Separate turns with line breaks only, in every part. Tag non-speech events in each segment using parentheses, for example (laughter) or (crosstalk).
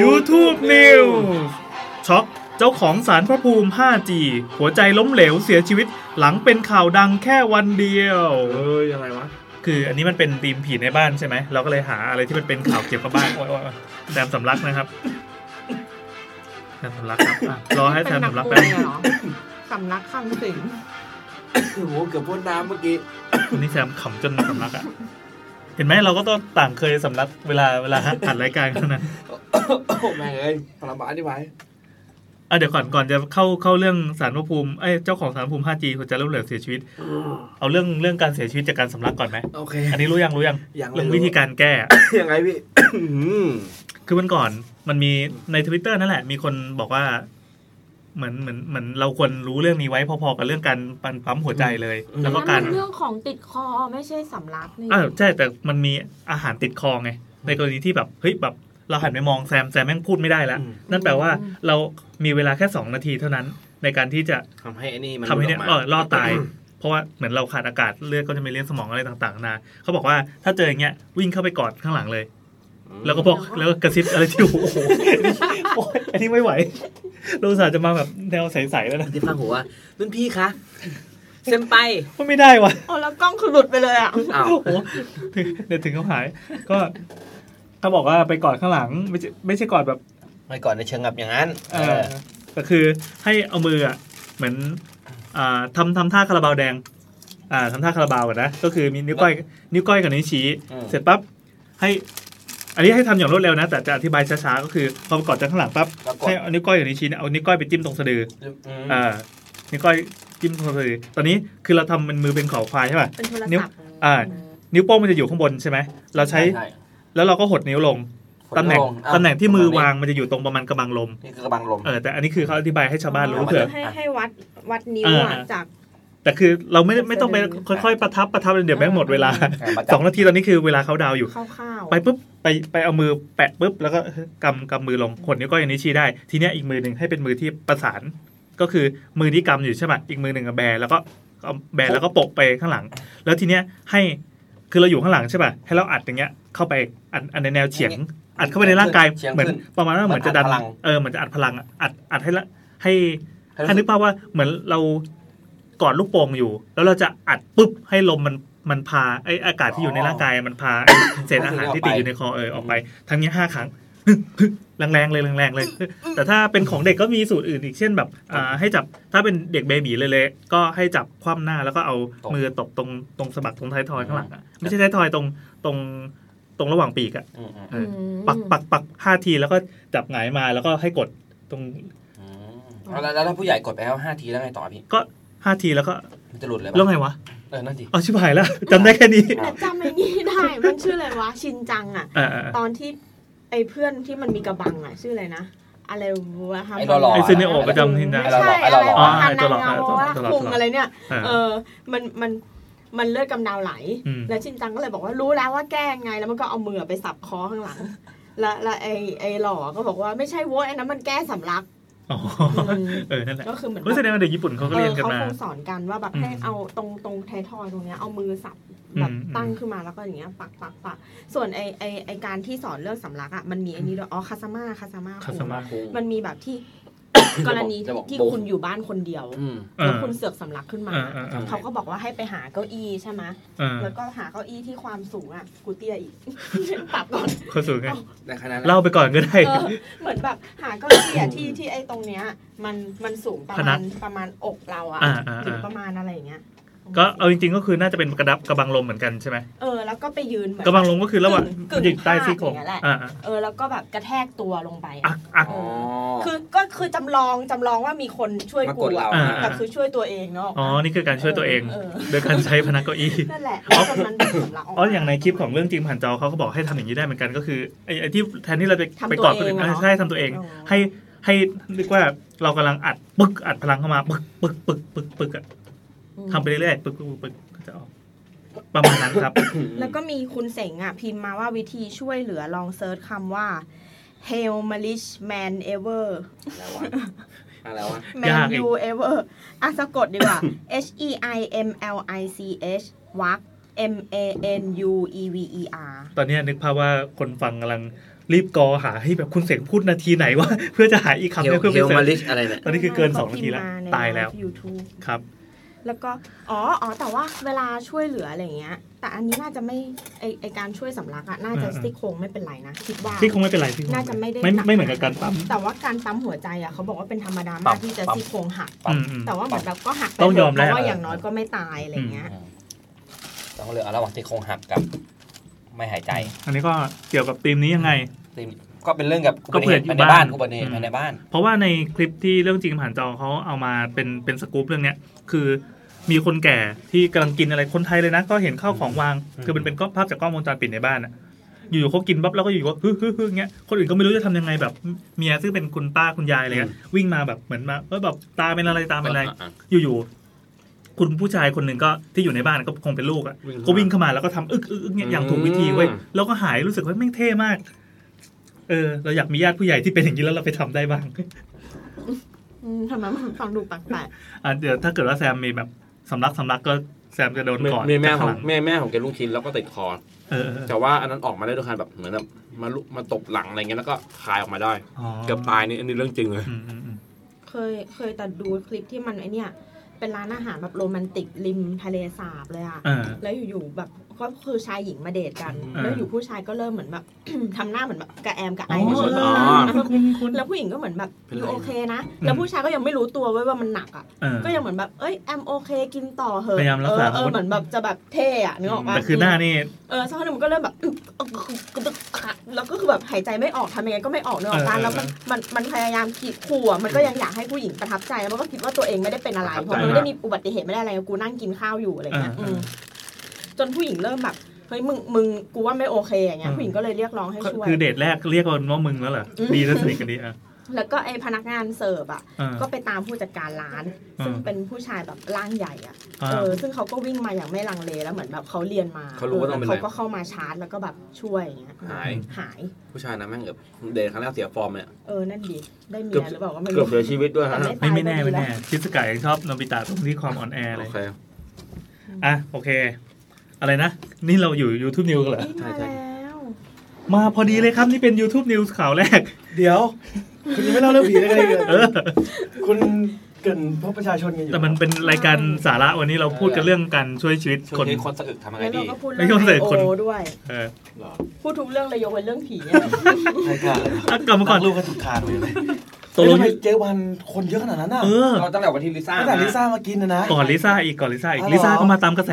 YouTube News ช็อกเจ้าของสารพระภูมิ 5G หัวใจล้มเหลวเสียชีวิตหลังเป็นข่าวดังแค่วันเดียว
เอ้ยอะไรวะ
คืออันนี้มันเป็นธีมผีในบ้านใช่ไหม เราก็เลยหาอะไรที่มันเป็นข่าวเกี่ยวกับบ้านโอ๊ยโอ๊ยโอ๊ยแซมสำลักนะครับแซมสำลักครับอ่ะรอให้แซมสำลัก
เป็
แป๊
น
บ
นัมวยเหรอสำลักคำสิง
โอ้โหเกือบพ่นน้ำเมื่
(coughs)
อกี้
วันนี้แซมขำจนสำลักอ่ะ เห็นไหมเราก็ต้องต่างเคยสำลักเวลาเวลาอัดรายการกันนะ
แม่งเอ้ยทรมานที่ไหม
อ่ะเดี๋ยวก่อนก่อนจะเข้าเข้าเรื่องสารพระภูมิเอ้ยเจ้าของสารพระภูมิ 5G หัวใจล้มเหลวเสียชีวิต เอาเรื่องเรื่องการเสียชีวิตจากการสำลักก่อนไหม
โอเค
อันนี้รู้ยังรู้ยัง
ยังไม่รู้
เรื่องวิธีการแก้
ยังไงพี่
(coughs)
อืม
คือวันก่อนมันมีในทวิตเตอร์นั่นแหละ มีคนบอกว่า เหมือนเหมือนเหมือนเราควรรู้เรื่องนี้ไว้พอๆกับเรื่องการปันปั๊มหัวใจเลย แล้วก็
นั่น
กา
มั
ร
นเรื่องของติดคอไม่ใช่สำลักนี่
อ่าวใช่แต่มันมีอาหารติดคอไงในกรณีที่แบบเฮ้ยแบบ เราหันไปมองแซมแซมแม่งพูดไม่ได้แล้วนั่นแปลว่าเรามีเวลาแค่สองนาทีเท่านั้น ในการที่จะ
ทำให้ไอ้นี่มัน
ทำให้เนี่ย
หลุ
เอ
ด
อก ร
มา
อดตาย เพราะว่าเหมือนเราขาดอากาศเลือดก็จะไม่เลี้ยงสมองอะไรต่างๆนานาเขาบอกว่าถ้าเจออย่างเงี้ยวิ่งเข้าไปกอดข้างหลังเลย แล้วก็บอกแล้วก็กระซิบอะไรที่หูโอ้โหโอ้ยอันนี้ไม่ไหวเราอุตสาห์จะมาแบบแนวใสๆแล้วนะ
ที่ฟังหัวรุ่นพี่คะเซมไป
ว่าไม่ได้วะ
โอ้แล้วกล้องคือหลุดไปเลยอ่ะ
อ้าว
โอ้โหถึงเดี๋ยวถึงเขาหาย ก็เขาบอกว่าไปกอดข้างหลัง ไม่ใช่ไม่ใช่กอดแบบ
ไม่ก่อนในเชิงกับอย่างนั้น
เออก็คือให้เอามืออ่ะเหมือนอ่าทำทำท่าคาราบาวแดง อ่าทำท่าคาราบาวก่อนนะก็คือมีนิ้วก้อยนิ้วก้อยกับนิ้วชี้
อืม
เสร็จปั๊บให้ อันนี้ให้ทำอย่างรวดเร็วนะ แต่จะอธิบายช้าๆก็คือพอประกอดจากข้างหลังปั๊บ
แล้วกด
ให้เอานิ้วก้อยกับนิ้วชี้เนี่ยเอานิ้วก้อยไปจิ้มตรงสะดือ
อืม
ออ่านิ้วก้อยจิ้มตรงสะดือตอนนี้คือเราทำเป็นมือเป็นขอควายใช่ป่ะ
เป็นโทร
นิ้ว
ศัพท์
อ่า นิ้วโป้งมันจะอยู่ข้างบนใช่ไหมเราใช้
ช่
แล้วเราก็หดนิ้วลง
ช่
ตำแหน่ง
กดลอ้
ตำแหน่งที่มือวางมันจะอยู่ตรงประมาณกำบังลม
นี่คือกระบังลม
เออแต่อันนี้คือเขาอธิบายให้ชาวบ้านรู้
อ๋อ
เผื่อ
ให้ให้วัดวัดนิ้วอ่ะ
เออ
จาก
แต่คือเราไม่ได้
เออ
ไม่ต้องไป
เออ
ค่อยๆประทับประทับเดี๋ยวแม่งหมดเวลา
ประ
สอง
จำ
นาทีตอนนี้คือเวลาเขาดาวน์อยู่
ข้าวๆ
ไปปุ๊บไปไปเอามือแปะปุ๊บแล้วก็กำกำมือลงขนนิ้วก้อยอย่างนี้ชี้ได้ ทีเนี้ยอีกมือหนึ่งให้เป็นมือที่ประสาน ก็คือมือที่กำอยู่ใช่ไหมอีกมือหนึ่งอะแบแล้วก็เอาแบแล้วก็โปะไปข้างหลัง แล้วทีเนี้ยให้คือเราอยู่ข้างหลังใช่ป่ะให้เราอัดอย่างเงี้ยเข้าไปอัดอัดในแนวเฉียง อัดเข้าไปในร่างกาย
เฉียง
เหมือน
ขึ้น
ประมาณว่าเหมือนจะดัน
เหมือนอัดพลัง
เออเหมือนจะอัดพลังอะอัดอัดให้ละให้
ให้รู้
ถ้า
สึ
นึ
ก
กภาพว่าเหมือนเรากอดลูกโป่งอยู่ แล้วเราจะอัดปุ๊บให้ลมมันมันพาไออากาศที่อยู่ในร่างกายมันพาไอ้เศษอาหารที่ติดอยู่ในคอเออออกไป ทั้งนี้ห้าครั้ง (laughs) แรงๆเลยแรงๆเลย แต่ถ้าเป็นของเด็กก็มีสูตรอื่นอีกเช่นแบบอ่าให้จับถ้าเป็นเด็กเบบีเละๆก็ให้จับคว่ำหน้าแล้วก็เอามือตบตรงตรงสะบักตรงท้ายทอยข้างหลังอะไม่ใช่ท้ายทอยตรงตรงตรงระหว่างปีกอะ
อืมอืม
เออ
อืม
ปักปักปักห้าทีแล้วก็จับหงายมาแล้วก็ให้กดตรง
อืมเอาแล้วแล้วถ้าผู้ใหญ่กดไปแล้วห้าทีแล้วไงต่อพี่
ห้าทีแล้วก็
มันจะหลุดเลยปะ
แล้วไงวะ
เออนั่นดิ
เอาชิบหายแล้ว จำได้แค่นี้
แต่จำไอ้นี่ได้มันชื่ออะไรวะชินจังอ่ะ
เออเออ
ตอนที่ไอ้เพื่อนที่มันมีกระบังอ่ะชื่ออะไรนะ อะไรวะทำ
ไอ้หล่อๆ
ไอ้ซิเนโอประจำที่นั่น
ไม่ใช่
ไอ้
อะ
หล่
ไร
อๆ
วะ
ไอ้
ฮา
ตัวหล่
นา
อ
เงา
ตัวหล่อ
ว่า
ตัวหล่อ
คุงอะไรเนี่ย
เออ
เออ มัน มัน มันเลือดกำเดาไหล
อืม
แล้วชินจังก็เลยบอกว่ารู้แล้วว่าแก้ไง แล้วมันก็เอามือไปสับคอข้างหลั (laughs) ง แล้วแล้วไอ้ไอ้หล่อก็บอกว่าไม่ใช่โว้ยอันนั้นมันแก้สำลัก
อ๋อเออนั่นแหละ
ก็คือเหมือน
รู้แสดงว่าเด็กญี่ปุ่นเขาก็
เอ
เรีย
อน
กัน
เขา
มา
คงสอนกันว่าแบบ
อืม
ให้เอาตรงตรงไทยทอยตรงเนี้ยเอามือสับแบบ
อืม
ตั้งขึ้นมาแล้วก็อย่างเงี้ยปักปักปักส่วนไอไอไอการที่สอนเรื่องสำลักอ่ะมันมีไอ้นี่ด้วยอ๋อคาซาม่าคาซาม่า
คาสมา
มันมีแบบที่ กรณี
(coughs) จะบอก
ที่
โบ
คุณอยู่บ้านคนเดียว
อืม
เอ
แล้ว
อ
คุณเสือกสำลักขึ้นมา
เออเออเออ
เขาก็บอกว่าให้ไปหาเก้าอี้ใช่ไหม
เออ
แล้วก็หาเก้าอี้ที่ความสูงอ่ะ กูเตี้ย
(laughs)
อีก ปรับก่อน
เขาสูงไง
ในขณะนั้น
เล่าไปก่อนก็ได้
เออ เหมือนแบบหาเก้าอี้อะที่ที่ไอ้ตรงเนี้ย มันมันสูงประ
พนั
มา
ด
ณประมาณอกเราอ่ะ
อ่าอ่าอ่า
หรือประมาณอะไรอย่างเงี้ย
ก็เอาจริงๆก็คือน่าจะเป็นกระดับกระบังลมเหมือนกันใช่ไหม
เออ แล้วก็ไปยืนเหมือน
กระบังลมก็คือระหว่าง
กึ่ง
อยู่ใต้ซี่โครง
อย่างเงี้ยแหละ
อ่าอ่า
เออ แล้วก็แบบกระแทกตัวลงไป
อั
อะ
กอัก
อ๋อ
คือก็คือจำลองจำลองว่ามีคนช่วย
มาก
กู
ดเรา
อะ
อ่า
แต่คือช่วยตัวเองเนาะ
อ๋อนี่คือการช่วยตัวเอง
เออ
โดยการใช้พนักเก้าอี้
นั่นแหละแล้วจนมันสำลักออก
อ๋อ
มา
อย่างในคลิปของเรื่องจริงผ่านจอเขาก็บอกให้ทำอย่างนี้ได้เหมือนกันก็คือไอ้ไอ้ที่แทนที่เราไป
ทำตัว
ไปกอดคนอื่น
เองอะเนาะ
ใช่ทำตัวเอง ให้ให้นึกว่าเรากำลังอัดปึกอัดพลังเข้ามาปึกปึกปึกปึกปึกอะ
อืม
ทำไปเรื่อยๆปึกปึกปึกปึกก็จะออกประมาณนั้นครับ
แล้วก็มีคุณเสงอ่ะ พิมพ์มาว่าวิธีช่วยเหลือลองเซิร์ชคำว่า Hail Malish Man Ever
อะไรวะอะไรวะ
Man
ยากอีก
(coughs) U Ever อ่ะสะกดดีกว่า H E I M L I C H วัก M A N U E V E R
ตอนเนี้ยนึกภาพว่าคนฟังกำลังรีบกอหาให้แบบคุณเสกพูดนาทีไหนว่า เพื่อจะห (laughs) าอีกคำ
เฮล
เนี่ยเพื่อไป
เฮล
เสิ
มา
ร์
ลิ
ช
ชอะไรเนี่ย
ตอนนี้คือเกินสอง
ข
นา
พิม
ที
พ์
แล้ว
มใน
ตายแล้ว
YouTube
ครับ
แล้วก็อ๋ออ๋อแต่ว่าเวลาช่วยเหลืออะไรอย่างเงี้ย แต่อันนี้น่าจะไม่ไอไอการช่วยสำลักอะน่าจะ
อ่า
ซี่โครงไม่เป็นไรนะคิดว่า
ที่คงไม่เป็นไรที่คง
น่าจะไม่ได้
ไม่
หนัก
ไม่เหมือนกับการปั๊ม
แต่ว่าการปั๊มหัวใจอะเขาบอกว่าเป็นธรรมดา
ปั๊
มาก
ม
ที่จะ
ปั๊ม
ซี่โครงหัก
ปั๊ม
อืม
แต่ว่าเหมือนแบบก็หักไป
ต้องยอม
เพ
แล้ว
ราะว่าอย่างน้อยก็ไม่ตายอะไรเงี้ย
ต้องเลือกเอาระหว่างที่โครงหักกับไม่หายใจ
อันนี้ก็เกี่ยวกับธีมนี้ยังไง
ซึ่งก็เป็นเรื่องกับอุ
ก็
บัติ
เปิ
เห
ด
ตุ
อยู่
ภายในบ้าน
บ้าน
อุบัติเห
อื
ตุ
ม
ภายในบ้าน
เพราะว่าในคลิปที่เรื่องจริงผ่านจอเขาเอามาเป็นเป็นสกู๊ปเรื่องเนี้ยคือมีคนแก่ที่กำลังกินอะไรคนไทยเลยนะ ก็เห็นข้าวของวาง
อืม
คือมันเป็นก็ภาพจากกล้องวงจรปิดในบ้านอะอยู่ๆเขากินปั๊บแล้วก็อยู่ๆก็ฮึ่ยๆๆเงี้ยคนอื่นก็ไม่รู้จะทำยังไงแบบเมียซึ่งเป็นคุณป้าคุณยายอะไรเงี้ยวิ่งมาแบบเหมือนมาเออแบบตาเป็นอะไรตาเป็นอะไร อยู่ๆคุณผู้ชายคนหนึ่งก็ที่อยู่ในบ้านก็คงเป็นลูกอะ ก็วิ่งเข้ามาแล้วก็ทำอึกอึกอึกเนี่ยอย่างถูกวิธีเว้ย
อืม
แล้วก็หายรู้สึกว่าแม่งเท่มาก เออ เราอยากมีญาติผู้ใหญ่ที่เป็นอย่างนี้แล้วเราไปทำได้บ้าง
อืมทำไมมันฟังดูแปลก
อ่ะเดี๋ยวถ้าเกิดว่าแซมมีแบบสำลักสำลักก็แซมจะโดนก่อน
แม่แม่
จาก
ข
ข้า
อง ง
หลัง
แม่แม่ของแกลูกชิ้นแล้วก็ติดคอ
เออเออเออ
แต่ว่าอันนั้นออกมาได้ด้วยการแบบเหมือนแบบมาลุมาตบหลังอะไรเงี้ยแล้วก็คายออกมาได้
อ๋อ
เกือบตายนี่อันนี้เรื่องจริงเลย
อืมอืมอืม
ๆเคยเคยแต่ดูคลิปที่มันไอเนี่ย เป็นร้านอาหารแบบโรแมนติกริมทะเลสาบเลยอะ
เออ
แล้วอยู่ๆแบบก็คือชายหญิงมาเดทกัน
อืม
แล้วอยู่ผู้ชายก็เริ่มเหมือนแบบ (clears throat) ทำหน้าเหมือนแบบกระแอมกระไอ
อ๋อ
เหมือน
เออ
กั
น เออคุณคุณ
แล้วผู้หญิงก็เหมือนแบบ
เป็นไร
ดูโอเคนะ
อืม
แล้วผู้ชายก็ยังไม่รู้ตัวเว้ยว่ามันหนักอ่ะ
เออ
ก็ยังเหมือนแบบเอ้ยแอมโอเคกินต่อเหอะ
พยายามรักษา
เออเออเหมือนแบบจะแบบเท่อะนึกออกปะ
แต่คือหน้านี่
เออสักพักหนึ่งมันก็เริ่มแบบแล้วก็คือแบบหายใจไม่ออกทำยังไงก็ไม่ออกเนกออกปะ
เออเออ
แล้วมันมันมันพยายามขีดขู่อะมันก็ยังอยากให้ผู้หญิงประทับใจแล้วมันก็คิดว่าตัวเองไม่ได้เป็นอะไร
ประทับ
เพ
ใจ
ราะมันไม่ได้มีอุบัติเหตุไม่ได้อะไรกูนั่งกินข้าวอยู่อะไร
เออ
เงี้ย
เอ
ม
อ
จนผู้หญิงเริ่มแบบเฮ้ยมึงมึงกูว่าไม่โอเคอย่างเงี้ย
อืม
ผู้หญิงก็เลยเรียกร้องให้
ก็
ช่วย
คือเดทแรกเรียกกันว่ามึงแล้วเหรอ
อืม
ดีแล้วสนิทกันดีอ่ะ
แล้วก็ไอพนักงานเสิร์ฟอ่ะ
เออ
ก็ไปตามผู้จัดการร้าน
อืม
ซึ่งเป็นผู้ชายแบบร่างใหญ่อ่ะ
อ่า
เออซึ่งเขาก็วิ่งมาอย่างไม่ลังเลแล้วเหมือนแบบเขาเรียนมา
เขารู้ว่าต้องเป็น
เขา
ไง
ก็เข้ามาชาร์จแล้วก็แบบช่วยอย่างเงี้ย
หาย
หาย
ผู้ชายนะแม่งแบบเดทครั้งแรกเสียฟอร์มเนี่ย
เออนั่นดีได้เมี
เกือบ
ยหรือเปล่าก็ไม่
เกือ
รู้
บเสียชีวิตด้วยฮะ
แต่
ไม่ไม่แน่ไม่แน่ชิสกายยังชอบโนบิตะตรงที่ความอ่อนแอเล
โอย เค
อ่ะโอเค อะไรนะนี่เราอยู่ YouTube News เหรอ
นี่มา
ใช่
แล้ว
มาพอดีเลยครับ นี่เป็น YouTube News ข่าวแรก
เดี๋ยว คุณยังไม่เล่าเรื่องผีเลยกันอีกเหรอ
เออ
คุณเกรินพบประชาชนกันอยู่
แต่มันเป็นรายการสาระวันนี้เราพูดกันเรื่องการช่วยชีวิต
ช่ว
ค
ง
น
นี้คนสะอึกทำยังไง
แล้วเรา
ดี
ก็พูด
ไม่
เรื่อ
ต้อง
ง
ใส่
ไอ
คน
โอด้วย
เออ
เหรอ
พูดทุกเรื่องเลยยกเว้นเรื่องผีเนี่ย
รายการอะไร
อ่ะกลับมาก่
ก่
อ
อน
น
ลูกก็ถูกทางไปเลย
ตกลง
ทำไมเจ๊วันคนเยอะขนาดนั้นน่ะ
เออ
เราตั้งแต่วันที่ลิซ่า
ตั้งแต่
มา
ลิซ่ามากินนะนะ
ก่อนลิซ่าอีกก่อนลิซ่าอีก
อ๋อเหรอ
ลิซ่าก็มาตามกระแส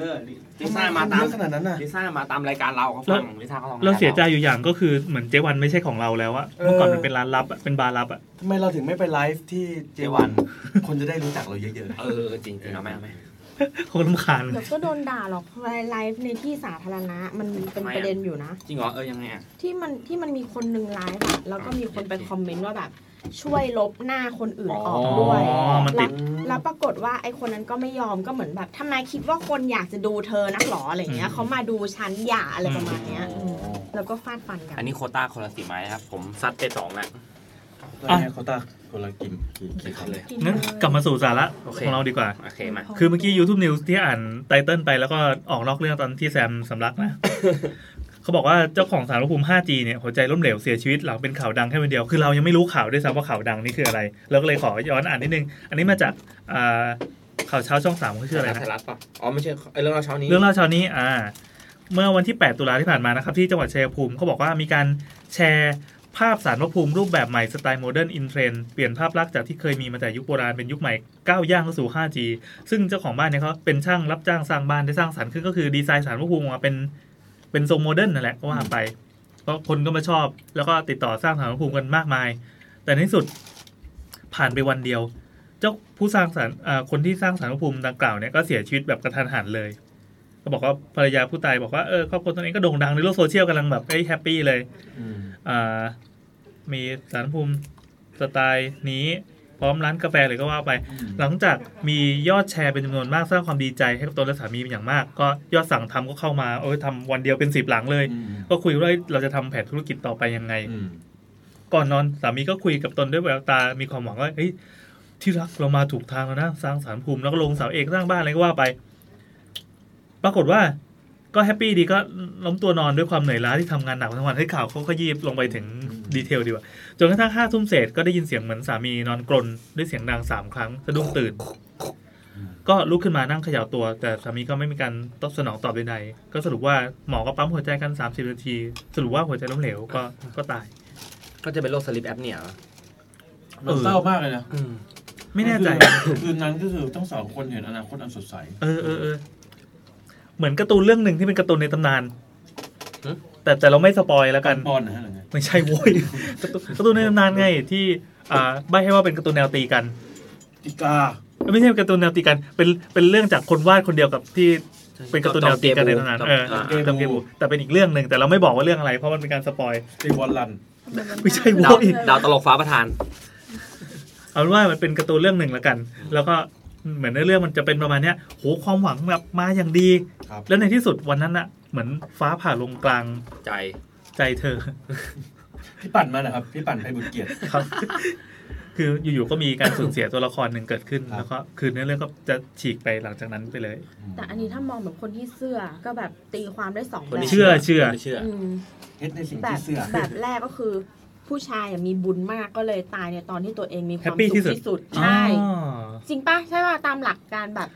เลิกดิลิซ่ามาตาม
เยอะขนาดนั้นน่ะ
ลิซ่ามาตามรายการเราเขาฟังลิซ่าเขาลอง
เราเสียใจอยู่อย่างก็คือเหมือนเจ๊วันไม่ใช่ของเราแล้วอะเมื่อก่อนมันเป็นร้านลับอะเป็นบาร์ลับอะ (laughs)
ทำไมเราถึงไม่ไปไลฟ์ที่เจวัน คนจะได้รู้จักเราเยอะ
เออจริงจริงเอาไหมเอาไหม
เขาลำคาญ
เดี๋ยวก็โดนด่าหรอกไลฟ์ในที่สาธารณะมันเป็น
ทำไม
ประ
อะ
เด็นอยู่นะ
จริงเหรอเออยังไงอ่ะ
ที่มันที่มันมีคนหนึ่งไลฟ์อะแล้วก็
อ่ามี
มีคนไป
โอเค
คอมเมนต์ว่าแบบ ช่วยลบหน้าคนอื่นออก
อ๋อ
อ๋อ
ด้วย
มันติด
ๆ
แล้วปรากฏว่าไอคนนั้นก็ไม่ยอมก็เหมือนแบบทำไมคิดว่าคนอยากจะดูเธอนักหรออะไรเงี้
อื
ย
ม
เขามาดูฉันอย่าอะไรประมาณเนี้ยอืมแล้วก็ฟาดฟันกั
อัน
น
นี้โควต้าคนละสีไม้นะครับ ผมซัดไปสองละ
ตอนเนี้ยเขาตาคนละกินกี่คำเลย
งั้นกลับมาสู่สาระ
โอเค
ของเราดีกว่า
โอเคมา
คือเมื่อกี้ YouTube News ที่อ่านไตเติลไปแล้วก็ออกนอกเรื่องตอนที่แซมสำลักนะ เขาบอกว่าเจ้าของสารพระภูมิ 5G เนี่ยหัวใจล้มเหลวเสียชีวิตหลังเป็นข่าวดังแค่วันเดียว คือเรายังไม่รู้ข่าวด้วยซ้ำว่าข่าวดังนี่คืออะไร เราก็เลยขอย้อนอ่านนิดนึง อันนี้มาจากอ่าข่าวเช้าช่องสามเขาชื่ออะไร
ไท
นะ
ยรัฐป่ะ อ๋อ ไม่ใช่ไอ้เรื่องราวเช้านี้
เรื่องเล่าเช้านี้อ่า เมื่อวันที่ 8 ตุลาที่ผ่านมานะครับ ที่จังหวัดชัยภูมิเขาบอกว่ามีการแชร์ภาพสารพระภูมิรูปแบบใหม่สไตล์โมเดิร์นอินเทรนเปลี่ยนภาพลักษณ์จากที่เคยมีมาแต่ยุคโบราณเป็นยุคใหม่ก้าวย่างเข้าสู่ 5G ซึ่งเจ้าของบ้านเนี่ยเขาเป็นช่างรับจ้างสร้างบ้านได้สร้างสรรค์ขึ้นก็คือดีไซน์สารพระภูมิออกมาเป็นเป็นทรงโมเดิร์นนั่นแหละก็ว่าไปก็คนก็มาชอบ แล้วก็ติดต่อสร้างสารพระภูมิกันมากมาย แต่ในที่สุดผ่านไปวันเดียว เจ้าผู้สร้างสารอ่าคนที่สร้างสารพระภูมิดังกล่าวเนี่ยก็เสียชีวิตแบบกระทันหันเลย ก็บอกว่าภรรยาผู้ตายบอกว่าเออครอบครัวตนเองก็โด่งดังในโลกโซเชียลกำลังแบบเอ้ยแฮปปี้เลยอ่ามีสารภูมิสไตล์นี้พร้อมร้านกาแฟเลยก็ว่าไป หลังจากมียอดแชร์เป็นจำนวนมากสร้างความดีใจให้กับตนและสามีเป็นอย่างมาก ก็ยอดสั่งทำก็เข้ามาโอ้ยทำวันเดียวเป็นสิบหลังเลย ก็คุยว่าเราจะทำแผนธุรกิจต่อไปยังไง ก่อนนอนสามีก็คุยกับตนด้วยแววตา มีความหวังว่าเฮ้ยที่รักเรามาถูกทางแล้วนะ สร้างสารภูมิแล้วก็ลงเสาเอกสร้างบ้านอะไรก็ว่าไป ปรากฏว่า ก็แฮปปี้ดีก็ล้มตัวนอนด้วยความเหนื่อยล้าที่ทำงานหนักมาทั้งวันให้ยข่าวเขาก็ยีบลงไปถึงดีเทลดีกว่าจนกระทั่งห้าทุ่มเศษก็ได้ยินเสียงเหมือนสามีนอนกรนด้วยเสียงดังสามครั้งสะดุ้งตื่น ก็ลุกขึ้นมานั่งเขย่าตัว แต่สามีก็ไม่มีการตอบสนองตอบใดๆก็สรุปว่าหมอก็ปั๊มหัวใจกัน 30 นาที สรุปว่าหัวใจล้มเหลวก็ก็ตาย
ก็จะเป็นโรคสลิปแอปเนี่ย
มันเศร้ามากเลยนะ
ไม่แน่ใจ
คือคืนนั้นก็คือทั้งสองคนเห็นอนาคตอันสดใส
เออเออเออเหมือนการ์ตูนเรื่องหนึ่งที่เป็นการ์ตูนในตำนาน แต่แต่เราไม่สปอยแล้วกัน
บอลนะฮะหรือไง
ไม่ใช่โว้ย (laughs) การ์ตูนการ์ตูนในตำนานไงที่อ่าใบให้ว่าเป็นการ์ตูนแนวตีกัน
ติกา
เอ้ยไม่ใช่การ์ตูนแนวตีกัน เป็นเป็นเรื่องจากคนวาดคนเดียวกับที่เป็นการ์ตูนแนวตีกันในตำนานเออจำเกมบูแต่เป็นอีกเรื่องหนึ่งแต่เราไม่บอกว่าเรื่องอะไรเพราะมันเป็นการสปอย
ตีบอลลัน
ไม่ใช่
ดา
โว้
วย ดา
ดาว ว
ต
ต
ล
ล
ก
ก
ฟ้าป
ฟ้าประ ระ
ทา
ทาน น
เอาเป็นว่ามันเป็นการ์ตูนเรื่องหนึ่งแล้วกัน แล้วก็เหมือนในเรื่องมันจะเป็นประมาณเนี้ยโหความหวังแบบมาอย่างดี
ครับ
แล้วในที่สุดวันนั้นอะเหมือนฟ้าผ่าลงกลาง
ใจ
ใจเธอ (laughs)
พี่ปั่นมานะครับ พี่ปั่นไปบุญเกียรติ
ครับ คืออยู่ๆก็มีการสูญเสียตัวละครหนึ่งเกิดขึ้น
ครับ
แล้วก็คือเนื้อเรื่องก็จะฉีกไปหลังจากนั้นไปเลย
แต่อันนี้ถ้ามองแบบคนที่เสื้อก็แบบตีความได้สอง
คน
แบบ
ที่
เชื่อเชื่อ
คนที่เชื่อ
อืม
เฮ็ดในสิ่ง
แบบ
ที่เสื่อ
แบบแรกก็คือ ผู้ชายอะมีบุญมากก็เลยตายในตอนที่ตัวเองมีความสุ
Happy
ข
ที่
ที่
สุด
สุดใช่
อ๋อ
จริงปะใช่ป่ะตามหลักการแบบ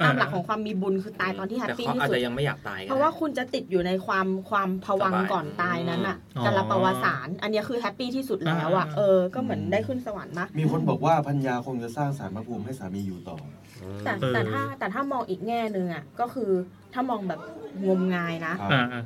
อ่า
ตามหลักของความมีบุญคือตายตอนที่แฮปปี้
เขา
ที่
อาจ
สุด
จะยังไม่อยากตายก็
เพราะว่า
ได้
คุณจะติดอยู่ในความความผวัง
สบาย
ก่อนตายนั้นอะ
อืม
กาลปวสาร
อ๋ออั
อันเนี้ยคือแฮปปี้ที่สุดแล้วอะ
อ่า
เออ ก็เหมือนได้ขึ้นสวรรค์มาก
มีคนบอกว่าพัญญาคงจะสร้างสารพระภูมิให้สามีอยู่ต่อ
แต่
เออ
แต่ถ้าแต่ถ้ามองอีกแง่หนึ่งอะก็คือถ้ามองแบบงมงายนะ
ครับ
อ่าอ่า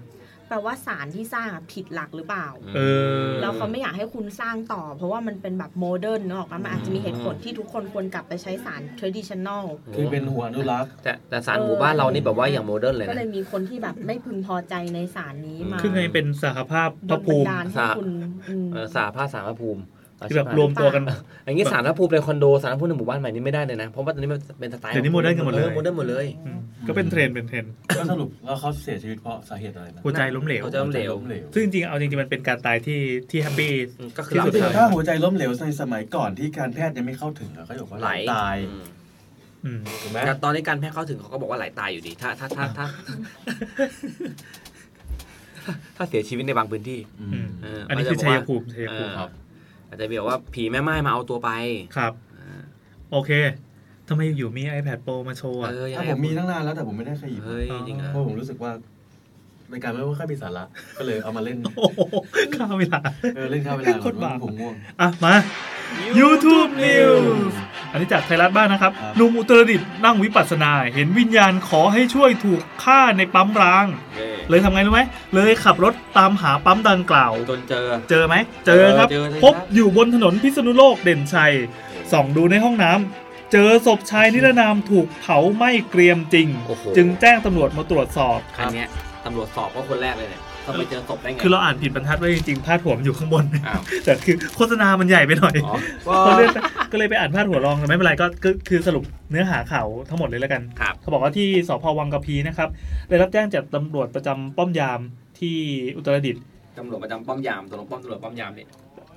แปลว่าสารที่สร้างอะผิดหลักหรือเปล่า
เออ
แล้วเขาไม่อยากให้คุณสร้างต่อ เพราะว่ามันเป็นแบบโมเดิร์นเนกอะมันอาจจะมีเหตุผลที่ทุกคนควรกลับไปใช้สาร traditional
คือเป็นหัวอนุรักษ์
แต่แต่สารหมู่บ้านเรานี่แบบว่าอย่างโมเดิร์นเลย
ก็
นะ
เลยมีคนที่แบบไม่พึงพอใจในสารนี้มา
คือไงเป็นสหภาพพ
โด
ระ
นบั
ภู
น
มิ
ดาลให้คุณอืม
เออสาภาพสารพระภูมิ
ที่แบบรวมตัวกัน
อย่างนี้สารพระภูมิในคอนโดสารพระภูมิในหมู่บ้านใหม่นี่ไม่ได้เลยนะ เพราะว่าตอนนี้มันเป็นสไตล์
เดี๋ยวนี้โมเดิร์นกันหมดเลย
ออโมเดิร์นหมดเลย
อืมก็เป็นเทรนด์เป็นเทรนด์
ก็สรุปแล้วเขาเสียชีวิตเพราะสาเหตุอะไรนะ
หัวใจล้มเหลว
เขาจะล้มเหลว
มเหลว
ซึ่งจริงๆเอาจริงๆมันเป็นการตายที่ที่แฮปปี้
ก็คือหลับ
ที่สุด
ถ้าหัวใจล้มเหลวในสมัยก่อนที่การแพทย์ยังไม่เข้าถึงอะเขาบอกว่า
ไหล
ตาย
อืม
อืม
ถูกไหม
แต่ตอนนี้การแพทย์เข้าถึงเขาก็บอกว่าไหลตายอยู่ดี ถ้าถ้าถ้าถ้าถ้าเสียชีวิตในบางพื้นที่
อื
อื
ม
ม
เอออั
อันนี้คือ
เขาจะบ
ชั
อก
ย
ว่า
ภูมิชัยภูมิ
เอออาจจะแบบว่าผีแม่ไม้มาเอาตัวไป
ครับ
เออ
โอเคทำไมอยู่ๆมี iPad Pro มาโชว์อ่ะ
เออยัง
ถ้า
ไง
ผมมีตั้งนานแล้วแต่ผมไม่ได้เคยหยิบ
เฮ้ยจริงเหรอ
เพราะผมรู้สึกว่ารายการไม่ค่อยมีสา
(laughs)
ระก็เลยเอามาเล่น
โอ้โห (laughs) ข้ามเวลา
เออเล่นข้าวเวลา
โคตรบาป
ผมง่วง
อ่ะ มา YouTube News อันนี้จากไทยรัฐบ้างนะครับ
ครับ
หนุ่มอุตรดิตถ์นั่งวิปัสสนา เห็นวิญญาณขอให้ช่วยถูกฆ่าในปั๊มร้าง
เย้
เลยทำไงรู้ไหม เลยขับรถตามหาปั๊มดังกล่าว
จนเจอ
เจอไหม เจอครับ
เจอเลยครับ
พบอยู่บนถนนพิษณุโลกเด่นชัย ส่องดูในห้องน้ำ เจอศพชายนิรนามถูกเผาไหม้เกรียมจริง
โอ้โห
จึงแจ้งตำรวจมาตรวจสอบ
อันเนี้ยตำรวจสอบก็คนแรกเลยเนี่ยทำไมเจอศพได้ไง
คือเราอ่านผิดบรรทัดไว้จริงๆพาดหัวมันอยู่ข้างบน (laughs)
อ้าว
แต่คือโฆษณามันใหญ่ไปหน่อย
อ๋อ
ก็เลยก็เลยไปอ่านพาดหัวรองแต่ไม่เป็นไรก็คือคือสรุปเนื้อหาข่าวทั้งหมดเลยแล้วกัน
ครับ
เขาบอกว่าที่สพวังกะพีนะครับ ได้รับแจ้งจากตำรวจประจำป้อมยามที่อุตรดิตถ์
ตำรวจประจำป้อมยามตำรวจป้อมตำรวจป้อมยามเนี่ย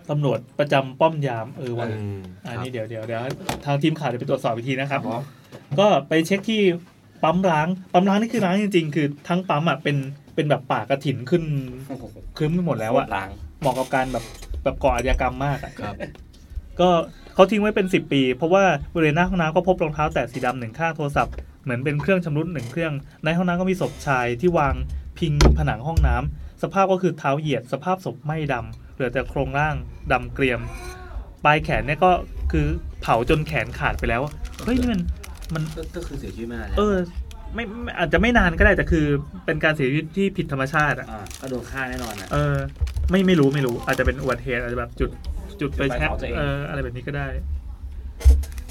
ตำรวจประจำป้อมยามเออวัน
เอ
อันนี้เดี๋ยวเดี๋ยวเดี๋ยวทางทีมข่าวเดี๋ยวไปตรวจสอบอีกทีนะครับ
อ๋อ
ก็ไปเช็คที่ปั๊มร้างปั๊มร้างนี่คือร้างจริง ๆ คือทั้งปั๊มอ่ะเป็นเป็นแบบป่ากระถินขึ้นครึ้มไปหมดแล้วอะ
ล้าง
เหมาะกับการแบบแบบก่ออาชญากรรมมากอะ
ครับ
ก็เขาทิ้งไว้เป็น 10 ปี เพราะว่าบริเวณหน้าห้องน้ำก็พบรองเท้าแตะสีดำหนึ่งข้างโทรศัพท์เหมือนเป็นเครื่องชำรุดหนึ่งเครื่อง ในห้องน้ำก็มีศพชายที่วางพิงผนังห้องน้ำสภาพก็คือเท้าเหยียด สภาพศพไม่ดำเหลือแต่โครงร่างดำเกรียม ปลายแขนเนี่ยก็คือเผาจนแขนขาดไปแล้วเฮ้ยนี่มันมัน
ก็ก็คือเสียชีวิตมานาน
เออ
แล้ว
ไม่ไม่อาจจะไม่นานก็ได้แต่คือเป็นการเสียชีวิตที่ผิดธรรมชาติอะ
อ่าก็โดนฆ่าแน่นอนนะ
เออไม่ไม่รู้ไม่รู้ อาจจะเป็นอุบัติเหตุอาจจะแบบจุดจุดไปแชะ
จุดไฟเผาตัวเอง
เอออะไรแบบนี้ก็ได้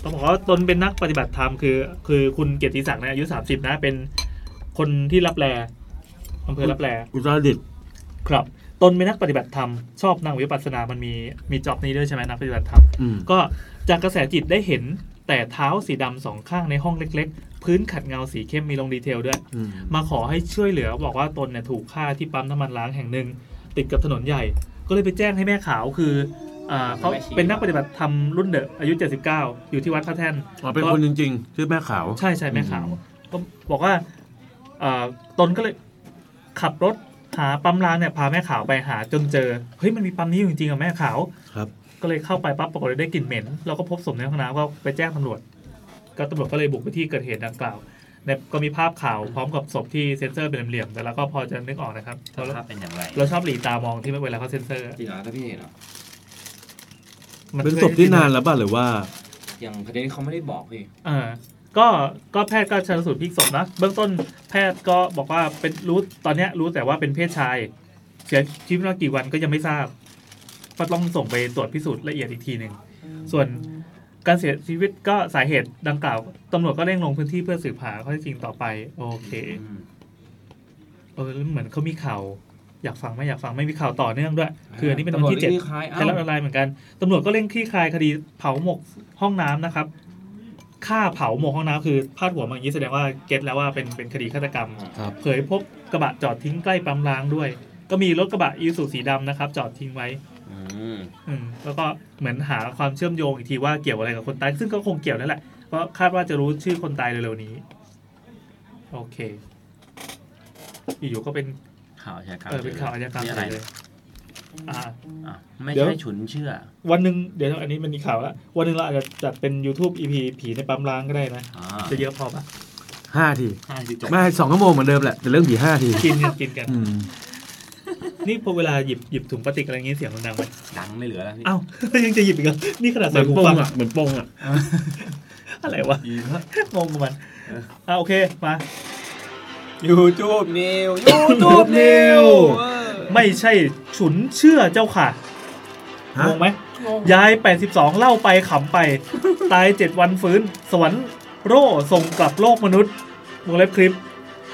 ต้องบอกว่าตนเป็นนักปฏิบัติธรรมคือ คือคุณเกียรติศักดิ์นะอายุสามสิบนะเป็นคนที่รับแลอำเภอรับแล
อุตรดิต
ครับตนเป็นนักปฏิบัติธรรมชอบนั่งวิปัสสนามันมีมีจ็อบนี้ด้วยใช่ไหมนักปฏิบัติธรรม ก็จากกระแสจิตได้เห็นแต่เท้าสีดำสองข้างในห้องเล็ก ๆ พื้นขัดเงาสีเข้มมีลงดีเทลด้วย มาขอให้ช่วยเหลือบอกว่าตนเนี่ยถูกฆ่าที่ปั๊มน้ำมันล้างแห่งหนึ่ง ติดกับถนนใหญ่ ก็เลยไปแจ้งให้แม่ขาวคืออ่าเขา
แม่ชี
เป็นนักปฏิบัติธรรมรุ่นเดอะอายุ 79 อยู่ที่วัดพระแท่น
อ๋อเป็นคนจริงๆ ชื่อแม่ขาว
ใช่ใช่แม่ขาวก็บอกว่าอ่าตนก็เลย ขับรถหาปั๊มร้างเนี่ยพาแม่ขาวไปหาจนเจอเฮ้ยมันมีปั๊มนี้อยู่จริงๆอะแม่ขาว
ครับ
ก็เลยเข้าไปปั๊บปรากฏว่าได้กลิ่นเหม็นเราก็พบศพในห้องน้ำก็ไปแจ้งตำรวจ ก็ตำรวจก็เลยบุกไปที่เกิดเหตุดังกล่าวในก็มีภาพข่าวพร้อมกับศพที่เซ็นเซอร์เป็นเหลี่ยมๆแต่เราก็พอจะนึกออกนะครับเรา
ภาพเป็นอย่างไร
เราชอบหลีตามองที่เวลาเขาเซ็นเซอร์อะ
จริงเหรอถ้าพี่เห็นเหรอ
เป็นศพที่นานแล้วป่ะหรือว่า
อย่างประเด็นนี้เขาไม่ได้บอกพี่
เออก็ก็แพทย์ก็ชันสูตรพลิกศพนะเบื้องต้นแพทย์ก็บอกว่าเป็นรู้ตอนเนี้ยรู้แต่ว่าเป็นเพศชายเสียชีวิตมากี่วันก็ยังไม่ทราบก็ต้องส่งไปตรวจพิสูจน์ละเอียดอีกทีหนึ่งส่วน การเสียชีวิตก็สาเหตุดังกล่าวตำรวจก็เร่งลงพื้นที่เพื่อสืบหาข้อเท็จจริงต่อไป โอเคเออแล้วเหมือนเขามีข่าวอยากฟังไหมอยากฟังไม่มีข่าวต่อเนื่องด้วย คืออันนี้เป็นวันที่เจ็ด
ตำรวจเร่งคลี่คลายเอ้า
ไทยรัฐออนไลน์เหมือนกันตำรวจก็เร่งคลี่คลายคดีเผาหมกห้องน้ำนะครับฆ่าเผาหมกห้องน้ำคือพาดหัวมาอย่างนี้แสดงว่าเก็ตแล้วว่าเป็นเป็นคดีฆาตกรรม
ครับ
เผยพบกระบะจอดทิ้งใกล้ปั๊มร้างด้วย ก็มีรถกระบะอีสูสีดำนะครับ จอดทิ้งไว้
อืม
อืมแล้วก็เหมือนหาความเชื่อมโยงอีกทีว่าเกี่ยวอะไรกับคนตาย ซึ่งก็คงเกี่ยวนั่นแหละเพราะคาดว่าจะรู้ชื่อคนตายเร็วๆนี้ โอเค อยู่ๆก็เป็น
ข่าวอาชญากรรม
เออเป็นข่าวอาชญากรรม
นี่
อะ
อะไร ไร
เลยอ่า
อ่ะไม่
เดี๋ยว
ใช่ฉุนเชื่อ
วันหนึ่งเดี๋ยวอันนี้มันมีข่าวแล้ววันหนึ่งเราอาจจะจัดเป็น YouTube EP ผีในปั๊มร้างก็ได้นะ
อ่า
จะเยอะพอปะ
ห้าที
ห้าสิบจบ
ไม่สองชั่วโมงเหมือนเดิมแหละ แต่เรื่องผีห้าที
กินกันกินกัน
อืม
นี่พอเวลาหยิบหยิบถุงพลาสติกอะไรอย่างงี้เสียงมันดังไหม
ดังไม่เหลือแล้วพี่
อ้าว (laughs) ยังจะหยิบอีกเหรอนี่ขนาด
เห
ใส่
มือน
หู
ปง
ฟัง
อ่ะเหมือนปงอ่ะ
(laughs) อะไรวะ
อีกแล้ว
งงกับมันอ่าโอเคมา
ยูทูบนิวยูทูบ
นิว ไม่ใช่ฉุนเชื่อเจ้าค่ะ
ฮะ
งงไหม
งง
(laughs) ยาย 82 เล่าไปขำไป ตาย 7 วันฟื้น สวรรค์โร่ส่งกลับโลกมนุษย์วงเล็บคลิป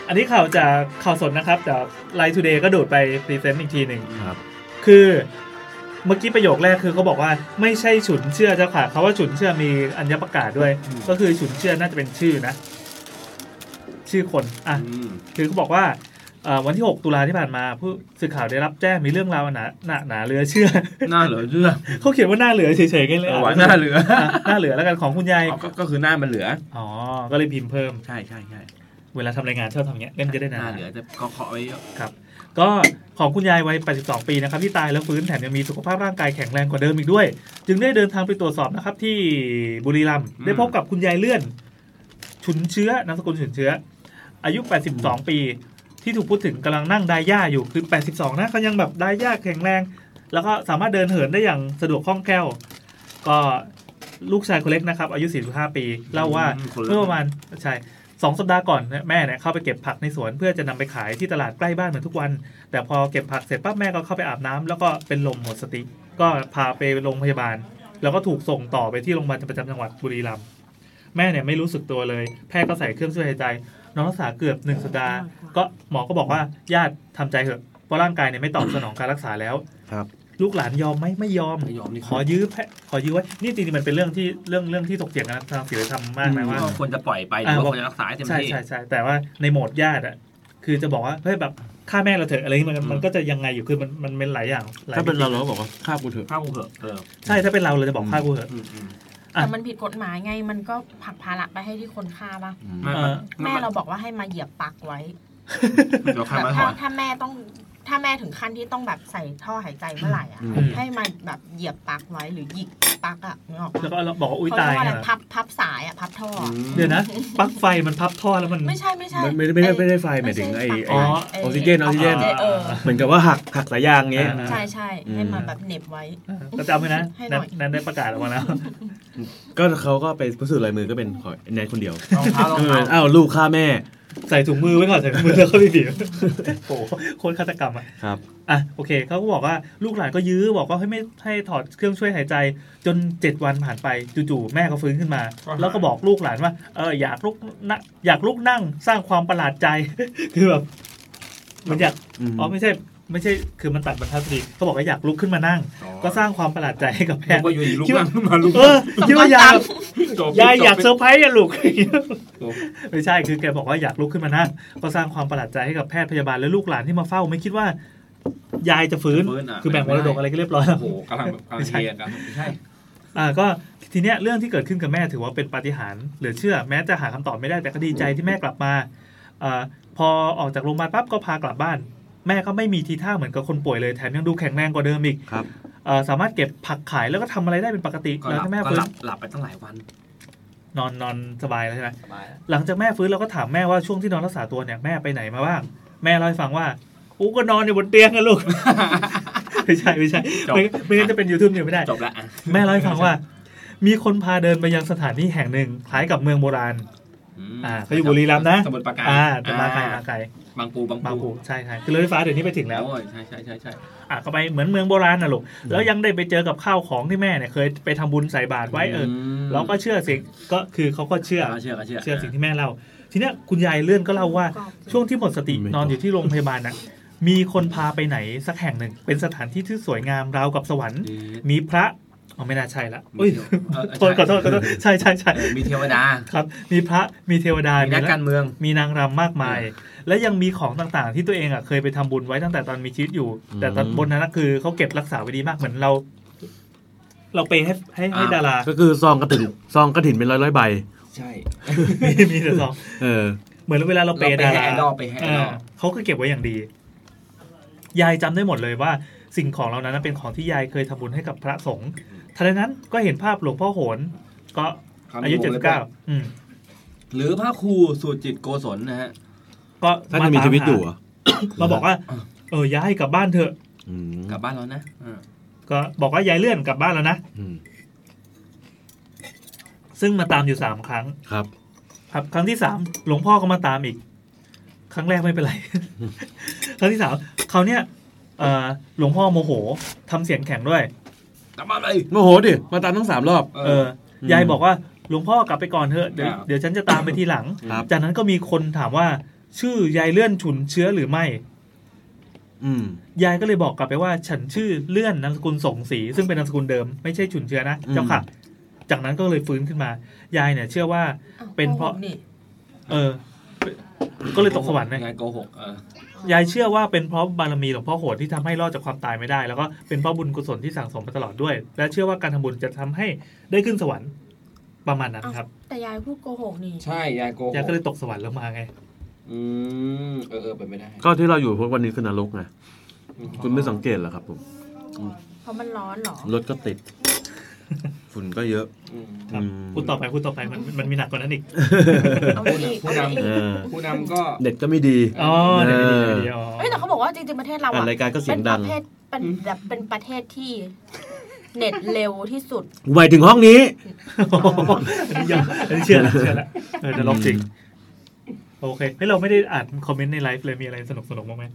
อันนี้ข่าวจากข่าวสดนะครับจากไลท์ทูเดย์ก็โดดไปพรีเซนต์อีกทีหนึ่ง
ครับ
คือเมื่อกี้ประโยคแรกคือเขาบอกว่าไม่ใช่ฉุนเชื่อเจ้าค่ะเขาว่าฉุนเชื่อมีอัญญประกาศด้วย ก็คือฉุนเชื่อน่าจะเป็นชื่อนะ ชื่อคนอ่ะ
อืม
คือเขาบอกว่าเอ่อวันที่ 6 ตุลาที่ผ่านมา ผู้สื่อข่าวได้รับแจ้งมีเรื่องราวหนาหนาหนาเรือเชื่อ
หน้าเหลือเชื่อ
เขาเขียนว่าหน้าเหลือเฉยๆกันเลย
เออ
อ่ะ
ว่ะหน้าเหลือ
อ่ะหน้าเหลือแล้วกันของคุณยาย
อ๋อก็ก็คือหน้ามันเหลือ
อ๋อ ก็เลยพิมพ์เพิ่ม
ใช่ใช่ใช่
เวลาทำรายงานชอบทำอย่างเงี้ยเล่มจะได้
ห
นา
น้าน เหลือแต่ก็เคาะไว้เยอะ
ก็ของคุณยายวัย 82 ปีนะครับที่ตายแล้วฟื้นแถมยังมีสุขภาพร่างกายแข็งแรงกว่าเดิมอีกด้วย จึงได้เดินทางไปตรวจสอบนะครับที่บุรีรัมย์ได้พบกับคุณยายเลื่อน ชุนเชื้อนามสกุลชุนเชื้อ อายุ 82 ปี ที่ถูกพูดถึงกำลังนั่งไดายย่าอยู่คือ 82 นะเขายังแบบไดายย่าแข็งแรง แล้วก็สามารถเดินเหินได้อย่างสะดวกคล่องแคล่วก็ลูกชายคนเล็กนะครับ อายุ 45 ปีเล่าว่า
คนละ
เมื่อประมาณใช่สองสัปดาห์ก่อนเนี่ยแม่เนี่ยเข้าไปเก็บผักในสวนเพื่อจะนำไปขายที่ตลาดใกล้บ้านเหมือนทุกวัน แต่พอเก็บผักเสร็จปั๊บแม่ก็เข้าไปอาบน้ำแล้วก็เป็นลมหมดสติ ก็พาไปโรงพยาบาล แล้วก็ถูกส่งต่อไปที่โรงพยาบาลประจำจังหวัดบุรีรัมย์แม่เนี่ยไม่รู้สึกตัวเลย แพทย์ก็ใส่เครื่องช่วยหายใจ น้องรักษาเกือบหนึ่งสัปดาห์ ก็หมอก็บอกว่าญาติทำใจเถอะเพราะร่างกายเนี่ยไม่ตอบสนองการรักษาแล้ว
ครับ
ลูกหลานยอมไหมไม่ยอม
ไม่ยอมนี่
ขอยื้อแพะขอยื้อไว้นี่จริงๆมันเป็นเรื่องที่เรื่องเรื่องที่ถกเถียงกันทางศิลธรรมมากนะว่า
ก็ควรจะปล่อยไปห
อ่า
รือว่าควรจะรักษาให้เต็ม
ใช่
ที่
ใช่ใช่แต่ว่าในโหมดญาติอะคือจะบอกว่าเฮ้ยแบบฆ่าแม่เราเถอะอะไรอย่างงี้มัน
อืม
มันก็จะยังไงอยู่คือมันมันเป็นหลายอย่างหลย
ถ้าเป็นเราเราก็บอกว่าฆ่ากูเถอะ
ข้าวกูเถอะเออ
ใช่ถ้าเป็นเราเราจะบอกฆ่ากูเถอะ
อืมอืม
อ่ะ
แต่มันผิดกฎหมายไง มันก็ผลักภาระไปให้ที่คนฆ่าป่ะ
ไม่
เออ
แม่เราบอกว่าให้มาเหยียบปักไว้
เดี๋ยวข้าม
แบ
มา
บ
ก่
ถ้า
อน
ถ้าแม่ต้องถ้าแม่ถึงขั้นที่ต้องแบบใส่ท่อหายใจเมื่อไหร่อ่ะ
อืม
ให้มาแบบเหยียบปักไว้หรือหยิกปักอ่ะนึกออก
แล้ว
ปะ
ก็เราบอกว่าอุ้ย
เขา
ตา
เรี
ย
ยกว่าอะไร
เหรอ
พับพับสายอ่ะพับท่ออะ
เดี๋ยวนะปลั๊กไฟมันพับท่อแล้วมัน
ไม่ใช่ไม่ใช่
มันไม่ได้ไม่ได้ไม่ได้ไฟห
ม่
มายถึงไอ้
ปัก
ไอ้
อ๋อ
ไ
ออกซิเจนออกซิเจน
อ่า
เออ
เหมือนกับว่าหักหักสายยางเงี้ย
อ่า
ใช่ใช่
อืม
ให้มาแบบเหน็บไว้
อ่ะก็จำไว้นะ
ให้หน่
นั้น
อย
นั้นได้ประกาศออกมาแล้ว
ก็เขาก็ไปพิสูจน์ลายมือก็เป็นของไอ้แนทคนเดียว
รองเท้ารอง
เออ
เท้า
อ้าวลูกฆ่าแม่
ใส่ถุงมือไว้ก่อนใส่ถุงมือแล้วก็ไปบีบ (laughs) โอ้โหโคตรฆาตกรรมอ่ะ
ครับ
อ่ะโอเคเขาก็บอกว่าลูกหลานก็ยื้อบอกว่าให้ไม่ให้ถอดเครื่องช่วยหายใจ จนเจ็ดวันผ่านไปจู่ๆแม่ก็ฟื้นขึ้นมา แล้วก็บอกลูกหลานว่าเอออยากลุกนะอยากลุกนั่งสร้างความประหลาดใจ (laughs) คือแบบเหมันอยาก
อืม
อ๋อไม่ใช่ ไม่ใช่คือมันตัดบรรทัดพอดีเขาบอกว่าอยากลุกขึ้นมานั่ง ก็สร้างความประหลาดใจให้กับแพทย์
ก็อยู่ดีลูกนั่งขึ้นมาลูก
เออคิดว่ายายแบบ
จบ
ยายอยากเซ
จ
อบ ร์ไพรส์อะลูก
จบ
ไม่ใช่คือแกบอกว่าอยากลุกขึ้นมานั่งก็สร้างความประหลาดใจให้กับแพทย์พยาบาลและลูกหลานที่มาเฝ้าไม่คิดว่า ยายจะฟื้น
ฟื้นะ
คือแบ่งมรดกอะไรก็เรียบร้อยแล้ว
โอ้โหกำลังแบบกำลังเทียนกันใช่
อ่าก็ทีเนี้ยเรื่องที่เกิดขึ้นกับแม่ถือว่าเป็นปาฏิหาริย์เหลือเชื่อแม้จะหาคำตอบไม่ได้แต่ก็ดีใจที่แม่กลับมาอ่าพอออกจากโรงพยาบาลปั๊บก็พากลับบ้าน แม่ก็ไม่มีทีท่าเหมือนกับคนป่วยเลยแถมยังดูแข็งแรงกว่าเดิมอีก
ครับ
เอ่อสามารถเก็บผักขายแล้วก็ทำอะไรได้เป็นปกติ
ก็
ห
ห
ลั
ลับ
งจากแม่
ก็
ฟื้
ห
น
ลับหลับไปตั้งหลายวัน
นอนนอนสบายแล้วใช่ไหม
สบายแล้ว
หลังจากแม่ฟื้นเราก็ถามแม่ว่าช่วงที่นอนรักษาตัวเนี่ยแม่ไปไหนมาบ้างแม่เล่าให้ฟังว่าอูก็นอนอยู่บนเตียงกัลูก (laughs) ไม่ใช่ไม่ใช่ไม่ไม่งั้นจะเป็นยูทูบเนี่ยไม่ได้
จบละอ่ะ
แม่เล่าให้ฟังว่า มีคนพาเดินไปยังสถานที่แห่งหนึ่งคล้ายกับเมืองโบราณ
ม
อ่าเขาอยู่บุรีรัมย์นะ
สมุทรปราการ
อ่าแต่มาไกลมาไกล
บางปูบาง
บาง
ปู
ปูใช่ใช่คือรถไฟฟ้าเดี๋ยวนี้ไปถึงแล้ว
โอ้ยใช่ใช่ใช่ใช่
อ่ะก็ไปเหมือนเมืองโบราณน่ะลูก แล้วยังได้ไปเจอกับข้าวของที่แม่เนี่ยเคยไปทำบุญใส่บาตรไว้เออ
ม
เราก็เชื่อสิ่งก็คือเขาก็เชื่อ
เชื่อเชื่อ
เชื่อสิ่งที่แม่เล่า ทีเนี้ยคุณยายเลื่อนก็เล่าว่า ช่วงที่หมดสติ
ไม่
นอนอยู่ที่โรงพยาบาลน่ะ มีคนพาไปไหนสักแห่งหนึ่ง เป็นสถานที่ที่สวยงามราวกับสวรรค์ มีพระอ๋อไม่น่าใช่ละ
มี
อุ้ย
เทวเออ
(laughs) โทษขอโทษขอโทษใช่ใช่ใช่
เออมีเทวดา
ครับ มีพระมีเทวดา
มี
มี
นัก
ละ
การเมือง
มีนางรำมากมาย และยังมีของต่างๆ ที่ตัวเองอ่ะเคยไปทำบุญไว้ตั้งแต่ตอนมีชีวิตอยู่
อืม
แต่ตอนบนนั้นน่ะคือเขาเก็บรักษาไว้ดีมากเหมือนเรา เราไปย์ให้ให้ให้
อ่า
ดา
(laughs)
รา
ก็คือซองกระถิ่นซองกระถิ่นเป็นร้อยร้อยๆใบ
ใช่
มีมีแต่ซอง
เออ
เหมือนเวลาเราเป
เรา
ย์
ไป
ดา
แห่
รา
ไอดอลไปแห่ไอ
อ่า
ดอล
เขาก็เก็บไว้อย่างดี ยายจำได้หมดเลยว่า สิ่งของเหล่านั้นนะเป็นของที่ยายเคยทำบุญให้กับพระสงฆ์ทันใดนั้นก็เห็นภาพหลวงพ่อโหนก็อายุเจ็ดสิบเก้าอืม
หรือพระครูสูจิตโกศลนะฮะ
ก็
ท่านยังมีชีวิตอยู่เหรอ
มาบอกว่า เออย้ายกลับบ้านเถอะ
อืม
กลับบ้านแล้วนะอ่า
ก็บอกว่ายายเลื่อนกลับบ้านแล้วนะ
อืม
ซึ่งมาตามอยู่สามครั้ง
ครับ
ครับ ครั้งที่สามหลวงพ่อก็มาตามอีก ครั้งแรกไม่
(laughs)
เป็นไร ครั้งที่สามเขาวเนี่ยเอ่อหลวงพ่อโมโหทำเสียงแข็งด้วย
กลับบ้านเลย
โมโหดิ มาตามทั้งสามรอบ
เอออยายบอกว่าหลวงพ่อกลับไปก่อนเถอะเดี๋ยว
ครับ
เดี๋ยวฉันจะตามไปทีหลัง
ครับ
จากนั้นก็มีคนถามว่า ชื่อยายเลื่อนฉุนเชื้อหรือไม่
อืม
ยายก็เลยบอกกลับไปว่า ฉันชื่อเลื่อนนามสกุลสงศรีซึ่งเป็นนามสกุลเดิมไม่ใช่ฉุนเชื้อนะเจ้าค่ะ จากนั้นก็เลยฟื้นขึ้นมา ยายเนี่ย เชื่อว่า
อ้ว
เป็นเพราะ
โกหกนี่
เออ ก็เลยตกสวรรค์นะ
งานโกหกเออย
ายเชื่อว่าเป็นเพราะบารมีหลวงพ่อโหดที่ทำให้รอดจากความตายไม่ได้ แล้วก็เป็นเพราะบุญกุศลที่สั่งสมมาตลอดด้วย และเชื่อว่าการทำบุญจะทำให้ได้ขึ้นสวรรค์ประมาณนั้นครับ
แต่ยายพูดโกหกนี่
ใช่ ยายโกหก
ยายก็เลยตกสวรรค์ลงมาไง
อืม เออเออเป็นไม่ได้
ก็ที่เราอยู่พวกวันนี้คือนรกไง คุณไม่สังเกตเหรอครับผม
เพราะมันร้อนเหรอ
รถก็ติด (laughs) ฝุ่นก็เยอะ
อืม
ครับ
อืม
พูดต่อไปพูดต่อไปมันมันมีหนักกว่านั้นอีก
เอาอีก
ผู้
เอาอีก
นำ
เออ
ผู้นำก็
เด็ดก็ไม่ดี
อ๋อเดี๋ยวเดี๋ยวเดี๋ยวเดี๋ยว
เอ้ยแต่เขาบอกว่าจริงๆประเทศเรา
อ่า
อะ
นรายการก็เสียงดัง
เป็นประเทศเป็นแบบเป็นประเทศที่ เน็ตเร็วที่สุด
หมายถึงห้องนี้
อันนี้ยอมอันนี้เชื่อแล้วเชื่อแล้วเออจะลบจริงโอเคเฮ้ยเราไม่ได้อ่านคอมเมนต์ในไลฟ์เลยมีอะไรสนุกสนุกบ้างไหม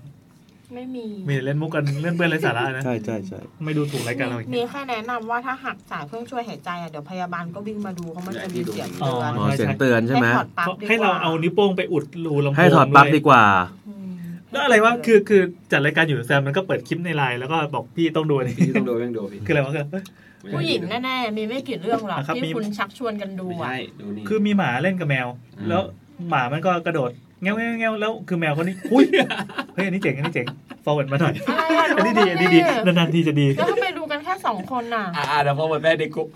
ไม่มี
มีแต่เล่นมุกกันเล่นเพื่อนไร้สาระนะ
ใช่ใช่ใช่
ไม่ดูถูกรายการเราอีก
มีแค่แนะนำว่าถ้าหักสายเครื่องช่วยหายใจอะเดี๋ยวพยาบาลก็วิ่งมาดูเพราะมันจะมีเสียงเตือน
หมอ
ใช่
เสียงเตือนใช่ไหม
ถอดปลั๊กดีกว่า
ให้เราเอานิ้วโป้งไปอุดรูลำโพง
ให้ถอดปลั๊ก
วย
ดีกว่า
อืม
แล้วอะไรวะ คือ คือ จัดรายการอยู่แซมมันก็เปิดคลิปในไลน์แล้วก็บอกพี่ต้องดูอันนี้
พี่ต้องโดนแม่งโดนพี่
คืออะไรวะคือ
ผู้หญิงแน่ๆ มีไม่กี่เรื่องหรอก
นะครับ
ที่
มี
คุณชักชวนกันดู
ไม่
อ่ะ
ใช่ดูนี่
คือมีหมาเล่นกับแมว
อืม
แล้วหมามันก็กระโดดเงี้ยวเงี้ยวเงี้ยวแล้วคือแมวคนนี้อุ้ย เฮ้ยอันนี้เจ๋งอันนี้เจ๋ง forward มาหน่อย
อะไรอะ
อัน
(laughs)
นี้ดีอันนี้ดีนานๆทีจะดี
แล้วทำไมดูกันแค่สองคนน่ะ
อ่าเดี๋ยวพอวันแม่ในกรุ๊ป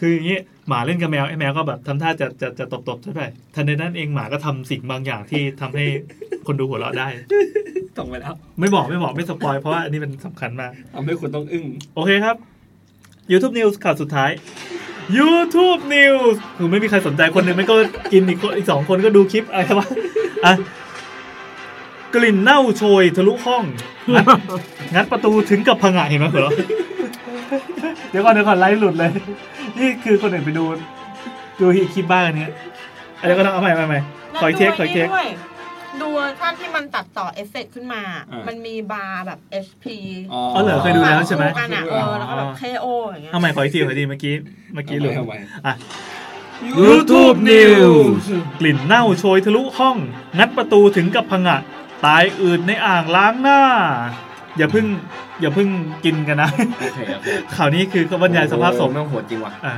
คืออย่างนี้หมาเล่นกับแมวไอ้แมวก็แบบทำท่าจะจะจะตบตบๆใช่ไหมทันใดนั้นเองหมาก็ทำสิ่งบางอย่างที่ทำให้คนดูหัวเราะได้
ส่งไปแล้ว
ไม่บอกไม่บอกไม่สปอยเพราะว่าอันนี้มันสำคัญมาก
ทำให้คุณต้องอึ้ง
โอเคครับ YouTube News ข่าวสุดท้าย YouTube News คือไม่มีใครสนใจคนหนึ่งไม่ก็กินอีกคนอีกสองคนก็ดูคลิปอะไรวะอ่ะกลิ่นเน่าโชยทะลุห้องงัดงัดประตูถึงกับพังงะเห็นไหมเหรอเดี๋ยวก่อนเดี๋ยวก่อนไลฟ์หลุดเลย นี่คือคนอื่นไปดู ดูอีกคลิปบ้างเนี้ยอะไรก็ต้องเอาใหม่ใหม่ใหม่ขออีกเทคขออีกเทค
แล้วดูไนี่ด้วยดูท่านที่มันตัดต่อเอฟเฟกต์ขึ้นมา
อ่ามั
มันมีบาร์แบบ HP
อ๋อ
อเหรอเคยดูแล้วใช่ไหม
คู่กันอ่ะเออแล้วก็แบบ KO อย่างเงี้ย
เอาใหม่ขออีกทีขออีกทีเมื่อกี้เมื่อกี้หลุด
เอาไว้
อ่ะ
YouTube News
กลิ่นเน่าโชยทะลุห้อง งัดประตูถึงกับพังะตายอืดในอ่างล้างหน้า อย่าเพึ่งอย่าเพึ่งกินกันนะ (laughs)
โอเคโอเค
ข่าวนี้คือก็บรรยายสภาพศพ
แม่งโหดจริงว่ะ
อ่ะ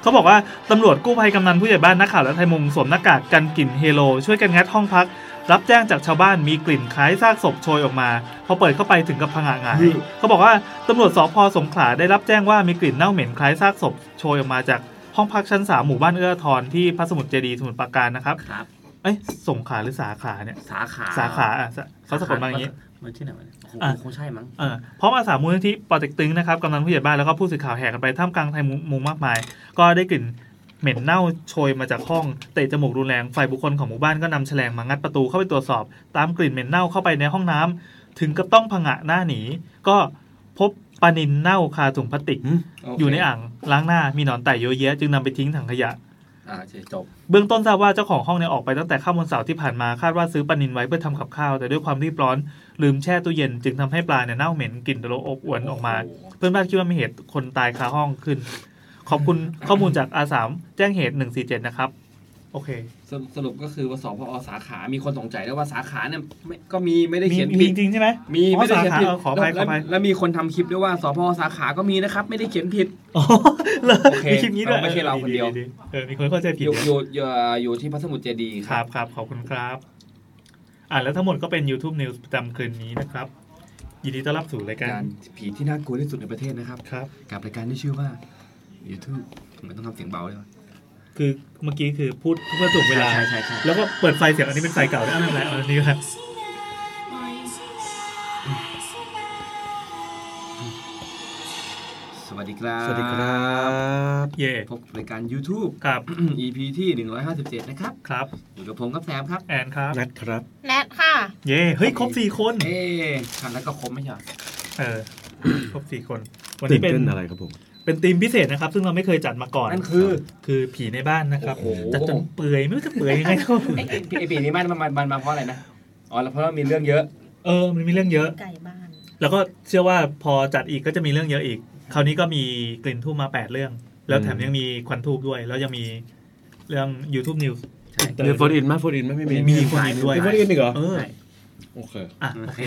เขาบอกว่าตำรวจกู้ภัยกำนันผู้ใหญ่บ้านนักข่าวและไทยมุงสวมหน้ากากกันกลิ่นเฮโล ช่วยกันงัดห้องพัก รับแจ้งจากชาวบ้านมีกลิ่นคล้ายซากศพโชยออกมาพอเปิดเข้าไปถึงกับพังะหงายเขาบอกว่าตำรวจสพสงขลาได้รับแจ้งว่ามีกลิ่นเน่าเหม็นคล้ายซากศพโชยออกมาจากห้องพักชั้นสามหมู่บ้านเอื้ออาทรที่พระสมุทรเจดีย์สมุทรปราการนะครับ
ครับ
เอ้ยสงขลาหรือสาขาเนี่ย
สาขา
สาขาอ่ะสะเขาสะกดมาอย่างนี้ มันที่ไหนวะเนี่ย
คง
อ่ะ
คงใช่มั้ง
เออพร้อมอาสามูลนิธิปอเต็กตึงนะครับกำนันผู้ใหญ่บ้านแล้วก็ผู้สื่อข่าวแห่กันไปท่ามกลางไทยมุงมากมาย ก็ได้กลิ่นเหม็นเน่าโชยมาจากห้องเตะจมูกรุนแรงฝ่ายบุคคลของหมู่บ้านก็นำแฉลงมางัดประตูเข้าไปตรวจสอบ ตามกลิ่นเหม็นเน่าเข้าไปในห้องน้ำถึงกับต้องผงะหน้าหนี ก็พบปลานินเน่าคาถุงพลาสติก อยู่ในอ่างล้างหน้ามีหนอนไต่เยอะแยะจึงนำไปทิ้งถังขยะ
อ่าโอเคจบ
เบื้องต้นทราบว่าเจ้าของห้องเนี่ยออกไปตั้งแต่ค่ำวันเสาร์ที่ผ่านมาคาดว่าซื้อปลานินไว้เพื่อทำกับข้าว แต่ด้วยความรีบร้อนลืมแช่ตู้เย็น จึงทำให้ปลาเนี่ยเน่าเหม็นกลิ่นตะโลอบอวนออกมา เพื่อนบ้านคิดว่ามีเหตุคนตายคาห้องขึ้น ขอบคุณ ข้อมูลจากอาสามแจ้งเหตุ 147 นะครับ โอเค
สรุปสรุปก็คือว่าสพอสาขา มีคนสงสัยแล้วว่าสาขาเนี่ยไม่ก็มีไม่ได้
มี
เขียน
มี
ผิด
จริงใช่ไหม
มี
อ๋อ
ไม่ได้เขียนผิด
สาขาเออขออภัยข
แล้ว
ออภัย
แล้วมีคนทำคลิปด้วยว่าสพสาขา ก็มีนะครับ ไม่ได้เขียนผิด
อ๋อแล้วมีคลิปนี้ด้วย
โอเคเราไม่ใช่เราคนเดียว
เออมีคนเข้าใจผิด
อยู่อยู่อยู่อยู่ที่พระสมุทรเจดีย์ค
ครั
รั
บบ ครับขอบคุณครับ อ่ะแล้วทั้งหมดก็เป็น YouTube News ประจำคืนนี้นะครับ ยินดีต้อนรับสู่รายกา
การรผีที่น่ากลัวที่สุดในประเทศนะครับ
ครับ
กับรายการที่ชื่อว่า YouTube ทำไมต้องทำเสียงเบาเลยวะ
คือเมื่อกี้คือพูดเพื่อถ่วงเวลา
ใช่ใช่ใช่
แล้วก็เปิดไฟเสียงอันนี้เป็นไฟเก่าด้วยอ่ะไม่เป็นไรเอาอันนี้ครับ
สวัสดีครับ
สวัสดีครับ
เย่
พบรายการ YouTube
ครับ
EP ที่ 157 นะครับ
ครับ
อยู่กับผมกับแซมครับ
แอนครับ
นัดครับ
แนทค่ะ
เย่เฮ้ย ครบสี่คน
เอ๊ะคันแล้วก็คมไม่ใช่เหรอ
เออ ครบสี่คน วัน
ตื่
นี้
น
เป็น
เต้นอะไรครับผม
เป็นธีมพิเศษนะครับ ซึ่งเราไม่เคยจัดมาก่อน
นั่นคือ
คือผีในบ้านนะครับ
โอ้โห
จัดจนเปื่อยไม่รู้จะเปื่อยยังไงก็
ไอ้ไอ้ปีไอ้ปีนี้มันมันมันมาเพราะอะไรนะ อ๋อแล้วเพราะว่ามีเรื่องเยอะ
เออ มันมีเรื่องเยอะ
ไก่บ้าน
แล้วก็เชื่อว่าพอจัดอีกก็จะมีเรื่องเยอะอีก คราวนี้ก็มีกลิ่นทูบมาแปดเรื่อง แล้วแถมยังมีควันทูบด้วย แล้วยังมีเรื่อง YouTube News
ใช่
เดี๋ยวโฟนอินมาโฟนอินมาไม่มี
มีโฟนอินด้วย
มีโฟนอินอีกเหรอ
เออ
โอเค
อ่ะโอเค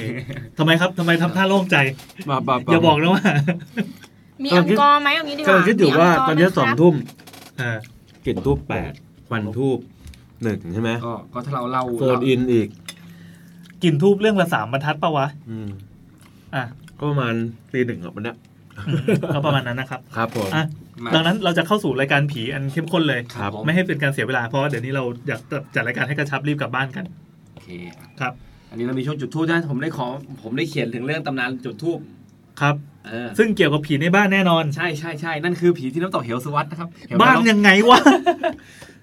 ทำไมครับทำไมทำท่าโล่งใจ
มาบ้า
อย่าบอกนะว่า (laughs)
มีอังกอร์ไหมเอางี้ดีก
กำลั
ว่าง
คิดอยู่ว่าตอนนี้สองทุ่ม
เออก
ลิ่นทูบแปดควันทูบหนึ่งใช่ไหม
ก็ก็ถ้าเราเล่า
โฟนอินอีก
กลิ่นทูบเรื่องละสามบรรทัดปะวะ
อืม
อ่ะ
ก็ประมาณตีหนึ่งครับวันเนี้ย
อืมก็ประมาณนั้นนะครับ
ครับผม
อ่ะ
มา
ดังนั้นเราจะเข้าสู่รายการผีอันเข้มข้นเลย
ครับ
ผม
ไม่ให้เป็นการเสียเวลา เพราะว่าเดี๋ยวนี้เราอยากจะจัดรายการให้กระชับรีบกลับบ้านกัน
โอเค
ครับ
อันนี้เรามีช่วงจุดทูบนะผมได้ขอผมได้เขียนถึงเรื่องตำนานจุดทูบ
ครับ
เออ
ซึ่งเกี่ยวกับผีในบ้านแน่นอน
ใช่ใช่ใช่นั่นคือผีที่น้ำตกเหวสวัสดนะครับเหว
บ้าน
ก
ยังไงวะ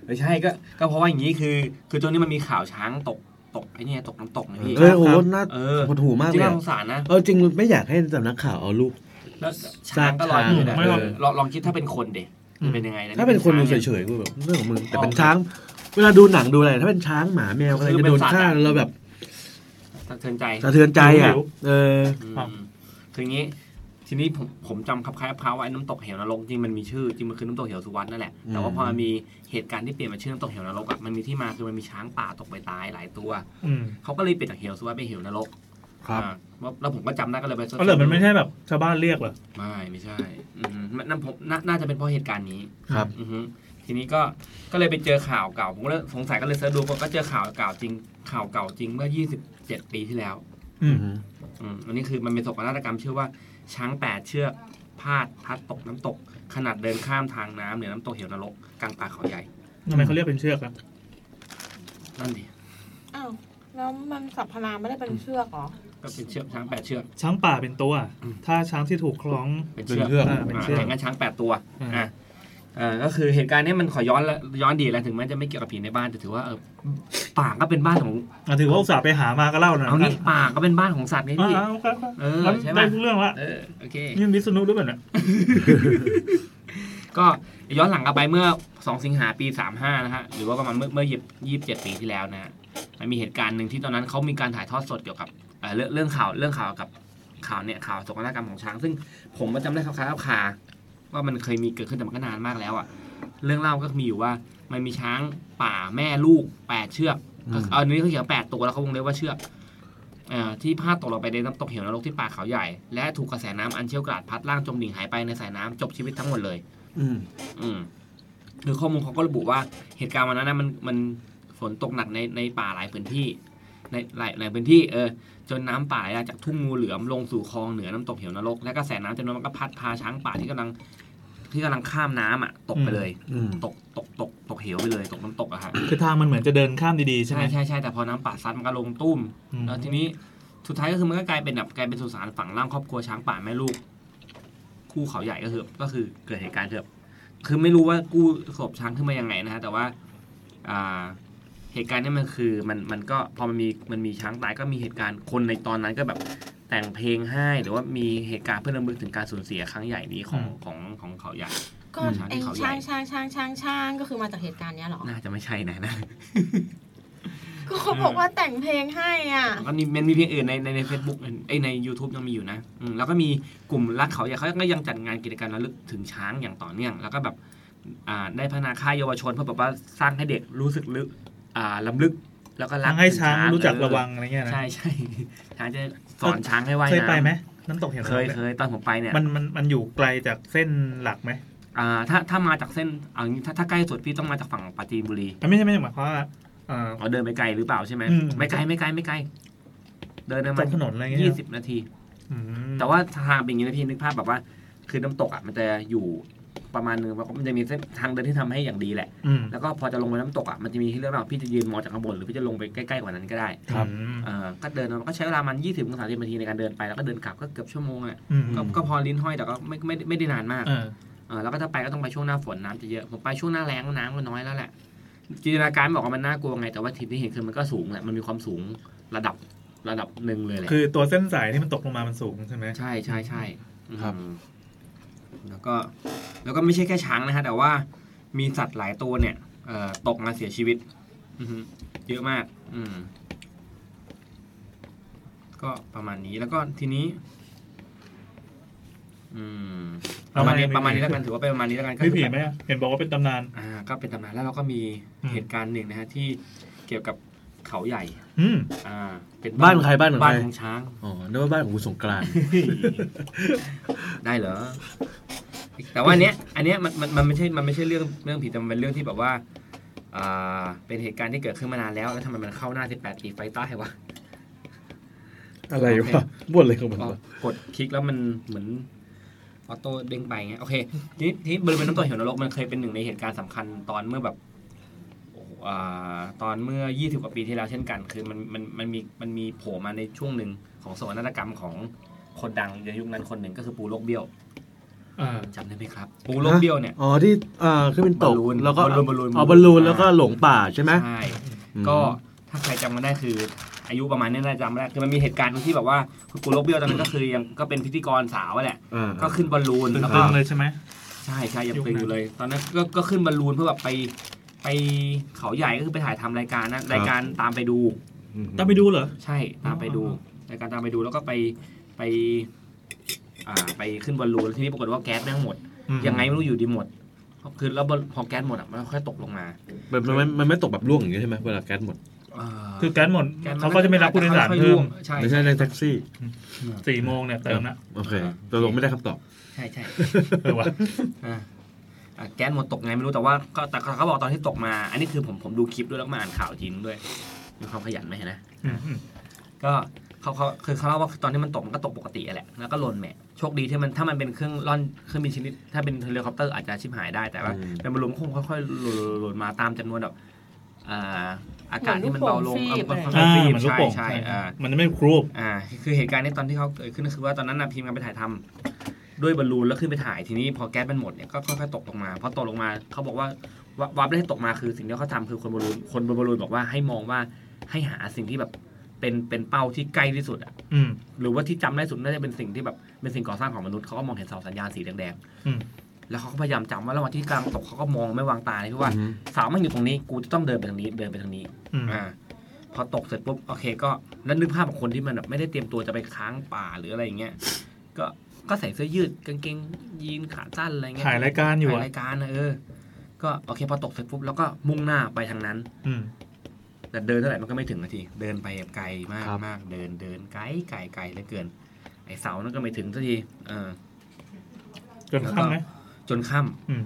ไม่ใช่ก็ก็เพราะว่าอย่างนี้คือ คือช่วงนี้มันมีข่าวช้างตกตกไอ้เนี่ยตกน้ำตกนะพี่
เออโอ้โห
ครับ
น่า
เออ
หดหูมาก
จริง
เลย
น่า
อะ
สงสารนะ
เออจริงไม่อยากให้สำนักข่าวเอารูป
แล้วช้างก็ลอยอยู่นะ
ไม่ลอง
เออลองลองคิดถ้าเป็นคนเด็จะเป็นยังไงะ
ถ้าเป็นคนดู
ช้ง
เฉ
ย
ยๆกูแบบเรื่องของมึงแต่เป็นช้าง เวลาดูหนังดูอะไรถ้าเป็นช้างหมาแมวอะไรจะโดนฆ่าเราแบบ
สะเทือนใจ
สะเทือนใจอ่ะ เออ
อืม
ครับ
คืออย่างนี้ ทีนี้ผมผมจำคับคล้ายๆพร้าวไว้น้ำตกเหวนรกจริงมันมีชื่อจริงมันคือน้ำตกเหวสุวรรณนั่นแหละ
อืม
แต่ว่าพอมันมีเหตุการณ์ที่เปลี่ยนมาชื่อน้ำตกเหวนรกอ่ะมันมีที่มาคือมันมีช้างป่าตกไปตายหลายตัว
อืม
เขาก็เลยเปลี่ยนจากเหวสุวรรณเป็นเหวนรก
ครับ
อ่าแล้วแล้วผมก็จำได้ก็เลยไปสิร์ช
เอาเหรอมันไม่ใช่แบบชาวบ้านเรียกเหรอ
ไม่ไม่ใช่อืมมันนั่นผมน่าน่าจะเป็นเพราะเหตุการณ์นี้
ครับ
อือฮึทีนี้ก็ก็เลยไปเจอข่าวเก่าผมก็เลยสงสัยก็เลยเสิร์ชดูผมก็เจอข่าวเก่าจริงข่าวเก่าจริงเมื่อ 27 ปีที่แล้ว
อืม
อืมอันนี้คือมันเป็นโศกนาฏกรรมชื่อว่าช้างแปดเชือกพาดพลัดตกน้ำตก ขนาดเดินข้ามทางน้ำเหนือน้ำตกเหวนรกกลางป่าเขาใหญ่
ทำไมเขาเรียกเป็นเชือกอะ
นั่นดิ
อ้าว แล้วมันสัพพนามไม่ได้เป็นเชือกเหรอ
ก็เป็นเชือกช้างแปดเชือก
ช้างป่าเป็นตัว
อืม
ถ้าช้างที่ถูกคล้อง
เป็นเชือก
เป็น
เป็น
อ่า
เชือก
เชือก
ย่างนั้นช้างแปดตัว
อืม
อ่ะอ่าก็คือเหตุการณ์เนี้ยมันขอย้อนละย้อนดีแล้วถึงแม้จะไม่เกี่ยวกับผีในบ้านแต่ถือว่าเออป่าก็เป็นบ้านของ
อ่ะถือว่าอุตส่าห์ไปหามาก็เล่าหน่อย
เอา
กั
นี่ป่าก็เป็นบ้านของสัตว์ไง
อ่ะ
พี่
เอาครับครับ
เออใช่ปะ
ได้ทุกเรื่องละ
เออโอเค
นี่มันวิษณุหรือเปล่าเนี่ย
ก็ย้อนหลังกลับไปเมื่อ 2 สิงหาปี 35 นะฮะ หรือว่าประมาณเมื่อเมื่อ27 ปีที่แล้วนะฮะมันมีเหตุการณ์หนึ่งที่ตอนนั้นเขามีการถ่ายทอดสดเกี่ยวกับเอ่อเรื่องเรื่องข่าวเรื่องข่าวกับข่าวเนี่ยข่าวสงครามกรรมของช้าง ซึ่งผมก็จำได้คร่าวๆคาว่ามันเคยมีเกิดขึ้นแต่มันก็นานมากแล้วอ่ะ เรื่องเล่าก็มีอยู่ว่ามันมีช้างป่าแม่ลูกแปดเชือก
อืม
เอาอันนี้เขาเขียนแปดตัวแล้วเขาวงเล็บว่าเชือกเอ่อที่พาดตกลงไปในน้ำตกเหวนรกที่ป่าเขาใหญ่ และถูกกระแสน้ำอันเชี่ยวกราดพัดล่างจมดิ่งหายไปในสายน้ำจบชีวิตทั้งหมดเลย
อืม
อืมคือข้อมูลเขาก็ระบุว่าเหตุการณ์วันนั้นนะมันมันฝนตกหนักในในป่าหลายพื้นที่ ในหลายหลายพื้นที่เออจนน้ำป่าไหลหลากจากทุ่งงูเหลือมลงสู่คลองเหนือน้ำตกเหวนรก และกระแสน้ำจำนวนมันก็พัดพาช้างป่าที่กำลังที่กำลังข้ามน้ำอ่ะ ตกไปเลย
อืม
ตกตกตกตกเหวไปเลย ตกน้ำตกอะฮะ
คือทางมันเหมือนจะเดินข้ามดีๆใช่
ใช่
ไหม
ใช่ใช่แต่พอน้ำป่าซัดมันก็ลงตุ้ม
อืม
แล้วทีนี้ สุดท้ายก็คือมันก็กลายเป็นแบบกลายเป็นสุสานฝังร่างครอบครัวช้างป่าแม่ลูก คู่เขาใหญ่ก็คือก็คือเกิดเหตุการณ์เถอะคือไม่รู้ว่ากู้ศพช้างขึ้นมายังไงนะฮะแต่ว่าอ่าเหตุการณ์เนี้มันคือมันมันก็พอมันมีมันมีช้างตายก็มีเหตุการณ์คนในตอนนั้นก็แบบแต่งเพลงให้ หรือว่ามีเหตุการณ์เพื่อรำลึกถึงการสูญเสียครั้งใหญ่นี้ของ
อืม
ของของเขาใหญ่
ก็ไอ้ช้างช้างช้างช้างช้างก็คือมาจากเหตุการณ์เนี้ยเหรอ
น่าจะไม่ใช่นะนะ (laughs)
ก็เขาบอกว่าแต่งเพลงให้อ่ะ
ก็มีมันมีเพลงอื่นในในในเฟซบุ๊กไอยใน YouTube ยังมีอยู่นะอืมแล้วก็มีกลุ่มรักเขาอยากเขาก็ยังจัดงานกิจกรรมระลึกถึงช้างอย่างต่อเนื่อง แล้วก็แบบอ่าได้พัฒนาค่ายเยาวชนเพื่อแบบว่าสร้างให้เด็กรู้สึกลึกอ่าล้ำลึกแล้วก็รัก
ทางให้ช้าง
ถึ
รู้จัก
เออ
ระวังอะไรเงี้ยนะ
ใช่ใช่ (laughs) ช้างจะสอนช้างให้ว่าย
เคย
น้ำ
ไปไหมน้ำตกเหว
เคยเคยตอนผมไปเนี่ย
มันมันมันอยู่ไกลจากเส้นหลักไหม
อ่าถ้าถ้ามาจากเส้นเอางี้ถ้าถ้าใกล้สุดพี่ต้องมาจากฝั่งปราจีนบุรี
ไม่ใช่ไม่ใช่หมายความว่าเอ่อ
เราเดินไปไกลหรือเปล่าใช่ไหม
อืม
ไม่ไกลไม่ไกลไม่ไกล เดินประมาณ
ตรงถนนอะไรเงี้ย
ยี่สิบนาที
อืม
แต่ว่าทางเป็นอย่างนี้นะพี่นึกภาพแบบว่า คือน้ำตกอ่ะมันจะอยู่ประมาณนึงแล้วก็มันจะมีเส้นทางเดินที่ทำให้อย่างดีแหละ
อืม
แล้วก็พอจะลงไปน้ำตกอ่ะมันจะมีให้เลือกว่าพี่จะยืนมองจากข้างบนหรือพี่จะลงไปใกล้ๆกว่านั้นก็ได้
ครับ
เอ่อก็เดินมันก็ใช้เวลามันยี่สิบถึงสามสิบนาทีในการเดินไปแล้วก็เดินกลับก็เกือบชั่วโมงอ่ะ
อืม
ก็ก็พอลิ้นห้อยแต่ก็ไม่ไม่ไม่ได้นานมาก
เออ
เออแล้วก็ถ้าไปก็ต้องไปช่วงหน้าฝนน้ำจะเยอะผมไปช่วงหน้าแล้งน้ำก็น้อยแล้วแหละจินตนาการบอกว่ามันน่ากลัวไงแต่ว่าทิศที่เห็นคือมันก็สูงแหละมันมีความสูงระดับระดับหนึ่งเลยแหละ
คือตัวเส้นสายที่มันตกลงมามันสูงใช่ไหม
ใช่ใช่ใช่อืม
ครับ
แล้วก็แล้วก็ไม่ใช่แค่ช้างนะฮะแต่ว่ามีสัตว์หลายตัวเนี่ยเอ่อตกมาเสียชีวิต อือฮึเยอะมาก อืม ก็ประมาณนี้แล้วก็ทีนี้ อืมประมาณนี้ประมาณนี้แล้วกันถือว่าเป็นประมาณนี้แล้วกันก็
ไม่
คือ
ผี
แบบ
ไหมอะเห็นบอกว่าเป็นตำนาน
อ่าก็เป็นตำนานแล้วเราก็มี
อืม
เหตุการณ์หนึ่งนะฮะที่เกี่ยวกับเขาใหญ่
อืม
อ่าเป็น
บ้านของใครบ้านของใคร
บ้านของช้าง
อ๋อนึกว่าบ้านของคุณสงกรานต์
ได้เหรอ แต่ว่าอันเนี้ย อันเนี้ยมันมันมันไม่ใช่มันไม่ใช่เรื่องเรื่องผีแต่มันเป็นเรื่องที่แบบว่าอ่าเป็นเหตุการณ์ที่เกิดขึ้นมานานแล้วแล้วทำไมมันเข้าหน้า 18 ปีไฟใต้วะ
อะไร
โอเค
วะบ่นอะไรของมัน
อ๋อ
วะ
กดคลิกแล้วมันเหมือนออโต้เด้งไปเงี้ยโอเคทีนี้ที่บริเวณน้ำตกเหวนรกมันเคยเป็นหนึ่งในเหตุการณ์สำคัญตอนเมื่อแบบโอ้โหอ่าตอนเมื่อ 20 กว่าปีที่แล้วเช่นกัน คือมันมันมันมีมันมีโผล่มาในช่วงหนึ่งของโศกนาฏกรรมของคนดังในยุคนั้นคนหนึ่งก็คือปูโลกเบี้ยว
อ่า
จำได้ไหมครับ ปูโลกเบี้ยวเนี่ย
อ๋อที่อ่าขึ้นเป็นต
บ
ก
อลลูน
แล้วก็
บอลลูนบอลลูน
อ๋อบอลลูนแล้วก็หลงป่าใช่ไหม
ใช่
อืม
ก็ถ้าใครจำกันได้คือ อายุประมาณนี้น่าจะจำได้คือมันมีเหตุการณ์ที่แบบว่าคุณปูโลกเบี้ยวตอนนั้นก็คือยังก็เป็นพิธีกรสาวอะแหละ
อ่า
ก็ขึ้นบอลลูน
ตึ
แล้วก็
งๆเลยใช่ไหม
ใช่ใช่ยัง
ยุคนั้
ตึ
น
งอยู่เลย ตอนนั้นก็ก็ขึ้นบอลลูนเพื่อแบบไปไปเขาใหญ่ก็คือไปถ่ายทำรายการนะรายการตามไปดู
ต้องไปดูเหรอ
ใช่ตามไปดูรายการตามไปดูแล้วก็ไปไป อ่าไปขึ้นบอลลูนแล้วทีนี้ปรากฏว่าแก๊สแม่งหมด
อืม
ยังไงไม่รู้อยู่ดีหมดคือแล้วบอลพอแก๊สหมดอ่ะมันค่อยตกลงมา
มันมันมันมันไม่ตกแบบร่วงอย่างนี้ยใช่ไหมเวลาแก๊สหมด
อ่า
คือแก๊สหมด
แสน
เขาก็จะไม่รับผู้โดยสาร
ค่อๆ
เพิ่
ร่
ม
วงใช่
ไม่ใช่ในแท็กซี่
สี่โมงเนี่ยเติมละ
โอเคตกลงไม่ได้คำตอบ
ใช่ใช่
เออวะ
อ่ะอ่ะแก๊สหมดตกไงไม่รู้แต่ว่าก็แต่เขาบอกตอนที่ตกมา อันนี้คือผมผมดูคลิปด้วยแล้วก็มาอ่านข่าวจริงด้วยมีความขยันไหมเห็นนะ
อืมอืม
ก็เขาเขาคือเขาเล่าว่าตอนที่มันตกมันก็ตกปกติอะแหละแล้วก็หล่นแหมะโชคดีที่มันถ้ามันเป็นเครื่องร่อนเครื่องบินชนิด ถ้าเป็นเฮลิคอปเตอร์อาจจะชิบหายได้แต่ว่า
อืม
เป็นบอลลูนคงค่อยๆหล่นหล่นมาตามจำนวนแบบอ่าอากาศที่มันเบาลง
เหมือนลูกโป่งฟีบ
เอ
อ่ามันลูกโป่ง
อฟีบใช่ใช่อ่า
มันจะไม่ครูบ
อ่าคือเหตุการณ์ในตอนที่เขาเกิดขึ้นก็คือว่าตอนนั้นนะทีมงานไปถ่ายทำด้วยบอลลูนแล้วขึ้นไปถ่ายทีนี้พอแก๊สมันหมดเนี่ยก็ค่อยๆตกลงมาพอตกลงมาเขาบอกว่าววับแรกที่ตกมาคือสิ่งที่เขาทำคือคนบอลลูนคนบนบอลลูนบอกว่าให้มองว่าให้หาสิ่งที่แบบเป็นเป็นเป้าที่ใกล้ที่สุดอะ
อืม
หรือว่าที่จำได้สุดน่าจะเป็นสิ่งที่แบบเป็นสิ่งก่อสร้างของมนุษย์เขาก็มองเห็นเสาสัญญาณสีแดง
อืม
ๆแล้วเขาก็พยายามจำว่าระหว่างที่กำลางตกเขาก็มองไม่วางตาเลยพี่ว่า
อือฮึ
เสามันอยู่ตรงนี้กูจะต้องเดินไปทางนี้เดินไปทางนี้
อืม
อ่าพอตกเสร็จปุ๊บโอเคก็แล้วนึกภาพของคนที่มันแบบไม่ได้เตรียมตัวจะไปค้างป่าหรืออะไรอย่างเงี้ยก็ก็ใส่เสื้อยืดกางเกงยีนขาสั้นอะไรเงี้ย
ถ่ายรายการอยู่
ถ่าย
อ่ะ
รายการนะเออ ก็โอเคพอตกเสร็จปุ๊บแล้วก็มุ่งหน้าไปทางนั้น
อืม
แต่เดินเท่าไหร่มันก็ไม่ถึงนาที เดินไปแบบไกลมาก
ครับ
มากเดินเดินไกลไกลไกลเหลือเกิน ไอเสานั่นก็ไม่ถึงสักทีเออ
จนค่ำไหม
จนค่ำ
อืม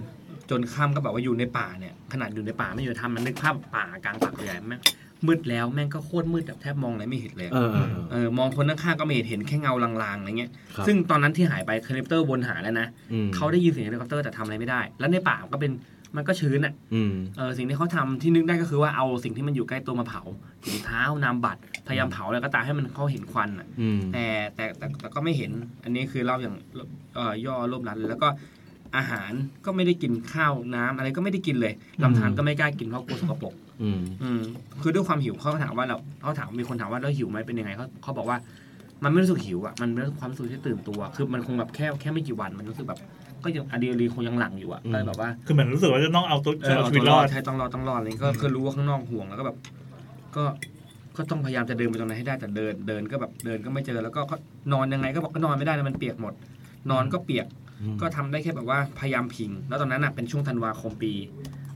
จนค่ำก็แบบว่าอยู่ในป่าเนี่ยขนาดอยู่ในป่าไม่อยู่ในถ้ำมันนึกภาพป่ากลางป่าใหญ่แม่งมืดแล้วแม่งก็โคตรมืดแบบแทบมองอะไรไม่เห็นเลย
เออเออเออ
เออมองคนข้างๆก็ไม่เห็นเห็นแค่เงาลางๆอะไรเงี้ย
ครับ
ซึ่งตอนนั้นที่หายไปเฮลิคอปเตอร์วนหาแล้วนะ
อืม
เขาได้ยินเสียงเฮลิคอปเตอร์แต่ทำอะไรไม่ได้ แล้วในป่าก็เป็น มันก็ชื้นอ่ะ
อืม
เออสิ่งที่เขาทำที่นึกได้ก็คือว่าเอาสิ่งที่มันอยู่ใกล้ตัวมาเผาถุงเท้านามบัตรพยายามเผาแล้วก็ตามให้มันเขาเห็นควันอ่ะ
อืม
แต่แต่แต่แต่ก็ไม่เห็น อันนี้คือเล่าอย่างเอ่อย่อรวบรัดเลยแล้วก็อาหารก็ไม่ได้กินข้าวน้ำอะไรก็ไม่ได้กินเลย
อืม
ลำธารก็ไม่กล้ากินเพราะกลัวสกปรก
อืม
อืมคือด้วยความหิวเขาก็ถามว่าเราเขาถามมีคนถามว่าเราหิวไหมเป็นยังไงเขาเขาบอกว่า มันไม่รู้สึกหิวอ่ะมันเป็นความรู้สึกที่ตื่นตัว คือมันคงแบบแค่แค่ไม่กี่วันมันรู้สึกแบบ ก็ยังอะดรีนาลีนคงยังหลั่งอยู่อ่ะ
อืม
ก็เลยแบบว่า
คือเหมือนรู้สึกว่าจะต้องเอาตัว
เออ
เอา
เอา
ชี
ตั
วิต
วร
ร
อ
อ
ด
ด
ใช่ต้องรอดต้องรอดอะไรอย่างเลยก็คือรู้ว่าข้างนอกห่วงแล้วก็แบบ ก็ก็ต้องพยายามจะเดินไปตรงนั้นให้ได้แต่เดินเดินก็แบบเดินก็ไม่เจอแล้วก็ก็นอนยังไงก็บอกก็นอนไม่ได้นะมันเปียกหมด นอนก็เปียก
อืม
ก็ทำได้แค่แบบว่าพยายามพิง แล้วตอนนั้นน่ะเป็นช่วงธันวาคมปี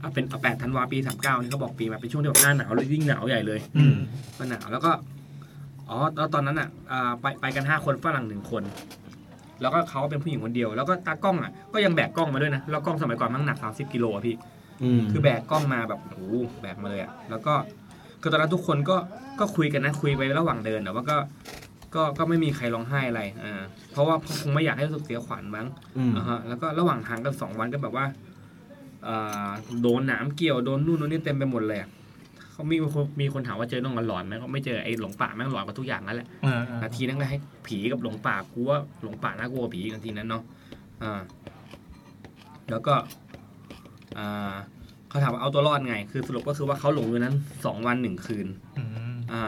อ่ะเป็นแปดธันวาปีสามเก้านี่เขาบอกปีมาเป็นช่วงที่แบบหน้าหนาวเลยยิ่งหนาวใหญ่เลย
อืม
มันหนาวแล้วก็อ๋อแล้วตอนนั้นอ่ะอ่าไปไปกันห้าคนฝรั่งหนึ่งคน แล้วก็เขาเป็นผู้หญิงคนเดียว แล้วก็ตากล้องอ่ะก็ยังแบกกล้องมาด้วยนะแล้วกล้องสมัยก่อนมันหนักสามสิบกิโลอ่ะพี่
อืม
คือแบกกล้องมาแบบโอ้โหแบกมาเลยอะแล้วก็คือตอนนั้นทุกคนก็ก็คุยกันนะคุยไประหว่างเดินแต่ว่าก็ก็ก็ไม่มีใครร้องไห้อะไรอ่าเพราะว่าคงไม่อยากให้รู้สึกเสียขวัญมั้ง
อืม
อ่าฮะแล้วก็ระหว่างทางกันสองวันก็แบบว่าอ่าโดนหนามเกี่ยวโดนนู่นโดนนี่เต็มไปหมดเลยอะเขามีคนมีคนถามว่าเจอน้องหลอนไหมก็ไม่เจอไอ้หลงป่าแม่งหลอนกว่าทุกอย่างนั่นแหละ
เออเออ
นาทีนั้นก็ให้ผีกับหลงป่ากลัวหลงป่าน่ากลัวกว่าผีอีกนาทีนั้นเนาะ อ่า แล้วก็ อ่าเขาถามว่าเอาตัวรอดไง คือสรุปก็คือว่าเขาหลงอยู่นั้นสองวันหนึ่งคืน
อืม
อ่า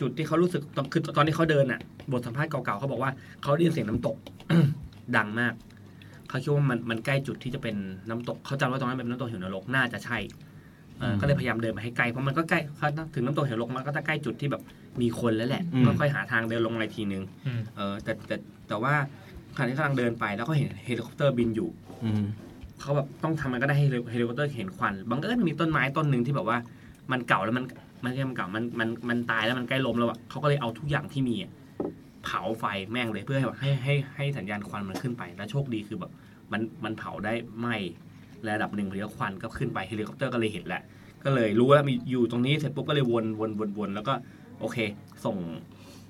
จุดที่เขารู้สึกตอนคือตอนที่เขาเดินอ่ะ บทสัมภาษณ์เก่าๆเขาบอกว่าเขาได้ยินเสียงน้ำตก (coughs) ดังมาก เขาคิดว่ามันมันใกล้จุดที่จะเป็นน้ำตก เขาจำว่าตรงนั้นเป็นน้ำตกเหวนรกน่าจะใช่เออ
อืม
ก็เลยพยายามเดินไปให้ไกลเพราะมันก็ใกล้เขาถึงน้ำตกเหวนรกมันก็จะใกล้จุดที่แบบมีคนแล้วแหละ
อืม
ก็ค่อยหาทางเดินลงอะไรทีนึง
อืม
เออแต่แต่แต่ว่าขณะที่กำลังเดินไปแล้วก็เห็นเฮลิคอปเตอร์บินอยู่
อืม
เขาแบบต้องทำมันก็ได้ให้เฮลิคอปเตอร์เห็นควันบังเอิญมีต้นไม้ต้นหนึ่งที่แบบว่ามันเก่าแล้วมันมันไม่ใช่มันเก่ามันมันมันตายแล้วมันใกล้ล้มแล้วอ่ะเขาก็เลยเอาทุกอย่างที่มีอะเผาไฟแม่งเลยเพื่อให้แบบให้ให้ให้สัญญาณควันมันขึ้นไปแล้วโชคดีคือแบบมันมันเผาได้ไหมระดับหนึ่งแล้วควันก็ขึ้นไปเฮลิคอปเตอร์ก็เลยเห็นแหละ ก็เลยรู้ว่ามีอยู่ตรงนี้เสร็จปุ๊บก็เลยวนวนวนวนแล้วก็โอเค ส่ง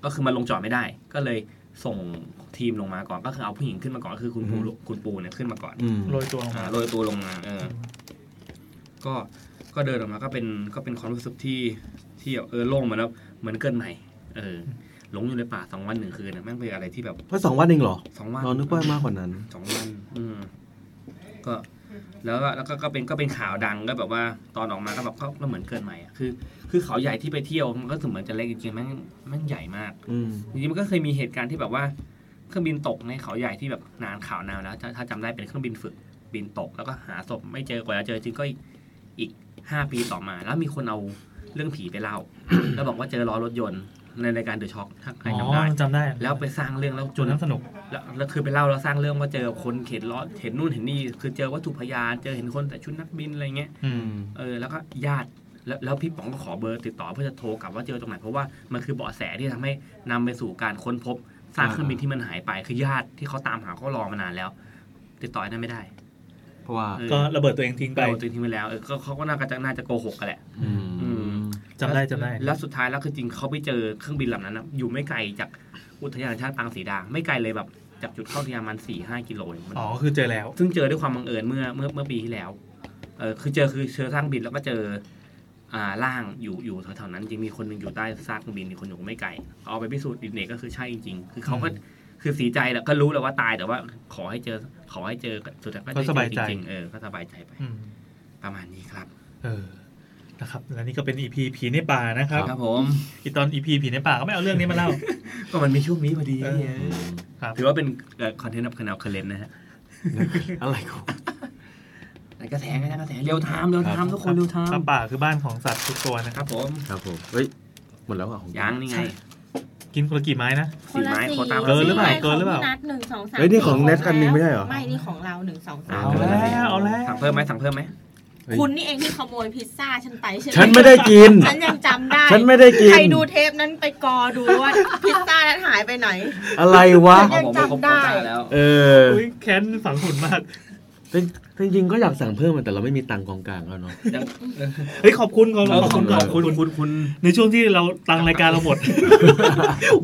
ก็คือมันลงจอดไม่ได้ ก็เลยส่งทีมลงมาก่อนก็คือเอาผู้หญิงขึ้นมาก่อนก็คือคุณปูคุณปูเนี่ยขึ้นมาก่อน
อืม
โรยตัวลง
อ่า
มา
โรยตัวลงมาเออ ก็ก็เดินออกมาก็เป็นก็เป็นความรู้สึกที่ที่แบบเออโล่งเหมือนแบบเหมือนเกินใหม่เออหลงอยู่ในป่าสองวันหนึ่งคืนนะแม่งเป็นอะไรที่แบบ
เพราะสองวันเองเหรอ
สองวัน
เรานึกว่ามากกว่านั้น
สองวันอืมก็ แล้วก็แล้วก็ก็เป็นก็เป็นข่าวดังก็แบบว่าตอนออกมาก็แบบก็ก็เหมือนเกินใหม่อ่ะคือ คือเขาใหญ่ที่ไปเที่ยวมันก็ถึงเหมือนจะเล็กจริงๆแม่งแม่งใหญ่มาก
อืม
จริงๆมันก็เคยมีเหตุการณ์ที่แบบว่าเครื่องบินตกในเขาใหญ่ที่แบบนานข่าวนานแล้วถ้าถ้าจำได้เป็นเครื่องบินฝึกบินตก แล้วก็หาศพไม่เจอกว่าจะเจอจริงก็อีกอีกห้าปีต่อมา แล้วมีคนเอาเรื่องผีไปเล่า (coughs) แล้วบอกว่าเจอล้อรถยนต์ในรายการเดอะช็อคถ้าใคร
อ๋
จำได้
อจำได้
แล้วไปสร้างเรื่องแล้ว
จ
จ
น
น
นั้นสนุก
แล้วแล้วคือไปเล่าแล้วสร้างเรื่องว่าเจอคนเข็นล้อเห็นนู่นเห็นนี่คือเจอวัตถุพยานเจอเห็นคนแต่ชุดนักบินอะไรเงี้ย
อื
อื
ม
ม
เออแล้วก็ญาติแล้วแล้วพี่ป๋องก็ขอเบอร์ติดต่อเพื่อจะโทรกลับว่าเจอตรงไหน เพราะว่ามันคือเบาะแสที่ทำให้นำไปสู่การค้นพบซากเครื่องบินที่มันหายไปคือญาติที่เขาตามหาเขารอมานานแล้ว ติดต่อนั้นไม่ได้
เพราะว่า
เออ
ก็ระเบิดตัวเองทิ้งไป
เราตัวทิ้งไปแล้วเออก็เขาก็น่าจะน่าจะโกหกกันแหละ
อืม
อืม
จำได้จำได้
แล้วสุดท้ายแล้วคือจริงเขาไปเจอเครื่องบินลำนั้นนะอยู่ไม่ไกลจากอุทยานแห่งชาติปางสีดา ไม่ไกลเลยแบบจากจุดเข้าอุทยานมันสี่ห้ากิโลเองมัน
อ๋อคือเจอแล้ว
ซึ่งเจอด้วยความบังเอิญเมื่อเมื่อเมื่อปีที่แล้ว เออคือเจอคือเจอซากบินแล้วก็เจอ อ่าร่างอยู่อยู่แถวๆนั้นจริงมีคนหนึ่งอยู่ใต้ซากบินอีกคนอยู่ไม่ไกลเอาไปพิสูจน์ดิเนกก็คือใช่จริงๆคือเขาก็
อืม
คือเสียใจแหละก็รู้แหล้วว่าตายแต่ว่าขอให้เจอขอให้เจอสุดท้าย
ก็
ก็ได้
สบาย
เจ
ใจ
อจริงๆเออก็สบายใจไป
อืม
ประมาณนี้ครับ
เออนะครับ และนี่ก็เป็นอีพีผีในป่านะครับ
ครับผม
อีตอนอีพีผีในป่าก็ไม่เอาเรื่องนี้มาเล่า
ก็มันมีช่วงนี้พอดี
เออ ครับ
ถือว่าเป็นคอนเทนต์นับคะแนนเคเลนนะฮะ
อะไรของ
กระแสไงนะกระแสเร็วไทม์เร็วไทม์ทุกคนเร็วไทม์
ครับป่าคือบ้านของสัตว์ทุกตัวนะค
ครับ รับผม
ครับผม เฮ้ย หมดแล้วเหรอ่ะของ
ยังนี่ไง
ใช่ กินคนละกี่ไม้นะ
คนละ
สีไม้
สี่
โควต้า
เกินหรือเปล่าเกินหรือเปล่า
นัดหนึ่งสองสาม
เฮ้ย นี่ของเน็ตคันหนึงไม่ใช่เหรอ
ไม่นี่ของเราหนึ่งสองสาม
เอาแล้วเอาแล้ว
สั่งเพิ่มไหมสั่งเพิ่มไหม
เฮ้ย
คุณนี่เองที่ขโมยพิซซ่าฉันไปใช่ไหม
ฉันไม่ได้กิน
ฉันยังจำได้
ฉันไม่ได้กิน
ใครดูเทปนั้นไปกอดูว่าพิซซ่านั้นหายไปไหน
อะไรวะ
ฉันยังจำได้
แล้ว
เออ
อุ๊ยแค้นฝังหุ่นมาก
จริงจริงๆก็อยากสั่งเพิ่มอะแต่เราไม่มีตังค์กองกลางแล้วเนาะ
เฮ้ยขอบคุณขอบคุณขอบคุณก่อน
ขอบคุณคุณคุณ
ในช่วงที่เราตังรายการเราหม
(laughs)
ด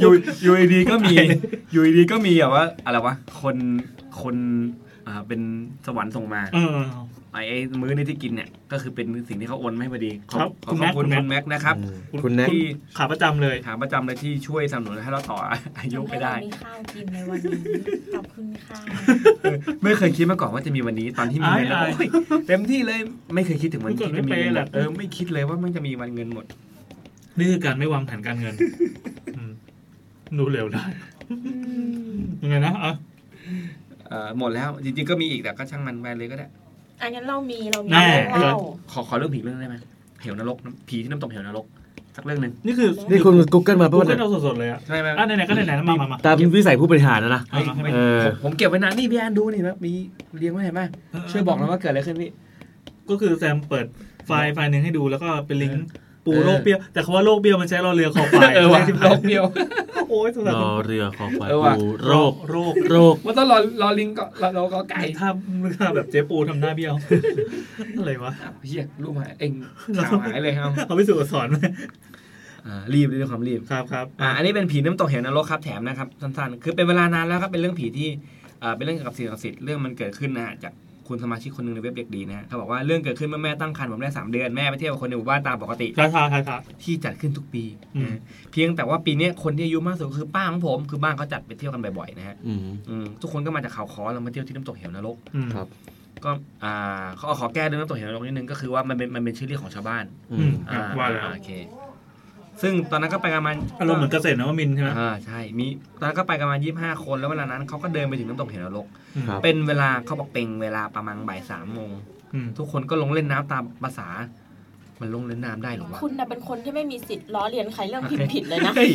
ยูยูดีก็มียูดีก็มีแบบว่าอะไรวะคนคนอ่าเป็นสวรรค์ส่งมา
เออ
ไอ้ไอ้มื้อนี้ที่กินเนี่ยก็คือเป็นสิ่งที่เขาโอนมาให้พอดีขอ
ครับ
ขอขอบคุ
คุ
ณ
ณแม็ก
คุณแม็กนะครับ
อืมคุณแน็ก
ที่
ขาประจำเลย
ถามประจำเลยที่ช่วยสนับสนุนให้เราต่ออายุไปได้
ทำให้เรามีข้าวกินในวันนี้ขอบคุณค่ะ
ไม่เคยคิดมาก่อนว่าจะมีวันนี้ตอนที่มีเงินแล้ว
อายๆ
โอ้ยเต็มที่เลยไม่เคยคิดถึงวัน
ไม่
ที่
เคย
จะมี
ไม่
เงิน
เปย์ห
ห
ร
ม
อก
ดเออไม่คิดเลยว่ามันจะมีวันเงินหมด
นี่คือการไม่วางแผนการเงิ
(laughs)
นอืมดูเร็วได้ยังไงนะเออ
เอ่อหมดแล้วจริงๆก็มีอีกแต่ก็ช่างมันไปเลยก็ได้
อันนั้นเรามีเรามี
แน่
เล่า
ขอขอเรื่องผีเรื่องได้ไหมเหวนรกน้ำผีที่น้ำตกเหวนรกสักเรื่องหนึ่ง
นี่คือ
นี่คุณ Google มา
พู
เพื่
ด
อ
กันเราสดๆเลยอ่ะ
ใช่ไหม
อ่ะไหนๆก็ไหนๆนะมามามา
ตามวิสัยผู้บริหารนะนะ
เฮ้ยไม่
เออ
ผมผมเก็บไว้นานนี่พี่แอนดูนี่นะมีเรียงไว้เห็นไหมช่วยบอกหนะว่าเกิดอะไรขึ้นพี่
ก็คือแซมเปิดไฟล์ไฟล์หนึ่งให้ดูแล้วก็เป็นลิงก์ปูโลกเบี้ยว แต่คำว่าโลกเบี้ยวมันใช้รอเรือคอควาย
เออว่ะ
ใช่ไหม
โลกเบี้ยว (laughs)
โอ้ยสงสาร
รอเรือคอควาย
เออว่ะ
ปูโรค
โรค
โรค
ว่าต้องรอรอลิงก็รอรอก็ไก่
(laughs) ถ้าถ้าแบบเจ๊ปูทำหน้าเบี้ยว (laughs) อะไรวะ
อ้าวเฮียรูปหายเองข่าวหายเลยเอา
เอาไปสู่สอนไหม
อ่ารีบด้วยความรีบ
ครับครับ
อ่าอันนี้เป็นผีน้ำตกเหวนรกครับแถมนะครับสั้นๆ คือเป็นเวลานานแล้วครับเป็นเรื่องผีที่อ่าเป็นเรื่องเกี่ยวกับสิ่งศักดิ์สิทธิ์เรื่องมันเกิดขึ้นนะฮะจากคุณสมาชิกคนหนึ่งในเว็บเด็กดีนะฮะเขาบอกว่าเรื่องเกิดขึ้นเมื่อแม่ตั้งครรภ์ผมได้สามเดือนแม่ไปเที่ยวกับคนในหมู่บ้านตามปกติ
ท้าทายท้าทาย
ที่จัดขึ้นทุกปี
อืม
นะเพียงแต่ว่าปีเนี้ยคนที่อายุมากสุดก็คือป้าของผมคือบ้านเขาจัดไปเที่ยวกันบ่อยๆนะฮะ
อืม
อืมทุกคนก็มาจากเขาคอแล้วมาเที่ยวที่น้ำตกเหวนรก
อืม
ครับ
ก็อ่าเขาขอแก้เรื่องน้ำตกเหวนรกนิดนึงก็คือว่ามันเป็นมันเป็นชื่อเรียกของชาวบ้าน
อืม
ครับ
อ่
ว่าแล้ว
โอเค ซึ่งตอนนั้นก็ไปกันประมาณ
อารมณ์เหมือนเกษตรนวมินทร์ใช่ไหม
อ่าใช่มีตอนนั้นก็ไปกันมายี่ห้าคนแล้วเวลานั้นเขาก็เดินไปถึงน้ำตกเหวนรก
ครับ
เป็นเวลาเขาบอกเป็นเวลาประมาณบ่ายสามโมง
อืม
ทุกคนก็ลงเล่นน้ำตามภาษา มันลงเล่นน้ำได้เหรอวะ
คุณนะเป็นคนที่ไม่มีสิทธิ์ล้อเลียนใครเรื่องผิดผิดๆเลยนะ
ฮ้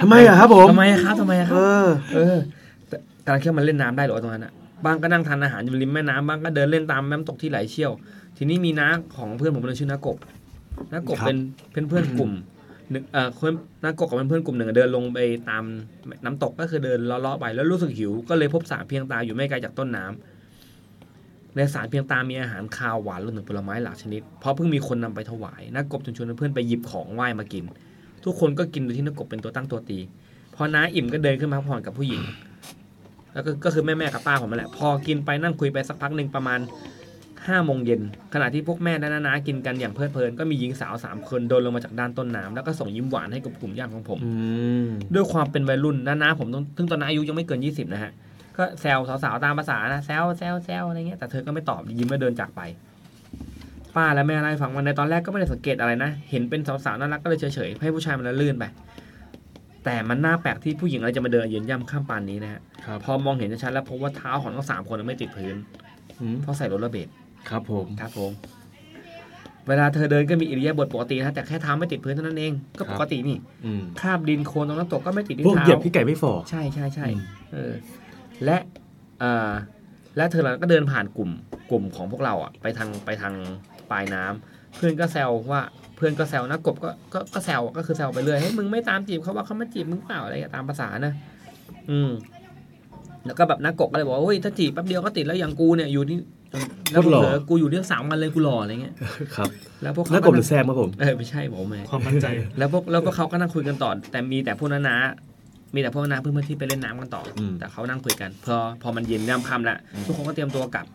ทำไมอะครับผม
ทำไมอะครับทำไมอะค
เอ
รับ
อ
เออแต่แต่การแค่มันเล่นน้ำได้เหรอวะตรงนั้นอะบ้างก็นั่งทานอาหารอยู่ริมแม่น้ำบ้างก็เดินเล่นตามแม่น้ำตกที่ไหลเชี่ยว ทีนี้มีน้าของเพื่อนผมคนหนึงชื่อน้ากบน้ากบ
ครับ
เป็นเพื่อนเพื่อนๆกลุ่มหนึ่งเอ่อคนน้ากบกับเพื่อนๆกลุ่มหนึ่งเดินลงไปตามน้ำตกก็คือเดินเลาะๆไปแล้วรู้สึกหิว ก็เลยพบสารเพียงตาอยู่ไม่ไกลจากต้นน้ำในสารเพียงตามีอาหารคาวหวานรวมถึงผลไม้หลากชนิด เพราะเพิ่งมีคนนำไปถวายน้ากบจึงชวนเพื่อนๆไปหยิบของไหว้มากิน ทุกคนก็กินโดยที่น้ากบเป็นตัวตั้งตัวตีพอน้าอิ่มก็เดินขึ้นมาพักผ่อนกับผู้หญิง แล้วก็ก็คือแม่ๆกับป้าผมนั่นแหละพอกินไปนั่งคุยไปสักพักหนึ่งประมาณ ห้าโมงเย็นขณะที่พวกแม่และน้าๆกินกันอย่างเพลิดเพลินก็มีหญิงสาวสามคนโดนลงมาจากด้านต้นน้ำแล้วก็ส่งยิ้มหวานให้กับกลุ่มญาติของผม
อืม
ด้วยความเป็นวัยรุ่นน้าๆผมต้องซึ่งตอนนั้นอายุยังไม่เกิน 20 นะฮะ ก็แซวสาวๆตามภาษานะแซวแซวแซวอะไรเงี้ยแต่เธอก็ไม่ตอบยิ้มแล้วเดินจากไป ป้าและแม่เล่าให้ฟังว่าในตอนแรกก็ไม่ได้สังเกตอะไรนะ เห็นเป็นสาวๆน่ารักก็เลยเฉยๆให้ผู้ชายมันละลื่นไป แต่มันน่าแปลกที่ผู้หญิงอะไรจะมาเดินเหยืนย่ำข้ามปานนี้นะฮะ
ครับ
พอมองเห็นชัดๆแล้วพบว่าเท้าของทั้งสามคนนะไม่ติดพื้น
อืม
เพราะใส่รถระเบรก
ครับผม
ครับผม เวลาเธอเดินก็มีอิริยาบถปกตินะแต่แค่เท้าไม่ติดพื้นเท่านั้นเอง ก็
ครับ
ปกตินี่
อืม
คราบดินโคลนตรงน้ำตกก็ไม่ติดที่
พวก
เท้า
เหยียบพี่ไก่ไม่ฝ่อ
ใช่ใช่ใช่
อืม
เออ และเอ่อและเธอเหล่านั้นก็เดินผ่านกลุ่มกลุ่มของพวกเราอ่ะ ไปทางไปทางปลายน้ำเพื่อนก็แซวว่าเพื่อนก็แซวนะกบก็ก็ก็แซวก็คือแซวไปเรื่อยเฮ้ยมึงไม่ตามจีบเขาว่าเขามาจีบมึงเปล่าอะไรอย่างเงี้ยตามภาษานะ อืม แล้วก็แบบนักกบก็เลยบอกว่าเฮ้ยถ้าจีบแป๊บเดียวก็ติดแล้วอย่างกูเนี่ยอยู่นี่แล้ว
พูดหล่อ
เผลอๆกูอยู่เนี่ยสามวันเลยกูหล่ออะไรเงี้ย
ครับ
แล้วพวกเขา
แล้วกบหรือแซมครับผม
เออไม่ใช่ผมไง
ความมั่นใจ
แล้วพวกแล้วพวกเขาก็นั่งคุยกันต่อ แต่มีแต่พวกนั้นนะมีแต่พวกนั้นนะเพื่อนๆที่ไปเล่นน้ำกันต่ออ
ม
แต่เขานั่งคุยกัน พอพอมันเย็นย่ำค่ำละทุกคนก็เตรียมตัวกลับ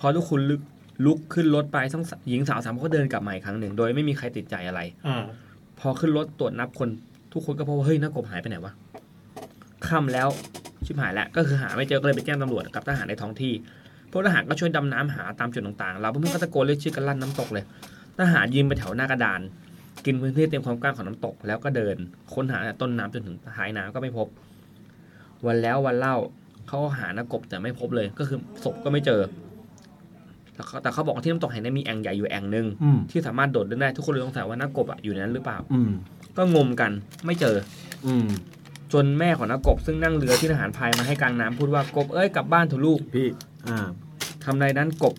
พอทุกคนลุกลุกขึ้นรถไปทั้งสหญิงสาวสามคนก็เดินกลับมาอีกครั้งหนึ่งโดยไม่มีใครติดใจอะไร
อ่า
พอขึ้นรถตรวจนับคนทุกคนก็พบว่าเฮ้ยหน้ากบหายไปไหนวะค่ำแล้วชิบหายแล้วก็คือหาไม่เจอก็เลยไปแจ้งตำรวจกับทหารในท้องที่พวกทหารก็ช่วยดำน้ำหาตามจุดต่างๆ เราเพื่อนๆก็ตะโกนเรียกชื่อกันลั่นน้ำตกเลยทหารยืนไปแถวหน้ากระดาน กินพื้นที่เต็มความกว้างของน้ำตก แล้วก็เดินค้นหาต้นน้ำจนถึงท้ายน้ำก็ไม่พบ วันแล้ววันเล่าเขาก็หาหน้ากบแต่ไม่พบเลยก็คือศพก็ไม่เจอแต่เขาแต่เขาบอกว่าที่น้ำตกแห่งนี้มีแอ่งใหญ่อยู่แอ่งหนึ่ง
อืม
ที่สามารถโดดเล่นได้ทุกคนเลยสงสัยว่าหน้ากบอะอยู่ในนั้นหรือเปล่า
อืม
ก็งมกันไม่เจอ
อืม
จนแม่ของนักกบซึ่งนั่งเรือที่ทหารพายมาให้กลางน้ำพูดว่ากบเอ้ยกลับบ้านเถอะลูก
พี่ อ่า
ทำในนั้นกบ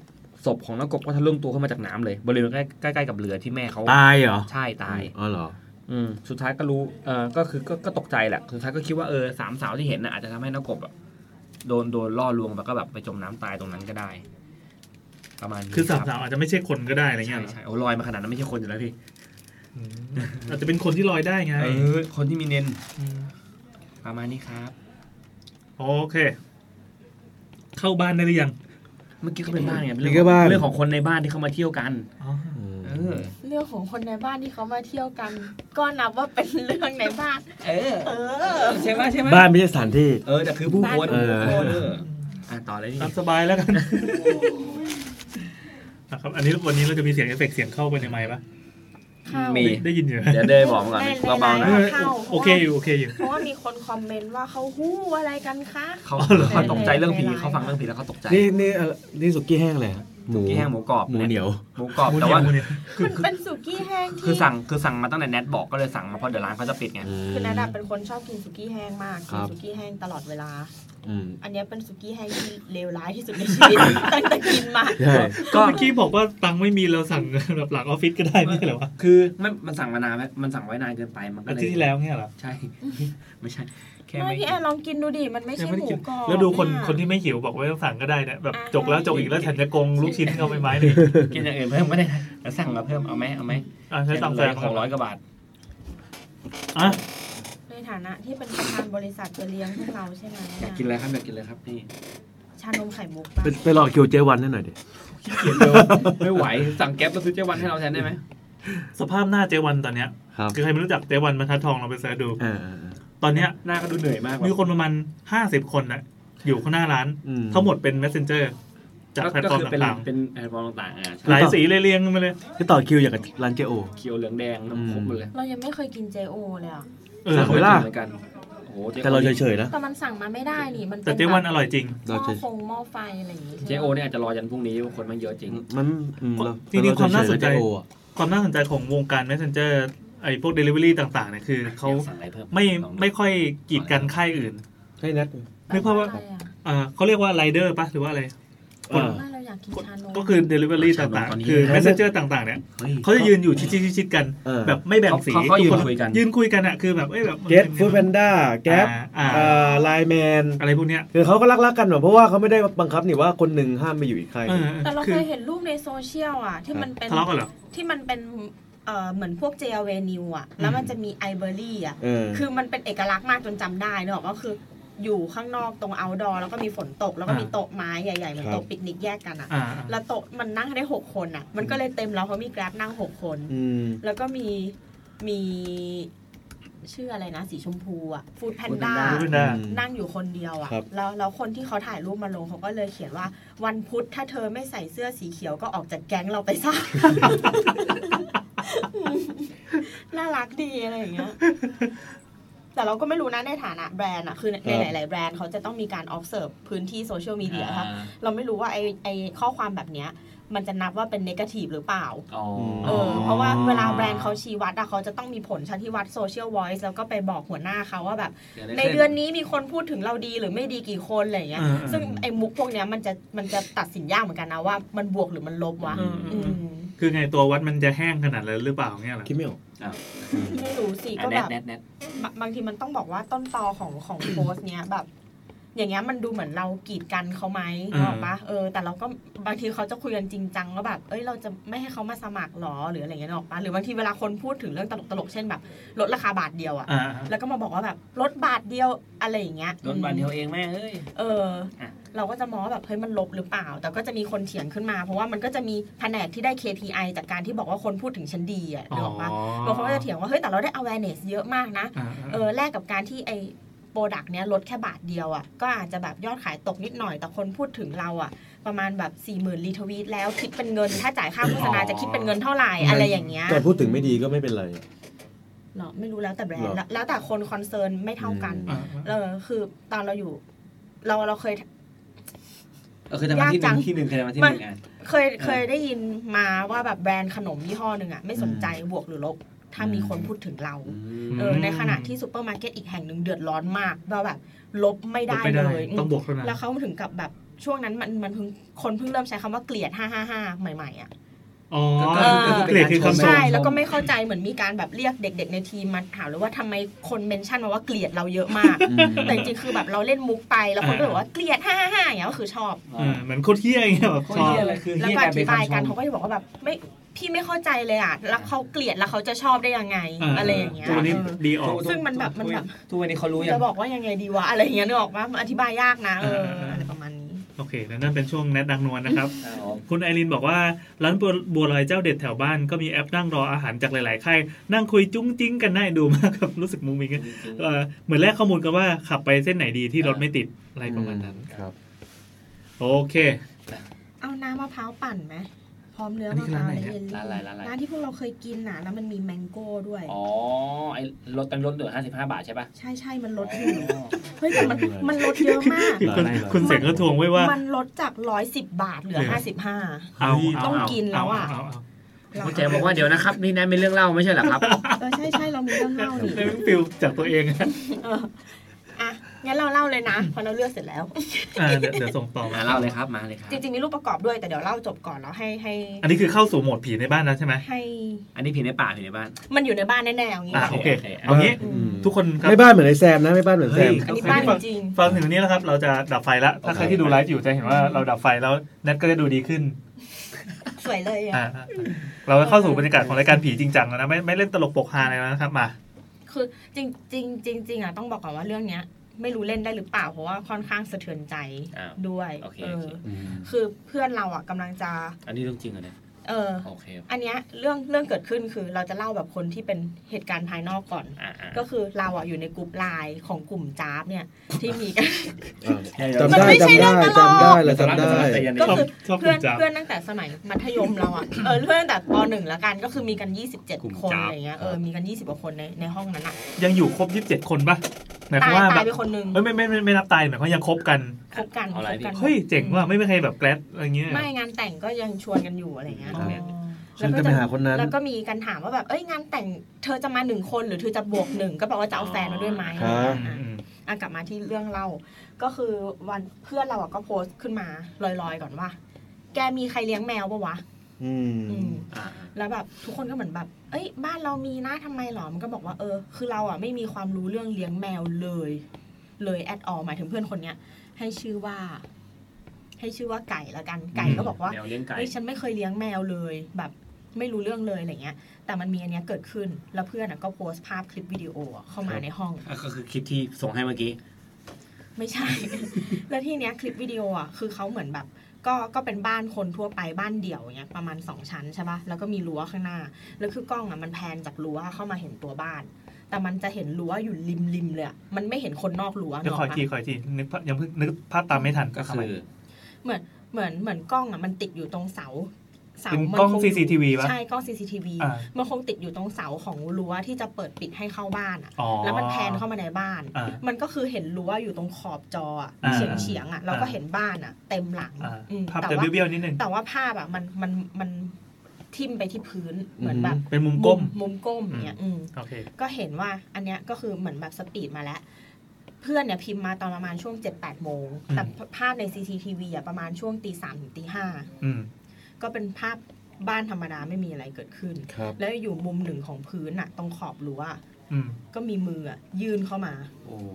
ศพของนักกบก็ทะลึ่งตัวขึ้นมาจากน้ำเลยบริเวณใกล้ใกล้ๆกับเรือที่แม่เขา
ตายเหรอ
ใช่ตาย
อ๋อเหรอ
อืมสุดท้ายก็รู้เออก็คือก็ก็ตกใจแหละสุดท้ายก็คิดว่าเออสามสาวที่เห็นน่ะอาจจะทำให้นักกบอะโดนโดนล่อลวงไปก็แบบไปจมน้ำตายตรงนั้นก็ได้ ประมาณนี้
คือสาม
ค
สา
รับ
วอาจจะไม่ใช่คนก็ได้อะไรเงี้
ใช่
ยเหรอ
ใช่โอ้ลอยมาขนาดนั้นไม่ใช่คนอยู่แล้วพี่
อืมอาจจะเป็นคนที่ลอยได้ไง
เออคนที่มีเนน
ม
ประมาณนี้ครับ
โอเค เข้าบ้านได้หรือยัง
เมื่อกี้เขาเป็นบ้านไง
มีแค่บ้าน
เรื่องของคนในบ้านที่เขามาเที่ยวกันเออ
เรื่องของคนในบ้านที่เขามาเที่ยวกัน ก็นับว่าเป็นเรื่องในบ้าน
เออ
เออ
ใช่ไหมใช่ไหม
บ้านไม่ใช่สถานที่
เออแต่คือผู้คน
เออ
ผู้คนเอออ่ะต่อเลยนี่
ตามสบายแล้วกันนะครับ อันนี้วันนี้เราจะมีเสียงเอฟเฟกต์เสียงเข้าไปในไมค์ปะ
เข้า
มี
ได้ยินอยู่
เดี๋ยวเดยบอกมาก่อน
ไม่ไม่
เบาๆนะ
ไม่
เออโอเคอยู่โอเคอยู่
เพราะว่ามีคนคอมเมนต์ว่าเขาหู้อะไรกันคะ
เขา
อ๋อเหรอ
เขาตกใจเรื่องผี
ไม่เป็นไร
เขาฟังเรื่องผีแล้วเขาตกใจ
นี่นี่อะไรนี่สุกี้แห้งเลยหมู
ที่แห้งหมูกรอบ
หมูเหนียว
หมูกรอบแต่ว่า
หมูเนี่ย
มันเป็นสุกี้แห้ง
คือ
ที่
สั่งคือสั่งมาตั้งแต่แนทบอกก็เลยสั่งมาเพราะเดี๋ยวร้านเขาจะปิดไง
คือนัดเป็นคนชอบกินสุกี้แห้งมาก
ครั
กิน
บ
สุกี้แห้งตลอดเวลา
อืม
อันเนี้ยเป็นสุกี้แห้งที่เลวร้ายที่สุดในชีวิต ตั้งแต่กินมา
ใช่
ก็เมื่อกี้บอกว่าตังค์ไม่มีเราสั่งแบบหลังออฟฟิศก็ได้ไม่ใช่เหรอวะ
คือไม่มันสั่งมานานไหมมันสั่งไว้นานเกินไป มันก็
อา
เลย
ทิตย์ที่แล้วเนี่ยเหรอ
ใช่ (laughs) ไม่ใช่ แค่
ไม่
ไม่
พี่แอนลองกินดูดิมันไม่
ยั
ใช่
งไม่
ห
ได้
มู
กิน
กรอบ
แล้วดูคน
อะ
คนที่ไม่หิวบอกว่าสั่งก็ได้เนี่ยแบบ
อ่า
จกแล้วจกอีกแล้วแถมจะกงลูกชิ้นเอาไปไม้เลย
กินอย่างอื่นเพิ่มก็ได้นะแล้วสั่งมาเพิ่มเอาไหมเอาไหม
อ่ะใช้ตังค์แฟน
หกร้อยกว่าบาท
อ่ะ
ในฐานะที่เป็นประธานบริษัทจะเลี้ยงพวกเราใช่ไหมอะ
อยากกินอะไรครับอยากกินอะไรครับนี่
ชานมไข่มุกปะ
ไปไปรอคิวเจวันนั่นหน่อยดิ
เกียดเร็วไม่ไหว สั่งแก๊ปแล้วซื้อเจวันให้เราแทนได้ไหม
สภาพหน้าเจวันตอนเนี้ย
ครับ
คือใครไม่รู้จักเจวันบรรทัดทองเราไปเสิร์ชดู
เออเออเออ
ตอนเนี้ย
หน้าก็ดูเหนื่อยมากว่ะ
มีคนประมาณห้าสิบคนนะอยู่ข้างหน้าร้าน
อืม
ทั้งหมดเป็น messenger จากแพลตฟอร์ม
คืเป็น
ต่าง
เป็นแพลตฟอร์มต่างๆอ่ะ
ๆ หลายสีเลยเรียงกันมาเลย
ไปต่อคิวอย่างกับร้านเจโอ
เขียวเหลืองแดงน้ำครบหมดเลย
เรายังไม่เคยกินเจโอเลยอะ
เออ
สั่งไว้ ม่ ล่ะ
เหมือนกันโอ้โห
แต่เราเฉยๆนะ
แต่มันสั่งมาไม่ได้นี่มัน
แต่
เป็น
เจ๊วัน
แบบ
อร่อยจริง
ห
เรา
ม้
เฉ
อย ฟงหม้อไฟอะไรอย่างงี้
เจโอเนี่ยอาจจะรอยันพรุ่งนี้ว่าคนมันเยอะจริง
ๆมันอืมเ
จริงๆความน่าสนใจ
เรเฉยๆกับ JO อะ
ความน่าสนใจของวงการ messenger ไอ้พวก delivery ต่างๆเนี่ยคือเขา
อยกสั่งอะไรเพิ่
ไม่
ลองดู
ไม่ค่อยกีดกันค่ายอื่น
ให้นัด
นึกภาพว่าเอ่อเขาเรียกว่า rider ปะหรือว่าอะไร
เออ
ไม่เราอยากกินชานม
ก็คือ delivery ต่างๆ คือ messenger ต่างๆ เนี่ยเขาจะยืนอยู่ชิดๆๆกัน
เออ
แบบไม่แบ่งสี
เขาเขายืน
ทุกค
คุยกัน
ยืนคุยกันอะคือแบบเอ้ยแบบ
เก็ตฟู้ดแพนด้าแก๊ป
อ่า
เอ่อไลแมน
อะไรพวกเนี้ย
คือเขาก็รักๆกันแบบเพราะว่าเขาไม่ได้บังคับนี่ว่าคนหนึ่งห้ามไปอยู่อีกใคร
เออ
แต่เรา
คื
เค
อย
เห็นรูปในโซเชียลอ่ะ ที่มันเป็น
ทะเลาะกันเหรอ
ที่มันเป็นเอ่อเหมือนพวกเจเวนิวอ่ะ แล้วมันจะมีไอเบอรี่อ่ะ
เออ
คือมันเป็นเอกลักษณ์มากจนจำได้เนกอะก็คืออยู่ข้างนอกตรงเอาดอแล้วก็มีฝนตกแล้วก็มี
อ่า
โต๊ะไม้ใหญ่ๆเหมือน
ครับ
โต๊ะปิกนิกแยกกันอ่ะ
อ่า
แล้วโต๊ะมันนั่งได้หกคนอ่ะ มันก็เลยเต็มแล้วเพราะมีแกร็บนั่งหกคน
อืม
แล้วก็มีมีชื่ออะไรนะ สีชมพูอ่ะฟูดแพนด้า
Food Panda
นั่งอยู่คนเดียวอ่ะ
ครับ
แล้วแล้วคนที่เขาถ่ายรูปมาลงเขาก็เลยเขียนว่าวันพุธถ้าเธอไม่ใส่เสื้อสีเขียวก็ออกจากแก๊งเราไปซะ น่ารักดีอะไรอย่างเงี้ย แต่เราก็ไม่รู้นะในฐานะแบรนด์อ่ะ คือในในหลาย ๆ แบรนด์เขาจะต้องมีการ observe พื้นที่โซเชียลมีเดียครับ เราไม่รู้ว่าไอไอข้อความแบบเนี้ย มันจะนับว่าเป็น negative หรือเปล่า
อ๋อ
เออเพราะว่าเวลาแบรนด์เขาชี้วัดอะเขาจะต้องมีผลชันที่วัดโซเชียลวอยซ์แล้วก็ไปบอกหัวหน้าเขาว่าแบบ ในเดือนนี้มีคนพูดถึงเราดีหรือไม่ดีกี่คนอะไรอย่างเงี้ย
อ่า
ซึ่งไอ้มุกพวกเนี้ยมันจะมันจะตัดสินยากเหมือนกันนะว่ามันบวกหรือมันลบวะ
อืมอื
อื
ม
ม
คือไงตัววัดมันจะแห้งขนาดนั้นหรือเปล่าเงี้ยเหรอ
คิดไม่ออก
ไม่รู้สิ
อ่ะ
ก็
แน
แบ
ท
บ
แนทแนท
บางบางทีมันต้องบอกว่าต้นตอของของโพสต์เนี้ยแบบ อย่างเงี้ยมันดูเหมือนเรากีดกันเขาไหม
อ่า
หรอกปะเออ แต่เราก็บางทีเขาจะคุยกันจริงจังว่าแบบ เอ้ยเราจะไม่ให้เขามาสมัครหรอหรืออะไรเงี้ยหรอกปะหรือบางทีเวลาคนพูดถึงเรื่องตลกตลกๆเช่นแบบลดราคาบาทเดียวอะ
อ่า
แล้วก็มาบอกว่าแบบลดบาทเดียวอะไรอย่างเงี้ย
โดนบันเดียวเองแม่เอ้ย
เออ
อ่ะ
เราก็จะมองว่าแบบเฮ้ยมันลบหรือเปล่า แต่ก็จะมีคนเถียงขึ้นมา เพราะว่ามันก็จะมีแผนกที่ได้ KPI จากการที่บอกว่าคนพูดถึงฉันดีอ่ะ
อ๋อ
เดี๋ยวออกมาบางคนก็จะเถียงว่าเฮ้ยแต่เราได้ awareness เยอะมากนะ
อ่า
เออแลกกับการที่ไอโปรดักต์เนี้ยลดแค่บาทเดียวอ่ะก็อาจจะแบบยอดขายตกนิดหน่อย แต่คนพูดถึงเราอ่ะ ประมาณแบบ4ี่หมื่นรีทวีตแล้วคิดเป็นเงิน ถ้าจ่ายค่าโฆษณาจะคิดเป็นเงินเท่าไหร่อะไรอย่างเงี้ย
แต่พูดถึงไม่ดีก็ไม่เป็นไร
เหรอไม่รู้แล้วแต่แบรนด์
เหรอ
แล้วแล้วแต่คนคอนเซิร์นไม่เท่ากัน
อืม
เออคือตอนเราอยู่ เราเราเคย
เออเคยทำมาย
าก
ที่ห
จัง
นึ่งที่หนึ่งเคยทำมาที่ห
มั
นึ่
น
งอ่ะ
เคยเคยได้ยินมาว่าแบบแบรนด์ขนมยี่ห้อหนึ่งอะไม่สนใจบวกหรือลบ ถ้ามีคนพูดถึงเรา
ม
เออในขณะที่ซูเปอร์มาร์เก็ตอีกแห่งหนึ่งเดือดร้อนมากว่าแบบ ลบไม่ได้
ไม่ได้
เลย
ต้องบวกเท่านั้น
แล้วเขาถึงกับแบบช่วงนั้นมันมันเพิ่งคนเพิ่งเริ่มใช้คำว่าเกลียด 555 ใหม่ๆอ่ะ
อ๋อ
ก็
คือ
เกลียดคือคำช
ใช่
ม
แล้วก็ไม่เข้าใจเหมือนมีการแบบเรียกเด็ก ๆ ในทีมมาถามเลยว่าทำไมคนเมนชั่นมาว่าเกลียดเราเยอะมาก แต่จริงๆ คือแบบเราเล่นมุกไปแล้วคนก็
อ่า
บอกว่าเกลียดห้าห้าอย่างเงี้ยก็คือชอบ
อ่าเหมือนโคตรเที่ยอย่างเงี้ยแบบ
โคต
ช
ร
อบ
เหี้ยเลยคือ
แล้ว
เหี้ย
ก็อ
กลายเป็
ธิ
น
บาย
คำช
กัน
ม
เขาก็จะบอกว่าแบบไม่พี่ไม่เข้าใจเลยอ่ะแล้วเขาเกลียดแล้วเขาจะชอบได้ยังไง อะไรอย่างเงี้ย
ตัวนนี้
เออ
ดีออก
ซึ่งมันแบบมันแบบ
ทุกวันนี้เขารู้
กู
ยัง
จะบอกว่ายังไงดีวะอะไรอย่างเงี้ยนึกออกว่ามันอธิบายยากนะเออ
เออเอออ
อะไรประมาณนี้
โอเคแล้วนั่นเป็นช่วงแนทดังนวลนะครับ
ครับผม
คุณไอรินบอกว่า ร้านบัวบัวลอยเจ้าเด็ดแถวบ้านก็มีแอปนั่งรออาหารจากหลายๆค่ายนั่งคุยจุ้งจิ้งกันน่าดูมากครับ (laughs) รู้สึกมุ้งมิ้งอะเอ่อเหมือนแลกข้อมูลกันว่าขับไปเส้นไหนดีที่รถไม่ติดอะไรประมาณนั้น
ครับ
โอเค
เอาน้ำมะพร้าวปั่นไหมพร้อมเนื้อ
อันนี้
มะพร้าว
ร้านไหนเนี่ย
และเยลลี่
ร้านอะไรร้านอะไร
ร้านที่พวกเราเคยกินน่ะแล้วมันมีแมงโก้ด้วย
อ๋อไอ้รถตันรถด่วนห้าสิบห้าบาทใช่ป่ะ
ใช่ใช่มันลดอยู่เฮ้ยแต่มันมันลดเยอะมาก
คุณคุณเสงก็ทวงไว้ว่า
มันลดจากร้อยสิบบาทเหลือ
เหลือ
ห้าสิบห้า
เอาเา
ต้องกินแล้วอะ
เาเา
คุณแจบอกว่าเดี๋ยวนะครับ นี่แนทมีเรื่องเล่าไม่ใช่เหรอครับ
เออใช่ใช่เรามีเรื่องเล่า
เอา
นี่
ได้ฟิลจากตัวเองอะ
เอออ่ะงั้นเราเล่าเลยนะเพอเราเลือกเสร็จแล้ว
อ่าเดี๋ยวเดี๋ยวส่งต่อมา
มาเล่าเลยครับมาเลยครับ
จริงๆมีรูปประกอบด้วยแต่เดี๋ยวเล่าจบก่อนแล้วให้ให้
อันนี้คือเข้าสู่โหมดผีในบ้านแล้วใช่ไหม
ให้
อันนี้ผีในป่าผีในบ้าน
มันอยู่ในบ้านแน่ๆอย่างงี้
อ่าโอเค
โอเค
เอางี้
อืม
ทุกคนครับ
ไม่บ้านเหมือนไอ้แซมนะไม่บ้านเหมือนแซม
อันนี้บ้านจริง
ฟังถึงวันนี้แล้วครับ เราจะดับไฟแล้วถ้าใครที่ดูไลฟ์อยู่จะเห็นว่าเราดับไฟแล้วแนทก็จะดูดีขึ้น
ๆสวยเลยอ่ะ
อ่าเราเข้าสู่บรรยากาศของรายการผีจริงจังแล้วนะไม่ไม่เล่นตลกปกฮาอะไรแล้วนะครับมา
คือจริงจริงจริงจริงอ่ะต้องบอกก่อนว่าเรื่องเนี้ย ไม่รู้เล่นได้หรือเปล่าเพราะว่าค่อนข้างสะเทือนใจ
อ้าว
ด้วย
โอเค
เอ
โอ
อ
เค
คือเพื่อนเราอ่ะกำลังจะ
อันนี้เรื่องจริงเหรอเนี่ย
เออ
โอเค
อันเนี้ยเรื่องเรื่องเกิดขึ้นคือเราจะเล่าแบบคนที่เป็นเหตุการณ์ภายนอกก่อน
อ่าอ่า
ก็คือเราอ่ะอยู่ในกลุ่มไลน์ของกลุ่มจ้าบเนี่ยที่มีกัน
จำได้
มันไม่ใช่
จำได้
เรื่องตลก
จำได้เราจำได้
ก็คือ
ชอบ
เพื่
คุ
อ
ณ
น
จ้า
เพื่อนตั้งแต่สมัยมัธยมเราอ่ะ (coughs) เออเพื่อนตั้งแต่ปหนึ่งแล้วกันก็คือมีกัน
กลุ่ม
27 คน
จ๊าบ
อะไรเงี้ยเออมีกัน 20กว่าคนในในห้องนั้นอ่ะ
ยังอยู่ครบยี่สิบเจ็ดคนปะหมายความ
ตาย
ว่าแบ
ตา
บ
ยไปคนนึง
เอ้ยไม่ไม่ไม่ไม่นับตายหมายความว่ายังคบกัน
คบกันคบกัน
เฮ้ยเจ๋งว่ะไม่มีใครแบบแกลดอะไรเงี้ย
ไม่งานแต่งก็ยังชวนกันอยู่อะไรเงี้ย
อ๋อ
ฉันจะไปหาคนนั้น
แล้วก็มีการถามว่าแบบเอ้ยงานแต่งเธอจะมาหนึ่งคนหรือเธอจะบวกหนึ่งก็บอกว่าจะเอาแฟนมาด้วยไหม
ครับ
อืม
อ่ะ
อืม
อ่ะกลับมาที่เรื่องเล่าก็คือวันเพื่อนเราอะก็โพสต์ขึ้นมาลอยๆก่อนว่า แกมีใครเลี้ยงแมวปะวะ
อืม
อืม
อ่า
แล้วแบบทุกคนก็เหมือนแบบ เอ้ย บ้านเรามีนะทำไมหรอ มันก็บอกว่าเออ คือเราอ่ะไม่มีความรู้เรื่องเลี้ยงแมวเลย เลยแอดออหมายถึงเพื่อนคนเนี้ย ให้ชื่อว่า ให้ชื่อว่าไก่ละกัน ไก่ก็บอกว่า
แมวเลี้ยงไก่
เฮ้ยฉันไม่เคยเลี้ยงแมวเลยแบบไม่รู้เรื่องเลยอะไรเงี้ย แต่มันมีอันเนี้ยเกิดขึ้น แล้วเพื่อนอะก็โพสต์ภาพคลิปวิดีโออะเข้ามาในห้อง
อ่ะก็คือคลิปที่ส่งให้เมื่อกี้
ไม่ใช่ (laughs) แล้วที่เนี้ยคลิปวิดีโออ่ะคือเขาเหมือนแบบ ก็ก็เป็นบ้านคนทั่วไปบ้านเดี่ยวเนี้ยประมาณ 2 ชั้นใช่ปะ่ะแล้วก็มีรั้วข้างหน้า แล้วคือกล้องอ่ะมันแพนจากรั้วเข้ามาเห็นตัวบ้าน แต่มันจะเห็นรั้วอยู่ริมริมๆเลยอะมันไม่เห็นคนนอกรั้ว
เดี๋ยว
ก
คอย
ปะ
ทีคอยทีนึกภาพยังเพิ่งนึกภาพตามไม่ทัน
ก็คือ
เหมือนเหมือนกล้องอ่ะมันติดอยู่ตรงเสาเสา
เป็น
มั
กล้อง
ค
CCTV ปะ
ใช่กล้อง CCTV
อ่ามั
มันคงติดอยู่ตรงเสาของรั้วที่จะเปิดปิดให้เข้าบ้านอ่ะ
อ๋อ
แล้วมันแพนเข้ามาในบ้าน
อ่า
มันก็คือเห็นรั้วอยู่ตรงขอบจออะ
อ่า
เฉียงเฉียงๆอ่ะเราก็
อ่า
เห็นบ้านอ่ะ เต็มหลัง
อ่า
อืม
ภาพ
แต่
จะ
ว่า
เบี้ยวๆนิดนึง
แต่ว่าภาพอ่ะมันมันมันทิ่มไปที่พื้นเหมือน
อือฮึ
แบบ
เป็นมุมก้ม
มุมก้มอย่างเนี่ยอืม
โอเค
ก็เห็นว่าอันเนี้ยก็คือเหมือนแบบสปีดมาแล้ว เพื่อนเนี่ยพิมพ์มาตอนประมาณช่วง7จ็ดแปดโมง
อืม
แต่ภาพใน CCTV อ่ะประมาณช่วงตีสามถึงตีห้า
อืม
ก็เป็นภาพบ้านธรรมดาไม่มีอะไรเกิดขึ้น
ครับ
แล้วอยู่มุมหนึ่งของพื้นอ่ะ ตรงขอบรั้วอะ
อืม
ก็มีมืออะยื่นเข้ามา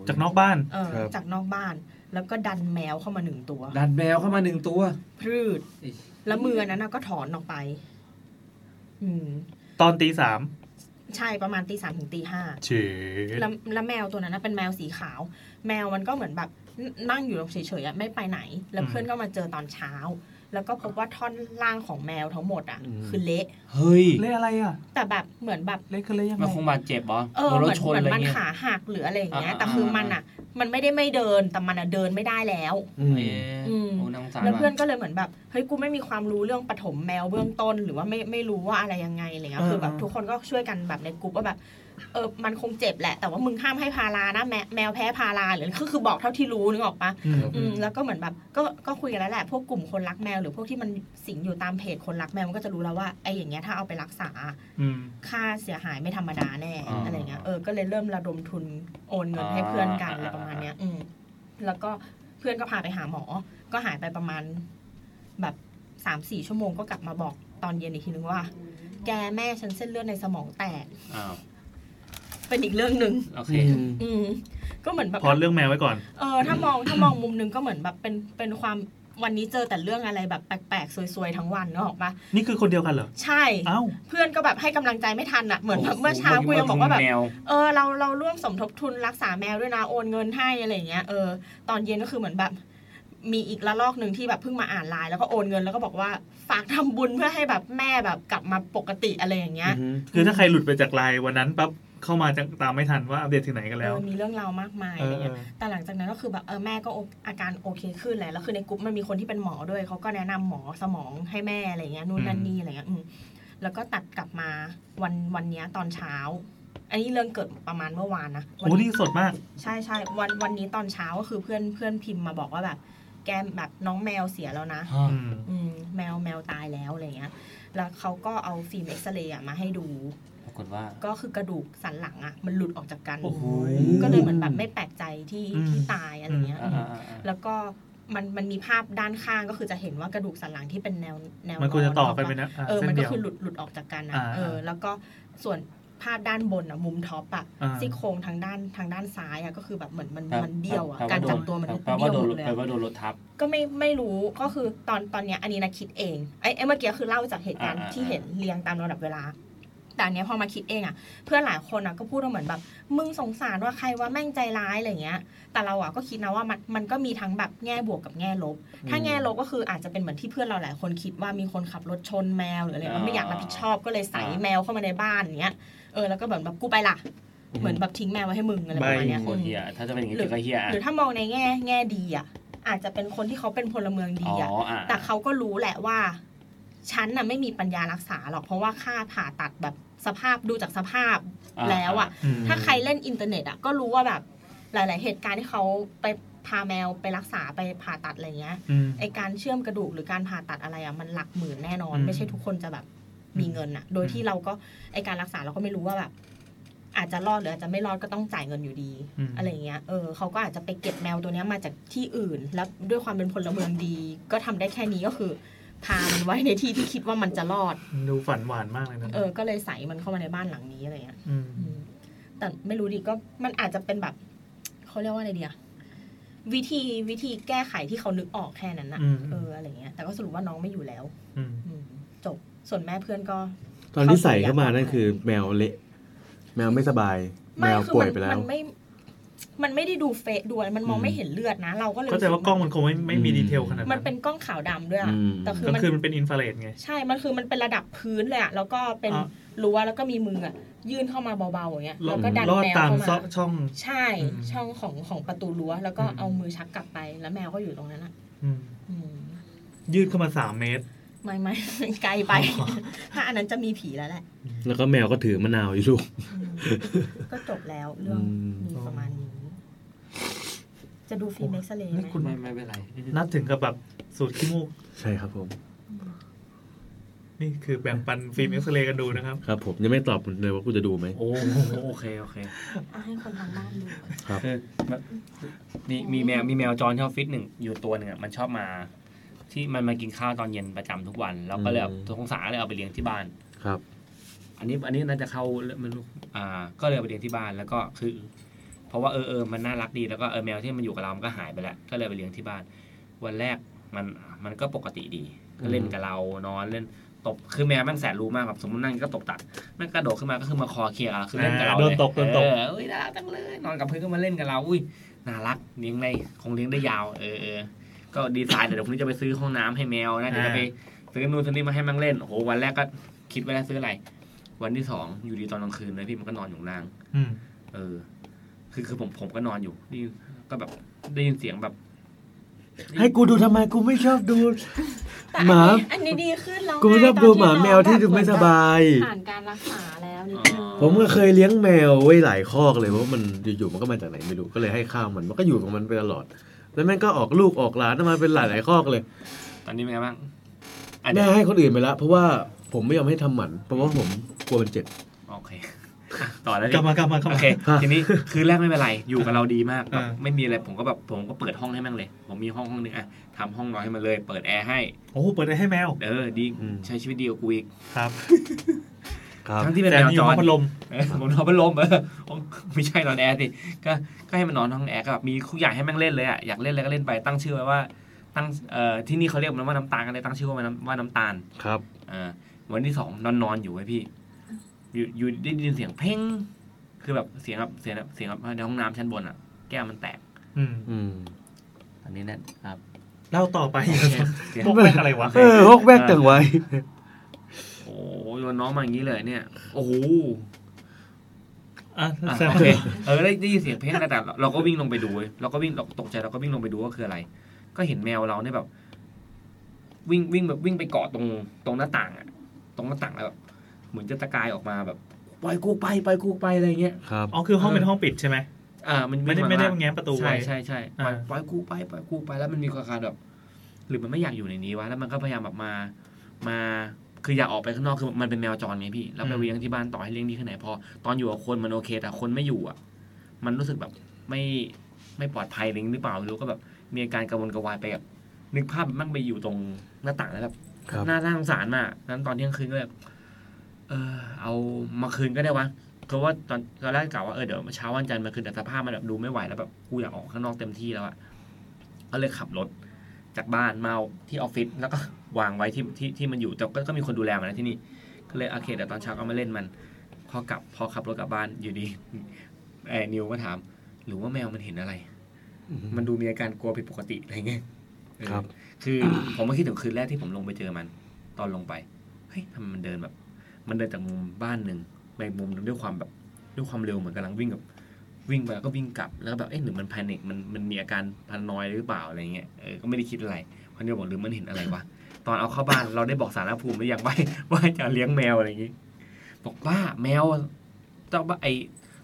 จากนอกบ้าน
เออ
ครับ
จากนอกบ้านแล้วก็ดันแมวเข้ามาหนึ่งตัว
ดันแมวเข้ามาหนึ่งตัว
พรืด
อิ๊ย
แล้วมืออนนั้นน่ะก็ถอนออกไป อืม
ตอนตีสาม
ใช่ประมาณตีสามถึงตีห้า
เฉ
แล้วแล้วแมวตัวนั้นนะเป็นแมวสีขาว แมวมันก็เหมือนแบบนนั่งอยู่เฉยๆอะไม่ไปไหน แล้วเพื่อนก็มาเจอตอนเช้า แล้วก็พบว่าท่อนล่างของแมวทั้งหมดอ่ะ
อืม
คือเละ
เฮ้ย
เล่อะไรอ่ะ
แต่แบบเหมือนแบบ
เล่คือเล่ยังไง
มันคงบาดเจ็บเหรอ
เออ
โดน
เหมือน
รถชน
เหมือน
อะไร
มัน
เงี้ย
ขาหักหรืออะไรอย่างเงี้ย
อ่า
แต่คือมันอ่ะ มันไม่ได้ไม่เดินแต่มันอ่ะเดินไม่ได้แล้ว
อืม
เอ๊ะ
อืม
โอ้นาสงสาร
แล้วเพื่อน
ว่ะ
ก็เลยเหมือนแบบเฮ้ยกูไม่มีความรู้เรื่องปฐมแมวเบื้องต้น หรือว่าไม่ไม่รู้ว่าอะไรยังไงอะไรเงี้ยคือแบบทุกคนก็ช่วยกันแบบในกลุ่มว่าแบบเออมันคงเจ็บแหละ แต่ว่ามึงห้ามให้พารานะแมวแมวแพ้พาราหรือคือคือบอกเท่าที่รู้นึกออกปะอืมแล้วก็เหมือนแบบก็ก็คุยกันแล้วแหละพวกกลุ่มคนรักแมวหรือพวกที่มันสิงอยู่ตามเพจคนรักแมวมันก็จะรู้แล้วว่าไอ้อย่างเงี้ยถ้าเอาไปรักษา
อืม
ค่าเสียหายไม่ธรรมดาแน่อะไรเงี้ย เออ ก็เลยเริ่มระดมทุนโอนเงินให้เพื่อนกันอะไรประมาณเนี้ย อืม แล้วก็เพื่อนก็พาไปหาหมอ ก็หายไปประมาณแบบสามสี่ชั่วโมงก็กลับมาบอกตอนเย็นอีกทีนึงว่า แกแม่ฉันเส้นเลือดในสมองแตก
อ้าว
เป็นอีกเรื่องหนึ่ง
โอเค
อืม ก็เหมือนแบบ
พอเรื่องแมวไว้ก่อน
เออถ้ามองถ้ามองมุมหนึงก็เหมือนแบบเป็นเป็นความวันนี้เจอแต่เรื่องอะไรแบบแปลกๆซวยๆทั้งวันเนกอะออกปะ
นี่คือคนเดียวกันเหรอ
ใช่
เอ้า
เพื่อนก็แบบให้กำลังใจไม่ทันอะเหมือนแบบเมื่อเช้ากูยังบอกว่าแบบ
แมว
เออเราเราร่วมสมทบทุนรักษาแมวด้วยนะ โอนเงินให้อะไรอย่างเงี้ยเออตอนเย็นก็คือเหมือนแบบ มีอีกระลอกหนึ่งที่แบบเพิ่งมาอ่านไลน์แล้วก็โอนเงินแล้วก็บอกว่าฝากทำบุญเพื่อให้แบบแม่แบบกลับมาปกติอะไรอย่างเงี้ย
คือถ้าใครหลุดไปจากไลน์วันนั้นปั๊บเข้ามาจะตามไม่ทันว่าอัปเดตถึงไหนกันแล้ว
เออมีเรื่องราวมากมาย
เอ
อะไร
อ
เงี้ย แต่หลังจากนั้นก็คือแบบเออแม่ก็โออาการโอเคขึ้นแหละ แล้วคือในกลุ่มมันมีคนที่เป็นหมอด้วย เขาก็แนะนำหมอสมองให้แม่อะไรเงี้ยนู่นนั่นนี่อะไรเงี้ยอืมแล้วก็ตัดกลับมาวันวันเนี้ยตอนเช้า อันนี้เรื่องเกิดประมาณเมื่อวานนะวั
โอ้นี่สดมาก
ใช่ใช่วันวันนี้ตอนเช้าก็คือเพื่อนเพื่อนพิมพ์มาบอกว่าแบบ แกแบบน้องแมวเสียแล้วนะ
อืม
อืมแมวแมวตายแล้วอะไรเงี้ย แล้วเขาก็เอาฟิล์มเอ็กซเรย์อะมาให้ดู
ปรากฏว่า
ก็คือกระดูกสันหลังอะมันหลุดออกจากกัน
โอ้โห
ก็เลยเหมือนแบบไม่แปลกใจที่
อืม
ที่ตายอะไรเงี้ย
อ่า
อื
อ่าม อ่าอ่า
แล้วก็มันมันมีภาพด้านข้างก็คือจะเห็นว่ากระดูกสันหลังที่เป็นแนวแนว
มันควรจะต่อกัน
ง
ไปนะะ
เออ
ส้
มันก็
เดียว
คือหลุดหลุดออกจากกันนะ
อ่า
เออ แล้วก็ส่วนภาพด้านบนอะมุมท็อปอะ
อ่า
ซี่โครงทางด้านทางด้านซ้ายอะก็คือแบบเหมือนมัน
แปล
มันเบี้ยวอะ
แปล
การจับ
โดน
ตัวมัน
แปลว่า
เบี้ยว
โด
ห
น
มดเลย
แปล
อะ
ว่าโดนรถทับ
ก็ไม่ไม่รู้ก็คือตอนตอนเนี้ยอันนี้นะคิดเองไอ้ไอ้เมื่อกี้คือเล่าจากเหตุการณ์
อ่าอ่า
ที่เห็นเรียงตามลำดับเวลา แต่อันเนี้ยพอมาคิดเองอะ เพื่อนหลายคนอ่ะก็พูดว่าเหมือนแบบ มึงสงสารว่าใครว่าแม่งใจร้ายอะไรเงี้ย แต่เราอ่ะก็คิดนะว่ามันมันก็มีทั้งแบบแง่บวกกับแง่ลบ ถ้าแง่ลบก็คืออาจจะเป็นเหมือนที่เพื่อนเราหลายคนคิดว่ามีคนขับรถชนแมวหรืออะไรมันไม่อยากรับผิดชอบก็เลยใส่แมวเข้ามาในบ้านเงี้ยเออแล้วก็เหมือนแบบกูไปละเหมือนแบบทิ้งแมวไว้ให้มึงอะไรประมาณเนี้ย
โคตรเฮียถ้าจะเป็นอย่างนี้ก็เฮีย
หรือถ้ามองในแง่แง่ดีอ่ะอาจจะเป็นคนที่เขาเป็นพลเมืองดี
อ๋อ
อ่ะ
อ่า
แต่เขาก็รู้แหละว่า ฉันน่ะไม่มีปัญญารักษาหรอกเพราะว่าค่าผ่าตัดแบบสภาพดูจากสภาพแล้วอ่ะ
อืม
ถ้าใครเล่นอินเทอร์เน็ตอ่ะก็รู้ว่าแบบหลาย ๆ เหตุการณ์ที่เขาไปพาแมวไปรักษาไปผ่าตัดอะไรเงี้ย
อืม
ไอการเชื่อมกระดูกหรือการผ่าตัดอะไรอ่ะมันหลักหมื่นแน่นอน
อืม
ไม่ใช่ทุกคนจะแบบมีเงินอ่ะ โดยที่เราก็ไอการรักษาเราก็ไม่รู้ว่าแบบอาจจะรอดหรืออาจจะไม่รอดก็ต้องจ่ายเงินอยู่ดี
อืม
อะไรเงี้ยเออเขาก็อาจจะไปเก็บแมวตัวเนี้ยมาจากที่อื่น แล้วด้วยความเป็นพลเมืองดี ก็ทำได้แค่นี้ก็คือ พามันไว้ในที่ที่คิดว่ามันจะรอด
ดูฝันหวานมากเลยนะ
เออ ก็เลยใส่มันเข้ามาในบ้านหลังนี้อะไรเงี้ย
ม
อืมแต่ไม่รู้ดิก็มันอาจจะเป็นแบบ เขาเรียกว่าอะไรเดียวิธีวิธีแก้ไขที่เขานึกออกแค่นั้นนะ
อืม
เอออะไรเงี้ยแต่ก็สรุปว่าน้องไม่อยู่แล้ว
อืม
อืมจบส่วนแม่เพื่อนก็
ตอนที่ใส่เข้ามานั่นคือแมวเละ แมวไม่สบาย แมว
คื
ป่วย
มั
ไปแล้
มั
ว
ไม่ มันไม่ได้ดูเฟะดูอะไรมันมอง
อืม
ไม่เห็นเลือดนะ เราก็เลย
เข้าใจว่ากล้องมันคงไม่ไม่มีดีเทลขนาด
มัน
นั้น
เป็นกล้องขาวดำด้วยอะ
อืม
แต่คื
ก็
อมัน
คือมันเป็นอินฟราเรดไง
ใช่มันคือมันเป็นระดับพื้นเลยอะแล้วก็เป็น
อ่ะ
รั้วแล้วก็มีมืออะยื่นเข้ามาเบาๆอย่างเงี้ยแล้วก็ดัน
รอด
แมว
ตาม
เข้ามา
ซอกช่อง
ใช่
อืม
ช่องของของประตูรั้ว แล้วก็
อืม
เอามือชักกลับไปแล้วแมวก็อยู่ตรงนั้นอ่ะ
อืม
อืม
ยืดเข้ามาสามเมตร
ไม่ไม่ ไกลไป (laughs) ถ้าอันนั้นจะมีผีแล้วแหละ
แล้วก็แมวก็ถือมะนาวอยู่ลูก
อืมก็จบแล้วเรื่อง
อืม
มีประมาณนี้ จะดูฟิล์มเอ็กซเรย์ไหม
ไม่ไม่เป็นไร
นับถึงกับแบบสูตรขี้มูก
ใช่ครับผม
นี่คือแบ่งปันฟิล์มเอ็กซเรย์กันดูนะครับ
ครับผมยังไม่ตอบเลยว่ากูจะดูไหม
โอ้โอเคโอเค
เอาให้คนทางบ้านดู
ครับ
คือมันมีมีแมวมีแมวจรที่ออฟฟิศหนึ่งอยู่ตัวหนึ่งอะมันชอบมา ที่มันมากินข้าวตอนเย็นประจำทุกวัน แล้วก็เลยเอา
อืม
ตัวสงสารเลยเอาไปเลี้ยงที่บ้าน
ครับ
อันนี้อันนี้น่าจะเข้าเรื่องมันอ่า ก็เลยเอาไปเลี้ยงที่บ้านแล้วก็คือ เพราะว่าเออเออมันน่ารักดีแล้วก็เออแมวที่มันอยู่กับเรา มันก็หายไปแล้วก็เลยไปเลี้ยงที่บ้าน วันแรกมันมันก็ปกติดี ก็เล่นกับเรานอนเล่นตบคือแมวแมันแสนรู้มากแบบสมมตินั่งก็ตบตัดแมันกระโดดขึ้นมาก็คือมาคอเคลียร์กับเราคือเล่นกับเรา
อ่าโดน
เลย
ตบโดนตบ
เอออุ้ยน่ารักจังเลยนอนกับเพื่อนก็มาเล่นกับเรา อุ้ยน่ารักเลี้ยงได้คงเลี้ยงได้ยาวเออเออก็ดีไซน์เดี๋ยวพรุ่งนี้จะไปซื้อห้องน้ำให้แมวนะเดี๋ยวจะไป ซื้อนู่นซื้อนี่มาให้มันเล่น โอ้โห วันแรกก็คิดไว้แล้วซื้ออะไร วันที่สองอยู่ดีตอนกลางคืนเลยพี่มันก็นอนอยู่ข้างล่าง
อืม
เออ คือคือผมผมก็นอนอยู่นี่ก็แบบได้ยินเสียงแบบ
ให้กูดูทำไมกูไม่ชอบดู
แต่อัน
หมา
นี้อันนี้ดีขึ้นแล้ว
กูไม่ชอบดูหมาแมวที่ดูไม่สบาย
ผ่านการรักษาแล้วนิดนึง
ผมก็เคยเลี้ยงแมวไว้หลายคอกเลยเพราะว่ามันอยู่ๆมันก็มาจากไหนไม่รู้ก็เลยให้ข้าวมันมันก็อยู่ของมันไปตลอด แล้วแม่งก็ออกลูกออกหลานออกมาเป็นหลายหลายๆคอกเลย
ตอนนี้เป็นไงบ้างอ่ะเดี๋ย
แม่
ว
ให้คนอื่นไปละเพราะว่าผมไม่ยอมให้ทำหมัน เพราะว่าผมกลัวมันเจ็บ
โอเค (laughs) อ่ะต่อแล้ว
กลั
พี่
บมากลับมากลับ
โอ
มา (laughs)
เค ทีนี้คืนแรกไม่เป็นไร อยู่กับเราดีมากแบบ
อ่า
ไม่มีอะไร ผมก็แบบผมก็เปิดห้องให้แม่งเลย ผมมีห้องห้องนึงอะทำห้องนอนให้มันเลย เปิดแอร์ให้
โอ้โหเปิดได้ให้แมว
เออ ดี
อืม
ใช้ชีวิตดีกว่ากู
(laughs)
อีก
ครับ
ครับ
ทั้งที่เป็น
แต่
แมว
มี
จ
ห้อ
ร
งพัดลม
เออผมนอนพัดลม (laughs) เออไม่ใช่นอนแอร์สิก็ก็ให้มันนอนห้องแอร์ก็แบบมีทุกอย่างให้แม่งเล่นเลยอ่ะอยากเล่นอะไรก็เล่นไปตั้งชื่อไว้ว่าตั้งเอ่อที่นี่เขาเรียกมันว่าน้ำตาลกันเลยตั้งชื่อว่ามันว่าน้ำตาล
ครับ
อ่าวันที่สองนอนนอนอยู่ไว้ยพี่ อยู่อยู่ได้ยินเสียงเพ่งคือแบบเสียงแบบเสียงแบบเสียงแบบในห้องน้ำชั้นบนอ่ะ แก้วมันแตก
อืม
อืม
อันนี้แน่นครับ
เล่าต่อไปพวก
มัน
แม่งอะไรวะ
เออฮกแวกจังไว้
โอ้ยโยนน้องมาอย่างนี้เลยเนี่ย โอ้โห
อ่ะ
อ่ะ
แซม
โอเคเออได้ได้ยินเสียงเพลงนะแต่เราก็วิ่งลงไปดูเว้ยเราก็วิ่งเราตกใจเราก็วิ่งลงไปดูว่าคืออะไร ก็เห็นแมวเราเนี่ยแบบ วิ่งวิ่งแบบวิ่งไปเกาะตรงตรงหน้าต่างอะตรงหน้าต่างแล้วแบบเหมือนจะตะกายออกมาแบบปล่อยกูไปปล่อยกูไปอะไรเงี้ย
ครับ
อ๋อคือห้องเป็นห้องปิดใช่ไหม
อ่ามัน
ไม่ได้
วิ่งา
ไม่ได้
มาก
แง้มประตู
ใช่
ไว้
ใช่ใช่ปล่อย
อ่า
ปล่อยกูไปปล่อยกูไปแล้วมันมีอาการแบบ หรือมันไม่อยากอยู่ในนี้วะแล้วมันก็พยายามแบบมา มาคืออยากออกไปข้างนอกคือมันเป็นแมวจรไงพี่แล้วไปเลี้ยงที่บ้านต่อให้เลี้ยงที่ไหนพอตอนอยู่กับคนมันโอเค แต่คนไม่อยู่อ่ะ มันรู้สึกแบบไม่ไม่ปลอดภัยหรือเปล่าไม่รู้ก็แบบมีอาการกระวนกระวายไปแบบนึกภาพมันไปอยู่ตรงหน้าต่างแล้วแบบ
ครับ
หน้าน่าสงสารมากนั้นตอนเที่ยงคืนก็แบบเออ เอามาคืนก็ได้วะ เพราะว่าตอนตอนแรกกะว่าเออเดี๋ยวเช้าวันจันทร์มาคืนแต่สภาพมันแบบดูไม่ไหวแล้วแบบกูอยากออกข้างนอกเต็มที่แล้วอะก็เลยขับรถจากบ้านมาเอาที่ออฟฟิศแล้วก็ วางไว้ที่ที่ที่มันอยู่แต่ก็ก็มีคนดูแลมันนะที่นี่ ก็เลยโอเคเดี๋ยวตอนเช้าก็มาเล่นมัน พอกลับพอขับรถกลับบ้านอยู่ดี (laughs) ไอ้นิวก็ถาม หรือว่าแมวมันเห็นอะไร มันดูมีอาการกลัวผิดปกติอะไรเงี้ยเออ
ครับ
คือ (coughs) ผมก็คิดถึงคืนแรกที่ผมลงไปเจอมัน ตอนลงไป เฮ้ยทำไมมันเดินแบบ มันเดินจากมุมบ้านหนึ่งไปมุมหนึ่งด้วยความแบบด้วยความเร็วเหมือนกำลังวิ่งแบบวิ่งไปแล้วก็วิ่งกลับแล้วก็แบบเอ๊ะหรือมันแพนิคมันมันมีอาการพานอยหรือเปล่าอะไรเงี้ยเออก็ไม่ได้คิดอะไรพันเดียวบอกหรือมันเห็นอะไรวะตอนเอาเข้าบ้าน เราได้บอกสารภูมิหรือยังว่า (laughs) ว่าจะเลี้ยงแมวอะไรอย่างงี้ บอกบ้าแมวต้องบ้าไอ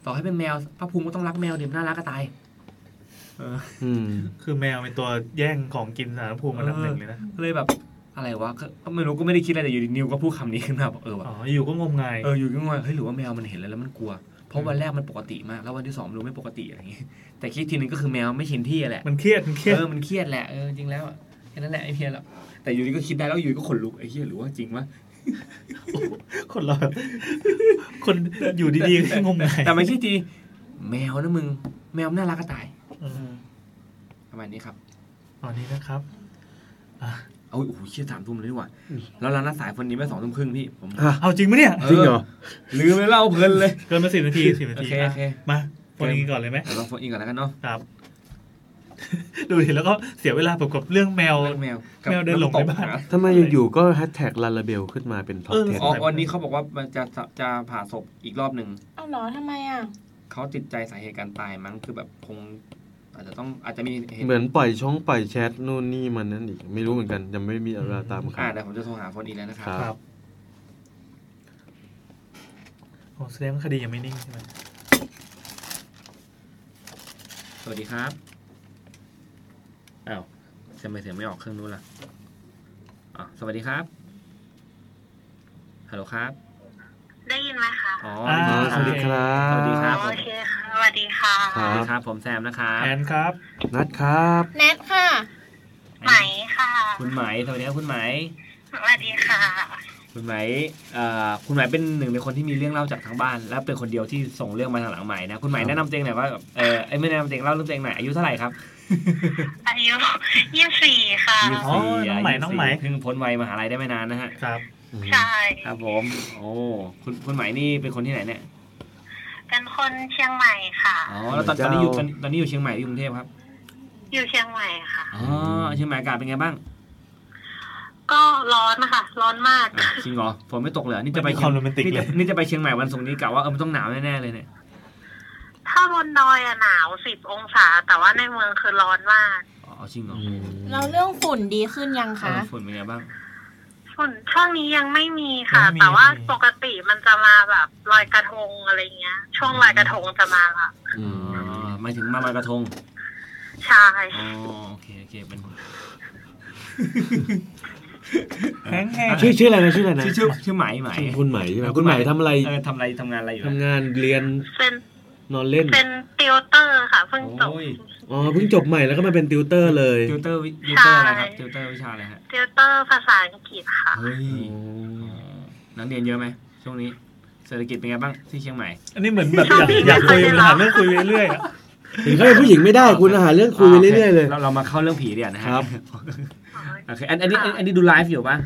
ต่อให้เป็นแมวพระภูมิก็ต้องรักแมวเดี๋ยวน่ารักก็ตาย
อืม
คือแมวเป็นตัวแย่งของกินสารภูมิอันดับหนึ่งเลยนะ
ก็เลยแบบอะไรวะก็ก็ไม่รู้ก็ไม่ได้คิดอะไรแต่อยู่ดีนิวก็พูดคำนี้ขึ้นมาบอกเออว่ะ
อ๋ออยู่ก็งมงาย
เอออยู่ก็งงเฮ้ยหรือว่าแมวมันเห็นแล้วแล้วมันกลัว เพราะวันแรกมันปกติมาก แล้ววันที่สองมันรู้ไม่ปกติอะไรอย่างงี้ (laughs) แต่คิดทีนึงก็คือแมวไม่ชินที่แหละ
มันเครียดมันเครียด
เออมันเครียดแหละเออจริงแล้วอะแค่นั้นแหละไอ้เพียหรอกแต่อยู่ดีก็คิดได้แล้วอยู่ดีก็ขนลุกไอ้เหี้ยหรือว่าจริงวะ
คนเราแบบคนอยู่ดีๆก็งมงาย
แต่มันคิดทีแมวนะมึงแมวมันน่ารักก็ตาย
เออ
ประมาณนี้ครับ
ตอนนี้นะครับ
เอาโอ้โหเชี่ยสามทุ่มเลยดีกว่าแล้วเรานัดสายคนนี้ไปสองทุ่มครึ่งพี่ผม
อ่ะ
เอาจริงปะเนี่ย
จริงเหรอ
ลืมเลยเล่าเพลินเลย
เกินมาสิบนาทีสิบนาที
โอเคโอเค
อ่ะมาคนนี้ก่อนเลยไหม
เดี๋ยวเราโฟนอินก่อนแล้วกันเนาะ
ครับ ดูดิแล้วก็เสียเวลาแบบกับเรื่องแมว
เรื่องแมวกับ
แมวเดินหลงในบ้าน
ำตกะ
ทำไมอยู่ๆก็แฮชแท็กลาลาเบลขึ้นมาเป็นท็อป
เออ
เทน
อ๋อวันนี้เขาบอกว่ามันจะจะผ่าศพอีกรอบหนึ่ง
เอาเหรอทำไมอ่ะ
เขาติดใจสาเหตุการตายมั้งคือแบบคง อาจจะต้องอาจจะมีเหตุ
เหมือนปล่อยช่องปล่อยแชทนู่นนี่มันนั่นอีก ไม่รู้เหมือนกัน ยังไม่มีอะไรตามข่า
อ่าว เดี๋ยวผมจะโทรหาโฟนอีกแล้วนะครั
ครับ บ
ครับโอ้แสดงว่าคดียังไม่นิ่งใช่ไหม
สวัสดีครับอ้าวทำไมเสียงไม่ออกเครื่องนู้นล่ะอ๋อสวัสดีครับฮัลโหลครับ
ได้ยินไหมคะ
อ๋อ
อ่า
อ๋อสวัสดีครับ
สวัสดีครับผ
โอ
ม
เคค่ะ สวัสดีค่ะ
ส
ครั
วัสดี
บ
ครับผมแซมนะครับ
แอนครับ
นัดครับ
แนทค่ะ
ไหมค่ะ
คุณไหมสวัสดีครับคุณไหม
สวัสดีค่ะ
คุณไหมเอ่อคุณไหมเป็นหนึ่งในคนที่มีเรื่องเล่าจากทางบ้าน และเป็นคนเดียวที่ส่งเรื่องมาทางหลังใหม่นะ คุณไหม
ครับ
แนะนำตัวเองหน่อยว่าแบบเออเอ้ยไม่แนะนำตัวเองเล่าเรื่องตัวเองหน่อยอายุเท่าไหร่ครับ
อายุยี่สี่ค่ะ
ยี่
อ๋อน้องไหมน้องไหม
เพิ่งพ้นวัยมหาลัยได้ไม่นานนะฮะ
ครับ
อืม
ใช่
ครับผม โอ้ คุณคุณไหมนี่เป็นคนที่ไหนเนี่ย
เป็นคนเชียงใหม่ค่ะ
อ๋อ แล้วตอนตอนนี้อยู่ตอนตอนนี้อยู่เชียงใหม่หรือยู่กรุงเทพครับ
อยู่เชียงใหม่ค่ะ
อ๋อ เชียงใหม่อากาศเป็นไงบ้าง
ก็ร้อนค่ะ ร้อนมาก
อ่ะจริงเหรอ ฝนไม่ตกเลยนี่จะไป
ไม่มีความโรแมนติก
นี่จะ
เลย
นี่จะไปเชียงใหม่วันศุกร์นี้กะว่าเออมันต้องหนาวแน่ๆเลยเนี่ย
ถ้าบนดอยอะหนาวสิบองศา แต่ว่าในเมืองคือร้อนมาก
อ๋อจริงเหรอ
อืม
เราเรื่องฝุ่นดีขึ้นยัง
เอ
คะ
อฝนเป็นไงบ้าง
ฝนช่วงนี้ยังไม่มีค่ะ
ยังไม่มี
แต่ว่าปกติมันจะมาแบบลอยกระทงอะไรเงี้ย ช่วงลอยกระทงจะมาละ
อื
อ๋
ม
อหมายถึงมาลอยกระทง
ใช่
อ๋อโอเคโอเคเป็น
แห้งแห้ง
ชื่อชื่ออะไรนะชื่ออะไรนะ
ชื่อชื่อชื่อไหมไหม
ชื่อคุณใหม่ใช่ไหมคุณใหม่ทำอะไร
เออทำอะไรทำงานอะไรอยู่
ทำ
นะ
งานเรียน
เป็น
นอนเล่น
เป็นติวเตอร์ค่ะเพิ่งจบ
โอ้ย
อ๋อเพิ่งจบใหม่แล้วก็มาเป็นติวเตอร์เลย
ติวเตอร์วิติวเตอร์อะไรครับติวเตอร์วิชาอะไรฮะ
ติวเตอร์ภาษาอังกฤษค่ะ
เฮ้ย
อ๋อ
นักเรียนเยอะไหมช่วงนี้ เศรษฐกิจเป็นไงบ้างที่เชียงใหม่
อันนี้เหมือนแบบอยากอยากคุยปัญหาเรื่องคุยไปเรื่อยอะ
ถึงเขาเป็นผู้หญิงไม่ได้คุณอาหารเรื่องคุยไปเรื่อยๆเลย
เราเรามาเข้าเรื่องผีเดี๋ยวนะฮะ
ครับ
โอเคอันอันนี้อันนี้ดูไลฟ์อยู่ป่ะ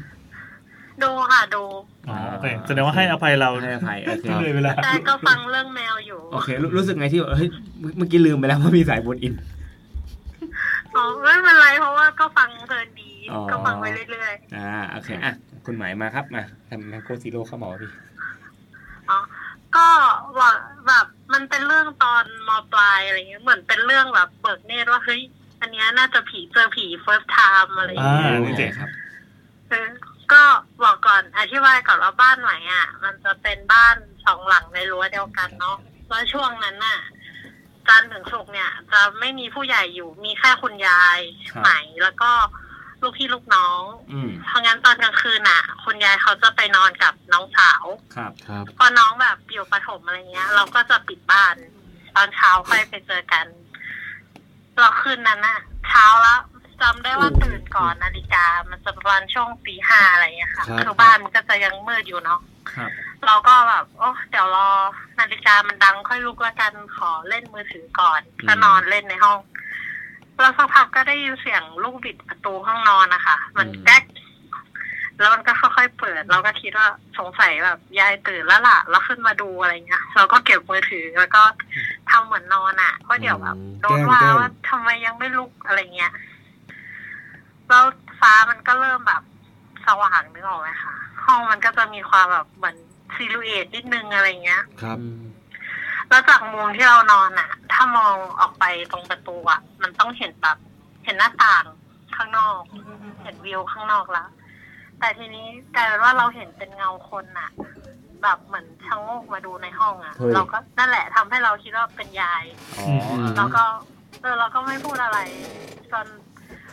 ดูค่ะดู
อ๋อโอเคแสดงว่าให้อภัยเรา
ให้อภัยโอเค
ที่เลยเวลา
แต่ก็ฟังเรื่องแมวอยู่
โอเครู้รู้สึกไงที่แบบเฮ้ยเมื่อเมื่อกี้ลืมไปแล้วว่ามีสายบนอิน
อ๋อ ไม่เป็นไรเพราะว่าก็ฟังเพลินดี
อ๋อ
ก็ฟังไปเรื่อย
อ่าโอเคอ่ะคุณหมายมาครับมาทำแมคโครซีโร่เข้ามาพี่
ๆอ๋อก็ว่าแบบมันเป็นเรื่องตอนมปลายอะไรเงี้ยเหมือนเป็นเรื่องแบบเบิกเนตรว่าเฮ้ยอันเนี้ยน่าจะผีเจอผี first time อะไรอย่าง
อ่า
เงี้ย
นี่เจ๋ง
ครับ
เออก็บอกก่อนอธิบายก่อนว่าบ้านไหมอ่ะ มันจะเป็นบ้านสองหลังในรั้วเดียวกันเนาะแล้วช่วงนั้นน่ะจันทร์ถึงศุกร์เนี่ย จะไม่มีผู้ใหญ่อยู่มีแค่คุณยาย
ครับ
ไหมแล้วก็ลูกพี่ลูกน้อง
อืม
เพราะงั้นตอนกลางคืนน่ะ คุณยายเขาจะไปนอนกับน้องสาว
ครับ
ครับ
พอน้องแบบอยู่ประถมอะไรเงี้ย เราก็จะปิดบ้าน ตอนเช้าค่อยไปเจอกันเราคืนนั้นน่ะ เช้าแล้วจำได้ว่าตื่นก่อนนาฬิกา มันจะประมาณช่วงตีห้าอะไรเงี้ยค่ะ
ครับ
คือบ้านมันก็จะยังมืดอยู่เนาะ
ครับ
เราก็แบบโอ้เดี๋ยวรอนาฬิกามันดังค่อยลุกละกันขอเล่นมือถือก่อนก็นอนเล่นในห้องแล้วสักพักก็ได้ยินเสียงลูกบิดประตูห้องนอนนะคะมันแก๊ก แล้วมันก็ค่อยๆเปิด เราก็คิดว่าสงสัยแบบยายตื่นแล้วล่ะ แล้วขึ้นมาดูอะไรเงี้ย เราก็เก็บมือถือแล้วก็ทำเหมือนนอนอ่ะเพราะเดี๋ยวแบบ
อืม
โดนว่า
แกล้งแกล้ง
ว่าทำไมยังไม่ลุกอะไรเงี้ย แล้วฟ้ามันก็เริ่มแบบสว่างนึกออกไหมคะห้องมันก็จะมีความแบบเหมือนซิลูเอตนิดนึงอะไรเงี้ย
ครับ
แล้วจากมุมที่เรานอนอ่ะ ถ้ามองออกไปตรงประตูอ่ะ มันต้องเห็นแบบเห็นหน้าต่างข้างนอก เห็นวิวข้างนอกละแต่ทีนี้กลายเป็นว่าเราเห็นเป็นเงาคนน่ะ แบบเหมือนชะโงกมาดูในห้องอะ
เฮ้ย
เราก็นั่นแหละทำให้เราคิดว่าเป็นยาย
อ๋อ
อืม
แล้วก็เออเราก็ไม่พูดอะไรจน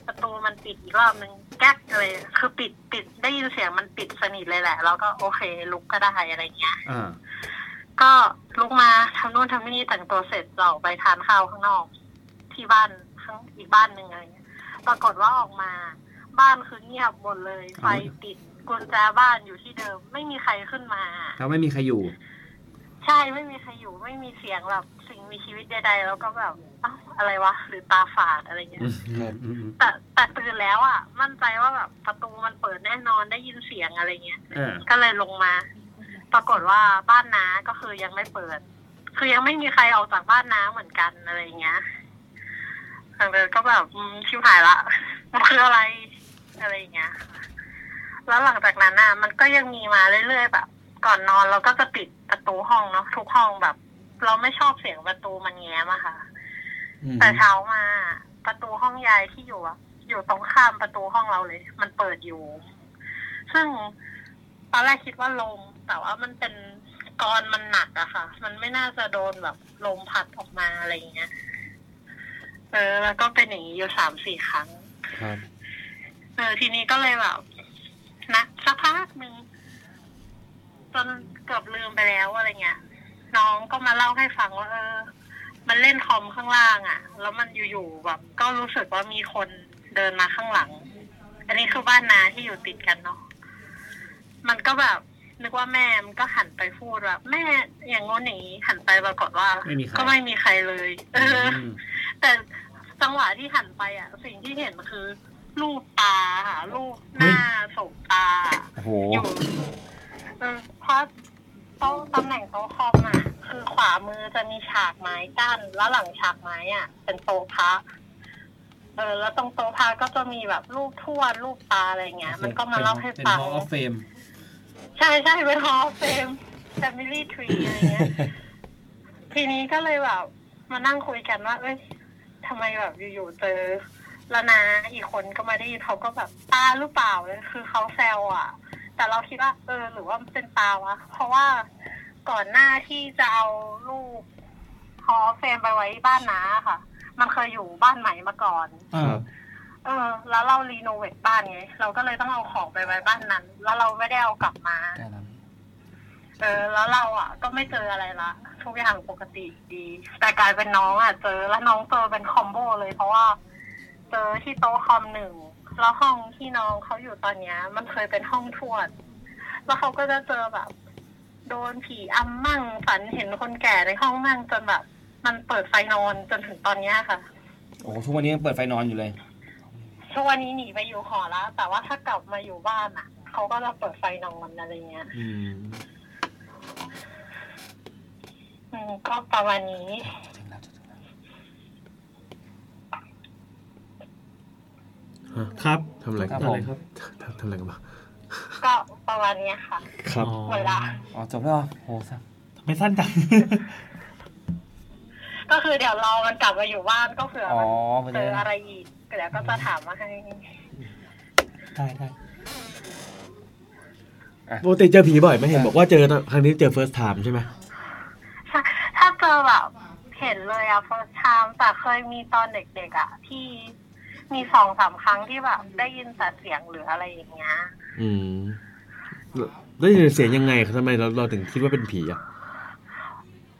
ประตูมันปิดอีกรอบนึงแก๊กเลย คือปิดปิดได้ยินเสียงมันปิดสนิทเลยแหละ เราก็โอเคลุกก็ได้อะไรเงี้ย
อ่า
ก็ลุกมาทำนู่นทำนี่แต่งตัวเสร็จเราไปทานข้าวข้างนอก ที่บ้านข้างอีกบ้านหนึ่งอะไรเงี้ยปรากฏว่าออกมา บ้านคือเงียบหมดเลย ไฟติดกุญแจบ้านอยู่ที่เดิม ไม่มีใครขึ้นมา
แล้วไม่มีใครอยู่
ใช่ไม่มีใครอยู่ไม่มีเสียงแบบสิ่งมีชีวิตใดๆแล้วก็แบบอ้าวอะไรวะหรือตาฝาดอะไรเงี้ย แต่แต่ตื่นแล้วอ่ะ มั่นใจว่าแบบประตูมันเปิดแน่นอนได้ยินเสียงอะไรเงี้ย
เออ
ก็เลยลงมา ปรากฏว่าบ้านน้าก็คือยังไม่เปิด คือยังไม่มีใครออกจากบ้านน้าเหมือนกันอะไรอย่างเงี้ยทางเดินก็แบบอืมชิบหายละมันคืออะไรอะไรอย่างเงี้ย แล้วหลังจากนั้นน่ะ มันก็ยังมีมาเรื่อยๆแบบ ก่อนนอนเราก็จะปิดประตูห้องเนาะทุกห้องแบบ เราไม่ชอบเสียงประตูมันแง้มอะค่ะ แต่เช้ามาประตูห้องยายที่อยู่อะอยู่ตรงข้ามประตูห้องเราเลย มันเปิดอยู่ ซึ่งตอนแรกคิดว่าลม แต่ว่ามันเป็นกรอนมันหนักอะค่ะ มันไม่น่าจะโดนแบบลมพัดออกมาอะไรอย่างเงี้ยเออ แล้วก็เป็นอย่างนี้อยู่สามสี่ครั้ง
ครับ
เออทีนี้ก็เลยแบบนะสักพักหนึ่งจนเกือบลืมไปแล้วอะไรเงี้ย น้องก็มาเล่าให้ฟังว่าเออ มันเล่นคอมข้างล่างอะ่ะ แล้วมันอยู่ๆแบบ ก็รู้สึกว่ามีคนเดินมาข้างหลัง อันนี้คือบ้านนาที่อยู่ติดกันเนาะมันก็แบบ นึกว่าแม่มันก็หันไปพูดแบบแม่อย่างงู้นอย่างนี้หันไปปรากฏว่า
ไม่มีใคร
ก็ไม่มีใครเลย เออ
ม
แต่จังหวะที่หันไปอ่ะ สิ่งที่เห็นคือ รูปตาค่ะรูปหน้าศพตา
โอ้โห
อยู่เออเพราะโต้องตำแหน่งโต๊ะคอมอ่ะ คือขวามือจะมีฉากไม้กั้นแล้วหลังฉากไม้อ่ะ เป็นโต๊ะพระเออ แล้วตรงโต๊ะพระก็จะมีแบบรูปทวดรูปตาอะไรเงี้ย มันก็มาเล่าให้
เป็น
ฟัง
ฮอลล์เฟม
ใช่ใช่เป็นฮอลเฟมแฟมิลี่ทรีอะไรเงี้ย ทีนี้ก็เลยแบบมานั่งคุยกันว่า เอ้ยทำไมแบบอยู่ๆเจอแล้วนะอีกคนก็มาได้ยินเขาก็แบบตาหรือเปล่าเลยคือเขาแซวอ่ะ แต่เราคิดว่า เออ หรือว่ามันเป็นตาวะ เพราะว่าก่อนหน้าที่จะเอาลูกฮอลเฟมไปไว้บ้านน้าค่ะ มันเคยอยู่บ้านใหม่มาก่อน
อ่า
เออ แล้วเรารีโนเวทบ้านไงเราก็เลยต้องเอาของไปไว้บ้านนั้น แล้วเราไม่ได้เอากลับมา
ได้แล้ว
เออแล้วเราอ่ะ ก็ไม่เจออะไรละทุกอย่างปกติดี แต่กลายเป็นน้องอ่ะ เจอแล้วน้องเจอเป็นคอมโบเลย เพราะว่า เจอที่โต๊ะคอมหนึ่งแล้วห้องที่น้องเขาอยู่ตอนเนี้ย มันเคยเป็นห้องทวด แล้วเขาก็จะเจอแบบ โดนผีอำมั่งฝันเห็นคนแก่ในห้องมั่งจนแบบ มันเปิดไฟนอนจนถึงตอนเนี้ยค่ะ
โอ้โหทุกวันนี้ยังเปิดไฟนอนอยู่เลย
ช่วงวันนี้หนีไปอยู่หอแล้ว แต่ว่าถ้ากลับมาอยู่บ้านอ่ะเขาก็จะเปิดไฟนอนอะไรเงี้ย
อืม
อืมก็ประมาณนี้
ครับ
ทำอะไร
ค
กั
รั
น
บผม
ทำทำอะไรกันบ้าง
ก็ประมาณเนี้ยค่ะ
ครับ
อ๋อ
หมดละ
อ๋อจบแล้วเหรอโหสับ
ทำไม่สั้นจัง
ก็คือเดี๋ยวเรามันกลับมาอยู่บ้านก็เผื่อ
อ๋อ
มัน
ไม่
เจ
ได้
ออะไรอีกเดี๋ยวก็จะถามมาให้
ได้ได้
ปกติเจอผีบ่อยไหมเห็นบอกว่าเจอนะครั้งนี้เจอ first time ใช่ไหม
ถ้าเจอแบบเห็นเลยอะ first time แต่เคยมีตอนเด็กๆอะที่มีสองสามครั้งที่แบบได้ยินแต่เสียงหรืออะไรอย่างเงี้ย
อืมแล้วได้ยินเสียงยังไงทำไมเราเราถึงคิดว่าเป็นผีอ่ะ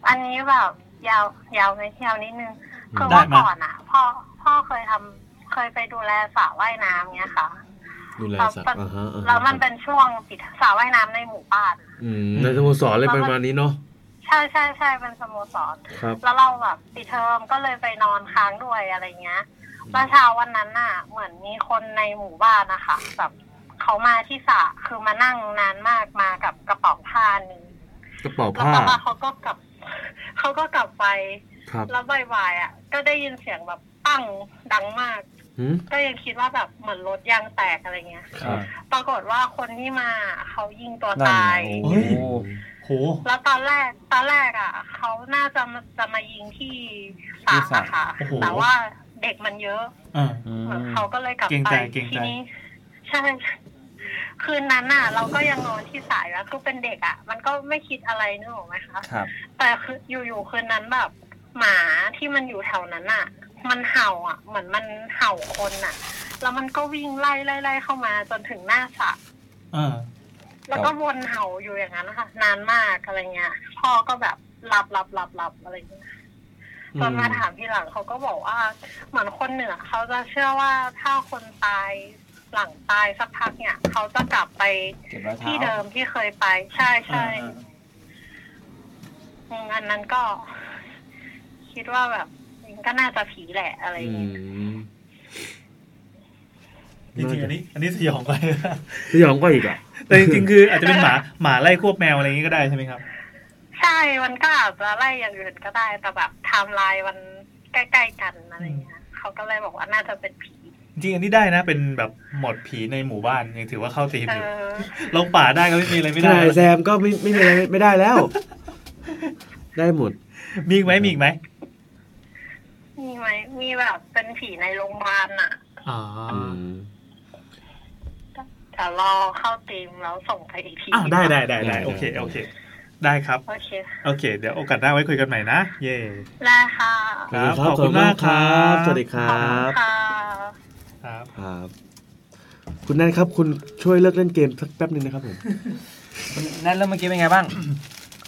อันนี้แบบยาวยาวไหมยาวนิดนึง
อืม
คือว่าก่อนอะพ่อพ่อเคยทำเคยไปดูแลสระว่ายน้ำเงี้ยค่ะ
ดูแล
แล้ว
สัตว์
มัน
อ่าฮะอ่าฮะ
แล้วมันเป็นช่วงปิดสระว่ายน้ำในหมู่บ้าน
อืมในสโมสรอะไรประมาณนี้เนาะ
ใช่ใช่ใช่เป็นสโมสร
ครับ
แล้วเราแบบปิดเทอมก็เลยไปนอนค้างด้วยอะไรเงี้ยแล้วเช้าวันนั้นน่ะ เหมือนมีคนในหมู่บ้านนะคะแบบเขามาที่สระคือมานั่งนานมากมากับกระเป๋าผ้าหนึง
กระเป๋า
แล้ว
ผ้า
ก็มาเขาก็กลับ (laughs) เขาก็กลับไป
ครับ
แล้วบ่ายๆอ่ะ ก็ได้ยินเสียงแบบปั้งดังมาก
หืม
ก็ยังคิดว่าแบบเหมือนรถยางแตกอะไรเงี้ย
ครับ
ปรากฏว่าคนที่มาเขายิงตัว
นั่น
ตาย
โอ้โห
โห
แล้วตอนแรกตอนแรกอ่ะเขาน่าจะมาจะมายิงที่สามอะค่ะ
โอ้โห
แต่ว่าเด็กมันเยอะ
อ่า
อืม
เหมือนเขาก็เลยกลับ
เกรง
ไป
ใจเกรงใจ
ทีนี้ ใช่ คืนนั้นน่ะ เราก็ยังนอนที่สายแล้วคือเป็นเด็กอ่ะ มันก็ไม่คิดอะไรนึกออกไหมคะ
ครับ
แต่คืออยู่ๆคืนนั้นแบบ หมาที่มันอยู่แถวนั้นอ่ะ มันเห่าอ่ะ เหมือนมันเห่าคนอ่ะ แล้วมันก็วิ่งไล่ไล่ไล่เข้ามาจนถึงหน้าสระ
อ่า
แล้วก็วนเห่าอยู่อย่างนั้นนะคะนานมากอะไรเงี้ย พ่อก็แบบหลับหลับหลับหลับอะไรเงี้ย
อื
ตอน
ม
มาถามทีหลังเขาก็บอกว่า เหมือนคนเหนือเขาจะเชื่อว่าถ้าคนตายหลังตายสักพักเนี่ย เขาจะกลับไป
เก็บรอย
ที่
เท้า
เดิมที่เคยไป ใช่ใช่อืมอันนั้นก็ คิดว่าแบบมันก็น่าจะผีแหละอะไร
อื
เงี้ย
ม
จริงๆอันนี้ อันนี้สยอง (laughs) ไป
สยองก็อีกอ่ะ
แต่จริงๆ คืออาจจะเป็นหมาหมาไล่ควบแมวอะไรอย่างนี้ก็ได้ใช่ไหมครับ
ใช่ มันก็อาจจะไล่อย่างอื่นก็ได้ แต่แบบไทม์ไลน์มันใกล้ๆกันอะไรเงี้ยเขาก็เลยบอกว่าน่าจะเป็นผี
จริงๆอันนี้ได้นะ เป็นแบบหมดผีในหมู่บ้านยังถือว่าเข้าตีม
เอ
อยู่
อ
ลงป่าได้ก็ไม่มีอะไรไม่
ท
ได้
นายแซมก็ไม่ไม่มีอะไรไม่ได้แล้ว ได้หมด
มีอีกไหมมีอีกไหม
มีไหมมีแบบเป็นผีในโรงพยาบาลอะ
อ๋อ
อืม
แต่รอเข้าตีมแล้วส่งไปอีกที
อ่าได้ได้ได้ได้โอเคโอเค ได้ครับ
โอเค
โอเค เดี๋ยวโอกาสหน้าไว้คุยกันใหม่นะ เย่
ได้ค่ะ
ครับ
ขอบคุณมากครับ สวัสดีค
ข
รั
อบคุณ
บ
ค่ะ
ครับ
ครับ คุณแนนครับ คุณช่วยเลิกเล่นเกมสักแป๊บหนึ่งนะครับผม
แนั่นแล้วเมื่อกี้เป็นไงบ้าง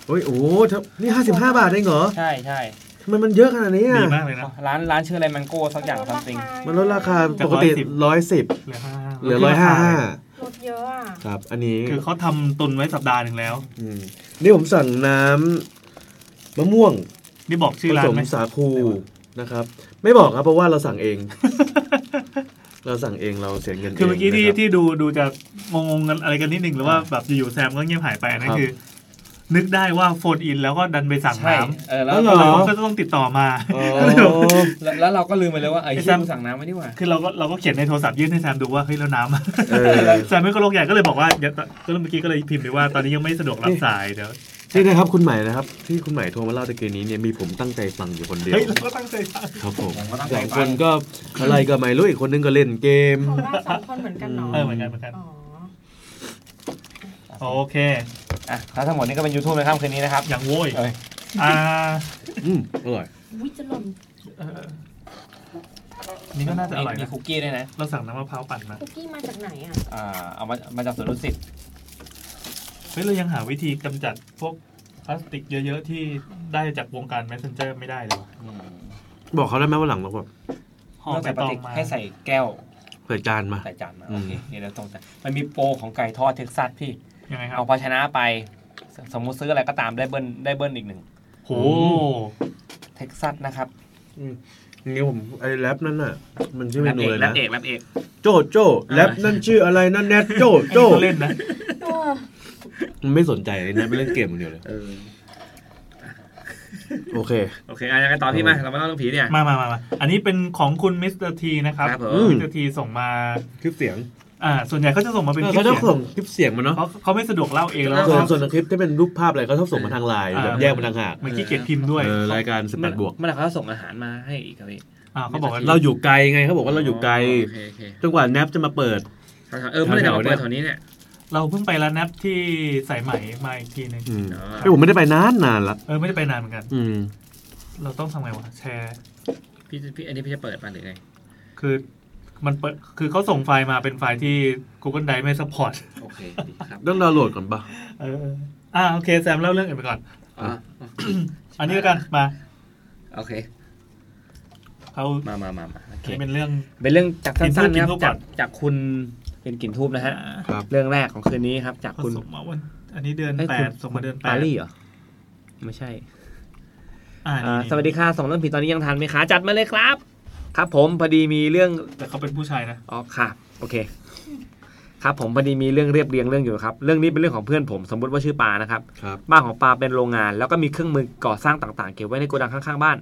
โอ้ยโอ้โหเท่านี่ห้าสิบห้าบาทเองเหรอ
ใช่ใช่
ทำไมมันเยอะขนาดนี้อ่ะ
ดีมากเลยนะ
ร้านร้านชื่ออะไรมันโก้สักอย่างซัมติง
มันลดราคาปกติร้อยสิบ
เหลือห้า
เหลือร้อยห้าห้า
ลดเยอะอ่ะ
ครับ อันนี้
คือเขาทำตุนไว้สัปดาห์หนึ่งแล้ว
มนี่ผมสั่งน้ำมะม่วง
นี่บอกชื่
ผ
อร้า
ส
น
ม
ไหม
สาคูนะครับ ไม่บอกครับเพราะว่าเราสั่งเอง (laughs) เราสั่งเองเราเสียเงิน
คือเมื่อกี้ที่
งนะครับ
ที่ดูดูจะงงงๆกันอะไรกันนิดหนึ่งหรือว่าแบบอยู่ๆแซมก็เงียบหายไปอันนั่
ครั
น
บ
คือ นึกได้ว่าโฟนอินแล้วก็ดันไปสั่ง
ใช่
น้
เออแล้ว
อ๋อเหร
ำแล้วก็ต้องติดต่อมา
อ๋
ก็เลยแบบ
อ
แล้วแล้วเราก็ลืมไปเลยว่าไอ้
ไอ้
ที่
แซม
กูสั่งน้ำไม่ดีกว่า
คือเราก็เราก็เขียนในโทรศัพท์ยื่นให้แซมดูว่าเฮ้ยแล้วน้ำอะ (laughs)
เออ
แซมไม่ก็โลกใหญ่ก็เลยบอกว่าเดี๋ยวก็เมื่อกี้ก็เลยพิมพ์ไปว่าตอนนี้ยังไม่สะดวกรับสายเดี๋ยว
นี่นะครับคุณใหม่นะครับ ที่คุณใหม่โทรมาเล่าตะกี้นี้เนี่ยมีผมตั้งใจฟังอยู่คนเดียว
เฮ้ยเราก็ตั้งใจฟัง
ครับผม
ผมก็ตั้ง
ส
ใจ
อง
ฟั
ค
ง
นก็อะไรก็ไม่รู้อีกคนนึงก็เล่นเกม
ของเราสองคนเหมือนกันเนาะ
เออเหมือนกันเหมือนกัน
อ๋อ
โอเค
อ่ะแล้วทั้งหมดนี้ก็เป็น YouTube ในค่ำคืนนี้นะครับ
อย่างโว้ย
เอ้ย
อ่า
อืมอร่อย
วิจะหล่น
เออนี่ก็น่าจะอร่อย
มี
นะ
คุกกี้ด้วยนะ
เราสั่งน้ำมะพร้าวปั่นมา
คุกกี้มาจากไหนอ่ะ
อ่าเอามามาจากสวนรุสิต
เฮ้ยเรายังหาวิธีกำจัดพวกพลาสติกเยอะๆที่ได้จากวงการ messenger ไม่ได้เลยวะ
บอกเขาได้ไหมว่าหลังเราแบบ
ห่อน
อก
ใบ
จากป
ตอก
ติ
งมา
ให้ใส่แก้ว
เปิดจานมา
ใส่จานมา
อื
โอ
ม
เคเดี๋ยวเราตรงจานมันมีโปรของไก่ทอดเท็กซัสพี่
ยังไงครับ
เอาภาชนะไปสสมมุติซื้ออะไรก็ตามได้เบิ้ลได้เบิ้ลอีกหนึ่ง
โห
เท็กซัสนะครับ
นี่ผมไอ้แรปนั่นน่ะ มันชื่อเมนูเลย
แร
นะ
ปเอกแรปเอก
โจโจแรปนั่นชื่ออะไรนั่นแนทโจโจ
อันนี้ก็เล่นนะ
มันไม่สนใจเลยนะไปเล่นเกมอย่างเดียวเลย
แ
โอเค
โอเคอ่ะยังไงต่อพี่มา เรามาเล่าเรื่องผีเนี่ย
มามามามาอันนี้เป็นของคุณมิสเตอร์ทีนะครับ
ครับผม
มิสเตอร์ทีส่งมา
คลิปเสียง
อ่าส่วนใหญ่เขาจะส่งมาเป็นคลิป
เขาช
เสี
อย บ
ง
ส่งคลิปเสียงมาเนาะ
เขาเขาไม่สะดวกเล่าเองแล้ว
ส่วน
ครับ
ส่วนคลิปที่เป็นรูปภาพอะไรเขาชอบส่งมาทางไลน์
อ่า
แบบแยกมาทางหาก
เหมือนขี้เกียจพิมพ์ด้วย
เออรายการสิบแปดบวก
เมื่อไหร่เขาส่งอาหารมาให้อีกครับพี่
อ่าเขาบอกว่า
เราอยู่ไกลไงเขาบอกว่าเราอยู่ไกล
โอเคโอเค
จนกว่าแนปจะมาเปิด
เออเมื่อไหร่จะมาเปิดแถวนี้เนี่ย
เราเพิ่งไปร้านแนปที่สายใหม่มาอีกทีหนึง
อืมเอ้ยผมไม่ได้ไปนานนานละ
เออไม่ได้ไปนานเหมือนกัน
อืม
เราต้องทำไงวะแชร์
พี่พี่อันนี้พี่จะเปิดมาหรือไง
คือมันเปิดคือเขาส่งไฟล์มาเป็นไฟล์ที่ Google Drive ไม่ support (laughs)
โอเคดีครับ
ต้องดาวน์โหลดก่อนปะ
เอออ่าโอเค แซมเล่าเรื่องอื่นไปก่อน
อ่ะ
อันนี้แล้วกันมา
โอเค
เขา
มามามามาโอเค
อันนี้เป็นเรื่อง
เป็นเรื่องจากสั้นๆนะครับ
กินทูบก่อ
จา
ก น
จากคุณเป็นกลิ่นทูบนะฮะ
ครับ
เรื่องแรกของคืนนี้ครับ จาก
เขา
คุณ
ส่งมาวัน อันนี้เดือน
เอ้ย
แป
คุณ
ดส่งมาเดือนแป
ปา
ด
รีเหรอ ไม่ใช่
อ่า
อ่า
นี่
สวัสดีค่ะส่งเรื่องผีตอนนี้ยังทันไหมคะจัดมาเลยครับ ครับผมพอดีมีเรื่อง
แต่เขาเป็นผู้ชายนะ
อ๋อค่ะ โอเค ครับผมพอดีมีเรื่องเรียบเรียงเรื่องอยู่ครับ เรื่องนี้เป็นเรื่องของเพื่อนผมสมมติว่าชื่อปานะครับ
ครับ
บ้านของปาเป็นโรงงาน แล้วก็มีเครื่องมือก่อสร้างต่างๆ เก็บไว้ในโกดังข้างๆบ้าน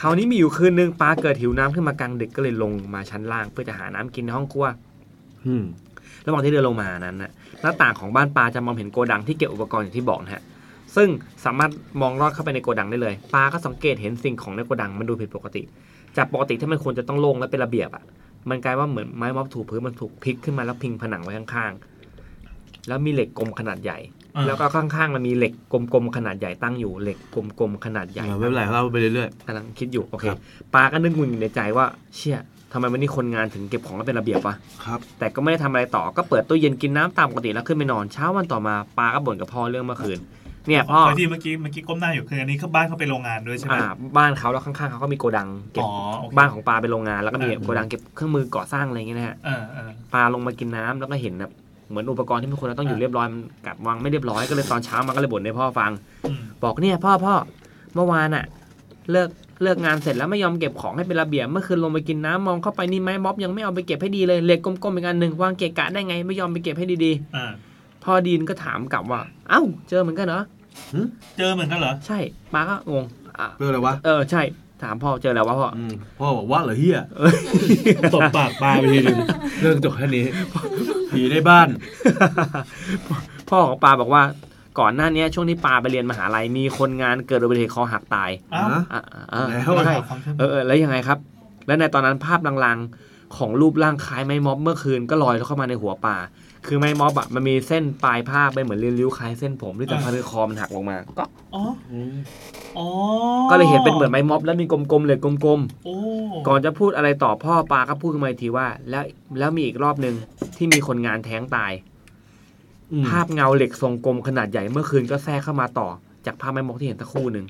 คราวนี้มีอยู่คืนนึงปาเกิดหิวน้ำขึ้นมากลางดึกก็เลยลงมาชั้นล่าง เพื่อจะหาน้ำกินในห้องครัว
อืม
ระหว่างที่เดินลงมานั้นนะหน้าต่างของบ้านปลาจะมองเห็นโกดังที่เก็บอุปกรณ์อย่างที่บอกนะฮะ ซึ่งสามารถมองลอดเข้าไปในโกดังได้เลยปลาก็สังเกตเห็นสิ่งของในโกดังมันดูผิดปกติ จากปกติที่มันควรจะต้องโล่งและเป็นระเบียบอ่ะ มันกลายว่าเหมือนไม้ม็อบถูพื้นมันถูกพลิกขึ้นมาแล้วพิงผนังไว้ข้างๆ แล้วมีเหล็กกลมขนาดใหญ่
อ่า
แล้วก็ข้างๆมันมีเหล็กกลมๆขนาดใหญ่ตั้งอยู่ เหล็กกลมๆขนาดใหญ่
เออไม่เป็นไรเล่าไปเรื่อย
กำลังคิดอยู่โอเค
ครับ
ปาก็นึกงุนอยู่ในใจว่า เชี่ยทำไมวันนี้คนงานถึงเก็บของแล้วเป็นระเบียบวะ
ครับ
แต่ก็ไม่ได้ทำอะไรต่อก็เปิดตู้เย็นกินน้ำตามปกติแล้วขึ้นไปนอนเช้าวันต่อมาปาก็บ่นกับพ่อเรื่องเมื่อคืน เนี่ยพ่อ
ไปที่เมื่อกี้เมื่อกี้ก้มหน้าอยู่คืออันนี้เขาบ้านเขาเป็นโรงงานด้วยใช่ไหม
อ่าบ้านเขาแล้วข้างๆเขาก็มีโกดังเก็บ
อ๋อโอเค
บ้านของปาเป็นโรงงาน แล้วก็มีโกดังเก็บเครื่องมือก่อสร้างอะไรอย่างเงี้ยนะฮะ
เออเออ
ปาลงมากินน้ำแล้วก็เห็นแบบเหมือนอุปกรณ์ที่มันควรจะต้องอยู่เรียบร้อยมันกลับวางไม่เรียบร้อยก็เลยตอนเช้ามันก็เลยบ่นให้พ่อฟัง
อืม
บอกเนี่ยพ่อพ่อเมื่อวานอะเลิกเลิกงานเสร็จแล้วไม่ยอมเก็บของให้เป็นระเบียบเมื่อคืนลงไปกินน้ำมองเข้าไปนี่ไม้ม็อบยังไม่เอาไปเก็บให้ดีเลยเหล็กกลมๆอีกอันหนึ่งวางเกะกะได้ไงไม่ยอมไปเก็บให้ดี
อ่า
ๆพ่อดีนก็ถามกลับว่า เอ้าเจอเหมือนกันเหรอ
เจอเหมือนกันเหรอ
ใช่ป้าก็งงอ่ะ
เพื่ออะไรวะ
เออใช่ถามพ่อเจอแล้ววะพ่อ (laughs)
อืมพ่อบอกว่าเหรอเฮีย
เออ
ตบปากปลาไปทีนึงเรื่องจบแค่นี้ ผีในบ้าน
พ่อของปาบอกว่าก่อนหน้าเนี้ยช่วงที่ปาไปเรียนมหาลัยมีคนงานเกิดอุบัติเหตุคอหักตาย
อ้าว
ฮะ
อ่ะอ่ะอ่ะ
แล้ว
ใช่
อะ
ขอบคุณ
เออเออแล้วยังไงครับ และในตอนนั้นภาพลางๆ ของรูปร่างคล้ายไม้ม็อบเมื่อคืนก็ลอยเข้ามาในหัวป่า คือไม้ม็อบอะมันมีเส้นปลายผ้าไปนเหมือนเรียวๆคล้ายเส้นผมที่แต่พันคอมันหักลงมา ก็
อ๋ออ๋อ
ก็เลยเห็นเป็นเหมือนไม้ม็อบแล้วมีกลมๆเหลยกลม
โอ้
ๆ ก่อนจะพูดอะไรต่อพ่อปาก็พูดขึ้นมาอีกทีว่า แล้วแล้วมีอีกรอบหนึ่งที่มีคนงานแท้งตาย
อืม
ภาพเงาเหล็กทรงกลมขนาดใหญ่เมื่อคืนก็แทรกเข้ามาต่อ จากภาพไม้ม็อบที่เห็นสักครู่หนึ่ง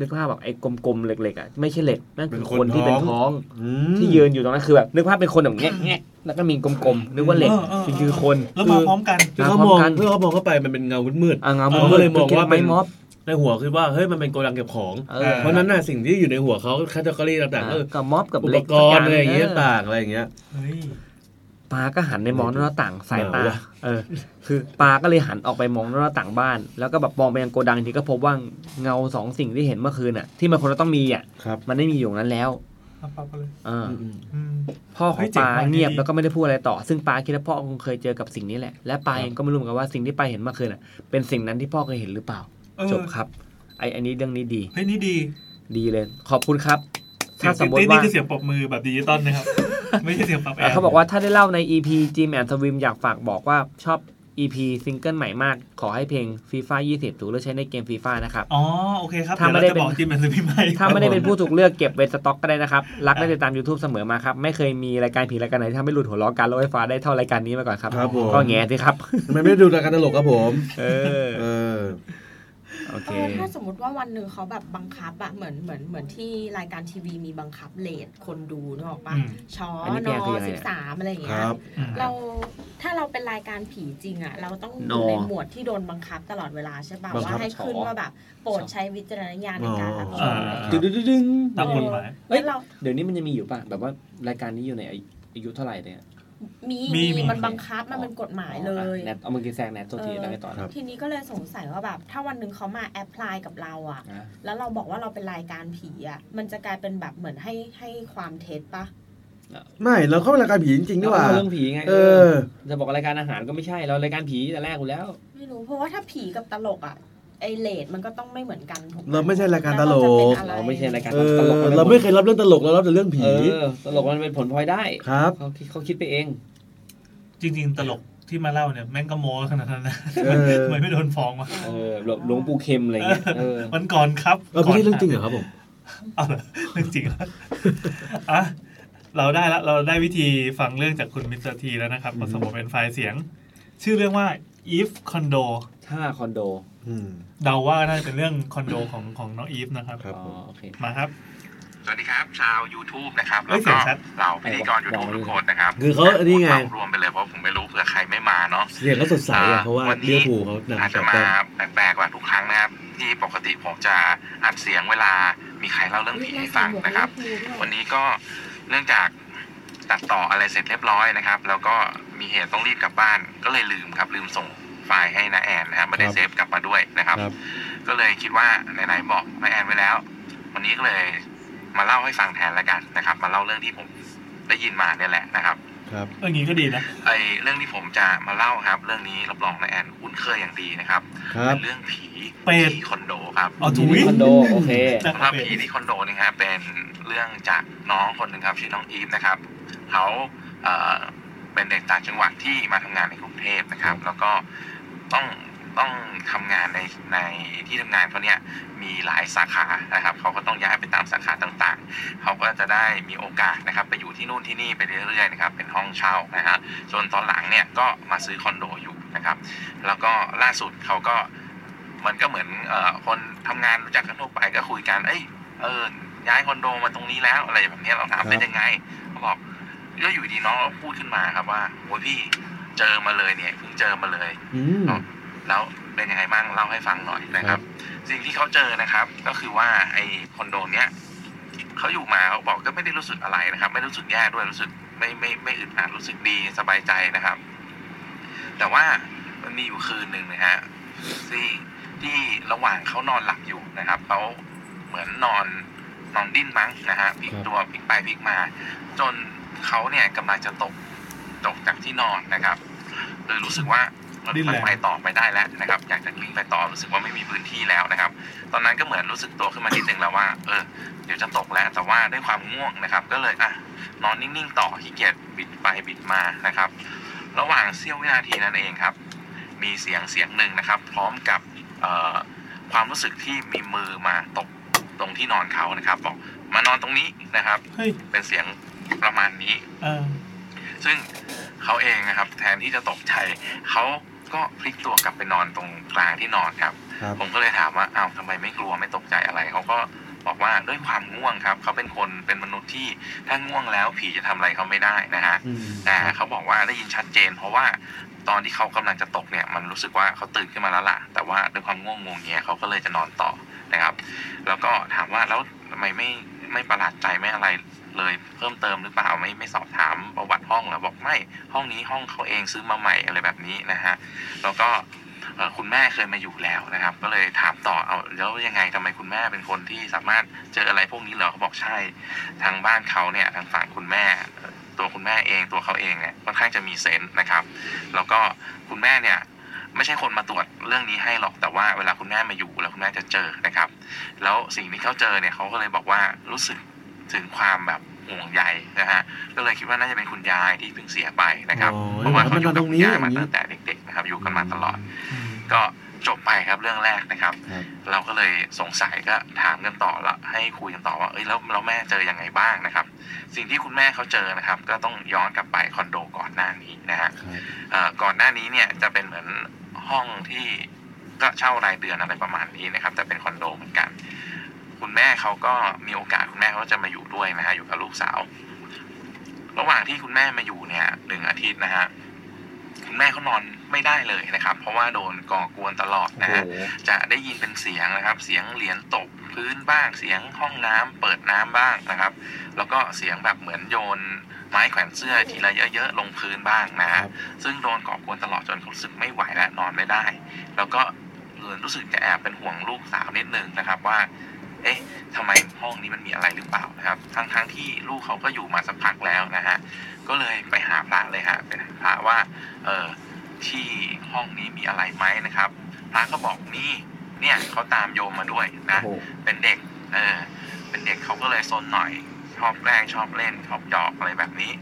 นึกภาพแบบไอ้กลมๆเหล็กๆอ่ะไม่ใช่เหล็กนั่นคือคนที่เป็นท้อง
อืม
ที่ยืนอยู่ตรงนั้นคือแบบนึกภาพเป็นคนแบบแง่แง่แล้วก็มีกลมๆนึกว่าเหล็กจริงๆคือคน
แล้วมา
คือ
พร้อมกัน
คือเขามอ
พร้อ
ง
มกัน
เพื่อเขามองเข้าไปมันเป็นเงามืด
อ่ะเงา
เออก็เลยมองว่าเป็น
ไม้ม็อบ
ๆในหัวคิดว่าเฮ้ยมันเป็นโกดังเก็บของ
เอ
เอ
อ
อ
เพราะฉะนั้นน่ะสิ่งที่อยู่ในหัวเขาแคตตาล็อต่างๆก็
อ่ะ
คือ
กับม็อบกับ
อุ
เห
ป
ล็ก
กรณ์อะไรอย่างเงี้ยต่างอะไรอย่างเงี้ย
เฮ้ย
ปาก็หันไปมองหน้าต่างสายตา
เหรอวะ
เออ คือปาก็เลยหันออกไปมองหน้าต่างบ้าน แล้วก็แบบมองไปยังโกดังทีก็พบว่าเงาสองสิ่งที่เห็นเมื่อคืนอ่ะ ที่มันคนเราต้องมีอ่ะ
ครับ
มันไม่มีอยู่นั้นแล้ว
เอาปั๊บไปเลย
เออ
อืม
อืม
พ่อข
เฮ้
อง
ยเจ๋ง
ปา
ว่ะ
เงียบ
ดี
แล้วก็ไม่ได้พูดอะไรต่อ ซึ่งปาคิดว่าพ่อคงเคยเจอกับสิ่งนี้แหละและปาเองก็ไม่รู้เหมือนกันว่าสิ่งที่ปาเห็นเมื่อคืนอ่ะเป็นสิ่งนั้นที่พ่อเคยเห็นหรือเปล่า
เออ
จบครับไออันนี้เรื่องนี้ดี
เฮ้ยนี่ดี
ดีเลย ขอบคุณครับ ถ้าสมมติ
เสียง
ว่า
นี่คือเสียงปรบมือแบบดิจิตอล
(laughs)
นะครับ ไม่ใช่เสียงปรับแอ
เอ่อ
ร์
เขาบอกว่าถ้าได้เล่าใน EP g m a n Swim อยากฝากบอกว่าชอบ EP ซิงเกิลใหม่มาก ขอให้เพลง FIFA 20 ถูกเลือกใช้ในเกม FIFA นะครับ
อ๋อโอเคครับ
ถ้า
เดี๋ยวเรา
ไม่ได้
จะบอก
เป็น
จิมแอนซ์พี่ไมค์
ถ้าไม่ได้เป็นผู้ถูกเลือกเก็บเวนสต็อกก็ได้นะครับ รักได้ติดตาม YouTube เสมอมาครับ ไม่เคยมีรายการผีรายการไหนที่ทำให้หลุดหัวล้อการรถไฟฟ้าได้เท่ารายการนี้มาก่อนครับ
ครับผม
ก็แง่สิครับ
ทำไมไม่ได้ดูรายการตลกครับผม
เออ
เออ
โอเค
เออถ้าสมมติว่าวันหนึ่งเขาแบบบังคับอะเหมือนเหมือนเหมือนที่รายการทีวีมีบังคับเลทคนดูนึกออกปะ
อืม
ช้อ
อันนี้
น
แกคือ
อ
ยังไง
สิ
เนี่ย
บสามอะไรอย่าง
ค
เงี้ย
รับ
อืม
เราถ้าเราเป็นรายการผีจริงอะเราต้องอ
น
ยู่
อ
ในหมวดที่โดนบังคับตลอดเวลาใช่ป่ะ
บังคั
ว่า
บ
ให้ขึ้นว่าแบบโปรดใช้วิจารณญาณในการรับช
อ๋อ
ม
อ่า
อะไรอย่าง
ดึ
เงี้ย
งดึงดึง
ตามกฎหมาย
เอ้ย
แล้วเรา
เดี๋ยวนี้มันยังมีอยู่ป่ะแบบว่ารายการนี้อยู่ในอายุเท่าไหร่เนี่ย
มี
มีมี
มีมันบังคับมันเป็นกฎหมายเลย
แนทเอามือกินแซงแนทตัวทีแล้วไงต่อ
ค
นะ
รับ
ทีนี้ก็เลยสงสัยว่าแบบ ถ้าวันหนึ่งเขามาแอพพลายกับเราอะ
อ่ะ
แล้วเราบอกว่าเราเป็นรายการผีอะมันจะกลายเป็นแบบเหมือนให้ให้ความเท็จปะ
ไม่เราเข้ารายการผีจริงๆนี่หว่า
เอเรื่องผีไง
เออ
จะบอกรายการอาหารก็ไม่ใช่เรารายการผีแต่แรกอยู่แล้ว
ไม่รู้เพราะว่าถ้าผีกับตลกอะไอเลดมันก็ต้องไม่เหมือนกันถูกห
เราไม่ใช่รายการตลก
แวจะป็นอะ
เราไม่ใช่รายการ
เอ
ตลก
อเราไม่เคยรับเรื่องตลกเรารับแต่เรื่องผี
เออตลกมันเป็นผลพลอยได้
ครับ
เขาคิดเขาคิดไปเอง
จริง ๆ ตลกที่มาเล่าเนี่ยแม่งก็โม้ขนาดนั้นนะ
เออ
เหมือนไม่โดนฟ้องว่ะ
เออหลวงหลวงปู่เข็มอะไรเงี้ยเออ
วันก่อนครับ
เราไม่ใช่เรื่องจริงเหรอครับผม
เอา (laughs) เหรอเรื่องจริงเหรออ่ะเราได้ละเราได้วิธีฟังเรื่องจากคุณมิสเตอร์ทีแล้วนะครับมาส่งมาเป็นไฟล์เสียง ชื่อเรื่องว่า Eve Condo
ถ้าคอนโด
อืม
เดาว่าน่าจะเป็นเรื่องคอนโดของของน้องอีฟนะครับ
ครับ
อ๋อโอเค
มาครับ
สวัสดีครับ ชาว YouTube นะครับ
เฮ้
แล้
ยว เสี
ก็
ยงชัด
เหล่าพิธีกร YouTube ทุกคนนะครับ
คือเขาอันนี้ไง
ผมรวมไปเลยเพราะผมไม่รู้เผื่อใครไม่มาเนาะ
เสียงเขาสดใสอะเพราะว่า
วันนี้
เลี้ยวผูลเขาหนัก
อาจ
แบ
จะ
บ
มา
แต้ม
แปลกๆกว่าทุกครั้งนะครับ ที่ปกติผมจะอัดเสียงเวลามีใครเล่าเรื่องผีให้ฟังนะครับ วันนี้ก็เนื่องจากตัดต่ออะไรเสร็จเรียบร้อยนะครับ แล้วก็มีเหตุต้องรีบกลับบ้าน ก็เลยลืมครับลืมส่งไฟล์ให้นาแอนนะครับไม่ได้เซฟกลับมาด้วยนะครับ
ครับ
ก็เลยคิดว่าไหนๆบอกนาแอนไว้แล้ว วันนี้ก็เลยมาเล่าให้ฟังแทนละกันนะครับ มาเล่าเรื่องที่ผมได้ยินมาเนี่ยแหละนะครับ
ครับ
เรื่องนี้ก็ดีนะ
ไอเรื่องที่ผมจะมาเล่าครับ เรื่องนี้รับรองนาแอนคุ้นเคยอย่างดีนะครับ
ครับ
เป็นเรื่องผี
เป็ด
ที่คอนโดครับ
เอาถุย
คอนโดโอเค
นะค
สำห
รั
รั
บบ
ผีที่คอนโดนี่ครับเป็นเรื่องจากน้องคนหนึ่งครับชื่อน้องอีฟนะครับเขาเอ่อเป็นเด็กต่างจังหวัดที่มาทำงานในกรุงเทพนะครับ แล้วก็ต้องต้องทำงานในในที่ทำงานเขาเนี่ยมีหลายสาขานะครับเขาก็ต้องย้ายไปตามสาขาต่างๆเขาก็จะได้มีโอกาสนะครับ ไปอยู่ที่นู่นที่นี่ไปเรื่อยๆนะครับเป็นห้องเช่านะฮะ จนตอนหลังเนี่ยก็มาซื้อคอนโดอยู่นะครับ แล้วก็ล่าสุดเขาก็มันก็เหมือนเออคนทำงานรู้จักกันทั่วไปก็คุยกันเอ้ยเออย้ายคอนโดมาตรงนี้แล้วอะไรแบบเนี้ยเราถามได้ยังไงเขาบอกก็อยู่ดีน้องก็พูดขึ้นมาครับว่าโอ้ยพี่เจอมาเลยเนี่ยเพิ่งเจอมาเลย
อืม
แล้วเป็นยังไงบ้างเล่าให้ฟังหน่อยนะครับ สิ่งที่เขาเจอนะครับ ก็คือว่าไอ้คอนโดเนี้ยเขาอยู่มาเขาบอกก็ไม่ได้รู้สึกอะไรนะครับ ไม่รู้สึกแย่ด้วยรู้สึกไม่ไม่ไม่อึดอัดรู้สึกดีสบายใจนะครับ แต่ว่ามันมีอยู่คืนหนึ่งนะฮะที่ที่ระหว่างเขานอนหลับอยู่นะครับเขาเหมือนนอนนอนดิ้นมั้งนะฮะพลิก
ครับ
ตัวพลิกไปพลิกมา จนเขาเนี่ยกำลังจะตกตกจากที่นอนนะครับเลยรู้สึกว่ามัน
ดิ้นแรง
ไปต่อไม่ได้แล้วนะครับ อยากจะวิ่งไปต่อรู้สึกว่าไม่มีพื้นที่แล้วนะครับ ตอนนั้นก็เหมือนรู้สึกตัวขึ้นมานิดนึงแล้วว่า เออ เดี๋ยวจะตกแล้ว แต่ว่าด้วยความง่วงนะครับ ก็เลยอ่ะนอนนิ่งๆต่อขี้เกียจบิดไปบิดมานะครับ ระหว่างเสี้ยววินาทีนั้นเองครับ มีเสียงเสียงหนึ่งนะครับ พร้อมกับเอ่อความรู้สึกที่มีมือมาตกตรงที่นอนเขานะครับบอกมานอนตรงนี้นะครับ
เฮ้ย
เป็นเสียงประมาณนี้
เออ
ซึ่งเขาเองนะครับ แทนที่จะตกใจเขาก็พลิกตัวกลับไปนอนตรงกลางที่นอนครับ
ครับ
ผมก็เลยถามว่าอ้าวทำไมไม่กลัวไม่ตกใจอะไรเขาก็บอกว่าด้วยความง่วงครับเขาเป็นคนเป็นมนุษย์ที่ถ้าง่วงแล้วผีจะทำอะไรเขาไม่ได้นะฮะ
อืม
แต่เขาบอกว่าได้ยินชัดเจน เพราะว่าตอนที่เขากำลังจะตกเนี่ย มันรู้สึกว่าเขาตื่นขึ้นมาแล้วล่ะ แต่ว่าด้วยความง่วงงวงเงียเขาก็เลยจะนอนต่อนะครับ แล้วก็ถามว่าแล้วทำไมไม่ไม่ประหลาดใจไม่อะไรเลยเพิ่มเติมหรือเปล่าไม่ไม่สอบถามประวัติห้องเหรอบอกไม่ห้องนี้ห้องเขาเองซื้อมาใหม่อะไรแบบนี้นะฮะแล้วก็เอ่อคุณแม่เคยมาอยู่แล้วนะครับ ก็เลยถามต่อเอาแล้วยังไงทำไมคุณแม่เป็นคนที่สามารถเจออะไรพวกนี้เหรอเขาบอกใช่ ทางบ้านเขาเนี่ยทางฝั่งคุณแม่เอ่อตัวคุณแม่เองตัวเขาเองเนี่ยค่อนข้างจะมีเซนส์นะครับ แล้วก็คุณแม่เนี่ย ไม่ใช่คนมาตรวจเรื่องนี้ให้หรอกแต่ว่าเวลาคุณแม่มาอยู่แล้วคุณแม่จะเจอนะครับ แล้วสิ่งที่เขาเจอเนี่ยเขาก็เลยบอกว่ารู้สึกถึงความแบบห่วงใยนะฮะก็เลยคิดว่าน่าจะเป็นคุณยายที่เพิ่งเสียไปนะครับ
อ๋อ
เพราะว่าเขาอยู่กับคุณยาย
มั
มาน
นอนตรงนี้
ตั้งแต่เด็ก ๆ นะครับ อยู่กันมาตลอด ก็จบไปครับเรื่องแรกนะครับ
ครับ
เราก็เลยสงสัยก็ถามกันต่อละให้คุยกันต่อว่าเอ้ยแล้วแล้วแม่เจอยังไงบ้างนะครับ สิ่งที่คุณแม่เขาเจอนะครับ ก็ต้องย้อนกลับไปคอนโดก่อนหน้านี้นะฮะ
ครับ
เอ่อก่อนหน้านี้เนี่ยจะเป็นเหมือนห้องที่ก็เช่ารายเดือนอะไรประมาณนี้นะครับ แต่เป็นคอนโดเหมือนกัน คุณแม่เขาก็มีโอกาสคุณแม่เขาก็จะมาอยู่ด้วยนะฮะอยู่กับลูกสาว ระหว่างที่คุณแม่มาอยู่เนี่ยหนึ่งอาทิตย์นะฮะคุณแม่เขานอนไม่ได้เลยนะครับ เพราะว่าโดนก่อกวนตลอดนะฮะ จะได้ยินเป็นเสียงนะครับ เสียงเหรียญตกพื้นบ้าง เสียงห้องน้ำเปิดน้ำบ้างนะครับ แล้วก็เสียงแบบเหมือนโยน ไม้แขวนเสื้อทีละเยอะๆลงพื้นบ้างนะฮะซึ่งโดนก่อกวนตลอดจนเขารู้สึกไม่ไหวและนอนไม่ได้ แล้วก็เออรู้สึกจะแอบเป็นห่วงลูกสาวนิดนึงนะครับว่า เอ๊ะทำไมห้องนี้มันมีอะไรหรือเปล่านะครับ ทั้งๆที่ลูกเขาก็อยู่มาสักพักแล้วนะฮะ ก็เลยไปหาพระเลยฮะไปหาพระว่า เออที่ห้องนี้มีอะไรไหมนะครับ พระก็บอกนี่ เนี่ยเขาตามโยมมาด้วยนะ เป็นเด็ก เออ เป็นเด็กเขาก็เลยซนหน่อย ชอบแกล้งชอบเล่นชอบหยอกอะไรแบบนี้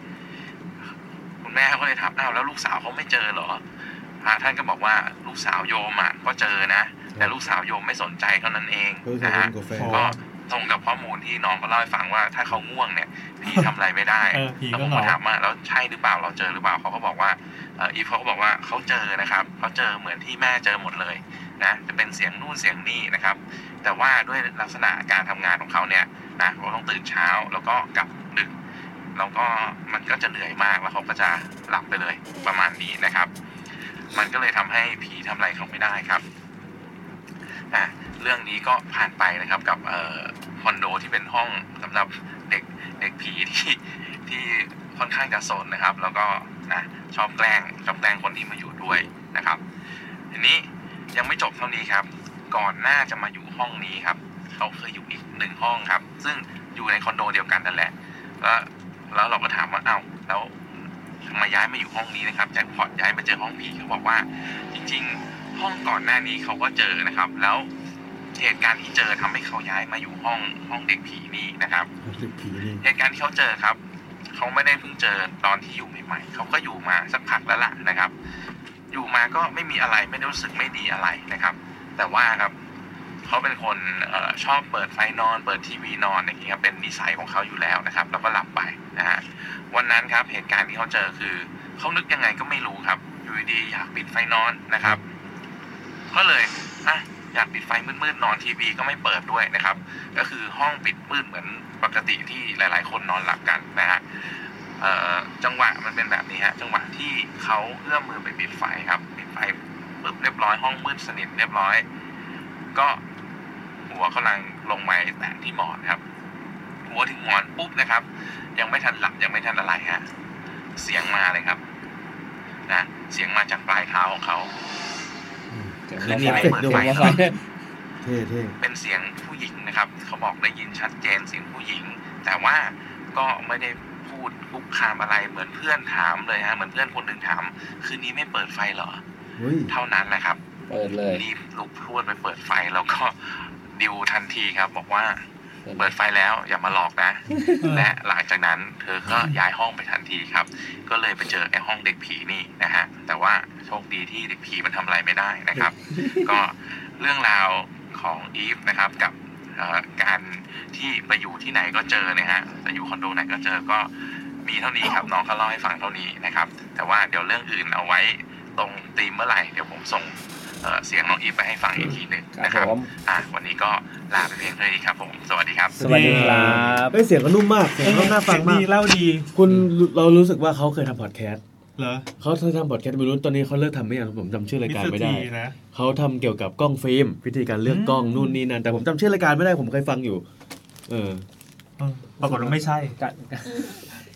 คุณแม่เขาก็เลยถามอ้าวแล้วลูกสาวเขาไม่เจอเหรอ พระท่านก็บอกว่าลูกสาวโยมอ่ะก็เจอนะ แต่ลูกสาวโยมไม่สนใจเท่านั้นเองนะฮะก็ตรงกับข้อมูลที่น้องก็เล่าให้ฟังว่าถ้าเขาง่วงเนี่ยพี่ทำอะไรไม่ได้
เออผี
แล้ว
ก็
ผม
เหงา
ก็ถามว่าแล้วใช่หรือเปล่าเราเจอหรือเปล่าเขาก็บอกว่าเอ่ออีฟเขาก็บอกว่าเขาเจอนะครับเขาเจอเหมือนที่แม่เจอหมดเลยนะจะเป็นเสียงนู่นเสียงนี่นะครับ แต่ว่าด้วยลักษณะการทำงานของเขาเนี่ยนะเขาต้องตื่นเช้าแล้วก็กลับดึก แล้วก็มันก็จะเหนื่อยมากแล้วเขาก็จะหลับไปเลยประมาณนี้นะครับ มันก็เลยทำให้ผีทำอะไรเขาไม่ได้ครับอ่ะเรื่องนี้ก็ผ่านไปนะครับกับเอ่อคอนโดที่เป็นห้องสำหรับเด็กเด็กผีที่ที่ค่อนข้างจะสนนะครับ แล้วก็นะชอบแกล้งชอบแกล้งคนที่มาอยู่ด้วยนะครับทีนี้ยังไม่จบเท่านี้ครับ ก่อนหน้าจะมาอยู่ห้องนี้ครับเขาเคยอยู่อีกหนึ่งห้องครับ ซึ่งอยู่ในคอนโดเดียวกันนั่นแหละแล้วแล้วเราก็ถามว่าเอ้าแล้ว ทำไมาย้ายมาอยู่ห้องนี้นะครับแจ็คพอตย้ายมาเจอห้องผีเขาบอกว่า จริงๆ ห้องก่อนหน้านี้เขาก็เจอนะครับ แล้วเหตุการณ์ที่เจอทำให้เขาย้ายมาอยู่ห้องห้องเด็กผีนี่นะครับ
ติดผีนี่
เหตุการณ์ที่เขาเจอครับ เขาไม่ได้เพิ่งเจอตอนที่อยู่ใหม่ๆเขาก็อยู่มาสักพักแล้วล่ะนะครับ อยู่มาก็ไม่มีอะไรไม่ได้รู้สึกไม่ดีอะไรนะครับ แต่ว่าครับเขาเป็นคนเออชอบเปิดไฟนอน เปิดทีวีนอนอย่างเงี้ยครับเป็นนิสัยของเขาอยู่แล้วนะครับ แล้วก็หลับไปนะฮะวันนั้นครับเหตุการณ์ที่เขาเจอคือเขานึกยังไงก็ไม่รู้ครับอยู่ดีๆอยากปิดไฟนอนนะครับ ก็เลยอ่ะอยากปิดไฟมืดๆนอนทีวีก็ไม่เปิดด้วยนะครับ ก็คือห้องปิดมืดเหมือนปกติที่หลาย ๆ คนนอนหลับกันนะฮะเอ่อจังหวะมันเป็นแบบนี้ฮะจังหวะที่เขาเอื้อมมือไปปิดไฟครับปิดไฟปึ๊บเรียบร้อยห้องมืดสนิทเรียบร้อย ก็หัวกำลังลงไปแตะที่หมอนครับ หัวถึงหมอนปุ๊บนะครับ ยังไม่ทันหลับยังไม่ทันอะไรฮะเสียงมาเลยครับนะเสียงมาจากปลายเท้าของเขา คืนนี้ไม่เหมือนใหม่ครับ
เท่เท่
เป็นเสียงผู้หญิงนะครับ เขาบอกได้ยินชัดเจนเสียงผู้หญิง แต่ว่าก็ไม่ได้พูดลุกคามอะไรเหมือนเพื่อนถามเลยฮะเหมือนเพื่อนคนหนึ่งถาม คืนนี้ไม่เปิดไฟเหรอ
เฮ้ย
เท่านั้นแหละครับ
เปิดเลย
รีบลุกพรวดไปเปิดไฟแล้วก็ดิวทันทีครับ บอกว่าเปิดไฟแล้วอย่ามาหลอก (laughs) นะ และหลังจากนั้น เธอก็ย้ายห้องไปทันทีครับ ก็เลยไปเจอไอ้ห้องเด็กผีนี่นะฮะแต่ว่าโชคดีที่เด็กผีมันทำอะไรไม่ได้ (laughs) นะครับ ก็เรื่องราวของอีฟนะครับกับเอ่อการที่ไปอยู่ที่ไหนก็เจอนะฮะไปอยู่คอนโดไหนก็เจอก็มีเท่านี้ครับน้องเขาเล่าให้ฟังเท่านี้นะครับ แต่ว่าเดี๋ยวเรื่องอื่นเอาไว้ตรงตีมเมื่อไหร่เดี๋ยวผมส่ง เอ่อเสียงน้องอีฟไปให้ฟังอีกทีหนึ่งนะครับอ่ะวันนี้ก็ลาไปเพียงเท่านี้ครับผม สวัสดีครับ
บเฮ้ยเสียงเขานุ่มมากเสียงเขาน่าฟังมาก
เสียงดีเล่าดี
คุณเรารู้สึกว่าเขาเคยทำพอดแคสต์
เหรอ
เขาเคยทำพอดแคสต์ไม่รู้ตอนนี้เขาเลิกทำไม่ยังผมจำชื่อรายการไม่ได้
มิสเตอร์ทีนะ
เขาทำเกี่ยวกับกล้องฟิล์มวิธีการเลือกกล้องนู่นนี่นั่นแต่ผมจำชื่อรายการไม่ได้ผมเคยฟังอยู่ เออ
ปรากฏว่าไม่ใช่
การ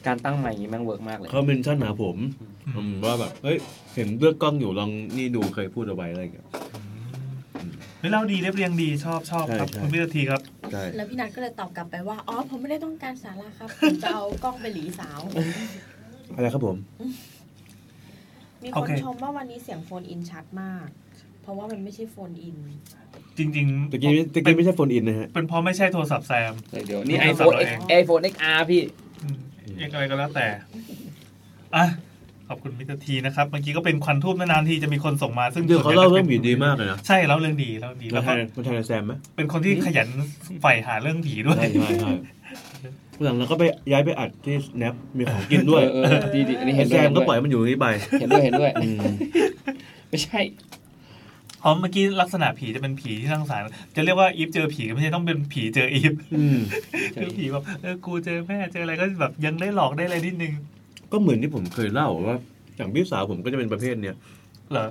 การตั้งใหม่อย่างนี้แม่งเวิร์กมากเลย
เขาเมนชั่นหาผมอืมว่าแบบเฮ้ย เห็นเลือกกล้องอยู่ลองนี่ดูเคยพูดเอาไว้อะไรอย่างเงี้ย
เฮ้ยเล่าดีเรียบเรียงดีชอบชอบ
ใช่
ครับ
ใช่
คุณวิทยาทีครับ
ใช่
แล้วพี่นัทก็เลยตอบกลับไปว่า อ๋อ ผมไม่ได้ต้องการสาระครับ
(laughs)
ผมจะเอากล้องไปหลีสาว
อะไรครับผม
มี
โอ
คน
เค
ชมว่าวันนี้เสียงโฟนอินชัดมาก เพราะว่ามันไม่ใช่โฟนอิน
จริงๆ
ตะกี้ตะกี้ไม่ใช่โฟนอินนะฮะ
เป็นเพราะไม่ใช่โทรศัพท์แซม
เดี๋ยวนี่ไอ
โทร
โฟน
ศัพท์เราเอง
ไอโฟนเอ็กอาร์พี่
ยังอะไรก็แล้วแต่อ่ะขอบคุณมิสเตอร์ทีนะครับเมื่อกี้ก็เป็นควันทูบนานๆทีจะมีคนส่งมา ซึ่ง
เดี๋ยวเขาเล่าเรื่องผีดีมากเลยนะ
ใช่เล่าเรื่องดีเล่าดี
มั
แล้
น
ว
แท
ก็
นมันแทนแซมไหม
เป็นคนที่ขยันใฝ่หาเรื่องผีด้วย
ใช่ใช่ใช่หลังเราก็ไปย้ายไปอัดที่แนปมีของกินด้วย
เออเออดีดีอันนี้เห็นด้วย
แซม
เห็นด้
ก็
วย
ปล่อยมันอยู่ตรงนี้ไป
เห็นด้วยเห็นด้วย
อืม
ไม่ใช่
อ๋อเมื่อกี้ลักษณะผีจะเป็นผีที่น่าสงสาร จะเรียกว่าอีฟเจอผีก็ไม่ใช่ต้องเป็นผีเจออีฟ
อืม
คือผีแบบเออกูเจอแม่เจออะไรก็แบบยังได้หลอกได้อะไรนิดนึง
ก็เหมือนที่ผมเคยเล่าว่าอย่างพี่สาวผมก็จะเป็นประเภทเนี้ย
เหรอ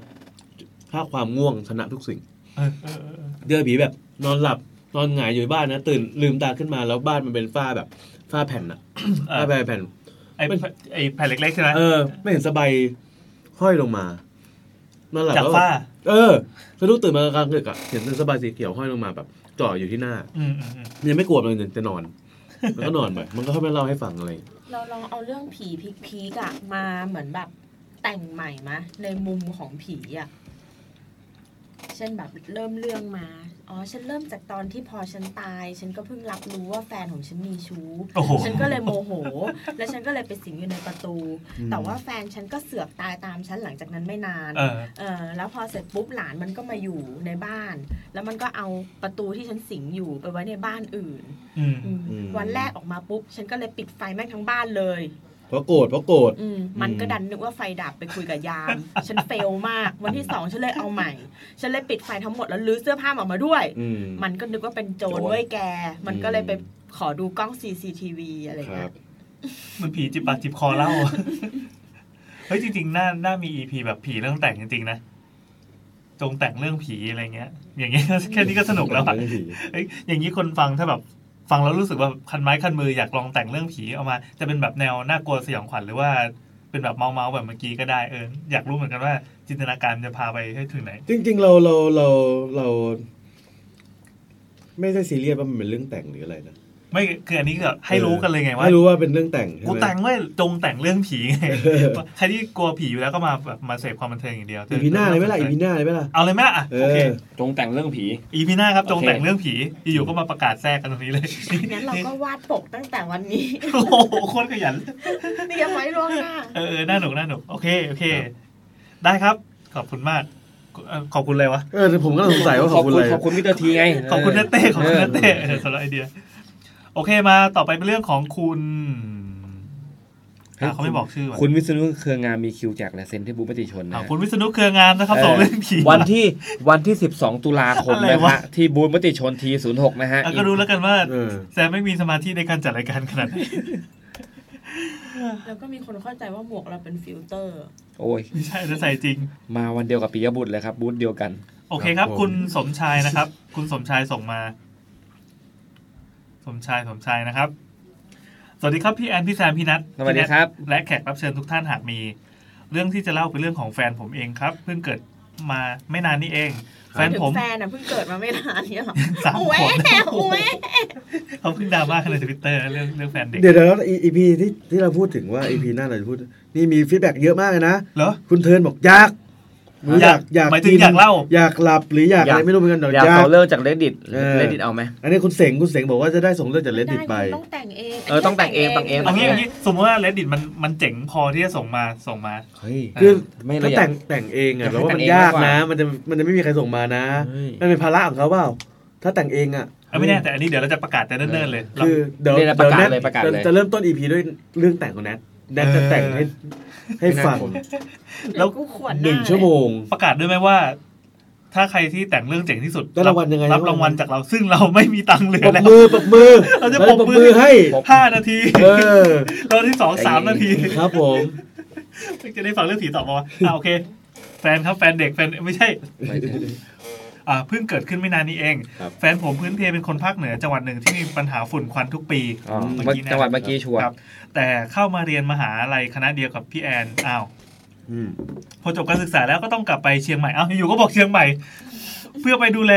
ถ้าความง่วงชนะทุกสิ่ง
เออเออเออ
เจอผีแบบนอนหลับนอนหงายอยู่บ้านนะตื่นลืมตาขึ้นมาแล้วบ้านมันเป็นฝ้าแบบฝ้าแผ่นอะ
เอ
ฝ้า
อ
แผ่นแผ่น
ไอ้ไอ้แผ่นเล็กๆใช่ไหม
เออ ไม่เห็นสบายห้อยลงมานั่นแหละ
จากฝ้า
เออสะดุ้งตื่นมากลางดึกอ่ะเห็นเป็นสบายสีเขียวห้อยลงมาแบบจ่ออยู่ที่หน้า
อืม
ยังไม่กลัวมันเลยจะนอน มันก็นอนไปมันก็ค่อยมาเล่าให้ฟังอะไร
เราลองเอาเรื่องผีพีกๆอะมาเหมือนแบบแต่งใหม่มะในมุมของผีอะเช่นแบบเริ่มเรื่องมา อ๋อ ฉันเริ่มจากตอนที่พอฉันตาย ฉันก็เพิ่งรับรู้ว่าแฟนของฉันมีชู้
โอ้โห
ฉันก็เลยโมโห แล้วฉันก็เลยไปสิงอยู่ในประตู
อืม
แต่ว่าแฟนฉันก็เสือกตายตามฉันหลังจากนั้นไม่นาน
เออ
เออแล้วพอเสร็จปุ๊บหลานมันก็มาอยู่ในบ้าน แล้วมันก็เอาประตูที่ฉันสิงอยู่ไปไว้ในบ้านอื่น
อืม
อืมวันแรกออกมาปุ๊บ ฉันก็เลยปิดไฟแม่งทั้งบ้านเลย
เพราะโกรธเพราะโกรธ
อืมมันก็ดันนึกว่าไฟดับไปคุยกับยาม ฉันเฟลมาก วันที่สองฉันเลยเอาใหม่ ฉันเลยปิดไฟทั้งหมดแล้วลื้อเสื้อผ้าออกมาด้วย
อืม
มันก็นึกว่าเป็นโจร
โจร
เว้ยแก มันก็เลยไปขอดูกล้อง CCTV อะไร
ค
เงี้
รั
ย
บ
มันผีจิบปากจิบคอเล่า (laughs) เฮ้ยจริงๆน่าน่ามีอีพีแบบผีเรื่องแต่งจริงๆนะ จงแต่งเรื่องผีอะไรเงี้ย อย่างเงี้ย (laughs) แค่นี้ก็สนุกแล้วอะ
เรื่องผี
เอ้ยอย่างนี้คนฟังถ้าแบบฟังแล้วรู้สึกว่าคันไม้คันมืออยากลองแต่งเรื่องผีเอามา จะเป็นแบบแนวน่ากลัวสยองขวัญหรือว่าเป็นแบบเมาเมาๆแบบเมื่อกี้ก็ได้เอออยากรู้เหมือนกันว่า จินตนาการจะพาไปให้ถึงไหน
จริง ๆ เราเราเราเรา ไม่ได้ซีเรียสว่ามันเป็นเรื่องแต่งหรืออะไรนะ
ไม่คืออันนี้ก็ให้รู้กันเลยไงว่า
ให้รู้ว่าเป็นเรื่องแต่งใช่ไหม
กูแต่งเว้ยจงแต่งเรื่องผีไง (laughs)
เออ
ใครที่กลัวผีอยู่แล้วก็มาแบบมาเสพความบันเทิงอย่างเดียว
อีพีหน้าเลยไหมล่ะอีพีหน้าเลยไหมล่ะ
เอาเลยไหมล่ะอ่ะโอเค
เออ
จงแต่งเรื่องผี
อีพีหน้าครับจง
โอเค
แต่งเรื่องผีอยู่ๆก็มาประกาศแทรกกันตรงนี้เลย
งั้นเราก็วาดปกตั้งแต่วันนี้
โอ้โหโคตรขยัน
เตรียมไว้ล่วงหน้า
เออเออน่าหนุกน่าหนุกโอเคโอเค ได้ครับ ขอบคุณมากเอ่อขอบคุณอะไรวะ
เออผมก็สงสัยว่าขอบคุณอะไร
ขอบคุณมิสเตอร์ทีไง
ขอบคุณเนเต้ขอบคุณ
เ
เนเต้เออสำหรับไอเดีย โอเคมาต่อไปเป็นเรื่องของคุณ
ฮ้ย
อ่ะเขาไม่บอกชื่อว่ะ
คุณวิษณุเครืองามมีคิวแจกลายเซ็นที่บูธมติชนนะ
อ่ะ
ฮะ
คุณวิษณุเครืองามนะครับส่งเรื่องผี
วันที่วันที่ 12 ตุลาคม
อะไร
นะ
วะ
ฮะที่บูธมติชนที06 นะฮะ
อ่ะก็รู้แล้วกันว่า
เออ
แซมไม่มีสมาธิในการจัดรายการขนาดไหน
แล้วก็มีคนเข้าใจว่าหมวกเราเป็นฟิลเตอร์
โอ้ย
ไม่ใช่จะใส่จริง
มาวันเดียวกับปิยบุตรเลยครับ บูธเดียวกัน
โอเคครับ
ครับผม
คุณสมชายนะครับ คุณสมชายส่งมา สมชายสมชายนะครับ สวัสดีครับพี่แอนพี่แซมพี่นัท
สวัสดี
พี่แนท
ครับ
และแขกรับเชิญทุกท่านหากมี เรื่องที่จะเล่าเป็นเรื่องของแฟนผมเองครับ เพิ่งเกิดมาไม่นานนี้เอง แฟน
ถึ
ผ
ง
ม
แฟนอ่ะเพิ่งเกิดมาไม่นานเนี่ยหรอ
สาม
โอ้ย
ขวบ
โอ้ย
เขาเพิ่งดราม่ากันในทวิตเตอร์เรื่องเรื่องแฟนเด็ก
เดี๋ยวเดี๋ยวแล้วอีพีที่ที่เราพูดถึงว่าอีพีหน้าเราจะพูด นี่มีฟีดแบ็กเยอะมากเลยนะ
เหรอ
คุณเทิร์นบอกอยากหรืออยากอยาก
หมายถึงอยากเล่า
อยากหลับหรืออยาก
อ
อะ
ยาก
ไรไม่รู้เหมือนกันเดี๋ยว
อยาก
อยาก
เอาเรื่องจากเลดิต
เออ
เลดิตเอาไหม
อันนี้คุณเสงคุณเสงบอกว่าจะได้ส่งเรื่องจากเลดดิตไป
ต้องแต่งเอง
เออต้องแต่งเองแต่งเอง
เอางี้เอางี้สมมติว่า reddit มันมันเจ๋งพอที่จะส่งมาส่งมา
เฮ้ย
คือ
ไม่เล
ถ้าย แต่
อะ
งแต่งเอง
อยาก
อะเราว่า
ให้
มัน
แต่งเอง
ยาก
มากกว่า
นะ มันจะมันจะไม่มีใครส่งมานะ
เฮ้ย
นั่นเป็นภาระของเขาเปล่าถ้าแต่งเองอะ
เอาไม่แน่แต่อันนี้เดี๋ยวเราจะประกาศแต่เนิ่นๆเลยเรา
คือเดี๋ยว
เรียกแล้วประกาศเลย
แท
ประกาศเลย
จะเริ่มต้นอีพีด้วยเรื่องแต่งของแนทแนทจะแต่งให้ให้ฟัง
แล้ว
กูขวน
หนึ่งชั่วโมง
ประกาศด้วยไหมว่า ถ้าใครที่แต่งเรื่องเจ๋งที่สุด
ได้รางวัลยังไง
รับรางวัลจากเราซึ่งเราไม่มีตังค์เหลื
ป
อ
รบ
แล้ว
มือปรบมือ
เราจะ
แล้ว
ปรบมือ
ให้
ห้านาที
เออ
เราที่สองสามนาที
ครับผม
จะได้ฟังเรื่องผีต่อมาอ่าโอเค แฟนครับแฟนเด็กแฟนไม่ใช่
ไม่ถึง
อ่าเพิ่งเกิดขึ้นไม่นานนี้เอง
ครับ
แฟนผมพื้นเพเป็นคนภาคเหนือจังหวัดหนึ่งที่มีปัญหาฝุ่นควันทุกปี
อ๋อ
เมื่กี้นะ
จังหวัดเมื่อกี้ชัวร์
ครับ แต่เข้ามาเรียนมหาลัยคณะเดียวกับพี่แอนอ้าว
อืม
พอจบการศึกษาแล้วก็ต้องกลับไปเชียงใหม่ เอ้าอยู่ๆก็บอกเชียงใหม่ เพื่อไปดูแล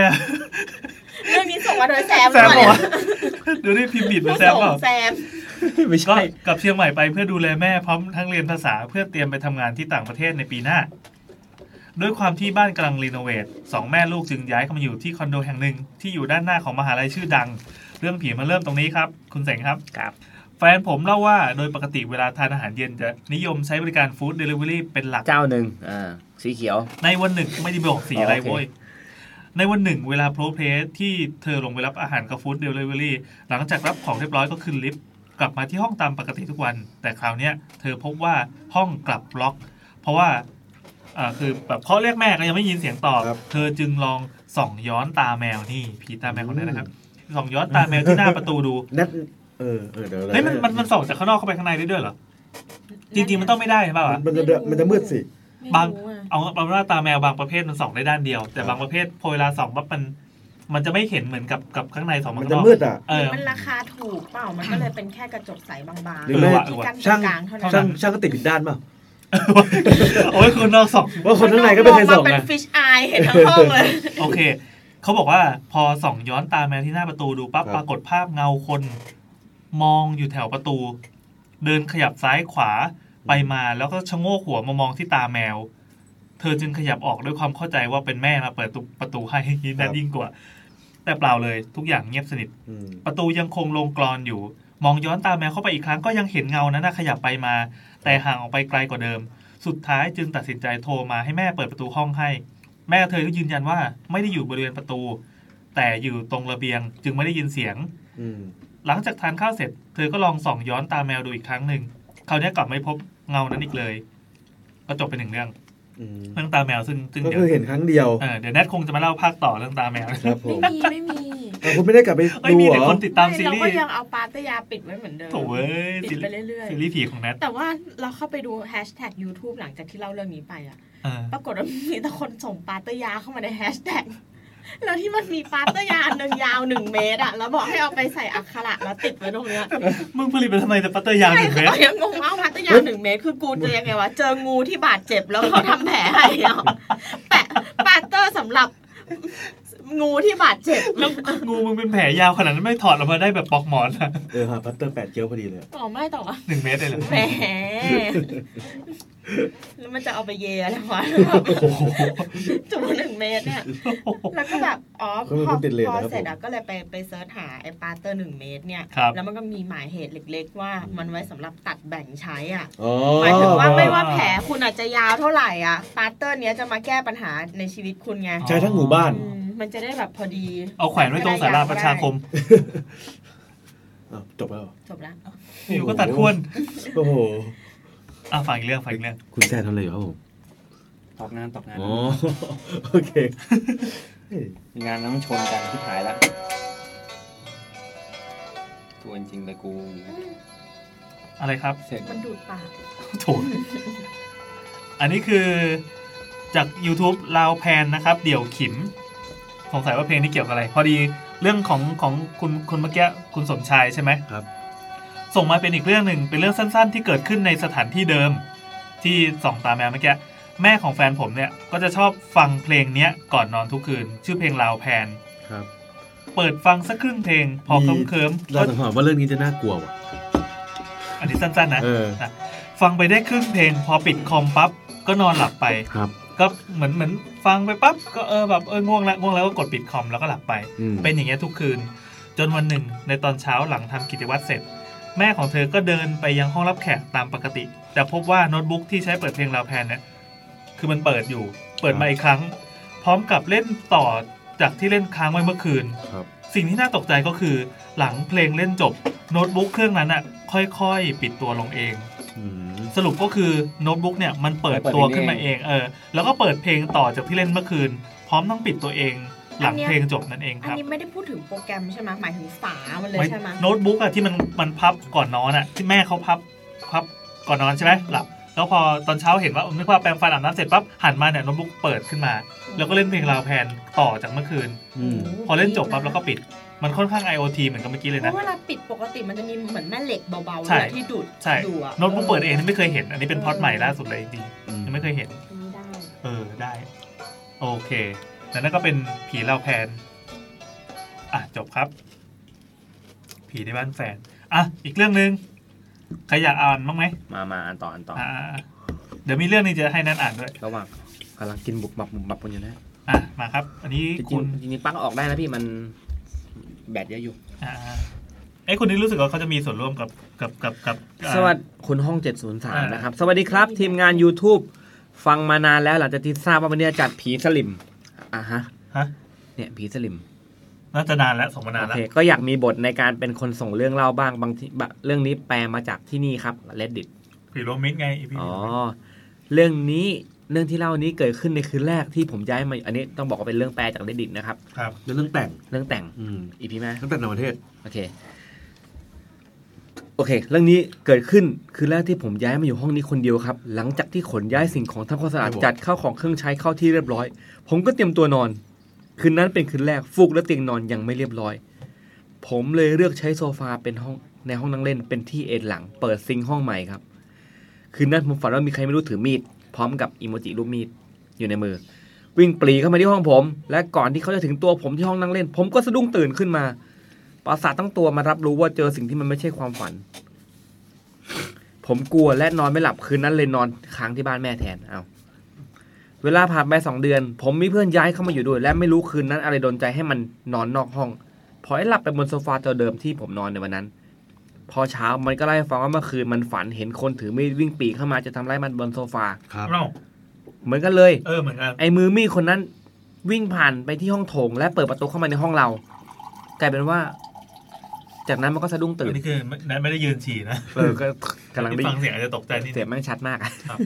เรื่องนี้ส่งมาโดยแซม
แซม
ก่อ
บอ
น
ก
เนี่ย
ว่าเดี๋ยวนี้พิมพ์บิดเป็นแซม
ส่
เปล่าง
แซม
ก็กลับเชียงใหม่ไปเพื่อดูแลแม่พร้อมทั้งเรียนภาษาเพื่อเตรียมไปทำงานที่ต่างประเทศในปีหน้า ด้วยความที่บ้านกำลังรีโนเวทสองแม่ลูกจึงย้ายเข้ามาอยู่ที่คอนโดแห่งหนึ่งที่อยู่ด้านหน้าของมหาลัยชื่อดัง เรื่องผีมาเริ่มตรงนี้ครับ คุณเสงครับ
ครับ
แฟนผมเล่าว่าโดยปกติเวลาทานอาหารเย็นจะนิยมใช้บริการฟู้ดเดลิเวอรี่เป็นหลัก
เจ้าหนึ่งอ่าสีเขียว
ในวันหนึ่งไม่ได้บอกสีอะไร
อ๋อโอเค
เว้ย ในวันหนึ่งเวลาโพรเพสที่เธอลงไปรับอาหารกับฟู้ดเดลิเวอรี่หลังจากรับของเรียบร้อยก็ขึ้นลิฟต์กลับมาที่ห้องตามปกติทุกวัน แต่คราวเนี้ยเธอพบว่าห้องกลับล็อก เพราะว่าอ่าคือแบบเคาะเรียกแม่ก็ยังไม่ยินเสียงตอบ เธอจึงลองส่องย้อนตาแมวนี่ผีตาแมวคนนั้นนะครับส่องย้อนตาแมวที่หน้าประตูดู
แนทเออเออเดี๋ยว
เฮ้ยมันมันมันส่องจากข้างนอกเข้าไปข้างในได้ด้วยเหรอจริง ๆ มันต้องไม่ได้ใช่ป่าวะ
มันจะเดือดมันจะมืดสิ
บางเอาเอาเป็นว่าตาแมวบางประเภทมันส่องได้ด้านเดียว แต่บางประเภทพอเวลาส่องปั๊บมัน มันจะไม่เห็นเหมือนกับกับข้างในสอง
มัน
ข้าง
จะ
นอก
มืดอะ
เออ
มันราคาถูกเปล่า มันก็เลยเป็นแค่กระจกใสบางๆ
หรือไม่
ที่กั้นตร
ช่าง
งกลางเท่านั้น
ช่างช่างก็ติดอีกด้านเปล่า
โอ้ย (laughs) คนนอกสอง
ว่าคนข้างในก็เป็นเป็นสอง
มองมา
ไง
เป็นฟิชอายเห็นทั้งห้องเลย
โอเค เขาบอกว่าพอส่องย้อนตามแมวที่หน้าประตูดูปั๊บปรากฏภาพเงาคน มองอยู่แถวประตู เดินขยับซ้ายขวาไปมาแล้วก็ชะโงกหัวมามองที่ตาแมว เธอจึงขยับออกด้วยความเข้าใจว่าเป็นแม่มาเปิดตุประตูให้ (laughs) นั่นยิ่งกว่า แต่เปล่าเลย ทุกอย่างเงียบสนิท ประตูยังคงลงกรอนอยู่ มองย้อนตามแมวเข้าไปอีกครั้งก็ยังเห็นเงานั้นนะขยับไปมา แต่ห่างออกไปไกลกว่าเดิม สุดท้ายจึงตัดสินใจโทรมาให้แม่เปิดประตูห้องให้ แม่เธอก็ยืนยันว่าไม่ได้อยู่บริเวณประตู แต่อยู่ตรงระเบียงจึงไม่ได้ยินเสียง หลังจากทานข้าวเสร็จ เธอก็ลองส่องย้อนตามแมวดูอีกครั้งหนึ่งคราวนี้กลับไม่พบเงานั้นอีกเลย ก็จบไปหนึ่งเรื่องเรื่องตาแมวซึ่งซึ่ง
ก็คือเห็นครั้งเดียว
ออเดี๋ยวแนทคงจะมาเล่าภาคต่อเรื่องตาแมว
ครับผม
มีไม่มี
เออคุณไม่ได้กลับไป
ไม่
ดู
มี
เหร
แต่
อ
คนติดตามซีรี
เราก็
ส์
ยังเอาปาตยาปิดไว้เหมือนเดิม
โถ่เว้ย
ปิดไปเรื่อย
ซีรีส์ผีของแนท
แต่ว่าเราเข้าไปดูแฮชแท็ก YouTube หลังจากที่เล่าเรื่องนี้ไปอะ
เออ
ปรากฏว่ามีแต่คนส่งปาตยาเข้ามาในแฮชแท็กแล้วที่มันมีปาตยาหนึ่งยาวหนึ่งเมตรอะแล้วบอกให้เอาไปใส่อักขระแล้วติดไว้ตรงเนี้ย
มึงผลิตไปทำไมแต่ปัตเตอร์ยาวหนึ่งเมตร
เรายังงงว่าปาตยาหนึ่งเมตร คือกูจะยังไงวะเจองูที่บาดเจ็บแล้วเขาทำแผลให้อะ (laughs) แปะปาเตอร์สำหรับงูที่บาดเจ็บ
แล้วงูมึงเป็นแผลยาวขนาดนั้นไม่ถอดออกมาได้แบบปอกหมอนอะ (laughs)
เออฮะพัตเตอร์แปดเกี้ยวพอดีเลย
ต่อไม่ต่อ
หนึ่งเมตรเลยเหรอ
แหม แล้วมันจะเอาไปเยอะไรวะจำนวนหนึ่งเมตรเนี่ย แล้วก็แบบ อ๋อ
ก็ไม่
พ
ต้
อ
องติดเลน
พอ
นะครับ
เสร็จอะก็เลยไปไปเซิร์ชหาไอ้ปาเตอร์หนึ่งเมตรเนี่ย
ครับ
แล้วมันก็มีหมายเหตุเล็กๆ ว่ามันไว้สำหรับตัดแบ่งใช้อ่ะ
อ๋อ
หมายถึงว่าไม่ว่าแผลคุณอาจจะยาวเท่าไหร่อ่ะ ปาเตอร์เนี้ยจะมาแก้ปัญหาในชีวิตคุณไง
ใช้ทั้งหมู่บ้าน
อืมมันจะได้แบบพอดี
เอาแขวนไว้ตรงสาราประชาคม
อ้าวจบแล้วเหรอ
จบแล้ว
อยู่ก็ตัดขั้วน
โอ้โห
อ่ะฝังอีกเรื่องฝังอีกเรื่อง
คุณแซ่ทำอะไรอยู่ครับผม
ตอกงานตอกงาน
อ๋อโอเคเฮ้ย
งานน้ำชนกันที่หายละตัวจริงเลยกู
อะไรครับ
มันดูดปาก
โถูกอันนี้คือจาก YouTube ลาวแพนนะครับ เดี่ยวขิม สงสัยว่าเพลงนี้เกี่ยวกับอะไร พอดีเรื่องของของคุณคุณเมื่อกี้คุณสมชายใช่ไหม
ครับ
ส่งมาเป็นอีกเรื่องหนึ่งเป็นเรื่องสั้นๆ ที่เกิดขึ้นในสถานที่เดิม ที่สองตาแมวเมื่อกี้แม่ของแฟนผมเนี่ยก็จะชอบฟังเพลงเนี้ยก่อนนอนทุกคืน ชื่อเพลงลาวแพน
ครับ
เปิดฟังสักครึ่งเพลง พอเคลิ้มเคิมๆ
เรา
ก็
ถามว่าเรื่องนี้จะน่ากลัวว่ะ
อันนี้สั้นๆนะ
เออ
นะฟังไปได้ครึ่งเพลง พอปิดคอมปั๊บก็นอนหลับไป
ครับ
ก็เหมือนเหมือนฟังไปปั๊บก็เออแบบเออง่วงแล้วง่วงแล้วก็กดปิดคอมแล้วก็หลับไป
อืม
เป็นอย่างเงี้ยทุกคืน จนวันหนึ่งในตอนเช้าหลังทำกิจวัตรเสร็จ แม่ของเธอก็เดินไปยังห้องรับแขกตามปกติ แต่พบว่าโน้ตบุ๊กที่ใช้เปิดเพลงลาวแพนเนี่ยคือมันเปิดอยู่ เปิดมาอีกครั้ง พร้อมกับเล่นต่อจากที่เล่นค้างไว้เมื่อคืน
ครับ
สิ่งที่น่าตกใจก็คือ หลังเพลงเล่นจบโน้ตบุ๊กเครื่องนั้นอ่ะค่อยๆ ปิดตัวลงเอง
อืม
สรุปก็คือโน้ตบุ๊กเนี่ยมันเปิดตัวขึ้นมาเองเออแล้วก็เปิดเพลงต่อจากที่เล่นเมื่อคืน พร้อมต้องปิดตัวเอง หลังเพลงจบนั่นเองค
อั
น รับ
นี้ไม่ได้พูดถึงโปรแกรมใช่ไหมหมายถึงฝามันเลย
ไว้
ใช่ไหม
โน้ตบุ๊กอะที่มันมันพับก่อนนอนอะที่แม่เขาพับพับก่อนนอนใช่ไหมหลับแล้วพอตอนเช้าเห็นว่านึกว่าแปรงฟันอาบน้ำเสร็จปั๊บหันมาเนี่ยโน้ตบุ๊กเปิดขึ้นมา แล้วก็เล่นเพลงราวแพนต่อจากเมื่อคืน
อืม
พอเล่นจบปั๊บแล้วก็ปิด มันค่อนข้าง IoT เหมือนกับเมื่อกี้เลย
เพ
นะ
ราะเวลาปิดปกติมันจะมีเหมือนแม่เหล็กเบาๆ
ใช่
เนี่ยที่ดูด
ใช่
ดูอะ
โน้ตบุ๊กเปิดเองนี่ไม่เคยเห็น อันนี้เป็นพล็อดใหม่ล่าสุดเลยจริงๆ
อืม
ยังไม่เคยเห็น
ไม่ได้
เออได้ โอเคแล้วนั่นก็เป็นผีเล่าแพนอ่ะจบครับ ผีในบ้านแฟนอ่ะอีกเรื่องหนึ่งใครอยากอ่านบ้างไหม
มามาอันต่ออันต่อ
อ่าเดี๋ยวมีเรื่องหนึงจะให้นันอ่านด้วย
ระหว่างกำลังกินบุบบับบุบบับกันอยู่นะ
อ่ะมาครับ อันนี้
จริง
คุณ
ๆจริงๆปักออกได้นะพี่มันแบตเยอะอยู่
อ่าเอ้ยคุณนี่รู้สึกว่าเขาจะมีส่วนร่วมกับกับกับกับอ่า
สวัสดีคุณห้อง
อ่า
703
น
นะครับ สวัสดีครับ ทีมงาน YouTube ฟังมานานแล้วหลังจากที่ทราบว่าวันนี้จะจัดผีสลิมอ่ะฮะ
ฮะ
เนี่ยผีสลิม
น่าจะนานแล้วส่งมานาน
โอ
แล้ว
เค ก็อยากมีบทในการเป็นคนส่งเรื่องเล่าบ้างบางทีบะเรื่องนี้แปลมาจากที่นี่ครับ reddit
ผีโรวมมิดไงอีพี
อ๋อ เรื่องนี้เรื่องที่เล่านี้เกิดขึ้นในคืนแรกที่ผมย้ายมา อันนี้ต้องบอกว่าเป็นเรื่องแปลจาก reddit นะครับ
ครับ
แล้วเรื่องแต่ง
เรื่องแต่ง
อืม
อีพีไหม
เรื่องแต่งในประเทศ
โอเค โอเค เรื่องนี้เกิดขึ้นคือแรกที่ผมย้ายมาอยู่ห้องนี้คนเดียวครับ หลังจากที่ขนย้ายสิ่งของทำความสะอาด
ครับผม
จัดเข้าของเครื่องใช้เข้าที่เรียบร้อย ผมก็เตรียมตัวนอน
คืนนั้นเป็นคืนแรกฟูกและเตียงนอนยังไม่เรียบร้อย ผมเลยเลือกใช้โซฟาเป็นห้องในห้องนั่งเล่นเป็นที่เอนหลัง เปิดซิงค์ห้องใหม่ครับ คืนนั้นผมฝันว่ามีใครไม่รู้ถือมีด พร้อมกับอิโมจิรูปมีดอยู่ในมือ วิ่งปรีเข้ามาที่ห้องผม และก่อนที่เขาจะถึงตัวผมที่ห้องนั่งเล่น ผมก็สะดุ้งตื่นขึ้นมา ประสาทตั้งตัวมารับรู้ว่าเจอสิ่งที่มันไม่ใช่ความฝัน ผมกลัวและนอนไม่หลับคืนนั้นเลยนอนค้างที่บ้านแม่แทนเอา เวลาผ่านไปสองเดือน ผมมีเพื่อนย้ายเข้ามาอยู่ด้วย และไม่รู้คืนนั้นอะไรโดนใจให้มันนอนนอกห้อง พอให้หลับไปบนโซฟาตัวเดิมที่ผมนอนในวันนั้น พอเช้ามันก็เล่าให้ฟังว่าเมื่อคืนมันฝันเห็นคนถือมีดวิ่งปรีเข้ามาจะทำร้ายมันบนโซฟา
ครับ
เหมือนกันเลย
เออเหมือนกัน
ไอ้มือมีดคนนั้นวิ่งผ่านไปที่ห้องโถง และเปิดประตูเข้ามาในห้องเรา กลายเป็นว่า จากนั้นมันก็สะดุ้งตื่
อั
น
นนี้คือไม่นั้นไม่ได้ยืนฉี่นะ
เออก็กำลังได้
ฟังเสียงอาจจะตกใจนิด
เสียงแม่งชัดมากอะ
ครับ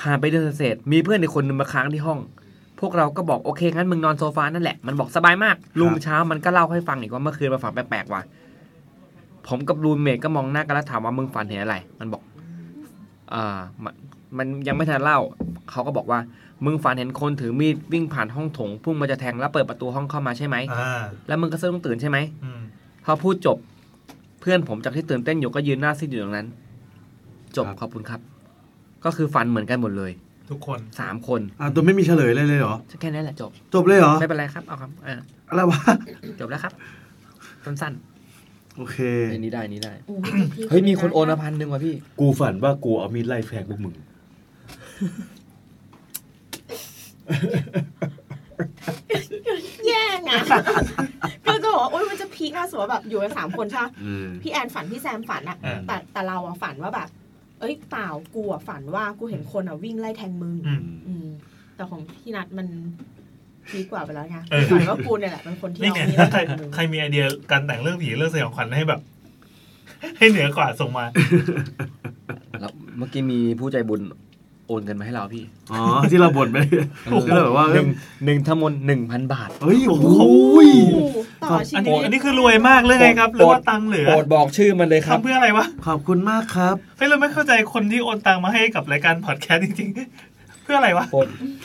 ผ่านไปเดือนเศษมีเพื่อนในคนหนึงมาค้างที่ห้อง พวกเราก็บอกโอเคงั้นมึงนอนโซฟานั่นแหละ มันบอกสบายมากลุงเช้ามันก็เล่าให้ฟังอีกว่าเมื่อคืนมาฝันแปลกๆว่ะผมกับรูนเมทก็มองหน้ากันแล้วถามว่ามึงฝันเห็นอะไร มันบอกอ่ามันมันยังไม่ทันเล่า เขาก็บอกว่า มึงฝันเห็นคนถือมีดวิ่งผ่านห้องโถงพุ่งมาจะแทงแล้วเปิดประตูห้องเข้ามาใช่ไหม
อ่า
แล้วมึงก็สะดุ้งตื่นใช่ไหม
อืม
พอพูดจบเพื่อนผมจากที่ตื่นเต้นอยู่ก็ยืนหน้าซีดอยู่ตรงนั้น จบขอบคุณครับ ก็คือฟันเหมือนกันหมดเลย
ทุกคน
สามคน
อ่ะตัวไม่มีเฉลยเลยเลยเหรอ
แค่นั้นแหละจบ
จบเลยเหรอ
ไม่เป็นไรครับเอาครับอ่า
อะไรวะ
จบแล้วครับสั้น
โอเค
ๆอันนี้ได้อันนี้ได้เฮ้ยมีคนโอนมาพันหนึ่งว่ะพี่
กูฝันว่ากูเอามีดไล่แทงพวกมึง
แย่ง
(laughs)
อะก็จะบอกว่าโอ๊ยมันจะพีคน่าสมมติว่าแบบอยู่กันสามคนใช่ปะ
อืม
พี่แอนฝันพี่แซมฝันอะ
อ่า
แต่แต่เราอะฝันว่าแบบ เอ้ยเปล่ากูอะฝันว่ากูเห็นคนอะวิ่งไล่แทงมึง
อืม
อืม แต่ของพี่นัทมันพีคกว่าไปแล้วไง
เออ
ฝันว่ากูเนี่ยแหละเป็นคนที่
นี่
เอา
ไง
มีด
ถ้า
ไล่
ใคร
แทงมึง
ใครมีไอเดียการแต่งเรื่องผีเรื่องสยองขวัญให้แบบ (laughs) ให้เหนือกว่าส่งมา
แล้วเมื่อกี้มีผู้ใจบุญโอนเงินมาให้เราพี่
อ๋อ ที่เราบ่นไปที่เราแบบว่า
หนึ่งหนึ่งทั้งหมดหนึ่งพันบาท
เฮ้ยโอ้โห
ต่อชี
อัน
วิ
นี้
ต
อันนี้คือรวยมากเลยไงครับ หรือว่าตังค์เหลือ
โปรดบอกชื่อมันเลยครับ
ทำเพื่ออะไรวะ
ขอบคุณมากครับ
เฮ้ยเราไม่เข้าใจคนที่โอนตังค์มาให้กับรายการพอดแคสต์จริงๆ เพื่ออะไรวะ
โปรด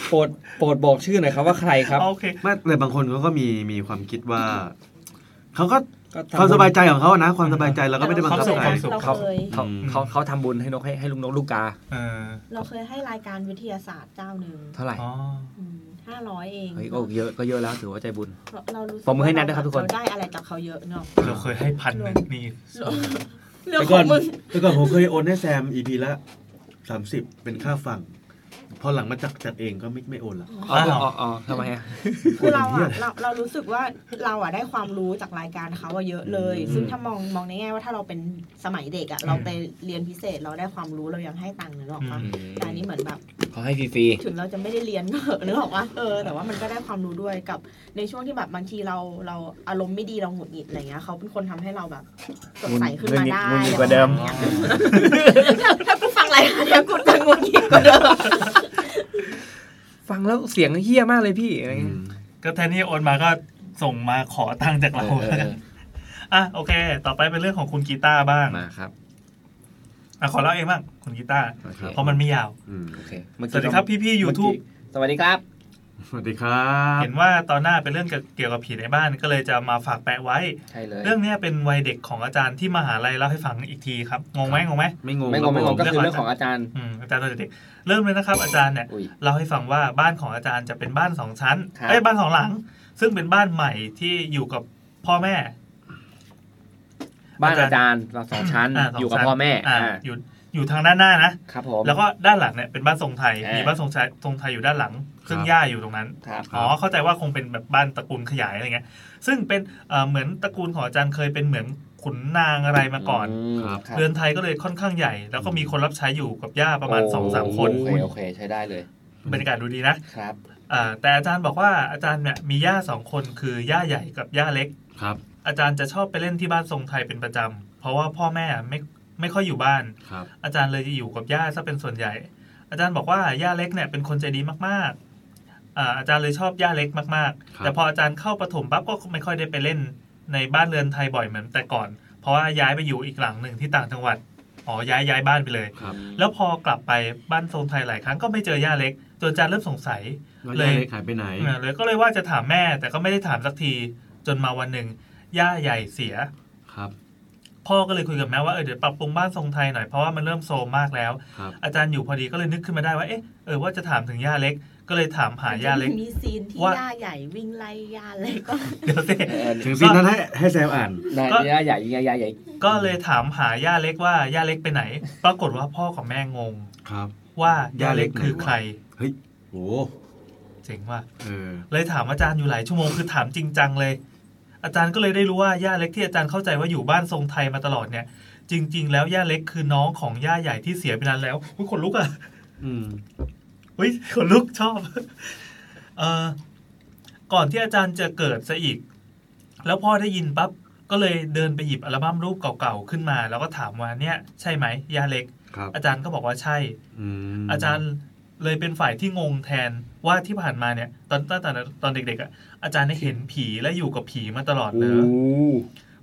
โปรดโปรดบอกชื่อหน่อยครับว่าใครครับ
อ๋อโอเค
ไม่แต่บางคนเขาก็มีมีความคิดว่า เขาก็
ก็ทำ
ความสบายใจของเขาอะนะ ความสบายใจเราก็ไม่ได้บังคับ
เราเค
ใคร
ยนะเราเคย
เขา
อืม
เขาเขาทำบุญให้นกให้ให้ลุงนกลูกกา
เออ
เราเคยให้รายการวิทยาศาสตร์เจ้าหนึ่ง
เท่าไหร่
อ๋อ
ห้าร้อยเอง
เฮ้ยโอ้เยอะก็เยอะแล้วถือว่าใจบุญ
เราเรารู้สึก
ปรบมือให้นัทด้วยครับทุกคน
เราได้อะไรจากเขาเยอะเนาะ
เราเคยให้พันหนึ่งนี่
เรื่อง
แต่
ข
ก่อ
อน งมึง
แต่ก่อนผมเคยโอนให้แซม EP ละสามสิบเป็นค่าฟัง พอหลังมาจัดจัดเองก็ไม่ไม่โอนละ
อ๋ออ๋ออ๋อทำไมอ่ะ
คือเราอะเราเรารู้สึกว่าเราอะได้ความรู้จากรายการเขาอะเยอะเลย ซึ่งถ้ามองมองในแง่ว่าถ้าเราเป็นสมัยเด็กอะเราไปเรียนพิเศษเราได้ความรู้เรายังให้ตังค์นะหรอกปะ
อืม
แต่อันนี้เหมือนแบบ
เขาให้ฟรี
ถึงเราจะไม่ได้เรียน (laughs) ก็เหอะนึกออกว่าเออแต่ว่ามันก็ได้ความรู้ด้วยกับในช่วงที่แบบบางทีเราเราอารมณ์ไม่ดีเราหงุดหงิดอะไรเงี้ยเขาเป็นคนทำให้เราแบบสดใสขึ้นมาได้
งุนงิกว่าเดิม
ถ้าถ้ากูฟังรายการเนี้ยกูจะหงุดหงิดกว่าเดิม
ฟังแล้วเสียงเฮี้ยมากเลยพี่อะไร
อื
เงี้ย
ม
ก็แทนที่โอนมาก็ส่งมาขอตังค์จากเรา
เออ
อ่ะโอเค ต่อไปเป็นเรื่องของคุณกีตาร์บ้าง
มาครับ
อ่ะขอเล่าเองบ้างคุณกีตาร์
โอเค
เพราะมันไม่ยาว
อืม
โอเคเมื่อ
ส
กี้
วัสดีครับพี่ๆ YouTube
สวัสดีครับ
สวัสดีครับ
เห็นว่าตอนหน้าเป็นเรื่องเกี่ยวกับผีในบ้านก็เลยจะมาฝากแปะไว้
ใช่เลย
เรื่องเนี้ยเป็นวัยเด็กของอาจารย์ที่มหาลัยเล่าให้ฟังอีกทีครับ งงไหมงงไหม
ไม่งง
ไม่งงไม่งง
ค
ก็
รับผ
คือเรื่องของอาจารย์
อืมอาจารย์ตอนเด็กๆเริ่มเลยนะครับอาจารย์เนี่ย
อุ้ย
เล่าให้ฟังว่าบ้านของอาจารย์จะเป็นบ้านสองชั้น
ครับ
เอ้ยบ้านสองหลัง ซึ่งเป็นบ้านใหม่ที่อยู่กับพ่อแม่
บ้านอาจารย์เราสองชั้น
อ่าสง
อยู่กับ
ชั้น
พ่อแม่
า
อ่า
อยู่อยู่ทางด้านหน้านะครับ
ผม
แล้วก็ด้านหลังเนี่ยเป็นบ้านทรงไทย
อ่ามี
มีบ้านทรงไทยทรงไทยอยู่ด้านหลัง ซึ่ง
ครับ
ย่าอยู่ตรงนั้น
ครับ
อ๋อเข้าใจว่าคงเป็นแบบบ้านตระกูลขยายอะไรเงี้ย ซึ่งเป็นเอ่อเหมือนตระกูลของอาจารย์เคยเป็นเหมือนขุนนางอะไรมาก่อน
ม
เรือนไทยก็เลยค่อนข้างใหญ่ แล้วก็มีคนรับใช้อยู่กับย่าประมาณ
โ
สองสามคน
โอเคโอเคใช้ได้เลย
บรรยากาศดูดีนะครับ อ่าแต่อาจารย์บอกว่าอาจารย์เนี่ยมีย่าสองคนคือย่าใหญ่กับย่าเล็ก
ครับ
อาจารย์จะชอบไปเล่นที่บ้านทรงไทยเป็นประจำเพราะว่าพ่อแม่ไม่ไม่ค่อยอยู่บ้าน
ครับ
อาจารย์เลยจะอยู่กับย่าซะเป็นส่วนใหญ่ อาจารย์บอกว่าย่าเล็กเนี่ยเป็นคนใจดีมากๆอ่าอาจารย์เลยชอบย่าเล็กมาก
ครั
ๆ
บ
แต่พออาจารย์เข้าประถมปั๊บก็ไม่ค่อยได้ไปเล่นในบ้านเรือนไทยบ่อยเหมือนแต่ก่อน เพราะว่าย้ายไปอยู่อีกหลังหนึ่งที่ต่างจังหวัด อ๋อย้ายย้ายบ้านไปเลย แล้วพอกลับไปบ้านทรงไทยหลายครั้งก็ไม่เจอย่าเล็กจนอาจารย์เริ่มสงสัย
แล้วย่าเล็กหายไปไหน
อ่าเลยก็เลยว่าจะถามแม่แต่ก็ไม่ได้ถามสักทีจนมาวันหนึ่งย่าใหญ่เสีย
ครับ
พ่อก็เลยคุยกับแม่ว่าเออเดี๋ยวปรับปรุงบ้านทรงไทยหน่อยเพราะว่ามันเริ่มโซมมากแล้ว
ครับ
อาจารย์อยู่พอดีก็เลยนึกขึ้นมาได้ว่าเอ๊ะเออว่าจะถามถึงย่าเล็ก ก็เลยถามหาย่า
(laughs)
เล็ก
มีซีนที่
ว่า
ย่าใหญ่วิ่งไล่ย่าเล็ก (laughs) ก็
เดี๋ยวสิ
ถึงซีนนั้นให้ให้แซมอ่าน
ก็
ย่าใหญ่ย่าใหญ่ย่าใหญ่
ก็เลยถามหาย่าเล็กว่าย่าเล็กไปไหน ปรากฏว่าพ่อกับแม่งง
ครับ
ว่าย่าเล็กคือใคร
เฮ้ยโห
เจ๋งว่ะ
เออ
เลยถามอาจารย์อยู่หลายชั่วโมงคือถามจริงจังเลย อาจารย์ก็เลยได้รู้ว่าย่าเล็กที่อาจารย์เข้าใจว่าอยู่บ้านทรงไทยมาตลอดเนี่ย จริง ๆ แล้วย่าเล็กคือน้องของย่าใหญ่ที่เสียไปนานแล้วอุ๊ยขนลุกอ่ะ
อืม
อุ้ยขนลุกชอบ เอ่อก่อนที่อาจารย์จะเกิดซะอีก แล้วพ่อได้ยินปั๊บ ก็เลยเดินไปหยิบอัลบั้มรูปเก่าๆ ขึ้นมา แล้วก็ถามว่าเนี่ย ใช่ไหมย่าเล็ก
ครับ
อาจารย์ก็บอกว่าใช่
อืม
อาจารย์เลยเป็นฝ่ายที่งงแทนว่าที่ผ่านมาเนี่ย ตอนตั้งแต่ตอนเด็กๆอ่ะอาจารย์เนี่ยเห็นผีและอยู่กับผีมาตลอดเลย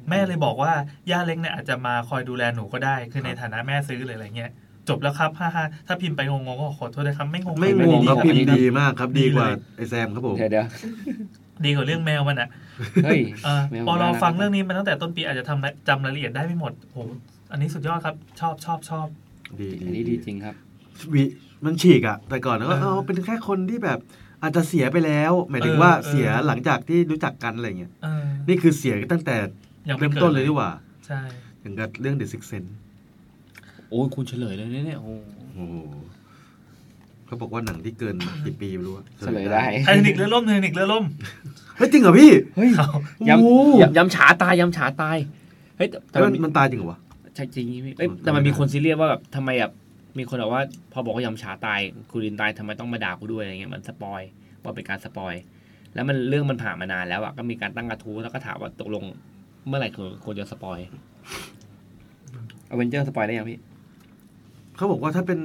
แม่เลยบอกว่า ย่าเล็กเนี่ยอาจจะมาคอยดูแลหนูก็ได้ คือในฐานะแม่ซื้อเลยอะไรเงี้ย จบแล้วครับฮ่าฮ่าถ้าพิมพ์ไปงงๆก็ขอโทษด้วยครับ ไม่งง
ไม่งงครับ
ดีๆ
พิมพ์ดีมากครับ ดีกว่า
เลย
ไอแซมครับผม
เดี๋ยวเดี๋ยว
ดีกว่าเรื่องแมวมันอ่ะ
เฮ้ย
เออ
แมว
พอเรา
น่ารัก
ฟังเรื่องนี้มาตั้งแต่ต้นปีอาจจะทำจำรายละเอียดได้ไม่หมดโอ้โหอันนี้สุดยอดครับ ชอบชอบชอบ
ดี
อันนี้ดีจริงครับ
วิมันฉีกอะแต่ก่อนแล้วก็
เออ
เออเป็นแค่คนที่แบบ อาจจะเสียไปแล้ว หมายถึง
เออ
ว่า
เออ
เสียหลังจากที่รู้จักกันอะไรเงี้ย
เออ
นี่คือเสียตั้งแต่
ยังไม่
เริ่ม
เกิด
ต้นเลยดีกว่า
ใช่
ถึงกับเรื่องเด e กซิกเซน
โอ้ยคุณเฉลยเลยเนี่ยโอ้
โอ้โหเขาบอกว่าหนังที่เกินกี่ปีไม่รู้อะ
เฉลยได้
ไททานิกเรือล่มไททานิกเรือล่ม
เฮ้ยจริงเหรอพี่
เฮ้ย
เอา
ย้
โอ้
ำ
โห
ย้ำย้ำฉาตายย้ำฉาตายเฮ้ยแต่
เฮ้ย
มั
มัน น
มี
มันตายจริงเหรอวะ
ใช่จริงไหมเอ้ยแต่มันมีคนซีเรียสว่าแบบทำไมแบบมีคนบอกว่า พอบอกว่าย้ำฉาตายกูลินตายทำไมต้องมาด่ากูด้วยอะไรเงี้ยมันสปอยว่าเป็นการสปอย แล้วมันเรื่องมันผ่านมานานแล้วอะก็มีการตั้งกระทู้แล้วก็ถามว่าตกลงเมื่อไหร่ควรควรจะสปอยอเวนเจอร์สปอยได้ยังพี่
เขาบอกว่าถ้าเป็น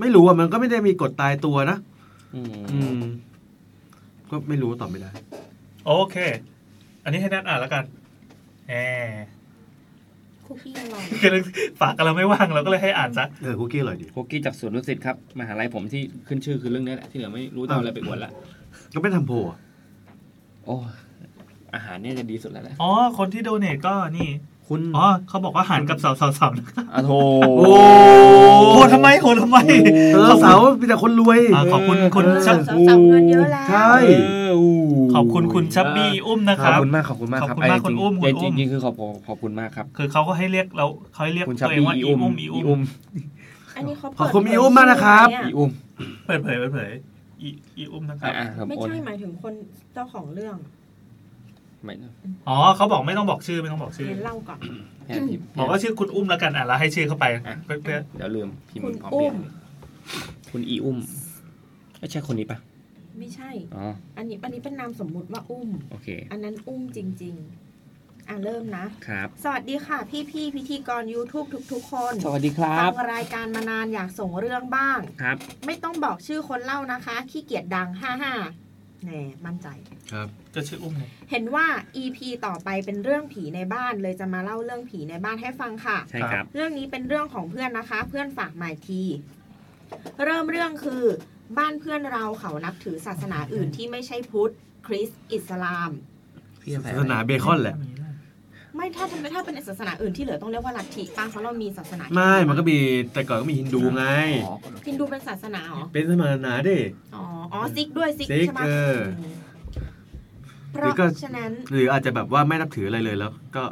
ไม่รู้อ่ะมันก็ไม่ได้มีกฎตายตัวนะ
อืม
อืม ก็ไม่รู้ตอบไม่ได้
โอเค อันนี้ให้แนทอ่านแล้วกันแหม
คุกกี้อร่อย
กำลังฝากกำลังไม่ว่างเราก็เลยให้อ่านซะ
เออคุกกี้อร่อยดี
โคกี้จากสวนรุสิตครับมหาลัยผมที่ขึ้นชื่อคือเรื่องนี้แหละที่เหลือไม่รู้จะเอาอะไรไปอวดละ
ก็ไม่ทำโพลอะ
โอ้อาหารเนี่ยจะดีสุดแล้วแหละ
อ๋อ คนที่โดเนทก็นี่
คุณ
อ๋อ เขาบอกว่าหันกับสาวสาวสาวนะ
อะโถ
โอ้
โอ้ทำไมโหทำไม
เออสาวมีแต่คนรวย
อ่าขอบคุณคุณชับ
สาวๆเงินเยอะแล้ว
ใช่
เอออู้
ขอบคุณคุณชับบี้อุ้มนะ
ข
ค
อบ
รับ
คุณมากขอบคุณมากค
ข
รับ
อบคุณมาก
ไจริง
คุณอุ้มคุณอุ้ม
จริงๆจริงๆคือขอบขอบขอบคุณมากครับ
คือเขาก็ให้เรียกเราเขาให้เรียก
คุณชับ
ตัวเอง
บี้
ว่า
อี
อี
อุ้ม
อุ้ม
อี
อี
อุ้
อุ้ม
ม
อันนี้เขาเปิด
ขอบคุณมีอุ้มมากนะครับ
เนี่ย
อีอุ้ม
เปิดเผยเปิดเผยอีอีอุ้มนะครับ
อ่าครับ
ไม่
โอน
ใช่หมายถึงคนเจ้าของเรื่อง
ไม่
อ๋อ เขาบอกไม่ต้องบอกชื่อไม่ต้องบอกชื่อ
เรียนเล่าก่อน
แค่พิมพ์
บอกว่าชื่อคุณอุ้มแล้วกันอ่ะแล้วให้ชื่อเข้าไปเพื่อเพื่อ
เดี๋ยวลืมพิมพ์
คุณ
พร้อม
อุ้
เรีย
ม
นคุณอีอุ้มไม่ใช่คนนี้ปะ
ไม่ใช่
อ๋อ
อันนี้อันนี้เป็นนามสมมุติว่าอุ้ม
โอเค
อันนั้นอุ้มจริง ๆ อ่ะเริ่มนะ
ครับ
สวัสดีค่ะ พี่พี่ๆพิธีกร YouTube ทุก ๆ คน
สวัสดีครั
ฟั
บ
งรายการมานานอยากส่งเรื่องบ้าง
ครับ
ไม่ต้องบอกชื่อคนเล่านะคะ ขี้เกียจดัง ห้าห้าแหน่มั่นใจ
จะชื่ออุ้มไง
เห็นว่า EP ต่อไปเป็นเรื่องผีในบ้านเลยจะมาเล่าเรื่องผีในบ้านให้ฟังค่ะ
ใช่ครับ
เรื่องนี้เป็นเรื่องของเพื่อนนะคะ เพื่อนฝากหมายที เริ่มเรื่องคือ บ้านเพื่อนเราเขานับถือศาสนาอื่นที่ไม่ใช่พุทธ คริสต์อิสลาม
ศาสนาเบคอนแหละ
ไม่ถ้าทำไมถ้าเป็นศาสนาอื่นที่เหลือต้องเรียกว่าลัทธิป้าเพราะเรามีศาสนา
ไม่ มันก็มีแต่ก่อนก็มีฮินดูไง
อ๋อ
พินดูเป็นศาสนาเหรอ
เป็นสมานนาเด้
อ๋ออ๋อซิกด้วยซิก
ซิก
ใช่ไหม
เออ
เพ
หรือก็
ราะฉะนั้น
หรืออาจจะแบบว่าไม่นับถืออะไรเลยแล้ว ก็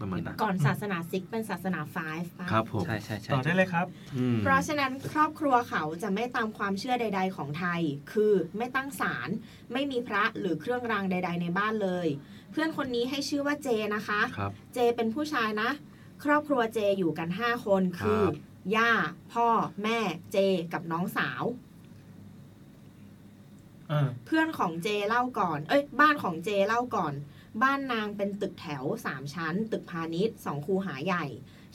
ประมาณนั้น
ก่อนศาสนาซิกเป็นศาสนาไฟฟ์ป่ะ
ครับผม
ใช่ใช่ใช่
ต่อได้เลยครับ
อืม
เพราะฉะนั้นครอบครัวเขาจะไม่ตามความเชื่อใด ๆ ของไทย คือไม่ตั้งศาล ไม่มีพระหรือเครื่องรางใด ๆ ในบ้านเลย เพื่อนคนนี้ให้ชื่อว่าเจนะคะ
ครับ
เจเป็นผู้ชายนะ ครอบครัวเจอยู่กัน 5 คนคือ
ครับ
ย่า พ่อ แม่ เจ กับน้องสาว
เออ
เพื่อนของเจเล่าก่อน เอ้ย บ้านของเจเล่าก่อน บ้านนางเป็นตึกแถว 3 ชั้น ตึกพาณิชย์2คูหาใหญ่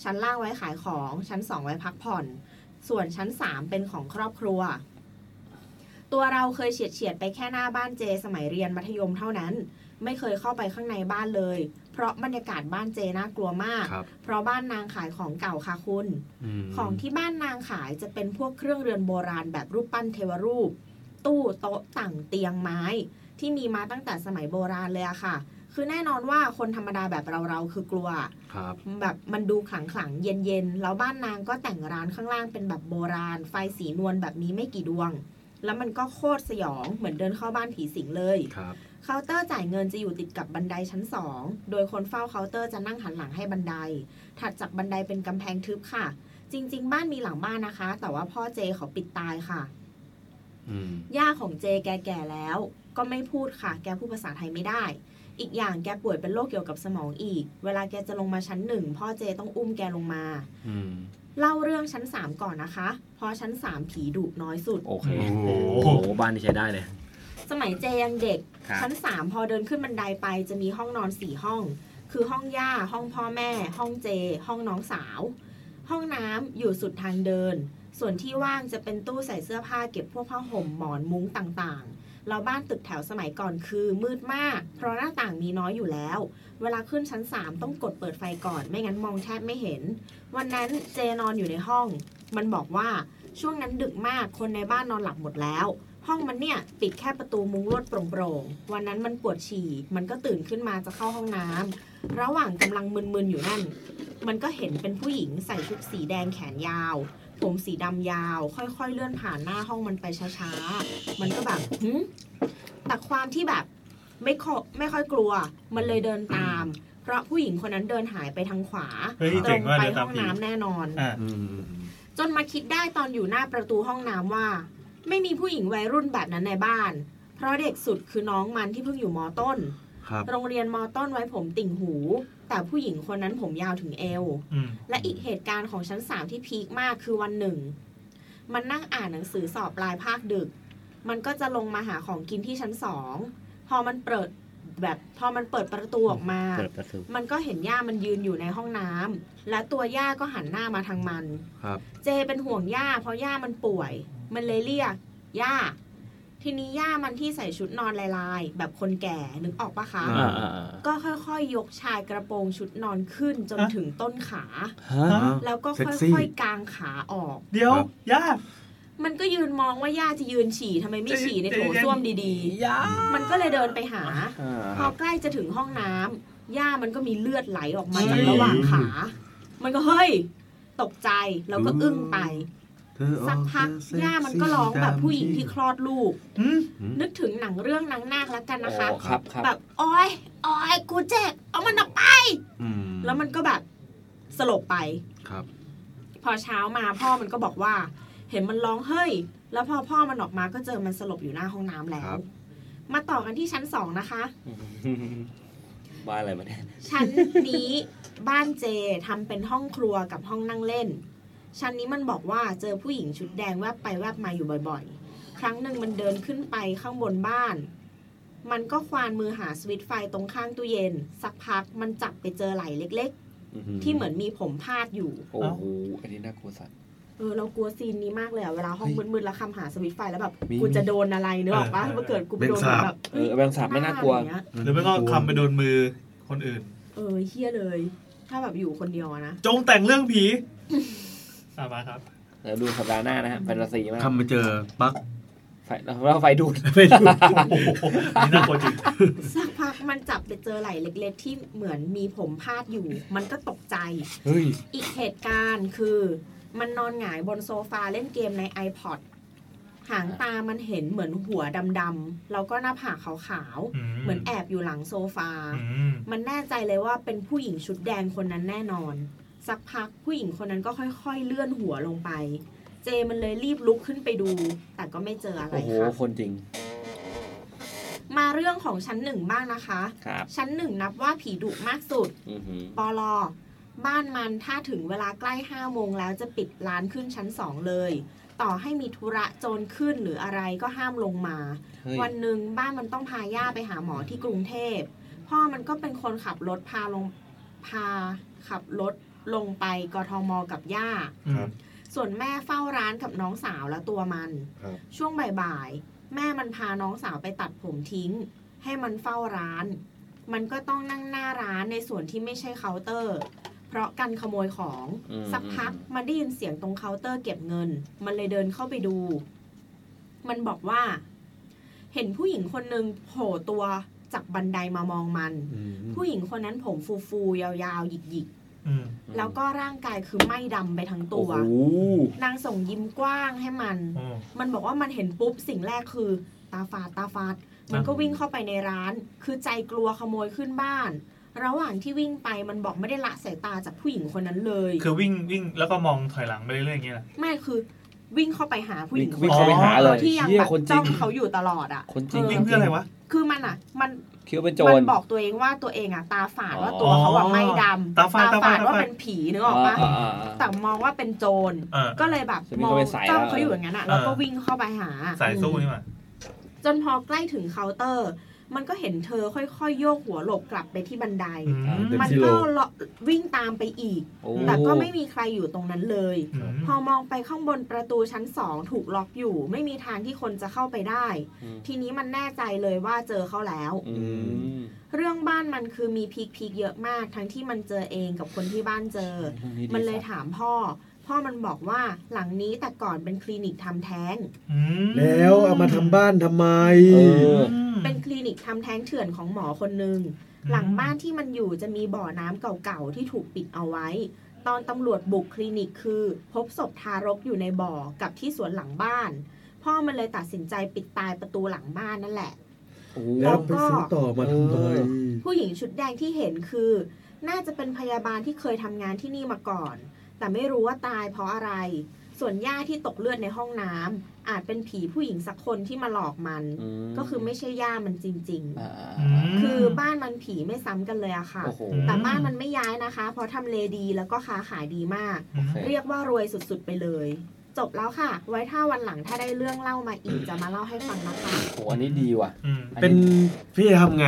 ชั้นล่างไว้ขายของ ชั้น 2 ไว้พักผ่อน ส่วนชั้น 3 เป็นของครอบครัว ตัวเราเคยเฉียดเฉียดๆไปแค่หน้าบ้านเจสมัยเรียนมัธยมเท่านั้น ไม่เคยเข้าไปข้างในบ้านเลย เพราะบรรยากาศบ้านเจน่ากลัวมาก
ครับ
เพราะบ้านนางขายของเก่าค่ะคุณ ของที่บ้านนางขายจะเป็นพวกเครื่องเรือนโบราณแบบรูปปั้นเทวรูป ตู้โต๊ะต่างเตียงไม้ ที่มีมาตั้งแต่สมัยโบราณเลยอะค่ะ คือแน่นอนว่าคนธรรมดาแบบเราเราๆคือกลัว
ครับ
แบบมันดูขลังขลังๆเย็นเย็นๆแล้วบ้านนางก็แต่งร้านข้างล่างเป็นแบบโบราณ ไฟสีนวลแบบนี้ไม่กี่ดวง แล้วมันก็โคตรสยองเหมือนเดินเข้าบ้านผีสิงเลย
ครับ
เคาน์เตอร์จ่ายเงินจะอยู่ติดกับบันไดชั้น 2 โดยคนเฝ้าเคาน์เตอร์จะนั่งหันหลังให้บันได ถัดจากบันไดเป็นกำแพงทึบค่ะ จริง ๆ บ้านมีหลังบ้านนะคะ แต่ว่าพ่อเจเขาปิดตายค่ะ
อืม
ย่าของเจแกแก่แล้ว ก็ไม่พูดค่ะ แกพูดภาษาไทยไม่ได้ อีกอย่างแกป่วยเป็นโรคเกี่ยวกับสมองอีก เวลาแกจะลงมาชั้นหนึ่งพ่อเจต้องอุ้มแกลงมา
อืม
เล่าเรื่องชั้น 3 ก่อนนะคะ เพราะชั้น 3 ผีดุน้อยสุด
โอเค
โอ้โห
โอ้โหบ้านที่ใช้ได้เลย
สมัยเจยังเด็ก
ครับ
ชั้น 3 พอเดินขึ้นบันไดไปจะมีห้องนอน 4 ห้อง คือห้องย่า ห้องพ่อแม่ ห้องเจ ห้องน้องสาว ห้องน้ำอยู่สุดทางเดิน ส่วนที่ว่างจะเป็นตู้ใส่เสื้อผ้าเก็บพวกผ้าห่มหมอนมุ้งต่างๆ เราบ้านตึกแถวสมัยก่อนคือมืดมาก เพราะหน้าต่างมีน้อยอยู่แล้ว เวลาขึ้นชั้น 3 ต้องกดเปิดไฟก่อนไม่งั้นมองแทบไม่เห็น วันนั้นเจนอนอยู่ในห้อง มันบอกว่าช่วงนั้นดึกมากคนในบ้านนอนหลับหมดแล้ว ห้องมันเนี่ยปิดแค่ประตูมุ้งลวดโปร่งๆ วันนั้นมันปวดฉี่ มันก็ตื่นขึ้นมาจะเข้าห้องน้ำระหว่างกำลังมึนๆอยู่นั่น มันก็เห็นเป็นผู้หญิงใส่ชุดสีแดงแขนยาว ผมสีดำยาว ค่อยๆ เลื่อนผ่านหน้าห้องมันไปช้าๆ มันก็แบบหึแต่ความที่แบบไม่ค่อยไม่ค่อยกลัว มันเลยเดินตาม เพราะผู้หญิงคนนั้นเดินหายไปทางขวา
เฮ้ย
ต
เจ๋
รง ง
ว่ะ
ไป
เดินตาม
ห้อง
ผี
น้ำแน่นอน
อ่า
อืม
จนมาคิดได้ตอนอยู่หน้าประตูห้องน้ำว่า ไม่มีผู้หญิงวัยรุ่นแบบนั้นในบ้าน เพราะเด็กสุดคือน้องมันที่เพิ่งอยู่มอต้น
ครับ
โรงเรียนมอต้นไว้ผมติ่งหู แต่ผู้หญิงคนนั้นผมยาวถึงเอว
อืม
และอีกเหตุการณ์ของชั้นสามที่พีคมากคือวันหนึ่ง มันนั่งอ่านหนังสือสอบปลายภาคดึก มันก็จะลงมาหาของกินที่ชั้นสองพอมันเปิดแบบพอมันเปิดประตูออกมา
เปิดประตู
มันก็เห็นย่ามันยืนอยู่ในห้องน้ำและตัวย่าก็หันหน้ามาทางมัน
ครับ
เจเป็นห่วงย่าเพราะย่ามันป่วย มันเลยเรียกย่า ทีนี้ย่ามันที่ใส่ชุดนอนลายๆ แบบคนแก่นึกออกปะคะ
อ่า
ก็ค่อยๆ ยกชายกระโปรงชุดนอนขึ้นจนถึงต้นขา
ฮะ
แล้วก็
เซ็กซี่
ค่อยๆกางขาออก
เดี๋ยว
ครับ
ย่า
มันก็ยืนมองว่าย่าจะยืนฉี่ทำไมไม่ฉี่ในโถ
เดี๋ยว
ส้วมดี
ย่า
ๆ มันก็เลยเดินไปหา พ
ค
อ
รับ
ใกล้จะถึงห้องน้ำย่ามันก็มีเลือดไหลออกมาจากระหว่างขา มันก็เฮ้ย ตกใจแล้วก็อึ้งไป
เธออ
สั
อก ก
พัก
จะเซ็ซี่
ย่ามันก็ร้องแบบผู้หญิงที่คลอดลูก
อืม
นึกถึงหนังเรื่องนางนาคแล้วกันนะคะ
โอ้ครับครับ
แบบโอ้ยโอ้ยกูเจ็บเอามันออกไป
อืม
แล้วมันก็แบบสลบไป
ครับ
พอเช้ามาพ่อมันก็บอกว่า เห็นมันร้องเฮ้ย แล้วพอพ่อมันออกมาก็เจอมันสลบอยู่หน้าห้องน้ำแล้
คว รับ
มาต่อกันที่ชั้นสองนะคะ
บ้านอะไรมาเนี่ย
ชั้นนี้บ้านเจทำเป็นห้องครัวกับห้องนั่งเล่น ชั้นนี้มันบอกว่าเจอผู้หญิงชุดแดงแวบไปแวบมาอยู่บ่อยๆ ครั้งหนึ่งมันเดินขึ้นไปข้างบนบ้าน มันก็ควานมือหาสวิตช์ไฟตรงข้างตู้เย็น สักพักมันจับไปเจอไหล่เล็กๆ ที่เหมือนมีผมพาดอยู่
โอ้โหอันนี้น่ากลัวสัตว์
เออเรากลัวซีนนี้มากเลยอะเวลาห้อง
เฮ้ย
มืดๆแล้วคำหาสวิตช์ไฟแล้วแบบ
มี
กูจะโดนอะไรเนกออกปะ
เออ
ถ้าเกิดกูไปโดน
แมงสาบ
แบบ
เออแมงสาบไม่น่ากลัว
หอย่งเงี้ย
หรือไม่ก็คำไปโดนมือคนอื่น
เออเฮี้ยเลย ถ้าแบบอยู่คนเดียวอะนะ
จงแต่งเรื่องผี (laughs) อ่ะมาครับ
เดี๋ยวดูสัปดาห์หน้านะฮะแฟนตาซีมาก
คำไปเจอปัก
ไฟเราไฟดูด
โอ้โหนี่น่ากลัวจริง
สักพักมันจับไปเจอไหล่เล็ก ๆ ที่เหมือนมีผมพาดอยู่ มันก็ตกใจ
เฮ้ย
อีกเหตุการณ์คือ มันนอนหงายบนโซฟาเล่นเกมใน iPod หางตามันเห็นเหมือนหัวดำๆแล้วก็หน้าผากขาว
อืม
ๆ เหมือนแอบอยู่หลังโซฟา
อืม
มันแน่ใจเลยว่าเป็นผู้หญิงชุดแดงคนนั้นแน่นอน สักพักผู้หญิงคนนั้นก็ค่อยๆ เลื่อนหัวลงไป เจมันเลยรีบลุกขึ้นไปดู แต่ก็ไม่เจออะไร
โอ้โห
ค่ะ
คนจริง
มาเรื่องของชั้นหนึ่งบ้างนะคะ
ครับ
ชั้นหนึ่งนับว่าผีดุมากสุด
อือหือ
ปลอบ้านมันถ้าถึงเวลาใกล้ห้าโมงแล้วจะปิดร้านขึ้นชั้นสองเลย ต่อให้มีธุระโจรขึ้นหรืออะไรก็ห้ามลงมา
เฮ้ย
วันหนึ่งบ้านมันต้องพาย่าไปหาหมอที่กรุงเทพ พ่อมันก็เป็นคนขับรถพาลงพาขับรถลงไปกทมกับย่า
อืม
ส่วนแม่เฝ้าร้านกับน้องสาวและตัวมัน
ครับ
ช่วงบ่ายๆ แม่มันพาน้องสาวไปตัดผมทิ้ง ให้มันเฝ้าร้าน มันก็ต้องนั่งหน้าร้านในส่วนที่ไม่ใช่เคาน์เตอร์ เพราะกันขโมยของ
อืม
สักพักมันได้ยินเสียงตรงเคาน์เตอร์เก็บเงิน มันเลยเดินเข้าไปดู มันบอกว่า เห็นผู้หญิงคนหนึ่งโผล่ตัวจากบันไดมามองมัน ผู้หญิงคนนั้นผมฟูฟูๆยาวๆหยิกหยิกๆ
อืม
แล้วก็ร่างกายคือไหม้ดำไปทั้งตัว
โอ้โห
นางส่งยิ้มกว้างให้มัน มันบอกว่ามันเห็นปุ๊บสิ่งแรกคือ ตาฟาดตาฟาด มันก็วิ่งเข้าไปในร้าน คือใจกลัวขโมยขึ้นบ้าน ระหว่างที่วิ่งไปมันบอกไม่ได้ละสายตาจากผู้หญิงคนนั้นเลย
คือวิ่งวิ่งแล้วก็มองถอยหลังไปเรื่อยๆอย่างเงี้ยนะ
ไม่คือวิ่งเข้าไปหาผู้หญิง
วิ่งเข้าไปหาเลย
ที่ยัง
เหี้ย
แบบ
คนจริง
จ้องเขาอยู่ตลอดอ่ะ
คนจริง
วิ่งเพื่ออะไรวะ
คือมันอ่ะ มัน
คิดว่าเป็นโจ
มั
ร
นบอกตัวเองว่าตัวเองอ่ะ ตาฝาดว่า
อ๋อ
ตัวเขาอ่ะไม่ดำ
ตาฝาดตาฝาด
ว่า
ตาฝาด
เป็นผีนึกออกปะ
อ่าอ่าอ่า
แต่มองว่าเป็นโจร
เออ
ก็เลยแบบ
จะวิ่
ม
ง
อง
เข้าไปใส่
จ้อง
แล้ว
เขาอยู่อย่างนั้นอ่ะแล้วก็วิ่งเข้าไปหา
สายสู้นี่หว่า
จนพอใกล้ถึงเคาน์เตอร์ มันก็เห็นเธอค่อยๆ โยกหัวหลบกลับไปที่บันได
อืม
มันก็เลาะวิ่งตามไปอีก
โอ้
แต่ก็ไม่มีใครอยู่ตรงนั้นเลย พอมองไปข้างบนประตูชั้นสองถูกล็อกอยู่ ไม่มีทางที่คนจะเข้าไปได้
อืม
ทีนี้มันแน่ใจเลยว่าเจอเขาแล้ว
อืม
เรื่องบ้านมันคือมีพีคพีคๆเยอะมาก ทั้งที่มันเจอเองกับคนที่บ้านเจอ
นี่ดี
มันเลยถามพ่อ พ่อมันบอกว่าหลังนี้แต่ก่อนเป็นคลินิกทำแท้ง
แล้วเอามาทำบ้านทำไม
เป็นคลินิกทำแท้งเถื่อนของหมอคนหนึ่งหลังบ้านที่มันอยู่จะมีบ่อน้ำเก่าๆที่ถูกปิดเอาไว้ ตอนตำรวจบุกคลินิกคือ พบศพทารกอยู่ในบ่อกับที่สวนหลังบ้าน พ่อมันเลยตัดสินใจปิดตายประตูหลังบ้านนั่นแหละ
แล้วไปซื้อต่อมาทำไม
ผู้หญิงชุดแดงที่เห็นคือ น่าจะเป็นพยาบาลที่เคยทำงานที่นี่มาก่อน แต่ไม่รู้ว่าตายเพราะอะไร ส่วนย่าที่ตกเลือดในห้องน้ำอาจเป็นผีผู้หญิงสักคนที่มาหลอกมัน ก็คือไม่ใช่ย่ามันจริง ๆ คือบ้านมันผีไม่ซ้ำกันเลยอะค่ะ
โอ้โห
แต่บ้านมันไม่ย้ายนะคะ เพราะทำเลดีแล้วก็ค้าขายดีมาก
โอเค
เรียกว่ารวยสุดๆไปเลย จบแล้วค่ะ ไว้ถ้าวันหลังถ้าได้เรื่องเล่ามาอีกจะมาเล่าให้ฟังนะคะ
โหอันนี้ดีว่ะ
เป็นพี่จะทำไง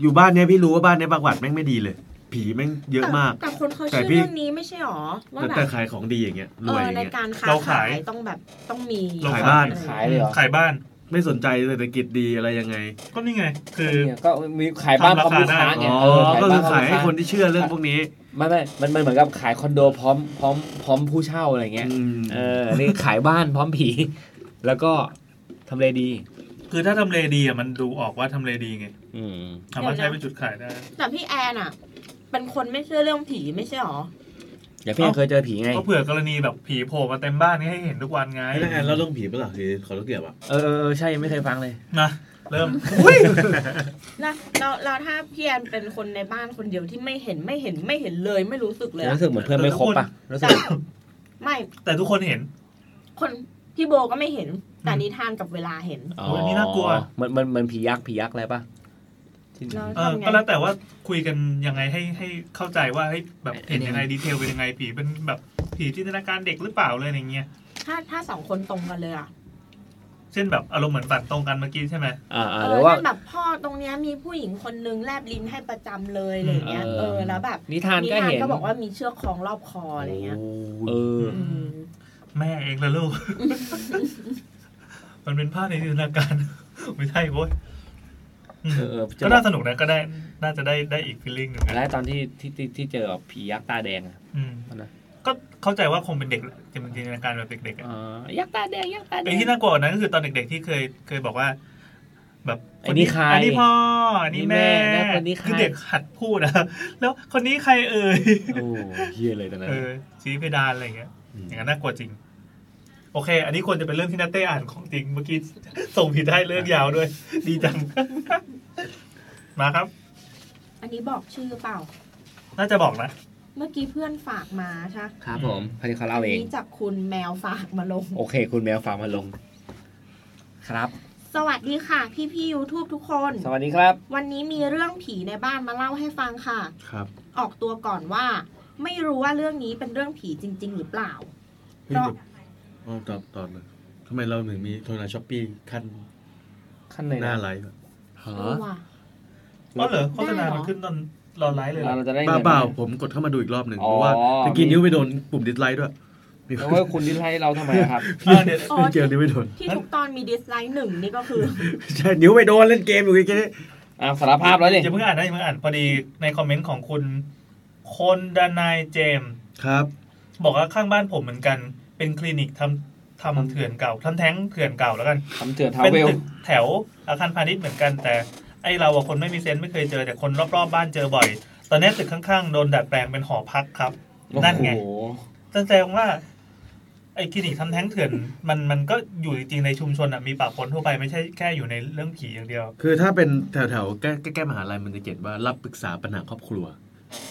อยู่บ้านเนี้ยพี่รู้ว่าบ้านเนี้ยประวัติแม่งไม่ดีเลย ผีแม่งเยอะมาก
แต่คนเขา
แต่
เชื่อ
พี่
เรื่องนี้ไม่ใช่หรอว่า
แต่
แบบ
แต่ขายของดีอย่างเงี้ยร
เอ
วยอ
อย่างใน
เงี้ย
การค้า
เรา
ขา
ขาย
ยต้องแบบต้องมี
ขายบ้าน
ขายเลยเหรอ
ขายบ้าน
ไม่สนใจเศรษฐกิจดีอะไรยังไง
ก็นี่ไง คือ
ก็มีขายบ้านพร้อมลูกค้าไง
อ๋อ
เ
ก็คือขาย
บ้นพร้มลู
ให้คนที่เชื่อเรื่องพวกนี้
ไม่ไม่มันมันเหมือนกับขายคอนโดพร้อมพร้อมพร้อมผู้เช่าอะไรเงี้ยเออนี่ขายบ้านพร้อมผี แล้วก็ทำเลดี
คือถ้าทำเลดีอ่ะมันดูออกว่าทำเลดีไงสามารถใช้เป็นจุดขายได้
แต่พี่แอนอ่ะ เป็นคนไม่เชื่อเรื่องผีไม่ใช่หรอ
อย่าพี่แอนเคยเจอผีไง
ก็เผื่อกรณีแบบผีโผล่มาเต็มบ้านนี่ให้เห็นทุกวันไง
ไอ้นั่นแอนเล่าเรื่องผีปะล่ะคือขอรถเกียบอ่ะ
เออใช่ไม่เคยฟังเลย
นะเริ่ม
แล้วเราเราถ้าพี่แอนเป็นคนในบ้านคนเดียวที่ไม่เห็นไม่เห็นไม่เห็นเลย ไม่รู้สึกเลยอะ
รู้สึกเหมือนเพื่อนไม่ครบป่ะรู้สึก
ไม่
แต่ทุกคนเห็น
คนพี่โบก็ไม่เห็นแต่นิทานกับเวลาเห็น
โอ้ยนี่น่ากลัว
มันมันมันผียักษ์ผียักษ์อะไรป่ะ
เออก็แล้วแต่ว่าคุยกันยังไงให้ให้เข้าใจว่าให้ยแบบเห็นยังไงดีเทลเป็นยังไงผีเป็นแบบผีจินตนาการเด็กหรือเปล่าเลยอย่างเงี้ย
ถ้าถ้าสองคนตรงกันเลยอ่ะ
เช่นแบบอารมณ์เหมือนฝันตรงกันเมื่อกี้ใช่ไหม
อ่า
เออนั่นแบบพ่อตรงเนี้ยมีผู้หญิงคนนึงแลบลิ้นให้ประจำเลยอะไรอย่างเงี้ย
เออ
เออแล้วแบบ
นิทานก็เห็น
ก็บอกว่ามีเชือกคล้องรอบคออะไรเงี้ย
เออ
แม่เองละลูก
(laughs)
มันเป็นภาพในจินตนาการ (laughs) ไม่ใช่โว้ย
เออเออจะบอก
ก็น่าสนุกนะก็ได้ น่าจะได้ได้อีกฟีลลิ่งหนึ่งนะ
แล้วตอนที่ที่ที่ที่เจอแบบผียักษ์ตาแดงอะ
อืม
นะ
ก็เข้าใจว่าคงเป็นเด็กแหละจินตนาการแบบเด็กๆอะ
อ๋อยักษ์ตาแดงยักษ์ตาแด
ไอ้
ง
ที่น่ากลัวกว่านั้นก็คือตอนเด็กๆที่เคยเคยบอกว่า แบบ
อันนี้ใคร
อันนี้พ่ออันนี้แม่
นี่แม่แล้วคนนี้ใคร
คือเด็กหัดพูดนะแล้วคนนี้ใครเอ่ย
โอ้เฮียเลยตอนนั้น
เออชี้เพดานอะไรอย่างเงี้ย อย่างนั้นน่ากลัวจริง โอเค อันนี้ควรจะเป็นเรื่องที่นัตเต้อ่านของจริงเมื่อกี้ส่งผิดให้เรื่องยาวด้วย ดีจัง (laughs) มาครับ
อันนี้บอกชื่อเปล่า
น่าจะบอกนะ
เมื่อกี้เพื่อนฝากมาใช่ปะ
ครับผมพอดีเขา
อั
เล่าเอง
นี้จากคุณแมวฝากมาลง
โอเค คุณแมวฝากมาลง ครับ
สวัสดีค่ะ พี่พี่ๆ YouTube ทุกคน
สวัสดีครับ
วันนี้มีเรื่องผีในบ้านมาเล่าให้ฟังค่ะ
ครับ
ออกตัวก่อนว่า ไม่รู้ว่าเรื่องนี้เป็นเรื่องผีจริง ๆ หรือเปล่า
เฮ้ยแบบอ๋อตอบตอบเลยทำไมเราถึงมีโทรศัพท์ช้อปปี้ขั้น
ขั้นไหนนะ
หน้าไลฟ์อะ
อ๋อเหรอโฆษณามันขึ้นตอนรอไลฟ์เลยเหรอ
บ้าเปล่าผมกดเข้ามาดูอีกรอบหนึ่ง
อ๋อ
เพราะว่าเมื่อกี้นิ้วไปโดนปุ่มดิสไลด์ด้วย
แล้วว่าคุณดิสไลค์เราทำไมอะครับ
เออ
เดี๋ยว
ล่นเกมนิ้วไปโดน (laughs)
ที่ทุกตอนมีดิสไลค์หนึ่งนี่ก็คือ
ใช่นิ้วไปโดนเล่นเกมอยู่เมื่อกี้
อ่ะสารภาพแล้ว
อ
ดิ
ย่าเพิ่งอ่านนะอย่าเพิ่งอ่านพอดีในคอมเมนต์ของคุณ คนดานายเจมส์
ครับ
บอกว่าข้างบ้านผมเหมือนกัน เป็นคลินิกทำทำเถื่อนเก่าทำแท้งเถื่อนเก่าแล้วกัน
ทำเถื่อนทา
เป็น
เวล
ตึกแถวอาคารพาณิชย์เหมือนกัน แต่ไอเราอะคนไม่มีเซนต์ไม่เคยเจอแต่คนรอบๆบ้านเจอบ่อย ตอนนี้ตึกข้างๆโดนดัดแปลงเป็นหอพักครับ นั่นไง
โอ้โห
แสดงว่าไอ้คลินิกทำแท้งเถื่อน มันมันก็อยู่จริงๆในชุมชนอะมีปากคนทั่วไปไม่ใช่แค่อยู่ในเรื่องผีอย่างเดียว
คือถ้าเป็นแถวๆใกล้ใกล้ๆมหาลัยมันจะเขียนว่ารับปรึกษาปัญหาครอบครัว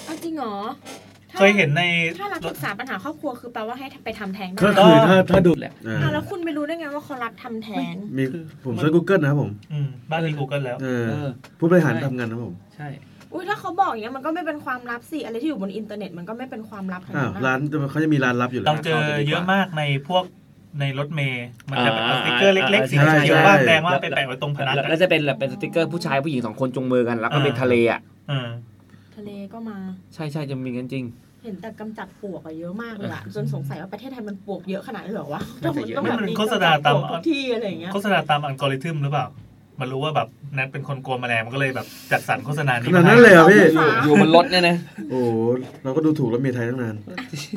เอาจริงเหรอถ้า
เคยเห็นใน
ถ้ารักศึกษาปัญหาครอบครัวคือแปลว่าให้ไปทำแท้งได้
ก็คือถ้าถ้าดูอ่า
อ่ะแล้วคุณไปรู้ได้ไงว่าเขารับทำแท้ง
มีผมเซิร์ช Google นะครับผม
อืมบ้านที่ Google แล้ว
เออผู้บริหารทำงานนะครับผม
ใช่
อุ้ยถ้าเขาบอกอย่างเงี้ยมันก็ไม่เป็นความลับสิอะไรที่อยู่บนอินเทอร์เน็ตมันก็ไม่เป็นความลับขนา
อ้า
ด
ว
นั้น
ร้านเขาจะมีร้านรับอยู่แล้ว
เราเจอเยอะมากในพวกในรถเมย์มันจะเป็นเอาสติกเกอร์เล็กๆสี
ใช่
เขียว
ใช่
บ้างแดงว่างไปแปะไว้ตรงพนัก
แล้ว
อะ
แล้วจะเป็นแบบเป็นสติกเกอร์ผู้ชายผู้หญิงสองคนจูงมือกัน แล้วก็เป็น
อ่า
ทะเลอ่ะ
เออ
ทะเลก็มา
ใช่ใช่จะมีกันจริง
เห็นแต่กำจัดปลวกอะเยอะมากเลยอะจนสงสัยว่าประเทศไทยมันปลวกเยอะขนาดนี้นเหรอวะ
น่าจะเยอะ
ต้อง
ไม่
แบบ
มัน
มี
โฆษณาตาม
กำจัดปลวกทุกที่อะไรอย่างเงี้ย
โฆษณาตามอัลกอริทึมหรือเปล่า มันรู้ว่าแบบแนทเป็นคนกลัวแมลงมันก็เลยแบบจัดสรรโฆษณา
ข
นี้
นาด
มา
นั้นเลยเหรอพี่
อยู่บนรถเนี่ยนะ
โอ้โหเราก็ดูถูกรถเมล์ไทยตั้งนาน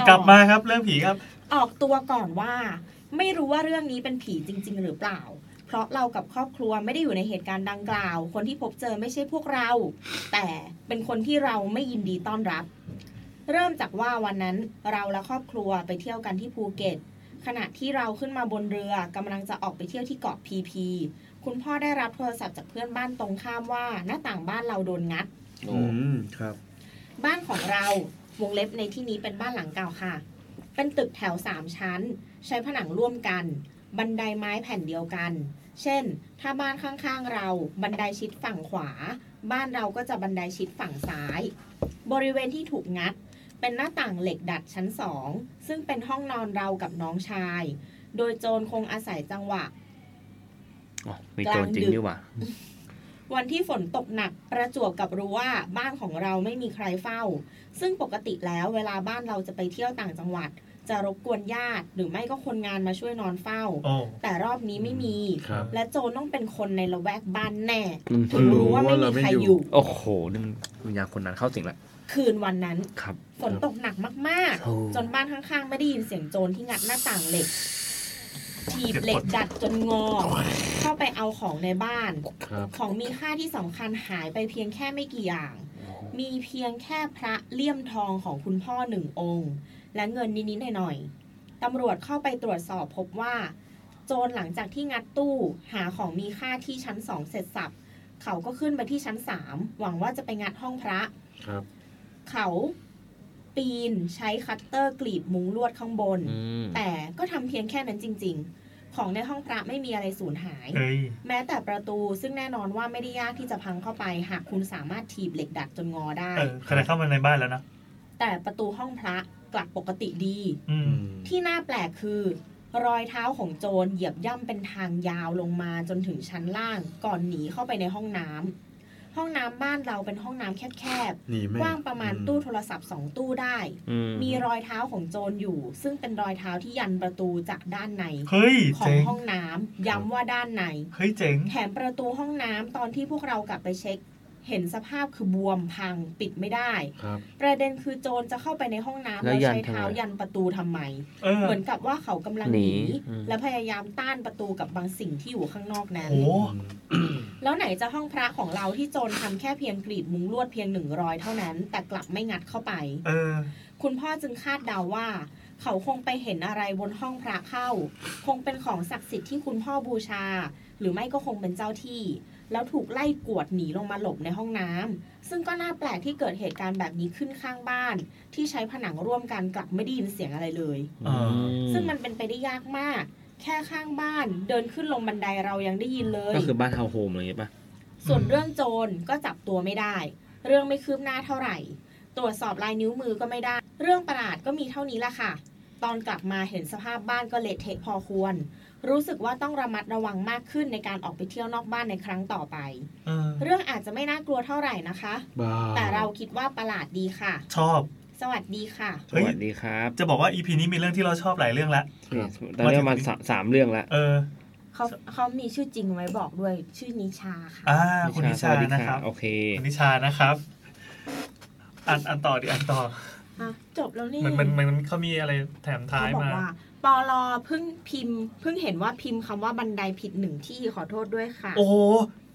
กลับมาครับเรื่องผีครับ
ออกตัวก่อนว่า ไม่รู้ว่าเรื่องนี้เป็นผีจริง ๆ หรือเปล่า เพราะเรากับครอบครัวไม่ได้อยู่ในเหตุการณ์ดังกล่าว คนที่พบเจอไม่ใช่พวกเรา แต่เป็นคนที่เราไม่ยินดีต้อนรับ เริ่มจากว่าวันนั้นเราและครอบครัวไปเที่ยวกันที่ภูเก็ต ขณะที่เราขึ้นมาบนเรือกำลังจะออกไปเที่ยวที่เกาะพีพี คุณพ่อได้รับโทรศัพท์จากเพื่อนบ้านตรงข้ามว่า หน้าต่างบ้านเราโดนงัด
โอ้
อืมครับ
บ้านของเราวงเล็บในที่นี้เป็นบ้านหลังเก่าค่ะ เป็นตึกแถว 3 ชั้น ใช้ผนังร่วมกัน บันไดไม้แผ่นเดียวกัน เช่น ถ้าบ้านข้างๆเรา บันไดชิดฝั่งขวา บ้านเราก็จะบันไดชิดฝั่งซ้าย บริเวณที่ถูกงัด เป็นหน้าต่างเหล็กดัดชั้นสองซึ่งเป็นห้องนอนเรากับน้องชาย โดยโจรคงอาศัยจังหวะ
อ๋อมีโจรจริงด้วยว่ะ
วันที่ฝนตกหนักประจวบกับรู้ว่าบ้านของเราไม่มีใครเฝ้า ซึ่งปกติแล้วเวลาบ้านเราจะไปเที่ยวต่างจังหวัด จะรบกวนญาติ หรือไม่ก็คนงานมาช่วยนอนเฝ้า
โอ้
แต่รอบนี้ไม่มี
ครับ
และโจรต้องเป็นคนในละแวกบ้านแน่
อืม
ถึงรู้ว่าไม่มีใครอยู่
โอ้โหนี่มันวิญญาณคนนั้นเข้าสิงละ
คืนวันนั้น
ครับ
ฝนตกหนักมาก
โอ้
ๆ จนบ้านข้างๆ ไม่ได้ยินเสียงโจรที่งัดหน้าต่างเหล็ก ถีบเหล็กดัดจนงอ เข้าไปเอาของในบ้าน
ครับ
ของมีค่าที่สำคัญหายไปเพียงแค่ไม่กี่อย่าง มีเพียงแค่พระเลี่ยมทองของคุณพ่อหนึ่งองค์ และเงินนิดๆหน่อยๆตำรวจเข้าไปตรวจสอบพบว่า โจรหลังจากที่งัดตู้ หาของมีค่าที่ชั้นสองเสร็จสับ เขาก็ขึ้นไปที่ชั้นสามหวังว่าจะไปงัดห้องพระ
ครับ
เขาปีนใช้คัตเตอร์กรีดมุ้งลวดข้างบน
อืม
แต่ก็ทำเพียงแค่นั้นจริง ๆ ของในห้องพระไม่มีอะไรสูญหาย
เฮ้ย
แม้แต่ประตูซึ่งแน่นอนว่าไม่ได้ยากที่จะพังเข้าไป หากคุณสามารถถีบเหล็กดัดจนงอได้
เออขนาดเข้ามาในบ้านแล้วนะ
แต่ประตูห้องพระกลับปกติดี
อืม
ที่น่าแปลกคือ รอยเท้าของโจรเหยียบย่ำเป็นทางยาวลงมาจนถึงชั้นล่าง ก่อนหนีเข้าไปในห้องน้ำห้องน้ำบ้านเราเป็นห้องน้ำแคบ
หนีแม่
ๆกว้างประมาณ
อื
ตู้โทรศัพท์สองตู้ได้
อืม
มีรอยเท้าของโจรอยู่ ซึ่งเป็นรอยเท้าที่ยันประตูจากด้านใน
เฮ้ย
ของ
เจ๋ง
ห้องน้ำย้ำว่าด้านใน
เฮ้ยเจ๋ง
แถมประตูห้องน้ำตอนที่พวกเรากลับไปเช็ค เห็นสภาพคือบวมพังปิดไม่ได้
ครับ
ประเด็นคือโจรจะเข้าไปในห้องน้ำ
แล้
แล้ว ว
ยัน
ใช้เท้า
ทำไม
ยันประตูทำไม
เออ
เหมือนกับว่าเขากำลัง
ห
ห
นี
นี
อืม
และพยายามต้านประตูกับบางสิ่งที่อยู่ข้างนอกนั้น
โอ้
แล้วไหนจะห้องพระของเราที่โจรทำแค่เพียงกรีดมุงลวดเพียงหนึ่งรอยเท่านั้น แต่กลับไม่งัดเข้าไป
เออ
คุณพ่อจึงคาดเดาว่า เขาคงไปเห็นอะไรบนห้องพระเข้า คงเป็นของศักดิ์สิทธิ์ที่คุณพ่อบูชา หรือไม่ก็คงเป็นเจ้าที่ แล้วถูกไล่กวดหนีลงมาหลบในห้องน้ำซึ่งก็น่าแปลกที่เกิดเหตุการณ์แบบนี้ขึ้นข้างบ้าน ที่ใช้ผนังร่วมกันกลับไม่ได้ยินเสียงอะไรเลย
อ่า
ซึ่งมันเป็นไปได้ยากมาก แค่ข้างบ้านเดินขึ้นลงบันไดเรายังได้ยินเลย
ก็คือบ้านทาวน์โฮมอะไรอย่างเงี้ยป่ะ
ส่วนเรื่องโจรก็จับตัวไม่ได้ เรื่องไม่คืบหน้าเท่าไหร่ ตรวจสอบลายนิ้วมือก็ไม่ได้ เรื่องประหลาดก็มีเท่านี้ละค่ะ ตอนกลับมาเห็นสภาพบ้านก็เละเทะพอควร รู้สึกว่าต้องระมัดระวังมากขึ้นในการออกไปเที่ยวนอกบ้านในครั้งต่อไป
เออ
เรื่องอาจจะไม่น่ากลัวเท่าไหร่นะคะ
บ้า
แต่เราคิดว่าประหลาดดีค่ะ
ชอบ
สวัสดีค่ะ
ส
เฮ้ย
วัสดีครับ
จะบอกว่าอีพีนี้มีเรื่องที่เราชอบหลายเรื่องละ
ตอนนี้ประมาณสามสามเรื่องละ
เออ
เขาเขามีชื่อจริงไว้บอกด้วยชื่อนิชาค่ะ
อ่าคุณนิชานะครับ
โอเค
คุณนิชานะครับอ่านอ่านต่อดิอ่านต่อ
อ่ะจบแล้วนี่
มันมันมันเขามีอะไรแถมท้าย
เขาบอ
มา
กว่าปอลอเพิ่งพิมพ์เพิ่งเห็นว่าพิมพ์คำว่าบันไดผิดหนึ่งที่ขอโทษด้วยค่ะ
โอ้โห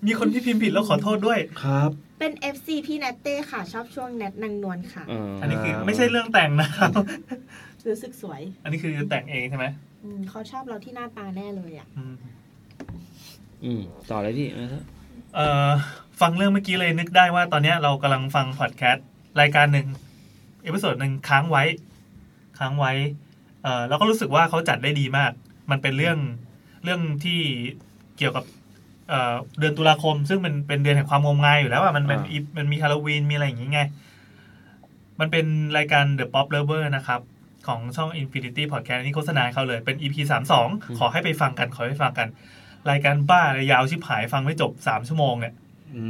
มีคนที่พิมพ์ผิดแล้วขอโทษด้วย
ครับ
เป็น FC พี่แนตเต้ค่ะ ชอบช่วงแนตนางนวลค่ะ
อันนี้คือไม่ใช่เรื่องแต่งนะครับ
รู้สึกสวย
อันนี้คือแต่งเองใช่ไหม
อืมเขาชอบเราที่หน้าตาแน่เลยอ่ะ
อืมต่อเลยพี่นะครับ
เอ่อฟังเรื่องเมื่อกี้เลยนึกได้ว่าตอนเนี้ยเรากำลังฟังพอดแคสต์รายการหนึ่งเอพิโซดหนึ่งค้างไว้ ค้างไว้เอ่อเราก็รู้สึกว่าเขาจัดได้ดีมาก มันเป็นเรื่องเรื่องที่เกี่ยวกับเอ่อเดือนตุลาคม ซึ่งมันเป็นเดือนแห่งความงมงายอยู่แล้วอ่ะมันมัน
อ่า
อีมันมีฮาโลวีนมีอะไรอย่างงี้ไง มันเป็นรายการ The Pop Lover นะครับ ของช่อง Infinity Podcast อันนี้โฆษณาให้เขาเลยเป็น EP 32 ขอให้ไปฟังกัน ขอให้ไปฟังกัน รายการบ้าเลยยาวชิบหายฟังไม่จบ 3 ชั่วโมงเนี่ย
อื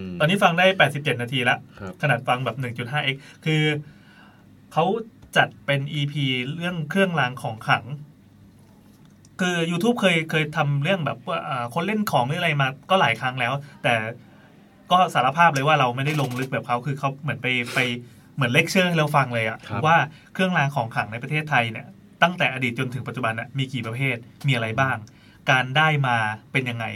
ม
ตอนนี้ฟังได้ 87 นาทีละ
ครับ
ขนาดฟังแบบ 1.5x คือเขาจัดเป็น EP เรื่องเครื่องรางของขลัง คือ YouTube เคยเคยทำเรื่องแบบว่าอ่าคนเล่นของหรืออะไรมาก็หลายครั้งแล้ว แต่ก็สารภาพเลยว่าเราไม่ได้ลงลึกแบบเขาคือเขาเหมือนไปไปเหมือนเลคเชอร์ให้เราฟังเลยอะ
ครับ
ว่าเครื่องรางของขลังในประเทศไทยเนี่ยตั้งแต่อดีตจนถึงปัจจุบันน่ะมีกี่ประเภทมีอะไรบ้าง การได้มาเป็นยังไง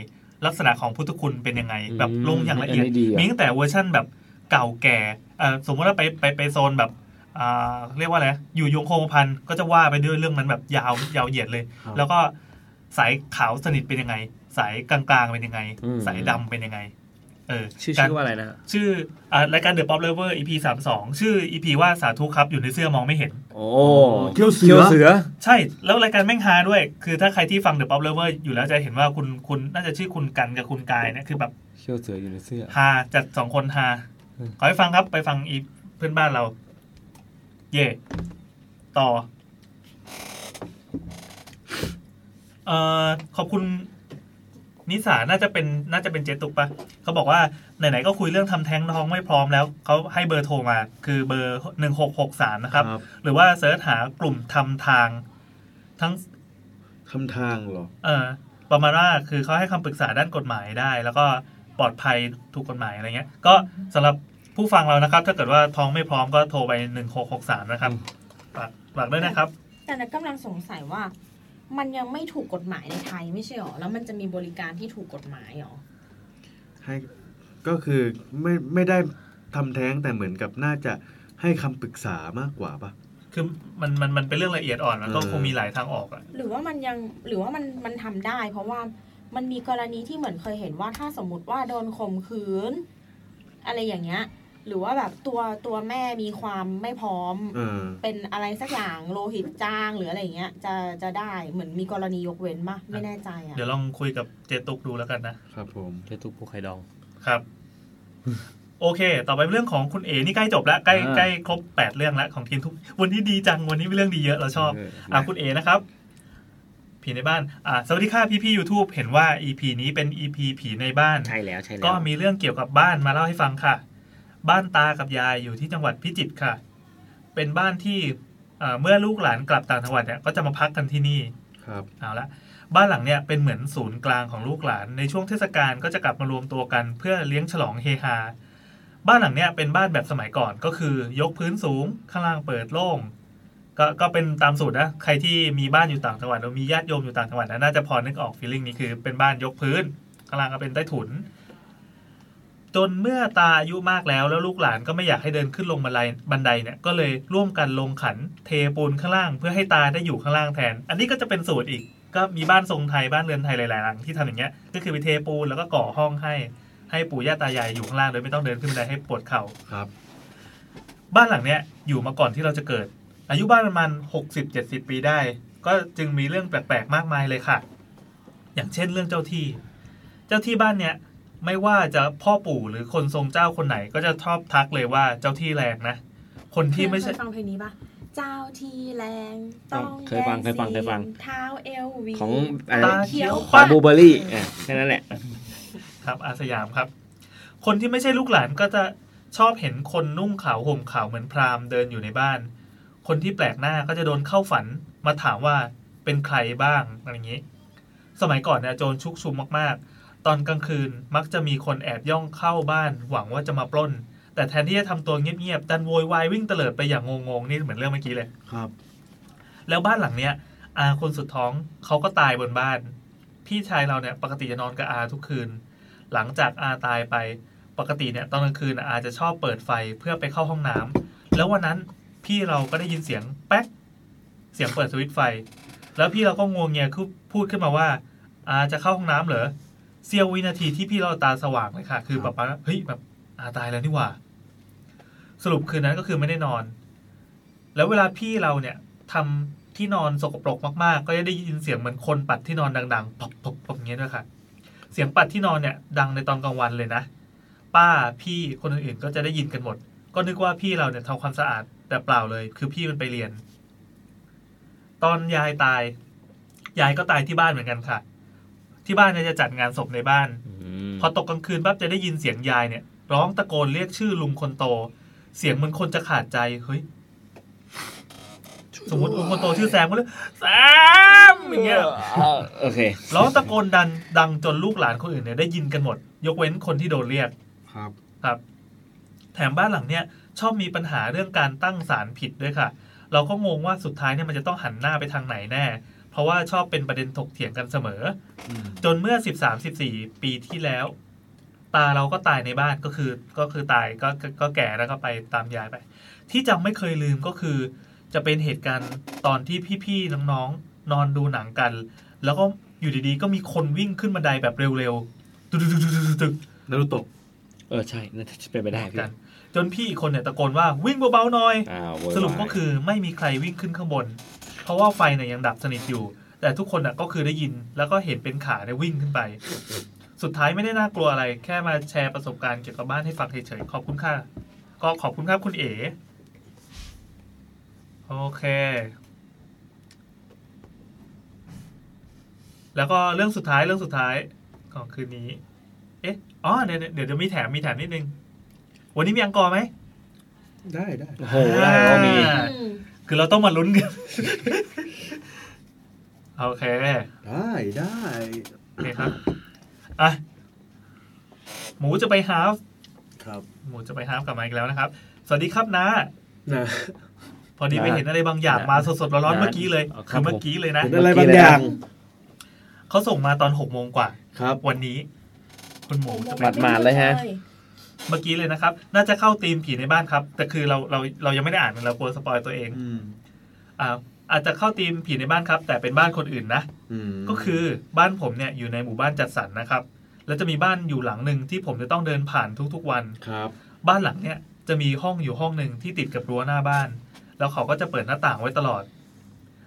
ลักษณะของพุทธคุณเป็นยังไง แบบลงอย่างละเอียด
อันนี้ดีอะ
มีตั้งแต่เวอร์ชั่นแบบเก่าแก่เอ่อสมมติว่าไปไปไปโซนแบบอ่าเรียกว่าอะไรอยู่ยงโคงกระพันก็จะว่าไปด้วยเรื่องนั้นแบบยาวยาวเหยียดเลย
ครับ
แล้วก็สายขาวสนิทเป็นยังไง สายกลางๆเป็นยังไง
อืม
สายดำเป็นยังไง เออ
ชื่อก ชื่อว่าอะไรนะ
ชื่ออ่ารายการ The Pop Lover EP 32 ชื่อ EP ว่าสาธุครับอยู่ในเสื้อมองไม่เห็น
โอ้
เขี้ยวเสือ
ใช่ แล้วรายการแม่งฮาด้วย คือถ้าใครที่ฟัง The Pop Lover อยู่แล้วจะเห็นว่าคุณคุณน่าจะชื่อคุณกันกับคุณกายเนี่ยคือแบบ
เขี้ยวเสืออยู่ในเสื้อ
ฮาจัดสองคนฮา
อืม
ขอให้ฟังครับไปฟังอีเพื่อนบ้านเรา เย่ต่อเอ่อขอบคุณ นิสาน่าจะเป็นน่าจะเป็นเจตุกปะเขาบอกว่า ไหน ๆ ก็คุยเรื่องทำแท้งท้องไม่พร้อมแล้ว เขาให้เบอร์โทรมา คือเบอร์หนึ่งหกหกสามนะครับ
ครับ
หรือว่าเสิร์ชหากลุ่มทำทางทั้ง
คำทางเหรอ
เออประมาณว่าคือเขาให้คำปรึกษาด้านกฎหมายได้ แล้วก็ปลอดภัยถูกกฎหมายอะไรเงี้ย ก็สำหรับผู้ฟังเรานะครับ ถ้าเกิดว่าท้องไม่พร้อมก็โทรไปหนึ่งหกหกสามนะครับฝากฝากด้วยนะครับ
แต่นักกำลังสงสัยว่า มันยังไม่ถูกกฎหมายในไทยไม่ใช่หรอ แล้วมันจะมีบริการที่ถูกกฎหมายหรอ
ให้ก็คือไม่ไม่ได้ทำแท้งแต่เหมือนกับน่าจะให้คำปรึกษามากกว่าปะ
คือมันมันมันเป็นเรื่องละเอียดอ่อน มันก็
เออ
คงมีหลายทางออกอะ
หรือว่ามันยังหรือว่ามันมันทำได้ เพราะว่ามันมีกรณีที่เหมือนเคยเห็นว่าถ้าสมมติว่าโดนข่มขืน อะไรอย่างเงี้ย หรือว่าแบบตัวตัวแม่มีความไม่พร้อม
เออ
เป็นอะไรสักอย่างโลหิตจางหรืออะไรอย่างเงี้ย จะจะได้เหมือนมีกรณียกเว้นปะไม่แน่ใจอ่ะ
เดี๋ยวลองคุยกับเจตุกดูแล้วกันนะครับ
ผม
เจ้าตุ๊กผู้ไข่ดอง
ครับ โอเค ต่อไปเรื่องของคุณเอนี่ใกล้จบแล้วใกล้
อ่า
ใกล้ครบแปดเรื่องแล้วของกินทุกวันนี้ดีจังวันนี้มีเรื่องดีเยอะเราชอบ อ่ะคุณเอนะครับ ผีในบ้านอ่ะสวัสดีค่ะพี่พี่ยูทูบเห็นว่า EP นี้เป็น EP ผีในบ้าน
ใช่แล้วใช่แล้ว
ก็มีเรื่องเกี่ยวกับบ้านมาเล่าให้ฟังค่ะ บ้านตากับยายอยู่ที่จังหวัดพิจิตรค่ะ เป็นบ้านที่เอ่อเมื่อลูกหลานกลับต่างจังหวัดเนี่ยก็จะมาพักกันที่นี่
ครับ
เอาละบ้านหลังเนี่ยเป็นเหมือนศูนย์กลางของลูกหลาน ในช่วงเทศกาลก็จะกลับมารวมตัวกันเพื่อเลี้ยงฉลองเฮฮาบ้านหลังเนี่ยเป็นบ้านแบบสมัยก่อนก็คือยกพื้นสูงข้างล่างเปิดโล่งก็ก็เป็นตามสูตรนะใครที่มีบ้านอยู่ต่างจังหวัดหรือมีญาติโยมอยู่ต่างจังหวัดนะน่าจะพอนึกออกฟีลลิ่งนี้คือเป็นบ้านยกพื้นข้างล่างก็เป็นใต้ถุน จนเมื่อตาอายุมากแล้วแล้วลูกหลานก็ไม่อยากให้เดินขึ้นลงบันไดบันไดเนี่ยก็เลยร่วมกันลงขันเทปูนข้างล่าง เพื่อให้ตาได้อยู่ข้างล่างแทน อันนี้ก็จะเป็นสูตรอีก ก็มีบ้านทรงไทยบ้านเรือนไทยหลายๆหลังที่ทำอย่างเงี้ยก็คือไปเทปูนแล้วก็ก่อห้องให้ให้ปู่ย่าตายายอยู่ข้างล่างโดยไม่ต้องเดินขึ้นบันไดให้ปวดเข่า
ครับ
บ้านหลังเนี้ยอยู่มาก่อนที่เราจะเกิด อายุบ้านประมาณหกสิบเจ็ดสิบปีได้ ก็จึงมีเรื่องแปลกๆ มากมายเลยค่ะ อย่างเช่นเรื่องเจ้าที่ เจ้าที่บ้านเนี้ยไม่ว่าจะพ่อปู่หรือคนทรงเจ้าคนไหน ก็จะชอบทักเลยว่าเจ้าที่แรงนะ คนที่ไม่ใช่
เคยฟังเพลงนี้ปะเจ้าทีแรงต้อง
เคยฟังเคยฟังเคยฟัง
แดสีเท้าเอลวี
ของอะไร
ตาเขี
เขี
ย
ยว ว
ของบูเบอรี่อ่ะแค่นั้นแหละ
ครับอาสยามครับ คนที่ไม่ใช่ลูกหลานก็จะชอบเห็นคนนุ่งขาวห่มขาวเหมือนพราหมณ์เดินอยู่ในบ้าน คนที่แปลกหน้าก็จะโดนเข้าฝันมาถามว่าเป็นใครบ้างอะไรอย่างนี้ สมัยก่อนเนี่ยโจรชุกชุมมากๆ ตอนกลางคืนมักจะมีคนแอบย่องเข้าบ้าน หวังว่าจะมาปล้น แต่แทนที่จะทำตัวเงียบๆดันโวยวายวิ่งเตลิดไปอย่างงงๆนี่เหมือนเรื่องเมื่อกี้เลย
ครับ
แล้วบ้านหลังเนี้ยอาคนสุดท้องเขาก็ตายบนบ้าน พี่ชายเราเนี่ยปกติจะนอนกับอาทุกคืน หลังจากอาตายไปปกติเนี่ยตอนกลางคืนน่ะอาจะชอบเปิดไฟเพื่อไปเข้าห้องน้ำแล้ววันนั้นพี่เราก็ได้ยินเสียงแป๊กเสียงเปิดสวิตช์ไฟ แล้วพี่เราก็งวงเงียคือพูดขึ้นมาว่า อาจะเข้าห้องน้ำเหรอเสี้ยววินาทีที่พี่เราตาสว่างเลยค่ะ คือแบบว่าเฮ้ยแบบอาตายแล้วนี่หว่า สรุปคืนนั้นก็คือไม่ได้นอน แล้วเวลาพี่เราเนี่ยทำที่นอนสกปรกมากๆ ก็จะได้ยินเสียงเหมือนคนปัดที่นอนดังๆปบปบปบอย่างเงี้ยด้วยค่ะ เสียงปัดที่นอนเนี่ย ดังในตอนกลางวันเลยนะ ป้าพี่คนอื่นๆก็จะได้ยินกันหมด ก็นึกว่าพี่เราเนี่ยทำความสะอาดแต่เปล่าเลย คือพี่มันไปเรียน ตอนยายตาย ยายก็ตายที่บ้านเหมือนกันค่ะ ที่บ้านเนี่ยจะจัดงานศพในบ้าน พอตกกลางคืนปั๊บจะได้ยินเสียงยายเนี่ย ร้องตะโกนเรียกชื่อลุงคนโต เสียงเหมือนคนจะขาดใจเฮ้ยสมมติลุงคนโตชื่อแซมก็เลยแซมอย่างเงี้ย
โอเค
ร้องตะโกนดันดังจนลูกหลานคนอื่นเนี่ยได้ยินกันหมด ยกเว้นคนที่โดนเรียก
ครับ
ครับ แถมบ้านหลังเนี่ยชอบมีปัญหาเรื่องการตั้งศาลผิดด้วยค่ะ เราก็งงว่าสุดท้ายเนี่ยมันจะต้องหันหน้าไปทางไหนแน่ เพราะว่าชอบเป็นประเด็นถกเถียงกันเสมอ จนเมื่อ 13 14 ปีที่แล้ว ตาเราก็ตายในบ้านก็คือก็คือตายก็ก็ก็แก่แล้วก็ไปตามยายไป ที่จำไม่เคยลืมก็คือ จะเป็นเหตุการณ์ตอนที่พี่ๆน้องๆนอนดูหนังกัน แล้วก็อยู่ดีๆ ก็มีคนวิ่งขึ้นบันไดแบบเร็วๆตึกตึกตึกตึกตึกตึก
นารุโตะ
เออใช่น่าจะเป็นไปได้พี่
กันจนพี่อีกคนเนี่ยตะโกนว่าวิ่งเบาๆหน่อย
อ้าวโวยวาย
สรุปก็คือไม่มีใครวิ่งขึ้นข้างบน เพราะว่าไฟเนี่ยยังดับสนิทอยู่ แต่ทุกคนน่ะก็คือได้ยินแล้วก็เห็นเป็นขาเนี่ยวิ่งขึ้นไป สุดท้ายไม่ได้น่ากลัวอะไร แค่มาแชร์ประสบการณ์เกี่ยวกับบ้านให้ฟังเฉยๆขอบคุณค่ะ ก็ขอบคุณครับคุณเอ๋โอเค แล้วก็เรื่องสุดท้ายเรื่องสุดท้ายของคืนนี้ เอ๊ะอ๋อเดี๋ยวเดี๋ยวเดี๋ยวมีแถมมีแถมนิดนึง วันนี้มีอังกอร์ไหม
ได้ได้
โอ้โหได้ก็มี
อ่าคือเราต้องมาลุ้นกัน โอเค
ได้ได้
โอเคครับ อ่ะ หมูจะไปฮาฟ
ครับ
หมูจะไปฮาฟกลับมาอีกแล้วนะครับ สวัสดีครับนะ
นะ
พอดีไปเห็นอะไรบางอย่างมาสดๆร้อนๆเมื่อกี้เลย
ค
คื
รับ
อเมื่อกี้เลยนะ
เห็นอะไรบางอย่าง
เขาส่งมาตอนหกโมงกว่า
ครับ
วันนี้คุณหมูจะไป
หมาดๆเลยฮะ
เมื่อกี้เลยนะครับ น่าจะเข้าธีมผีในบ้านครับ แต่คือเราเราเรายังไม่ได้อ่านมันเรากลัวสปอยตัวเอง
อืม
อ่าอาจจะเข้าธีมผีในบ้านครับ แต่เป็นบ้านคนอื่นนะ
อืม
ก็คือบ้านผมเนี่ยอยู่ในหมู่บ้านจัดสรรนะครับ แล้วจะมีบ้านอยู่หลังหนึ่งที่ผมจะต้องเดินผ่านทุกๆวัน
ครับ
บ้านหลังเนี่ยจะมีห้องอยู่ห้องหนึ่งที่ติดกับรั้วหน้าบ้าน แล้วเขาก็จะเปิดหน้าต่างไว้ตลอด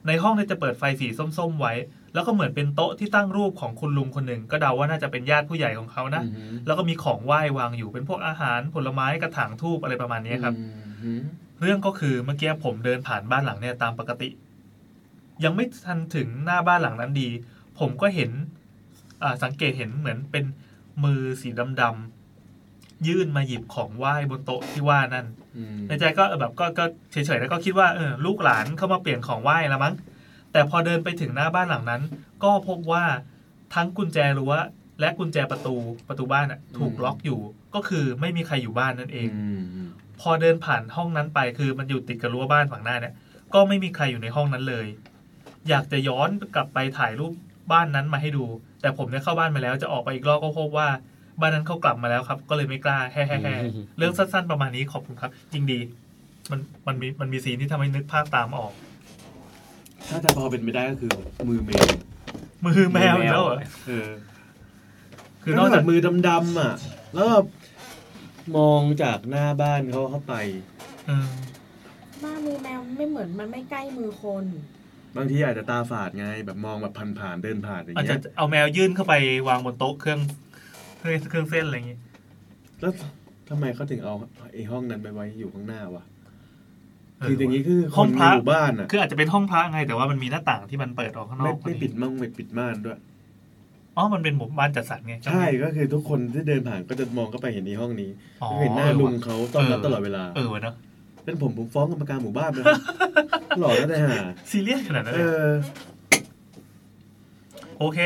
ในห้องเนี่ยจะเปิดไฟสีส้มๆไว้ แล้วก็เหมือนเป็นโต๊ะที่ตั้งรูปของคุณลุงคนหนึ่ง ก็เดาว่าน่าจะเป็นญาติผู้ใหญ่ของเขานะ
อือหือ
แล้วก็มีของไหว้วางอยู่เป็นพวกอาหารผลไม้กระถางทูบอะไรประมาณนี้ครับ
อืม
เรื่องก็คือเมื่อกี้ผมเดินผ่านบ้านหลังเนี่ยตามปกติ ยังไม่ทันถึงหน้าบ้านหลังนั้นดี ผมก็เห็นอ่าสังเกตเห็นเหมือนเป็นมือสีดำๆยื่นมาหยิบของไหว้บนโต๊ะที่ว่านั่น
อืม
ในใจก็เออแบบก็ก็เฉยๆแล้วก็คิดว่าเออลูกหลานเข้ามาเปลี่ยนของไหว้ละมั้ง แต่พอเดินไปถึงหน้าบ้านหลังนั้น ก็พบว่าทั้งกุญแจรั้วและกุญแจประตูประตูบ้านอะถูกล็อกอยู่ ก็คือไม่มีใครอยู่บ้านนั่นเอง
อืม
พอเดินผ่านห้องนั้นไปคือมันอยู่ติดกับรั้วบ้านฝั่งหน้าเนี่ยก็ไม่มีใครอยู่ในห้องนั้นเลย อยากจะย้อนกลับไปถ่ายรูปบ้านนั้นมาให้ดู แต่ผมเนี่ยเข้าบ้านมาแล้วจะออกไปอีกรอบก็พบว่า บ้านนั้นเขากลับมาแล้วครับ ก็เลยไม่กล้าแฮ่แฮ่แฮ่เรื่องสั้น ๆ ประมาณนี้ขอบคุณครับ จริงดี มันมันมีมันมีซีนที่ทำให้นึกภาพตามออก
ถ้าจะพอเป็นไปได้ก็คือมือเมย์
มือแมวอีกแล้วเหรอ
เออ
คื
คือ อน นอ
อ
กก
จา
จาก กมือดำๆอ่ะ แล้วก็มองจากหน้าบ้านเขาเข้าไป
เออ
หน้ามือแมวไม่เหมือนมันไม่ใกล้มือคน
บางทีอาจจะตาฝาดไง แบบมองแบบผ่านๆเดินผ่านอย่าง
อาจจะ
เงี้ย
เอาแมวยื่นเข้าไปวางบนโต๊ะเครื่องเครื่องเครื่องเส้นอะไรอย่างงี้
แล้วทำไมเขาถึงเอาไอ้ห้องนั้นไปไว้อยู่ข้างหน้าวะ
เ
คืออย่างนี้คือค
ห้อง
น
พ
ใน
ระ
หมู่บ้านอ่ะ
คืออาจจะเป็นห้องพระไงแต่ว่ามันมีหน้าต่างที่มันเปิดออกข้างน
ไม่
อก
ไม่ปิดม่งไม่ปิดม่านด้วย
อ๋อมันเป็นหมู่บ้านจัดสรรไง
ใช่ก็คือทุกคนที่เดินผ่านก็จะมองเข้าไปเห็นในห้องนี้
อ๋อ
ก็เห็นหน้าลุงเขาต้อนรับตลอดเวลา
เออวะเนาะ
เป็นผมผมฟ้องกรรมการหมู่บ้านเลยหล่อแล้วแต่ห่า
ซีเรียสขนาดนั้น
เอ
เลย
อ
โห โอเค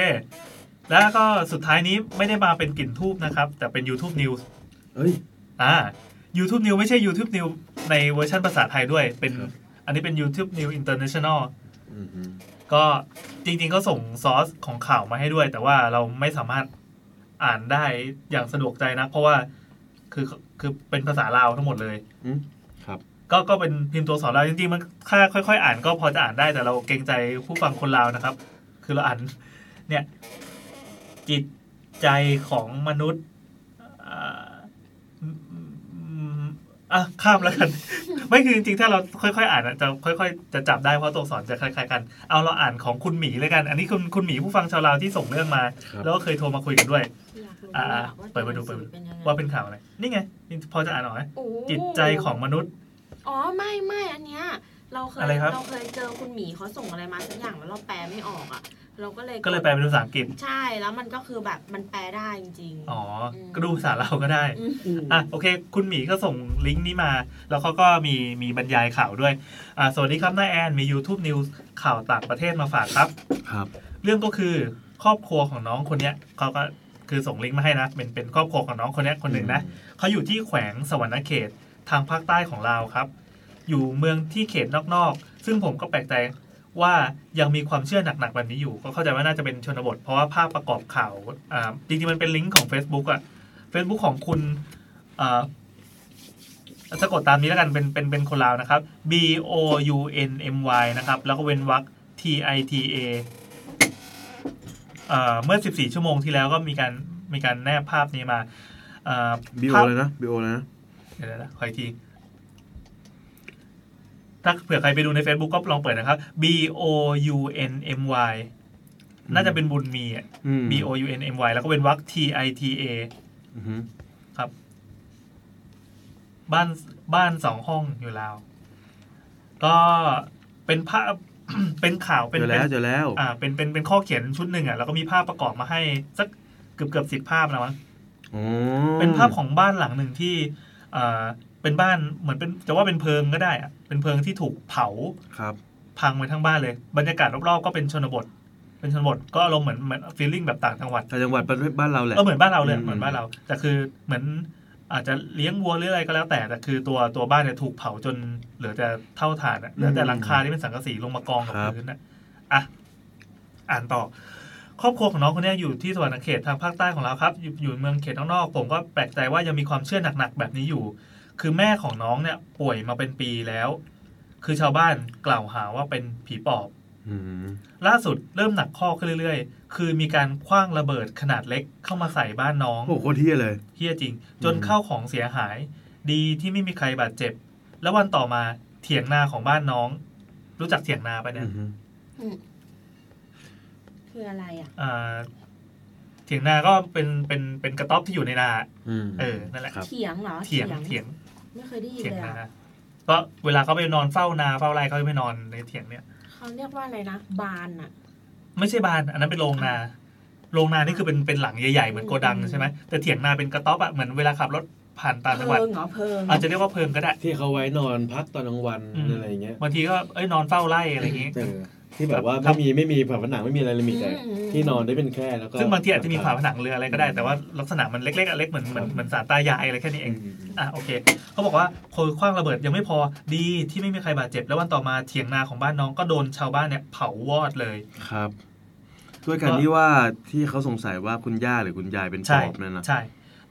แล้วก็สุดท้ายนี้ไม่ได้มาเป็นกลิ่นทูบนะครับ แต่เป็น YouTube News
เอ้ย
อ่า YouTube News ไม่ใช่ YouTube News ในเวอร์ชันภาษาไทยด้วย เป็นอันนี้เป็น YouTube News International ก็จริงๆก็ส่งซอสของข่าวมาให้ด้วย แต่ว่าเราไม่สามารถอ่านได้อย่างสะดวกใจนะ เพราะว่าคือคือเป็นภาษาลาวทั้งหมดเลย
ครับ
ก็ก็เป็นพิมพ์ตัวสอนเราวจริงๆมันถ้าค่อย ๆ อ่านก็พอจะอ่านได้แต่เราเกรงใจผู้ฟังคนลาวนะครับ คือเราอ่าน เนี่ย จิตใจของมนุษย์อ่าอืมอืมอืมอ่ะข้ามแล้วกัน ไม่คือจริงๆ ถ้าเราค่อยๆอ่านอะจะค่อยๆจะจับได้เพราะตัวสอนจะคล้ายๆกัน เอาเราอ่านของคุณหมีเลยกัน อันนี้คุณคุณหมีผู้ฟังชาวลาวที่ส่งเรื่องมา
ครับ
แล้วก็เคยโทรมาคุยกันด้วย
อยากรู้
อ่า
ว่าว่า
เปิดมาดูเปิดมาดู
เป็นยังไง
ว่าเป็นข่าวอะไรนี่ไงพอจะอ่านออกไหม
โอ้
จิตใจของมนุษย์
อ๋อไม่ไม่อันเนี้ยเราเคย
อะไรครับ
เราเคยเจอคุณหมีเขาส่งอะไรมาสักอย่างแล้วเราแปลไม่ออกอ่ะ เราก็เลย
ก็เลยแปลเป็นภาษาอังกฤษ
ใช่แล้วมันก็คือแบบมันแปลได้จริง
อ๋ออก็ดูภาษาเราก็ได้
อืม
อ่ะ โอเค คุณหมีก็ส่งลิงก์นี้มา แล้วเขาก็มีมีบรรยายข่าวด้วย อ่า สวัสดีครับน้าแอน มี YouTube News ข่าวต่างประเทศมาฝากครับ
ครับ
เรื่องก็คือครอบครัวของน้องคนเนี้ยเขาก็คือส่งลิงก์มาให้นะ เป็นเป็นครอบครัวของน้องคนเนี้ยคนหนึ่งนะเขาอยู่ที่แขวงสวรรณเขตทางภาคใต้ของเราวครับ อยู่เมืองที่เขตนอกๆ ซึ่งผมก็แปลกใจว่ายังมีความเชื่อหนักๆแบบนี้อยู่ ก็เข้าใจว่าน่าจะเป็นชนบท เพราะว่าภาพประกอบข่าวอ่าจริงๆมันเป็นลิงก์ของ Facebook อะ Facebook ของคุณอ่าสะกดตามนี้แล้วกันเป็นเป็นเป็นคนลาวนะครับ B O U N M Y นะครับ แล้วก็เว้นวรรค T I T A เอ่อเมื่อ 14 ชั่วโมงที่แล้วก็มีการมีการแนบภาพนี้มาเอ่อ
บีโอ
ภาพ
เลยนะบีโอเลยนะ
เดี๋ยวนะขออีกที ถ้าเผื่อใครไปดูใน Facebook ก็ลองเปิดนะครับ B O U N M Y น่าจะเป็นบุญมีอ่ะ
อืม
B O U N M Y แล้วก็เป็นวรรค T I T A
อือหือ
ครับ บ้านบ้านสองห้องอยู่ลาว ก็เป็นภาพ (coughs) เป็นข่าวเป็น
เจอแล้วเจอแล้ว
อ่า เป็นเป็นเป็นข้อเขียนชุดหนึ่งอ่ะแล้วก็มีภาพประกอบมาให้ สักเกือบเกือบสิบภาพนะมั้ง
อ๋อ
เป็นภาพของบ้านหลังหนึ่งที่เอ่อเป็นบ้านเหมือนเป็นจะว่าเป็นเพิงก็ได้อะเป็นเพิงที่ถูกเผา
ครับ
พังไปทั้งบ้านเลย บรรยากาศรอบๆก็เป็นชนบท เป็นชนบทก็อารมณ์เหมือนเหมือนฟีลลิ่งแบบต่างจังหวัด
แต่จังหวัดประเทศบ้านเราแหละ
เออเหมือนบ้านเราเลยเหมือนบ้านเราแต่คือเหมือนอาจจะเลี้ยงวัวหรืออะไรก็แล้วแต่แต่คือตัวตัวบ้านเนี่ยถูกเผาจนเหลือแต่เท่าฐานอะเหลือแต่หลังคาที่เป็นสังกะสีลงมากองกับพื้นอะอ่ะอ่านต่อ ครอบครัวของน้องคนเนี้ยอยู่ที่สวรรณเขตทางภาคใต้ของเราครับ อยู่อยู่เมืองเขตนอกๆผมก็แปลกใจว่ายังมีความเชื่อหนักๆแบบนี้อยู่ คือแม่ของน้องเนี่ยป่วยมาเป็นปีแล้ว คือชาวบ้านกล่าวหาว่าเป็นผีปอบ
อืม
ล่าสุดเริ่มหนักข้อขึ้นเรื่อยๆ คือมีการคว้างระเบิดขนาดเล็กเข้ามาใส่บ้านน้อง
โอ้โหโคตรเที่ยเลย
เฮี้ยจริง จนเข้าของเสียหาย ดีที่ไม่มีใครบาดเจ็บ แล้ววันต่อมาเถียงนาของบ้านน้อง รู้จักเถียงนาปะเนี่ย
คืออะไรอ่ะ
อ่าเถียงนาก็เป็นเป็นเป็นกระต๊อบที่อยู่ในนา
อืม
เออนั่นแหละ
เถียงเหรอ
เถียงเถียง
ไม่เคยได้ยิน
เถียง
เลย
นา
อะ
ก็เวลาเขาไปนอนเฝ้านาเฝ้าไรเขาจะไม่นอนในเถียงเนี่ย
เขาเรียกว่าอะไรนะบานอ่ะ
ไม่ใช่บานอันนั้นเป็นโรงนา โรงนานี่คือเป็นเป็นหลังใหญ่ๆ เหมือนโกดังใช่ไหมแต่เถียงนาเป็นกระต๊อบอะเหมือนเวลาขับรถผ่านต่างจังหวัด
เพิงเหรอเพิง
อาจจะเรียกว่าเพิงก็ได้
ที่เขาไว้นอนพักตอนกลางวัน
อืม
อะไรอย่างเงี้ย
บางทีก็เอ้ยนอนเฝ้าไร่อะไรอย่างงี้
เออที่แบบว่าไม่มีไม่มีผ่าผนังไม่มีอะไรเลยมีแต่
อืม
ที่นอนได้เป็นแค่แล้วก็
ซึ่งบางทีอาจจะมีฝาผนังเรืออะไรก็ได้ แต่ว่าลักษณะมันเล็กๆอะเล็กเหมือนเหมือนเหมือนสารตายายอะไรแค่นี้เอง อ่ะโอเค เขาบอกว่าโคยคว้างระเบิดยังไม่พอดีที่ไม่มีใครบาดเจ็บ แล้ววันต่อมาเถียงนาของบ้านน้องก็โดนชาวบ้านเนี่ยเผาวอดเลย
ครับ ด้วยกันที่ว่าที่เขาสงสัยว่าคุณย่าหรือคุณยายเป็นป
ใช่
อบนั่นนะ
ใช่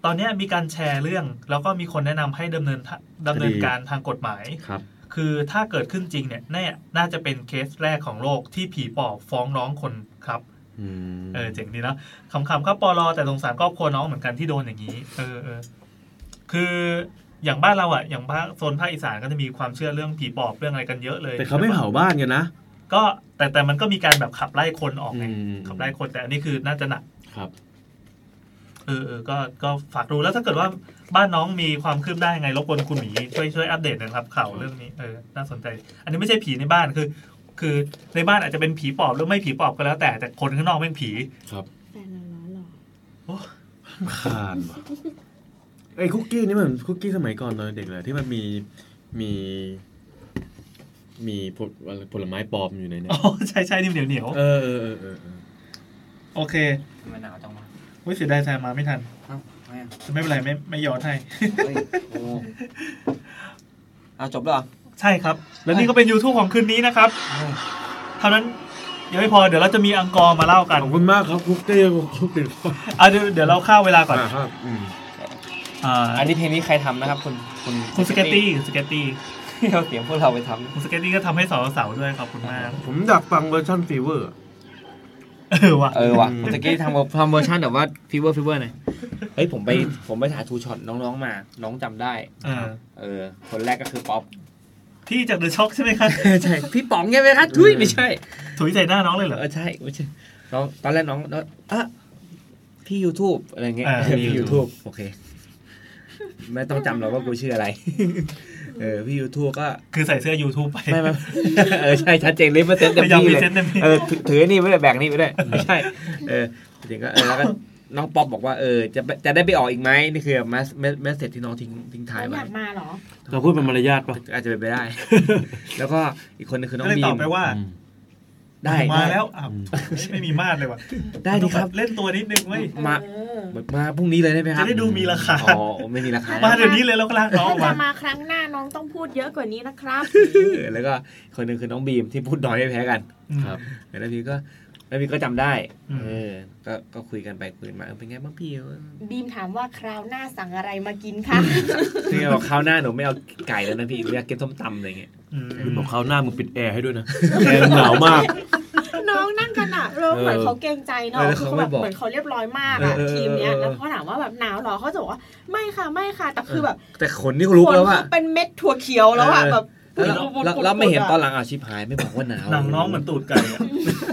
ตอนเนี้ยมีการแชร์เรื่อง แล้วก็มีคนแนะนำให้ดำเนินทะดำเนิน
คดี
การทางกฎหมาย
ครับ
คือถ้าเกิดขึ้นจริงเนี่ยแน่น่าจะเป็นเคสแรกของโลกที่ผีปอบฟ้องร้องคนครับ
อืม
เออเจ๋งดีเนอะคำคำครับปอลอแต่สงสารครอบครัวน้องเหมือนกันที่โดนอย่างนี้ เออเออคืออย่างบ้านเราอะอย่างภาคโซนภาคอีสานก็จะมีความเชื่อเรื่องผีปอบเรื่องอะไรกันเยอะเลย
แต่เขาไม่เผาบ้านกันนะ
ก็แต่แต่มันก็มีการแบบขับไล่คนออกไง
อืม
ขับไล่คนแต่อันนี้คือน่าจะหนัก
ครับ
เออเออก็ก็ฝากดูแล้วถ้าเกิดว่าบ้านน้องมีความคืบได้ายังไงรบกวนคุณหมีช่วยช่วยอัปเดตหนะครับข่าวเรื่องนี้เออน่าสนใจ อันนี้ไม่ใช่ผีในบ้านคือ คือในบ้านอาจจะเป็นผีปอบหรือไม่ผีปอบก็แล้วแต่แต่คนข้างนอกเป็น
(laughs)
ผี
ครับ
แฟนเราล้อหรอ
ขานว่ะไอ้คุกกี้นี่มันคุกกี้สมัยก่อนตอนเด็กเลยที่มันมีมี มีผลผลไม้ปลอมอยู่ในเนี้
อ๋อใช่ใช่นี่เหนียวเหนียว
เออเออเออเออเออ
โอเค
มันหนาวจังวะ
เฮ้ยเสียดายแซมมาไม่ทัน
เอ้าทำไมอะ
ไม่เป็นไรไม่ไม่ย้อนให้
โอ้
เอาจบแล้วเหรอ
ใช่ครับ แล้วนี่ก็เป็น YouTube ของคืนนี้นะครับ เท่านั้นยังไม่พอเดี๋ยวเราจะมีอังกอร์มาเล่ากัน
ขอบคุณมากครับคุกเต้คุกเต้
อ่ะเดี๋ยวเดี๋ยวเราข้าวเวลาก่อน อ่า
อันนี้เพลงนี้ใครทำนะครับ คุณคุณ
คุณสเกตตี้สเกตตี้
เอาเสียงพวกเราไปทำ
คุณสเกตตี้ก็ทำให้สาวสาวๆด้วยขอบคุณมาก
ผมอยากฟังเวอร์ชันฟีเวอร์
เออว่ะ
เออว่ะตะกี้ทำทำเวอร์ชันแบบว่าฟีเวอร์ฟีเวอร์หน่อยเฮ้ยผมไปผมไปถ่ายทูช็อตน้องๆมา น้องจำได้
เออ
เออ คนแรกก็คือป๊อป
พี่จากเดอะช็อคใช่ไหมครับ
ใช่พี่ป๋องใช่ไหมครับทุยไม่ใช่
ถุยใส่หน้าน้องเลยเหรอ
เออใช่ไม่ใช่น้องตอนแรกน้องน้องอ่ะพี่ YouTube อะไรเงี้ย
อ่า
พี่ YouTube (laughs) โอเค ไม่ต้องจำหรอกว่ากูชื่ออะไร (laughs) เออพี่ YouTube ก็
คือใส่เสื้อ YouTube ไป
ไม่ไม่ (laughs) เออใช่ชัดเจนเลยมาเซ็นเต็ม
พยายามพ
ที่เล
รีเซนต์เต็มที่
ยเออถือถือนี่ไม่ได้แบกนี่ไม่ได้ไม่ใช่ เออถึงก็เออแล้วก็น้องป๊อปบอกว่าเออจะไปจะได้ไปออกอีกไหมนี่คือมาเมสเซจที่น้องทิ้งทิ้งท้าย
อ
ไว้
ยากมาเหรอ
เราพูดเป็นมารยาทปะ
อาจจะเป็นไปได้ แล้วก็อีกคนนึงคือน้อง
ก็เลย
บี
ตอบ
ม
ไปว่า
ได้
มา
ได้
แล้วอ้าวไม่ไม่มีมาดเลยว่ะ
ได้ดิครับ
เล่นตัวนิดนึงเว้ย
มา มาพรุ่งนี้เลยได้ไหมครับ
จะได้ดูมีราคา
อ๋อไม่มีราคา
มาเดี๋ยวนี้เลยแล้วก็ลากน้องออก
ถ้าจะ
มา
มาครั้งหน้าน้องต้องพูดเยอะกว่านี้
(laughs)
นะครับ
เออแล้วก็อีกคนนึงคือน้องบีมที่พูดน้อยไม่แพ้กัน
ครับ
แล้วพี่ก็แล้วพี่ก็จำได้
อืม
เออ ก็ก็คุยกันไปคุยกันมาเออเป็นไงบ้างพี่
บีมถามว่าคราวหน้าสั่งอะไรมากินคะ
(laughs) นี่บอกคราวหน้าหนูไม่เอาไก่แล้วนะพี่หนูอยากกินส้มตำอะไรเงี้ย
อืม
คุณบอกคราวหน้ามึงปิดแอร์ให้ด้วยนะแอร์หนาวมาก
น้องนั่งกันอะเราเหมือนเขาเกรงใจเนาะ
เออแล้ว
คือ
เขา
เขา
ไม่
แบบ
บอก
เหมือนเขาเรียบร้อยมากอะ
เออเออเออ
ทีมเนี้ยแล้วเขาถามว่าแบบหนาวเหรอเขาจะบอกว่าไม่ค่ะไม่ค่ะแต่คือแบบ
แต่ขนนี่ก็ลุกแล้ว
ขน
อะ
เป็นเม็ดถั่วเขียวแล้วอะแบบ
แล้วแล้วแล้วไม่เห็นตอนหลังอาชีพหายไม่บอกว่าหนาว
หนังน้องเหมือนตูดไก่อะ (coughs)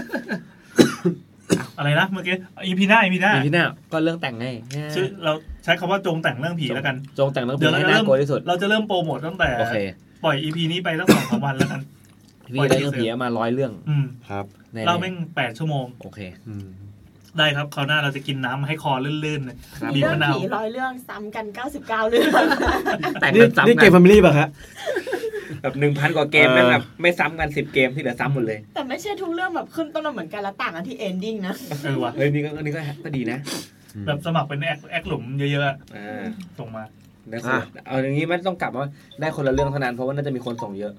อะไรนะเมื่อกี้อีพีหน้าอีพีหน้า
มีพี่หน้าก็เรื่องแต่งไง
ชื่อเราใช้คำว่าจงแต่งเรื่องผีแล้วกัน
จงแต่งเรื่อง
เดี๋
ผี
ยวเรา
ให้
จะ
น่า
เริ่ม
กลัวที่สุด
เราจะเริ่มโปรโมทตั้งแต่
โอเค
ปล่อยอีพีนี้ไปสักสองสามวันแล้วกัน
พี่ได้เรื่องผีมาร้อยเรื่อง
อืม
ครับ
แน่ๆ
เล่าแม่งแปดชั่วโมง
โอเค
อืม
ได้ครับคราวหน้าเราจะกินน้ำให้คอลื่นๆเลย
ครับ
บีบ
เรื่อง
มะนาว
ผีร้อยเรื่องซ้ำกัน 99 เรื่อง (laughs)
แต่ง
นี่
ซ้ำ
นี่เก
กั
ม
น
ฟามิลี่ป่ะครับ
แบบหนึ่งพันกว่าเกม
เออ
แม่งแบบไม่ซ้ำกันสิบเกมที่เหลือซ้ำหมดเลย
แต่ไม่ใช่ทุกเรื่องแบบขึ้นต้นมาเหมือนกันแล้วต่างกันที่เอนดิ้งนะ
เออว่ะ
เฮ้ยนี่ก็อันนี้ก็ก็ดีนะ
แบบสมัครเป็นแอคแอคหลุมเยอะๆอะ
อ่า
ส่งมา
แล้วก็เอาอย่างนี้มันต้องกลับว่าได้คนละเรื่องเท่านั้นเพราะว่าน่าจะมีคนส่งเยอะ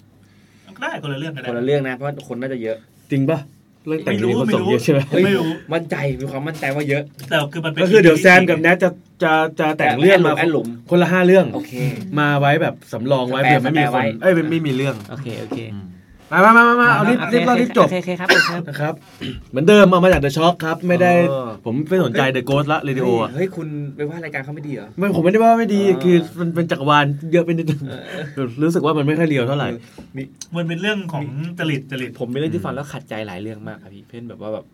ได้คนละเรื่องกันได้
คนละเรื่องนะเพราะว่าคนน่าจะเยอะ
จริงป่ะเรื่องแต่ง
ไม่
เพล
รู้
งคน
ไม่
ส่ง
รู้
เยอะใช่ไหม
ไม่รู้
มั่นใจมีความมั่นใจว่าเยอะ
แต่คือมันเป็น
ก็คือเดี๋ยวแซมกับแนทจะจะจะแต่งเรื่องมา
แอนหลุม
คนละห้าเรื่อง
โอเค
มาไว้แบบสำรองไว้
สแปร์
เผื่อไม่มี
สแปร์
ค
ไว้
นเอ้ยไม่ไม่มีเรื่อง
โอเค โอเค
มามามามามาเอารีบรีบเรารีบจบ
โอเคครับครับ
นะครับ เหมือนเดิมเอามาจากเดอะช็อคครับ ไม่ได้
เออ
ผมไม่สนใจเดอะโกสละเรดิโออ่ะ
เฮ้ย คุณไปว่ารายการเขาไม่ดีเหรอ
ไม่ผมไม่ได้ว่าไม่ดี
เออ
คือมันเป็นจักรวาลเยอะไปนิดนึงรู้สึกว่ามันไม่ค่อยเรียวเท่าไหร่
มันเป็นเรื่องของจริตจริต
ผมมีเรื่องที่ฟังแล้วขัดใจหลายเรื่องมากครับพี่เพื่อนแบบว่าแบบ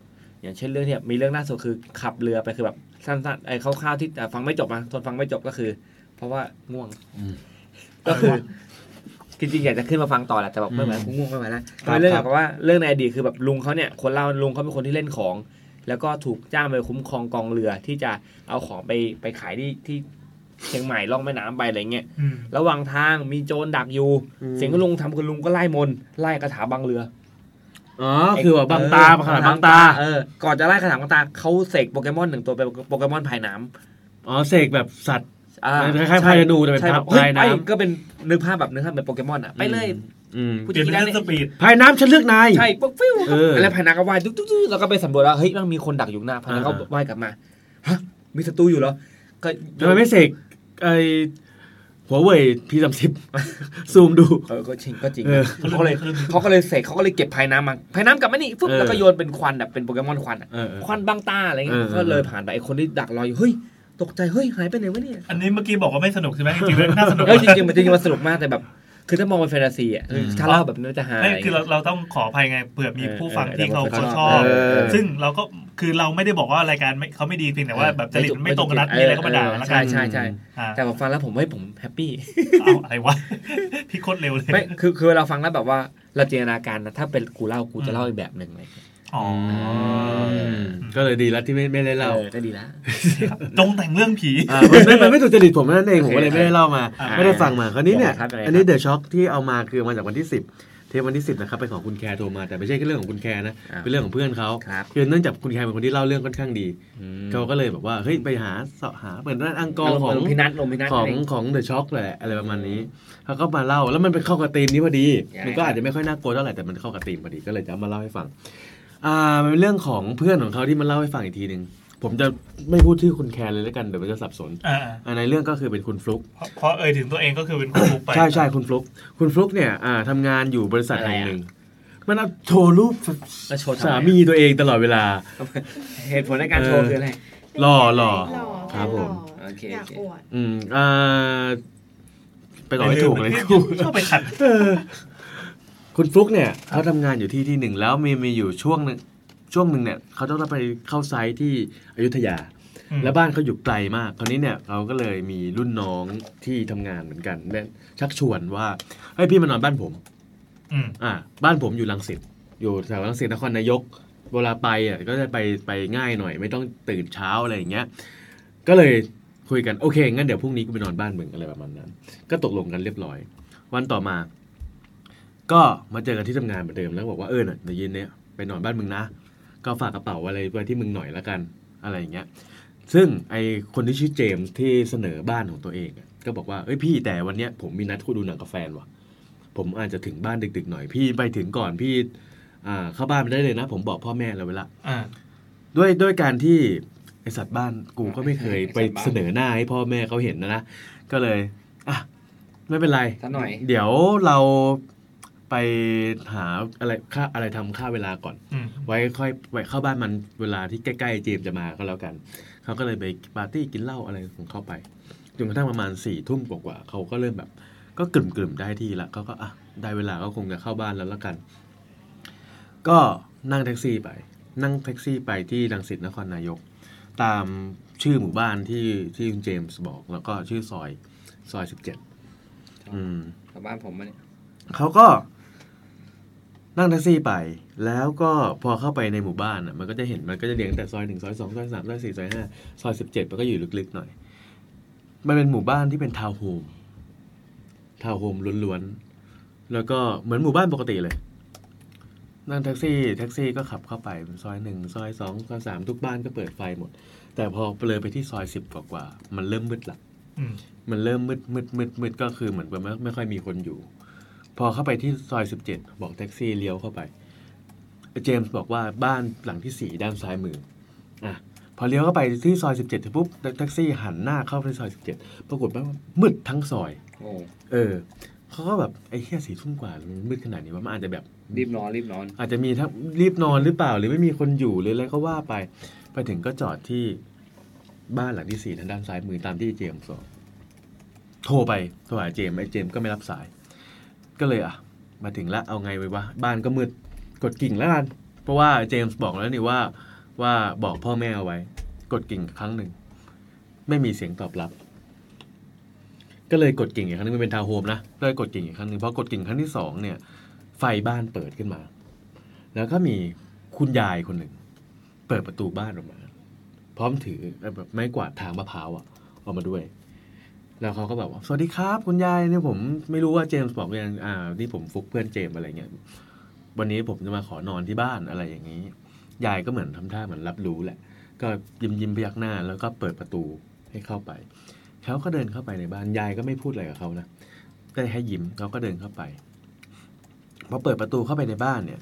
อย่างเช่นเรื่องที่แบบมีเรื่องล่าสุดคือขับเรือไปคือแบบสั้นๆไอ้คร่าวๆที่แต่ฟังไม่จบนะทนฟังไม่จบก็คือ เพราะว่าง่วง
อืม
ก็คือจริงๆอยากจะขึ้นมาฟังต่อแหละแต่แบบ
อืม
ไม่ไหวกูง่วงไม่ไหวแล้ว
ครับ
เป็นเรื่องแบบว่าเรื่องในอดีตคือแบบลุงเขาเนี่ยคนเล่าลุงเขาเป็นคนที่เล่นของ แล้วก็ถูกจ้างไปคุ้มครองกองเรือที่จะเอาของไปไปขายที่ที่เชียงใหม่ล่องแม่น้ำไปอะไรเงี้ย
อืม
ระหว่างทางมีโจรดักอยู่ สิ่งที่ลุงทำคือลุงก็ไล่มนต์ไล่กระถาบังเรือ
อ๋อคือว่าบางตาขนาดบางตา
เออ ก่อนจะไล่ขนาดบางตาเขาเสกโปเกมอนหนึ่งตัวเป็นโปเกมอนภายน้
อ๋อเสกแบบสัตว์
ำอ่า
คล้ายๆพายธนูแต่เป็น
ใช่
ภาพ
แบบเฮ้
พายน้ำ
ไปก็เป็นนึกภาพแบบนึกภาพเป็นโปเกมอนอ่ะ ไปเลย
อืม
ผู้
เปลี่ยนเป็น
นั้
เรื่
น
อง
เนี่
ส
ย
ปีด
ภายน้ำฉันเลือกนาย
ใช่ปุ๊บฟิว
เออ
แล้วพายน้ำก็ว่ายตุ๊กตุ๊กตุ๊กแล้วก็ไปสำรวจแล้วเฮ้ยมันมีคนดักอยู่หน้าพายน้ำก็
อ่า
ว่ายกลับมาฮะมีศัตรูอยู่เหรอก็
ทำไมไม่เสกไอหัวเว่ยพีสามสิบซูมดู
เออก็จริงก็จริง
เออ
เขาก็เลยเขาก็เลยเสกเขาก็เลยเก็บพายน้ำมาพายน้ำกลับมานี่ปุ๊บแล้วก็โยนเป็นควันแบบเป็นโปเกมอนควันอะ
เออ
ควันบางตาอะไรเงี้ย
เออ
ก็เลยผ่านไปไอ้คนที่ดักรออยู่เฮ้ยตกใจเฮ้ยหายไปไหนวะเนี่ย
อันนี้เมื่อกี้บอกว่าไม่สนุกใช่ไหมจริงๆแล้วน่า
(laughs)
สนุก
เออจริงๆมันจริงๆมันสนุกมากแต่แบบ คือถ้ามองเป็นแฟนตาซีอ่ะคือถ้าเล่าแบบนี้จะหาย
ไม่คือเราเราต้องขออภัยไงเผื่อมีผู้ฟังที่เขาเขาชอบ
เออ
ซึ่งเราก็คือเราไม่ได้บอกว่ารายการไม่เขาไม่ดีเพียงแต่ว่าแบบจริตมันไม่ตรงกันนัดมีอะไรก็มาด่าแล้วกั
ใช่
น
ใช่ใช่
อ่า
แต่ผมฟังแล้วผมให้ยผมแฮปปี้
เอาอะไรวะพี่โคตรเร็วเลย
ไม่คือคือเราฟังแล้วแบบว่าเราจินตนาการนะถ้าเป็นกูเล่ากูจะเล่าอีกแบบหนึ่งเลย
อ๋อ
ก็เลยดีแล้วที่ไม่ไม่ได้เล่า
ออก็ดีละ
จงแต่งเรื่องผี
อ่ามันไม่มันไม่ถูกจริตผมนั่นเองผมก็เลยไม่ได้เล่ามา
อ่า
ไม่ได้ฟังมาคราวนี้เนี่ย
ยังไงครับยังไงครับ
อันนี้เดอะช็อคที่เอามาคือมาจากวันที่ 10 เทปวันที่สิบนะครับเป็นของคุณแคร์โทรมาแต่ไม่ใช่แค่เรื่องของคุณแคร์นะเป็นเรื่องของเพื่อนเขาคือเนื่องจากคุณแคร์เป็นคนที่เล่าเรื่องค่อนข้างดีเขาก็เลยแบบว่าเฮ้ยไปหาเสาะหาเหมือนร้านอังกอร์ของ
ลมพินัทลมพินัท
ของ
อะไร
ของเดอะช็อคแหละอะไรประมาณนี้เขาก็มาเล่าแล้วมันไปเข้ากับธีมนี้พอดี มันก็อาจจะไม่ค่อยน่ากลัวเท่าไหร่แต่มันเข้ากับธีมพอดีก็เลยจะเอามาเล่าให้ฟัง อ่ามันเป็นเรื่องของเพื่อนของเขาที่มันเล่าให้ฟังอีกทีหนึ่งผมจะไม่พูดชื่อคุณแคร์เลยแล้วกันเดี๋ยวมันจะสับสน
อ่า
อ่าในเรื่องก็คือเป็นคุณฟลุก
เพราะเอ่ยถึงตัวเองก็คือเป็นคนบุกไป
ใช่ใช่คุณฟลุกคุณฟลุกเนี่ยอ่าทำงานอยู่บริษัทแห่งหนึ่ง มันเอาโชว์รูป
โชว์ทำไม
สามีตัวเองตลอดเวลา
เหตุผลในการโชว์คืออะไร
หล่อหล่อ
หล่อ
ครับผม
โอเค
อยา
โอก เค
อวด
อืมอ่าไปต่อไม่ถูกเลยกู
ชอบไปขัด
คุณฟลุกเนี่ยเขาทำงานอยู่ที่ที่หนึ่งแล้วมีมีอยู่ช่วงหนึงช่วงหนึ่งเนี่ยเขาต้องไปเข้าไซต์ที่อยุธยา
อืม
แล้วบ้านเขาอยู่ไกลมาก คราวนี้เนี่ยเราก็เลยมีรุ่นน้องที่ทำงานเหมือนกันเนี่ยชักชวนว่าเฮ้ยพี่มานอนบ้านผม
อืม
อ่าบ้านผมอยู่ลังสิตอยู่แถวลังสิตนครนายก เวลาไปอ่ะก็จะไปไปง่ายหน่อย ไม่ต้องตื่นเช้าอะไรอย่างเงี้ย ก็เลยคุยกันโอเคงั้นเดี๋ยวพรุ่งนี้กูไปนอนบ้านมึงอะไรประมาณนั้น ก็ตกลงกันเรียบร้อย วันต่อมา ก็มาเจอกันที่ทำงานเหมือนเดิมแล้วบอกว่าเออน่ะเดี๋ยวเย็นเนี้ยไปนอนบ้านมึงนะ ก็ฝากกระเป๋าอะไรไว้ที่มึงหน่อยละกันอะไรอย่างเงี้ย ซึ่งไอคนที่ชื่อเจมส์ที่เสนอบ้านของตัวเองอะก็บอกว่าเอ้ยพี่แต่วันเนี้ยผมมีนัดคุยดูหนังกับแฟนว่ะ ผมอาจจะถึงบ้านดึกๆหน่อยพี่ไปถึงก่อนพี่อ่าเข้าบ้านไปได้เลยนะ ผมบอกพ่อแม่เราไว้ละ
อ่า
ด้วยด้วยการที่ไอสัตว์บ้านกูก็ไม่เคยไปเสนอหน้าให้พ่อแม่เขาเห็นนะนะ ก็เลยอ่ะไม่เป็นไร
ซะหน่อย
เดี๋ยวเราไปหาอะไรค่าอะไรทำค่าเวลาก่อน
อืม
(laughs) ไว้ค่อยไว้เข้าบ้านมันเวลาที่ใกล้ๆเจมส์จะมาก็แล้วกัน เขาก็เลยไปปาร์ตี้กินเหล้าอะไรของเขาไปจนกระทั่งประมาณสี่ทุ่มกว่าๆเขาก็เริ่มแบบ ก็กลุ่มๆได้ที่ละเขาก็อ่ะได้เวลาก็คงจะเข้าบ้านแล้วละกัน ก็นั่งแท็กซี่ไป นั่งแท็กซี่ไปที่ดังสิตนครนายก ตามชื่อหมู่บ้านที่ที่คุณเจมส์บอก แล้วก็ชื่อซอยซอยสิบเจ็ดอืม
ชาวบ้านผมมาเนี่ย
เขาก็นั่งแท็กซี่ไป แล้วก็พอเข้าไปในหมู่บ้านอ่ะ มันก็จะเห็นมันก็จะเรียงแต่ซอยหนึ่งซอยสองซอยสามซอยสี่ซอยห้าซอยสิบเจ็ดมันก็อยู่ลึกๆหน่อย มันเป็นหมู่บ้านที่เป็นทาวน์โฮมทาวน์โฮมล้วนๆ แล้วก็เหมือนหมู่บ้านปกติเลย นั่งแท็กซี่ แท็กซี่ก็ขับเข้าไปซอยหนึ่งซอยสองซอยสามทุกบ้านก็เปิดไฟหมด แต่พอเลยไปที่ซอยสิบกว่าๆมันเริ่มมืดละ
อืม
มันเริ่มมืดมืดมืดมืดก็คือเหมือนแบบไม่ไม่ค่อยมีคนอยู่ พอเข้าไปที่ซอยสิบเจ็ดบอกแท็กซี่เลี้ยวเข้าไปเจมส์บอกว่าบ้านหลังที่สี่ด้านซ้ายมืออ่ะพอเลี้ยวเข้าไปที่ซอยสิบเจ็ดปุ๊บแท็กซี่หันหน้าเข้าไปในซอยสิบเจ็ดปรากฏว่ามืดทั้งซอย
โอ้
เออเขาก็แบบไอ้เหี้ยสี่ทุ่มกว่ามันมืดขนาดนี้ว่ามันอาจจะแบบ
รีบนอนรีบนอน
อาจจะมีทั้งรีบนอนหรือเปล่า หรือไม่มีคนอยู่หรืออะไรก็ว่าไป ไปถึงก็จอดที่บ้านหลังที่สี่ทางด้านซ้ายมือตามที่เจมส์บอกโทรไปโทรหาเจมส์ไอ้เจมส์ก็ไม่รับสาย ก็เลยอ่ะ มาถึงแล้วเอาไงไว้วะบ้านก็มืดกดกิ่งแล้วกัน เพราะว่าเจมส์บอกแล้วนี่ว่าว่าบอกพ่อแม่เอาไว้ กดกิ่งครั้งหนึ่ง ไม่มีเสียงตอบรับ ก็เลยกดกิ่งอีกครั้งหนึงมันเป็นทาวน์โฮมนะก็เลยกดกิ่งอีกครั้งหนึ่งพอกดกิ่งครั้งที่สองเนี่ย ไฟบ้านเปิดขึ้นมา แล้วก็มีคุณยายคนหนึ่ง เปิดประตูบ้านออกมา พร้อมถือแบบไม้กวาดทางมะพร้าวอะออกมาด้วย แล้วเขาก็แบบว่าสวัสดีครับ คุณยายเนี่ยผมไม่รู้ว่าเจมส์บอกหรือยังอ่านี่ผมฟุกเพื่อนเจมส์อะไรเงี้ยวันนี้ผมจะมาขอนอนที่บ้านอะไรอย่างนี้ ยายก็เหมือนทำท่าเหมือนรับรู้แหละ ก็ยิ้มยิ้มๆพยักหน้า แล้วก็เปิดประตูให้เข้าไปเขาก็เดินเข้าไปในบ้านยายก็ไม่พูดอะไรกับเขานะก็ให้ยิ้มเขาก็เดินเข้าไปพอเปิดประตูเข้าไปในบ้านเนี่ย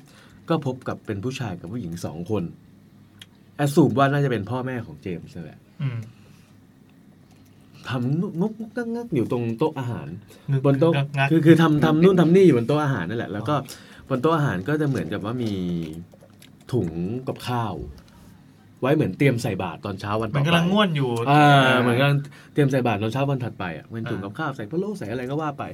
ก็พบกับเป็นผู้ชายกับผู้หญิงสองคนแอสซูมว่าน่าจะเป็นพ่อแม่ของเจมส์นั่นแหละ
อืม
ทำงกงกงักงักอยู่ตรงโต๊ะอาหาร
งึก
บนโต๊ะ
งักงัก
คือคือทำทำนู่นทำนี่อยู่บนโต๊ะอาหารนั่นแหละ แล้วก็บนโต๊ะอาหารก็จะเหมือนกับว่ามีถุงกับข้าว ไว้เหมือนเตรียมใส่บาตรตอนเช้าวันต่อ
มัน
ไป
กำลังง่วนอยู่
อ่าเหมือนกำลังเตรียมใส่บาตรตอนเช้าวันถัดไปอ่ะเป็นถุงกับข้าวใส่พะโล้ใส่อะไรก็ว่าไป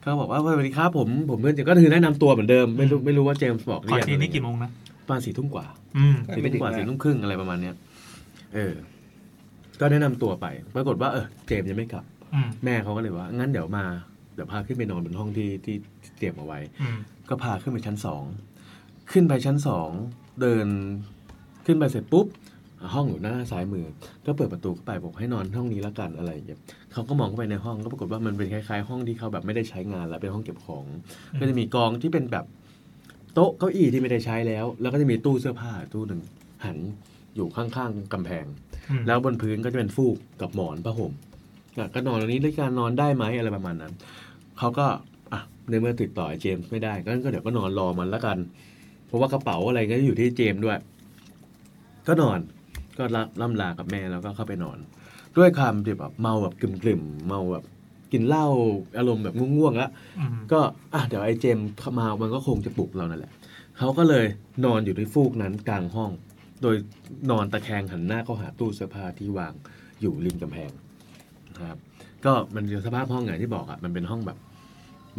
เขาบอกว่าสวัสดีครับผมผมเพื่อนเจมส์ก็คือแนะนำตัวเหมือนเดิมไม่รู้ไม่รู้ว่าเจมส์บอกหรื
ขอ
ยัง
ทีนี่กี่โมงนะ
ประมาณสี่ทุ่มกว่า
อืม
สี่ทุ่มกว่า
ไม่ถึงนะ
สี่ทุ่มครึ่งอะไรประมาณเนี้ย เออ ก็แนะนำตัวไป ปรากฏว่าเออเจมส์ยังไม่กลับ
อืม
แม่เขาก็เลยว่า งั้นเดี๋ยวมาเดี๋ยวพาขึ้นไปนอนบนห้องที่ที่ที่เตรียมเอาไว้
อืม
ก็พาขึ้นไปชั้นสอง ขึ้นไปชั้นสอง เดินขึ้นไปเสร็จปุ๊บ ห้องอยู่หน้าซ้ายมือ ก็เปิดประตูเข้าไปบอกให้นอนห้องนี้ละกันอะไรอย่างเงี้ยเขาก็มองเข้าไปในห้องก็ปรากฏว่ามันเป็นคล้ายๆ ห้องที่เขาแบบไม่ได้ใช้งานแล้วเป็นห้องเก็บของ
อืม
ก็จะมีกองที่เป็นแบบโต๊ะเก้าอี้ที่ไม่ได้ใช้แล้ว แล้วก็จะมีตู้เสื้อผ้าตู้หนึ่งหันอยู่ข้างๆกำแพง
อืม
แล้วบนพื้นก็จะเป็นฟูกกับหมอนผ้าห่มอ่ะก็นอนตรงนี้ด้วยการนอนได้ไหมอะไรประมาณนั้นเขาก็อ่ะในเมื่อติดต่อไอ้เจมส์ไม่ได้งั้นก็เดี๋ยวก็นอนรอมันละกัน เพราะว่ากระเป๋าอะไรก็อยู่ที่เจมส์ด้วย ก็นอนก็รับล่ำลากับแม่แล้วก็เข้าไปนอน ด้วยความที่แบบเมาแบบกลุ่มๆเมาแบบกินเหล้าอารมณ์แบบง่วงๆแล้ว
อืม
ก็อ่ะเดี๋ยวไอ้เจมส์เข้ามามันก็คงจะปลุกเรานั่นแหละเขาก็เลยนอนอยู่ที่ฟูกนั้นกลางห้อง โดยนอนตะแคงหันหน้าเข้าหาตู้เสื้อผ้าที่วางอยู่ริมกำแพงนะครับ ก็มันสภาพห้องอย่างที่บอกอะ่ะมันเป็นห้องแบบ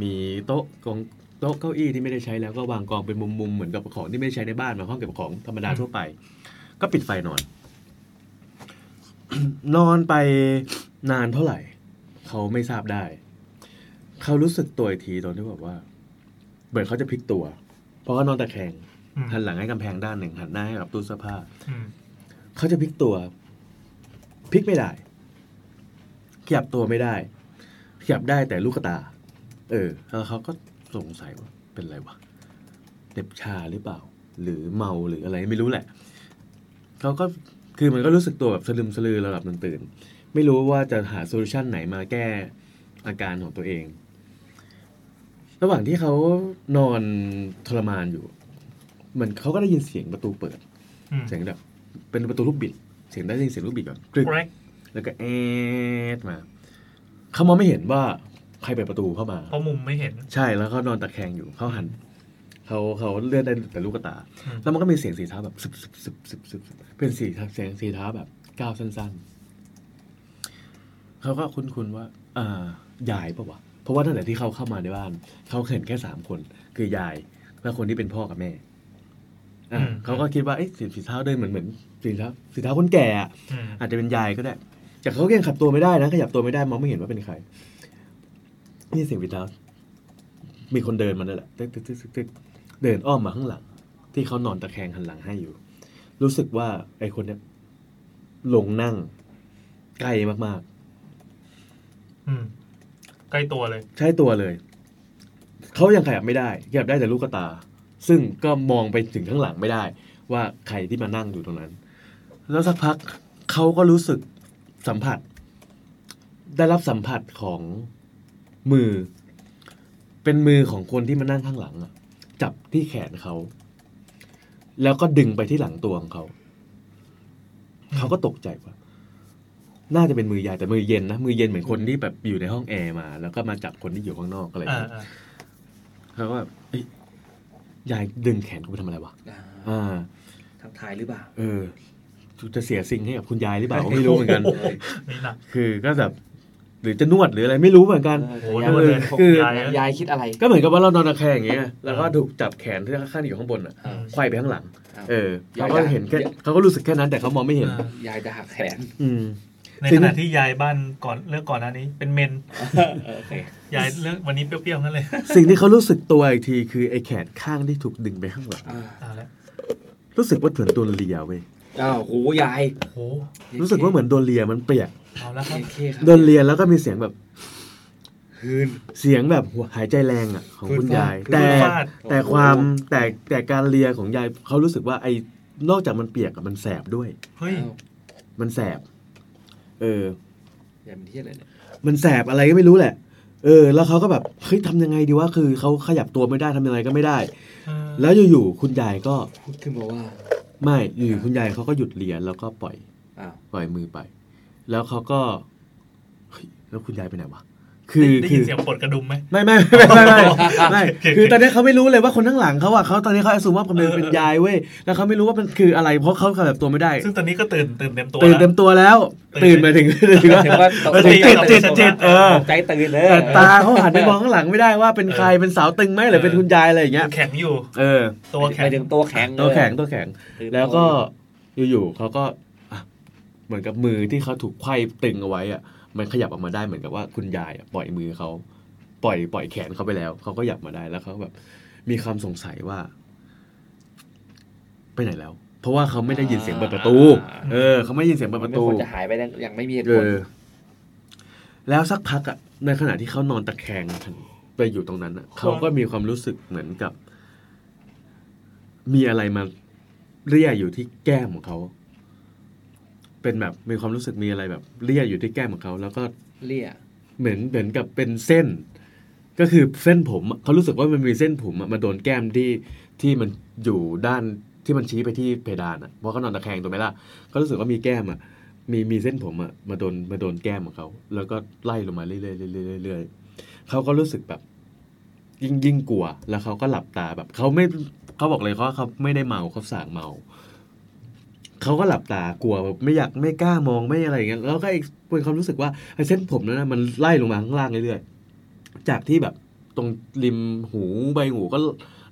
มีโต๊ะกองโต๊ะเก้าอี้ที่ไม่ได้ใช้แล้วก็วางกองเป็นมุมๆเหมือนกับของที่ไม่ได้ใช้ในบ้านเหมาห้องเก็บของธรรมดาทั่วไป ก็ปิดไฟน (coughs) อน นอนไปนานเท่าไหร่ เขาไม่ทราบได้ เขารู้สึกตัวอีกทีตอนที่แบบว่า เหมือนเขาจะพลิกตัว เพราะเขานอนตะแคง
อืม
หันหลังให้กำแพงด้านหนึ่งหันหน้าให้กับตู้เสื้อผ้า
อืม
เขาจะพลิกตัวพลิกไม่ได้ ขยับตัวไม่ได้ ขยับได้แต่ลูกตา เออแล้วเขาก็สงสัยว่าเป็นไรวะเด็บชาหรือเปล่า หรือเมาหรืออะไรไม่รู้แหละ เขาก็คือมันก็รู้สึกตัวแบบสลึมสลือระดับหนึ่งตื่น ไม่รู้ว่าจะหาโซลูชันไหนมาแก้อาการของตัวเอง ระหว่างที่เขานอนทรมานอยู่ เหมือนเขาก็ได้ยินเสียงประตูเปิด
อืม
เสียงแบบ เป็นประตูลูกบิด เสียงได้ยินเสียงลูกบิดก่อนกรึ๊ก
แกรก
แล้วก็เอดมา เขามองไม่เห็นว่าใครเปิดประตูเข้ามา
เพราะมุมไม่เห็น
ใช่แล้วเขานอนตะแคงอยู่เขาหันเขาเขาเลื่อนได้แต่ลูกตา
อืม
แล้วมันก็มีเสียงสีเท้าแบบซึบซึบซึบซึบซึบซึบเป็นสีเท้าเสียงสีเท้าแบบก้าวสั้นๆเขาก็คุ้นๆว่าอ่ายายปะวะเพราะว่าตั้งแต่ที่เขาเข้ามาในบ้าน เขาเห็นแค่สามคน คือยายและคนที่เป็นพ่อกับแม่อ่ะ
อืม
เขาก็คิดว่าเอ๊ะสีเท้าเดินเหมือนเหมือนสีเท้าสีเท้าคนแก่อะ
อืม
อาจจะเป็นยายก็ได้ แต่เขาก็ยังขับตัวไม่ได้นะ ขยับตัวไม่ได้ มองไม่เห็นว่าเป็นใคร นี่เสียงวิดามีคนเดินมานั่นแหละตึ๊กตึ๊กตึ๊กตึ๊กตึ๊กเดินอ้อมมาข้างหลัง ที่เขานอนตะแคงหันหลังให้อยู่ รู้สึกว่าไอ้คนเนี้ยหลงนั่งใกล้มาก
อืมใกล้ตัวเลย
ๆ ใช่ตัวเลย เขายังขยับไม่ได้ ขยับได้แต่ลูกตา ซึ่งก็มองไปถึงข้างหลังไม่ได้ ว่าใครที่มานั่งอยู่ตรงนั้น แล้วสักพักเขาก็รู้สึกสัมผัส ได้รับสัมผัสของมือ เป็นมือของคนที่มานั่งข้างหลังอะจับที่แขนเขา แล้วก็ดึงไปที่หลังตัวของเขา เขาก็ตกใจว่า น่าจะเป็นมือยายแต่มือเย็นนะมือเย็นเหมือนคนที่แบบอยู่ในห้องแอร์มา แล้วก็มาจับคนที่อยู่ข้างนอกอะไรอย่าง
อ่าอ
เงี้ย
่า
เขาก็แบบเอ้ยยายดึงแขนกูไปทำอะไรวะอ่า
ทักทายหรือเปล่า
เออจะเสียสิ่งให้กับคุณยายหรือเปล่าก็ไม่รู้เหมือนกัน
นี่หนัก
คือก็แบบหรือจะนวดหรืออะไรไม่รู้เหมือนกัน
โอ้โหนวดเลย
คือย
าย
ยายคิดอะไร
ก็เหมือนกับว่าเรานอนตะแคงอย่างเงี้ยแล้วก็ถูกจับแขนที่ข้างๆอยู่ข้างบนอ่ะ
อ่า
ไขว้ไปข้างหลัง เออ
ย้าย
เขาก็เห็นแค่
ย้าย
เขาก็รู้สึกแค่นั้นแต่เขามองไม่เห็น
อ่า
ยายจะหักแขน
อืม
ใน
ซึ่
ข
ง
ณะที่ยายบ้านก่อนเรื่องก่อนหน้านี้ เป็นเมน
โอเค
ยายเรื่องวันนี้เปรี้ยวๆนั่นเลย
สิ่งที่เขารู้สึกตัวอีกทีคือไอ้แขนข้างที่ถูกดึงไปข้างหลัง
อ่า
เอาละ
รู้สึกว่าเหมือนโดนเลียเว้ย
อ้าวโหยาย
โอ้โห
รู้สึกว่าเหมือนโดนเลียมันเปียก
เอาละครับ
โอเคครับ
โดนเลียแล้วก็มีเสียงแบบ
คืน
เสียงแบบหัวหายใจแรงอ่ะของคุณยาย
คื
แต่
อฟาด
แต่
โอ้โห
ความแต่แต่การเลียของยายเขารู้สึกว่าไอ้นอกจากมันเปียกอะมันแสบด้วย
เฮ้ย
อ้าว
มันแสบ เออ
ยายเป็นที่อะไรเนี่ย
มันแสบอะไรก็ไม่รู้แหละ เออ แล้วเขาก็แบบเฮ้ยทำยังไงดีวะคือเขาขยับตัวไม่ได้ทำยังไงก็ไม่ได้ แล้วอยู่ๆคุณยายก็
พูดขึ้นมาว่า
ไม่อยู่ๆคุณยายเขาก็หยุดเลียแล้วก็ปล่อย
อ้าว
ปล่อยมือไป แล้วเขาก็เฮ้ยแล้วคุณยายไปไหนวะคือ
ได้
คื
ยิน
อ
เสียงปลดกระดุมไหม
ไม่ไม่ไม่ไม่ (laughs) ไม่ไม่คือตอนนี้เขาไม่รู้เลยว่าคนข้างหลังเขาอ่ะเขาตอนนี้เขาอสูมว่าคนเป็นเป็นยายเว้ยแล้วเขาไม่รู้ว่ามันคืออะไรเพราะเขาขยับตัวไม่ได้
ซึ่งตอนนี้ก็ตื่นตื่นเต็มตัว
ตื่น
แล้ว
เต็มตัวแล้ว
ตื่
ตื่
น
นหมายถึงหมายถึงว่า
ถึงว่า
หมายถึงจิตจิตจิตเออ
ตกใจตื่นเลย
แต่ตาเขาหันไปมองข้างหลังไม่ได้ว่าเป็นใครเป็นสาวตึงไหมหรือเป็นคุณยายอะไรอย่างเงี้ย
แข็งอยู่
เออ
ตัวแข็
ไป
ง
ถึงตัวแข็งเลย
ตัวแข็งตัวแข็ง
ตื่น
แล้วก็อยู่ๆเขาก็อ่ะเหมือนกับมือที่เขาถูกไขว้ตึงเอาไว้อะมันขยับออกมาได้เหมือนกับว่าคุณยายอะปล่อยมือเขาปล่อยปล่อยแขนเขาไปแล้วเขาก็หยับมาได้แล้วเขาแบบ มีความสงสัยว่า ไปไหนแล้ว เพราะว่าเขาไม่ได้ยินเสียงเปิดประตู เออ เขาไม่ได้ยินเสียงเปิดประตู
มันก็ควรจะหายไปแล้วอย่างไม่มีเหตุผล
เออแล้วสักพักอ่ะในขณะที่เขานอนตะแคงไปอยู่ตรงนั้นอะเขาก็มีความรู้สึกเหมือนกับ มีอะไรมาเรียอยู่ที่แก้มของเขา เป็นแบบมีความรู้สึกมีอะไรแบบ เรียอยู่ที่แก้มของเขา แล้วก็
เลี่ย
เหมือนเหมือนกับเป็นเส้น ก็คือเส้นผมอะเขารู้สึกว่ามันมีเส้นผมอะมาโดนแก้มที่ที่มันอยู่ด้านที่มันชี้ไปที่เพดานอ่ะเพราะเขานอนตะแคงถูกไหมล่ะเขารู้สึกว่ามีแก้มอ่ะมีมีเส้นผมอ่ะมาโดนมาโดนแก้มของเขาแล้วก็ไล่ลงมาเรื่อยๆเรื่อยๆเรื่อยๆเขาก็รู้สึกแบบ ยิ่งยิ่งกลัว แล้วเขาก็หลับตาแบบเขาไม่เขาบอกเลยเขาว่าเขาไม่ได้เมาเขาสางเมา เขาก็หลับตากลัวแบบไม่อยากไม่กล้ามองไม่อะไรอย่างเงี้ยแล้วก็ไอ้เป็นความรู้สึกว่าไอ้เส้นผมนั้นนะมันไล่ลงมาข้างล่างเรื่อยๆจากที่แบบตรงริมหูใบหูก็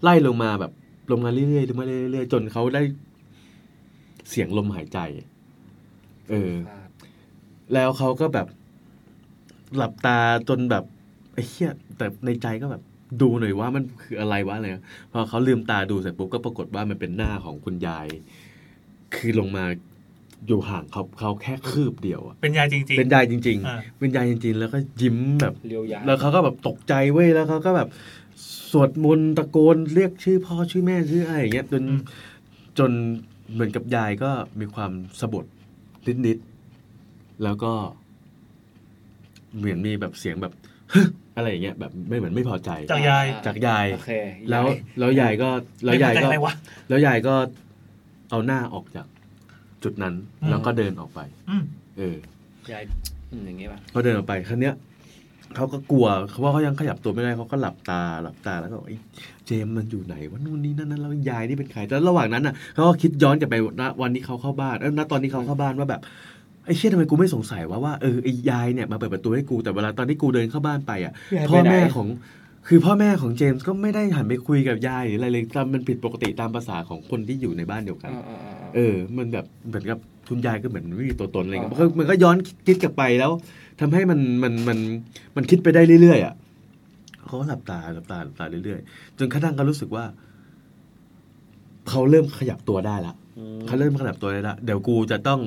ไล่ลงมาแบบลงมาเรื่อยๆลงมาเรื่อยๆจนเขาได้เสียงลมหายใจ เออ แล้วเขาก็แบบ หลับตาจนแบบไอ้เหี้ยแต่ในใจก็แบบ ดูหน่อยว่ามันคืออะไรวะอะไรเงี้ยพอเขาลืมตาดูเสร็จปุ๊บก็ปรากฏว่ามันเป็นหน้าของคุณยาย คือลงมาอยู่ห่างเขาเขาแค่คืบเดียวอะ
เป็นยายจริง ๆ
เป็นยายจริง
อ่า
ๆ เป็นยายจริงๆ แล้วก็ยิ้มแบบ
เลียวยา
แล้วเขาก็แบบตกใจเว้ย แล้วเขาก็แบบสวดมนต์ตะโกนเรียกชื่อพ่อชื่อแม่ชื่ออะไรอย่างเงี้ยจนจนเหมือนกับยายก็มีความสะบดนิดๆ แล้วก็เหมือนมีแบบเสียงแบบ (gasps) อะไรอย่างเงี้ยแบบไม่เหมือนไม่พอใจ
จากยาย
จากยาย
โอเค
แล้วแล้วยายก็แล้วยาย
ไม่พอใจ
ก็
อะไรวะ
แล้วยายก็เอาหน้าออกจากจุดนั้น
อืม
แล้วก็เดินออกไป
อืม
เออ
ยายอย่างเงี้ยป่ะ
เขาเดินออกไปครั้งเนี้ยเขาก็กลัวเพราะว่าเขายังขยับตัวไม่ได้เขาก็หลับตาหลับตาแล้วก็บอกไอ้เจมส์มันอยู่ไหนวะนู่นนี่นั่นนั่นแล้วยายนี่เป็นใครแต่ระหว่างนั้นน่ะเขาก็คิดย้อนกลับไปณวันที่เขาเข้าบ้านเออณตอนที่เขาเข้าบ้านว่าแบบไอ้เชี่ยทำไมกูไม่สงสัยว่าว่าเออไอ้ยายเนี่ยมาเปิดประตูให้กูแต่เวลาตอนที่กูเดินเข้าบ้านไปอ่ะ
ยายไปไหน
พ่อแม่ของคือพ่อแม่ของเจมส์ก็ไม่ได้หันไปคุยกับยายหรืออะไรเลยตามมันผิดปกติตามภาษาของคนที่อยู่ในบ้านเดียวกัน เออ มันแบบเหมือนกับคุณยายก็เหมือนไม่มีตัวตนอะไรเงี้ยมันก็มันก็ย้อนคิดกลับไปแล้วทำให้มันมันมันมันคิดไปได้เรื่อยๆอ่ะเขาก็หลับตาหลับตาหลับตาเรื่อยๆจนกระทั่งก็รู้สึกว่าเขาเริ่มขยับตัวได้ละเขาเริ่มขยับตัวได้ละเดี๋ยวกูจะต้อง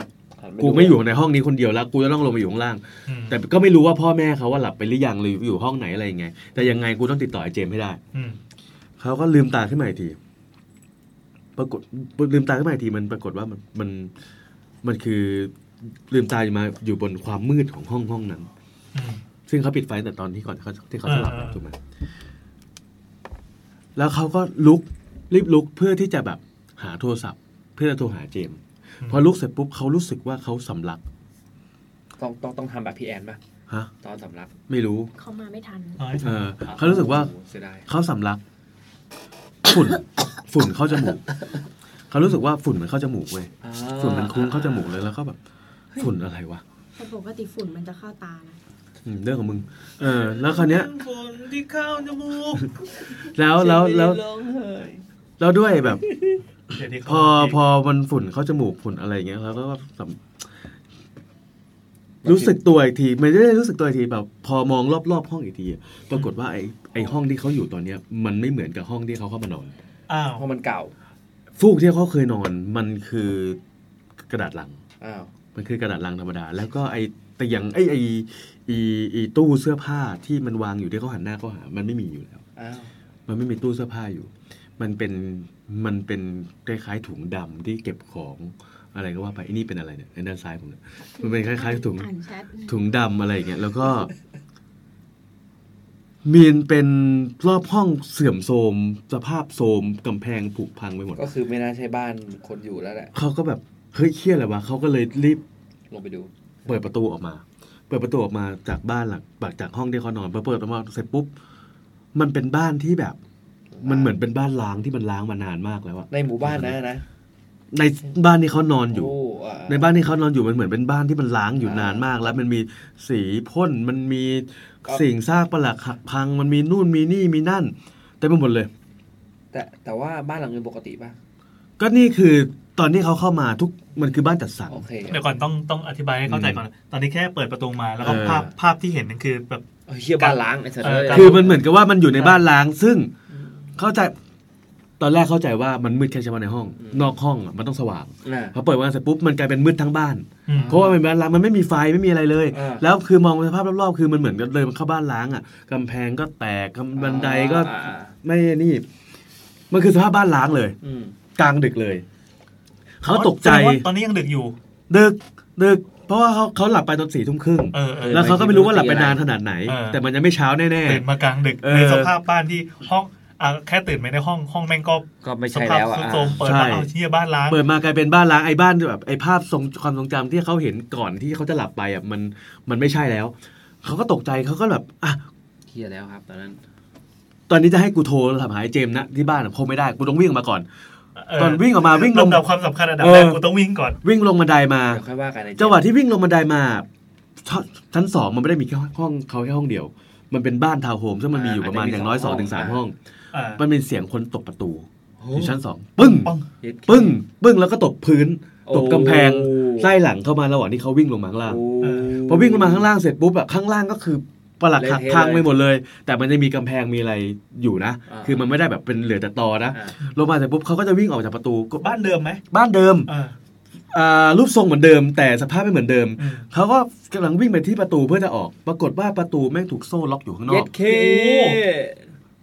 กูไม่อยู่ในห้องนี้คนเดียวแล้วกูจะต้องลงมาอยู่ข้างล่าง แต่ก็ไม่รู้ว่าพ่อแม่เขาว่าหลับไปหรือยังหรืออยู่ห้องไหนอะไรยังไง แต่ยังไงกูต้องติดต่อไอ้เจมส์ให้ได้
อืม
เขาก็ลืมตาขึ้นมาอีกที ปรากฏลืมตาขึ้นมาอีกทีมันปรากฏว่ามันมันมันคือลืมตาอยู่มาอยู่บนความมืดของห้องห้องนั้น
อืม
ซึ่งเขาปิดไฟตั้งแต่ตอนที่ก่อนเขาที่เขาจะหลับ
อ่า
ถูกไหมแล้วเขาก็ลุกรีบลุกเพื่อที่จะแบบหาโทรศัพท์ เพื่อจะโทรหาเจมส์พอลุกเสร็จปุ๊บเขารู้สึกว่าเขาสำลัก
ต้องต้องต้องทำแบบพี่แอนป่ะ
ฮะ
ตอนสำลัก
ไม่รู้
เขามาไม่ทัน
เออเขารู้สึกว่า
เสียดาย
เขาสำลัก ฝุ่น ฝุ่นเข้าจมูกเขารู้สึกว่าฝุ่นมันเข้าจมูกเว้ย
อ่า
ฝุ่นมันคุ้งเข้าจมูกเลยแล้วก็แบบ ฝุ่นอะไรวะ
แต่ปกติฝุ่นมันจะเข้าตานะ
อืมเรื่องของมึง เออ แล้วคราวเนี้ (laughs) ย
คนที่เข้าจมูก
แล้วแล้วแล้ว
ฉันไม่ได้องไห้
แล้วด้วย (laughs) แบบ
เดี๋ยวนี้เขา
พอพอมันฝุ่นเข้าจมูกฝุ่นอะไรอย่างเงี้ยแล้วก็สำรู้สึกตัวอีกทีไม่ได้รู้สึกตัวอีกทีแบบพอมองรอบๆห้องอีกทีอะปรากฏว่าไอ้ไอ้ห้องที่เขาอยู่ตอนเนี้ย มันไม่เหมือนกับห้องที่เขาเข้ามานอน
อ้าว
เพราะมันเก่า
ฟูกที่เขาเคยนอนมันคือกระดาษลัง
อ้าว
มันคือกระดาษลังธรรมดา แล้วก็ไอเตียงไอยไออีอีตู้เสื้อผ้าที่มันวางอยู่ที่เขาหันหน้าเข้าหา มันไม่มีอยู่แล้ว
อ้าว
มันไม่มีตู้เสื้อผ้าอยู่ มันเป็นมันเป็นคล้ายๆถุงดำที่เก็บของอะไรก็ว่าไปไอ้นี่เป็นอะไรเนี่ยไอ้ด้านซ้ายผมเนี่ยมันเป็นคล้ายๆถุง
อ่านแชท
ถุงดำอะไรอย่างเงี้ยแล้วก็ มีนเป็นรอบห้องเสื่อมโทรมสภาพโทรมกำแพงผุพังไปหมด
ก็คือไม่น่าใช่บ้านคนอยู่แล้วแหละ
เขาก็แบบ เฮ้ยเครียดเลยวะเขาก็เลยรีบ
ลงไปดู
เปิดประตูออกมา เปิดประตูออกมาจากบ้านหลังบักจากห้องที่เขานอนพอเปิดออกมาเสร็จปุ๊บ มันเป็นบ้านที่แบบ มันเหมือนเป็นบ้านล้างที่มันล้างมานานมากแล้วอะ
ในหมู่บ้านนะนะ
ในบ้านที่เขานอนอยู่
โอ้อ่า
ในบ้านที่เขานอนอยู่มันเหมือนเป็นบ้านที่มันล้างอยู่นานมาก แล้วมันมีสีพ่นมันมีสิ่งซากปลักหักพัง มันมีนู่นมีนี่มีนั่นเต็มไปหมดเลย
แต่แต่ว่าบ้านหลังอื่นปกติป่ะ
ก็นี่คือตอนที่เขาเข้ามาทุกมันคือบ้านจัดสรร
โอเค
เดี๋ยวก่อนต้องต้องอธิบายให้เข้าใจก่อน ตอนนี้แค่เปิดประตูมาแล้วก็
เออ
ภาพภาพที่เห็นนั่นคือแบบ
เฮียบ้านล้างไอ้สัตว์
เออ
เลย
คือมันเหมือนกับว่ามันอยู่ในบ้านล้างซึ่ง เข้าใจ ตอนแรกเข้าใจว่ามันมืดแค่เฉพาะในห้อง นอกห้องอะมันต้องสว่างพอเปิดวันเสร็จปุ๊บมันกลายเป็นมืดทั้งบ้าน
อืม
เพราะว่ามันเป็นบ้านร้างมันไม่มีไฟไม่มีอะไรเลย
อ่า
แล้วคือมองสภาพรอบๆคือมันเหมือนกับเลยมันเข้าบ้านร้างอ่ะกำแพงก็แตกกำบันไดก็ไม่นี่ มันคือสภาพบ้านร้างเลยกลางดึกเลย เขาตกใจ
แสดงว่าตอนนี้ยังดึกอยู่
ดึกดึกเพราะว่าเขาเขาหลับไปตอนสี่ทุ่มครึ่ง
เออเออ
แล้วเขาก็ไม่รู้ว่าหลับไปนานขนาดไหน
เออ
แต่มันยังไม่เช้าแน่
ตื่นมากลางดึก
เออ
ในสภาพบ้านที่ห้องอ่ะแค่ตื่นไปในห้องห้องแม่งก็
ก็ไม่ใช่
สภาพ
แล้วอะ
สุดโทรมเปิด
ใช่
มาเอาเชี่ยบ้านล้าง
เปิดมากลายเป็นบ้านล้างไอ้บ้านแบบไอ้ภาพทรงความทรงจำที่เขาเห็นก่อนที่เขาจะหลับไปอ่ะมันมันไม่ใช่แล้ว เขาก็ตกใจเขาก็แบบอ่ะ
เฮียแล้วครับ ตอนนั้น
ตอนนี้จะให้กูโทรถามหาไอ้เจมส์นะที่บ้านอะคงไม่ได้กูต้องวิ่งออกมาก่อน
เออ
ตอนวิ่งออกมาวิ่งลง
ลำดับความสำคัญอันดับแรก
เ
กูต้องวิ่งก่อน
วิ่งลงบันไดมา
เดี๋ยวค่อยว่ากันไอ้เจมส์
จังหวะที่วิ่งลงบันไดมาชั้นชั้นสองมันไม่ได้มีแค่ห้องเขาแค่ห้องเดียว มันเป็นบ้านทาวน์โฮมซึ่งมันมีอยู่ประมาณอย่างน้อยสองถึงสามห้อง
อ่ามั
มันเป็นเสียงคนตบประตูอยู่ชั้นสองปึ้ง ปึ้ง ปึ้งแล้วก็ตบพื้น ตบกำแพงไล่หลังเข้ามาระหว่างที่เขาวิ่งลงมาข้างล่างพอวิ่งลงมาข้างล่างเสร็จปุ๊บอะข้างล่างก็คือปลักหั
เละ
ก
เทะ
พังไป
เลย
หมดเลย แต่มันจะมีกำแพงมีอะไรอยู่นะ
อ่า
คือมันไม่ได้แบบเป็นเหลือแต่ตอนะลงมาเสร็จปุ๊บเขาก็จะวิ่งออกจากประตูก็
บ้านเดิมไหม
บ้านเดิม
อ่า
อ่ารูปทรงเหมือนเดิม แต่สภาพไม่เหมือนเดิม เขาก็กำลังวิ่งไปที่ประตูเพื่อจะออก ปรากฏว่าประตูแม่งถูกโซ่ล็อกอยู่ข้างนอกโอ้โห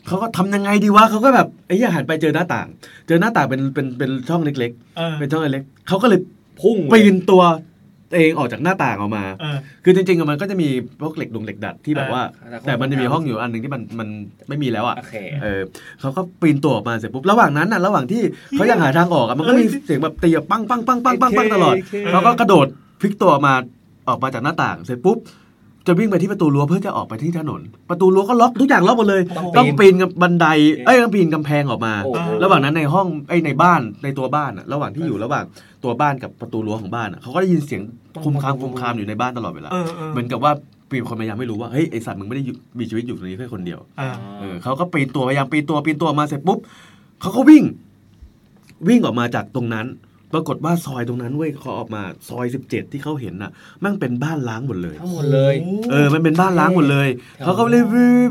เขาก็ทำยังไงดีวะเขาก็แบบไอ้เหี้ยหันไปเจอหน้าต่าง เจอหน้าต่างเป็นเป็นเป็นช่องเล็ก
เออ
ๆ เป็นช่องเล็กๆเขาก็เลยพุ่งปีนตัวเองออกจากหน้าต่างออกมา
เออ
คือจริงๆอะมันก็จะมีพวกเหล็กดงเหล็กดัดที่แบบว่า
เออ
แต่มันจะมีห้องอยู่อันหนึ่งที่มันมันไม่มีแล้วอ่ะเออเขาก็ปีนตัวออกมาเสร็จปุ๊บระหว่างนั้นน่ะระหว่างที่เขายังหาทางออกอะมันก็มีเสียงแบบตีแบบปังปังปังปังปังปังตลอด
ไอ้เค
เขาก็กระโดดพลิกตัวออกมาออกมาจากหน้าต่าง เสร็จปุ๊บจะวิ่งไปที่ประตูรั้วเพื่อจะออกไปที่ถนน ประตูรั้วก็ล็อกทุกอย่างล็อกหมดเลย
ต้
ต้
อ
อง ง
ปีน
ปีนกับบันไดเอ้ยต้องปีนกำแพงออกมา
โอ้โห
ระหว่างนั้นในห้องไอ้ยในบ้านในตัวบ้านอะระหว่างที่อยู่ระหว่างตัวบ้านกับประตูรั้วของบ้านอะเขาก็ได้ยินเสียงคุมคามคุมคามอยู่ในบ้านตลอดเวลา
เออเออ
เหมือนกับว่าปีนคนพยายามไม่รู้ว่าเฮ้ยไอสัตว์มึงไม่ได้อยู่มีชีวิตอยู่ตรงนี้แค่คนเดียว
อ่า
เออเขาก็ปีนตัวพยายามปีนตัวปีนตัวมาเสร็จปุ๊บเขาก็วิ่ง วิ่งออกมาจากตรงนั้น ปรากฏว่าซอยตรงนั้นเว้ยเขาออกมาซอย 17 ที่เขาเห็นน่ะแมันเป็นบ้านล้างหมดเลย
ทั้งหมดเลย
เออมันเป็นบ้านล้างหมดเลยเขาก็เลย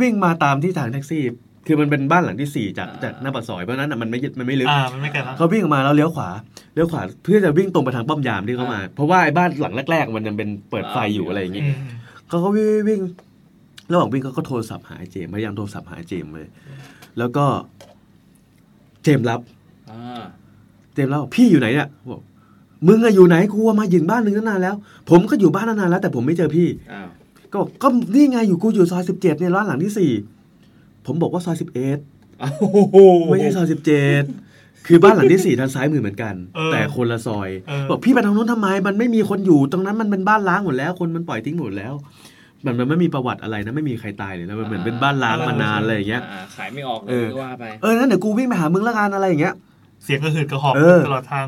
วิ่งมาตามที่ทางแท็กซี่ คือมันเป็นบ้านหลังที่สี่จากจากหน้าปากซอยเพราะฉะนั้นน่ะมันไม่ยึดมันไม่ลึก
อ่ามันไม่ไกลแล้ว
เขาวิ่งออกมาแล้วเลี้ยวขวาเลี้ยวขวาเพื่อจะวิ่งตรงไปทางป้อมยามที่เขามา เพราะว่าไอ้บ้านหลังแรก ๆ มันยังเป็นเปิดไฟอยู่อะไรอย่างงี้
อืม
เขาก็วิ่งวิ่งระหว่างวิ่งเขาก็โทรศัพท์หาไอ้เจมส์พยายามโทรศัพท์หาไอ้เจมส์เลย แล้วก็เจมส์รับ เจมส์เล่าพี่อยู่ไหนเนี่ยบอกมึงอะอยู่ไหนกูว่ามาหยินบ้านนึงตั้งนานแล้ว ผมก็อยู่บ้านตั้งนานแล้ว แต่ผมไม่เจอพี่ก็บอกก็นี่ไงอยู่กูอยู่ซอยสิบเจ็ดเนี่ยร้านหลังที่สี่ผมบอกว่าซอยสิบเอ็ดไม่ใช่ซอยสิบเจ็ดคือบ้านหลังที่สี่ทางซ้ายมือเหมือนกัน
เออ
แต่คนละซอย
เออ
บอกพี่ไปทางนู้นทำไม มันไม่มีคนอยู่ตรงนั้นมันเป็นบ้านล้างหมดแล้ว คนมันปล่อยทิ้งหมดแล้วมันมันไม่มีประวัติอะไรนะไม่มีใครตายเลยนะมันเหมือนเป็นบ้านล้างมานานอะไรอย่างเงี้ย
ขายไม่ออกเล
เอย อ
ก็ว่าไป
เออนั้นเดี๋ยวกูวิ่งไปหามึงละกันอะไรอย่างเงี้ย
เสียงกระหืดกระหอบ
เออ
ตลอดทาง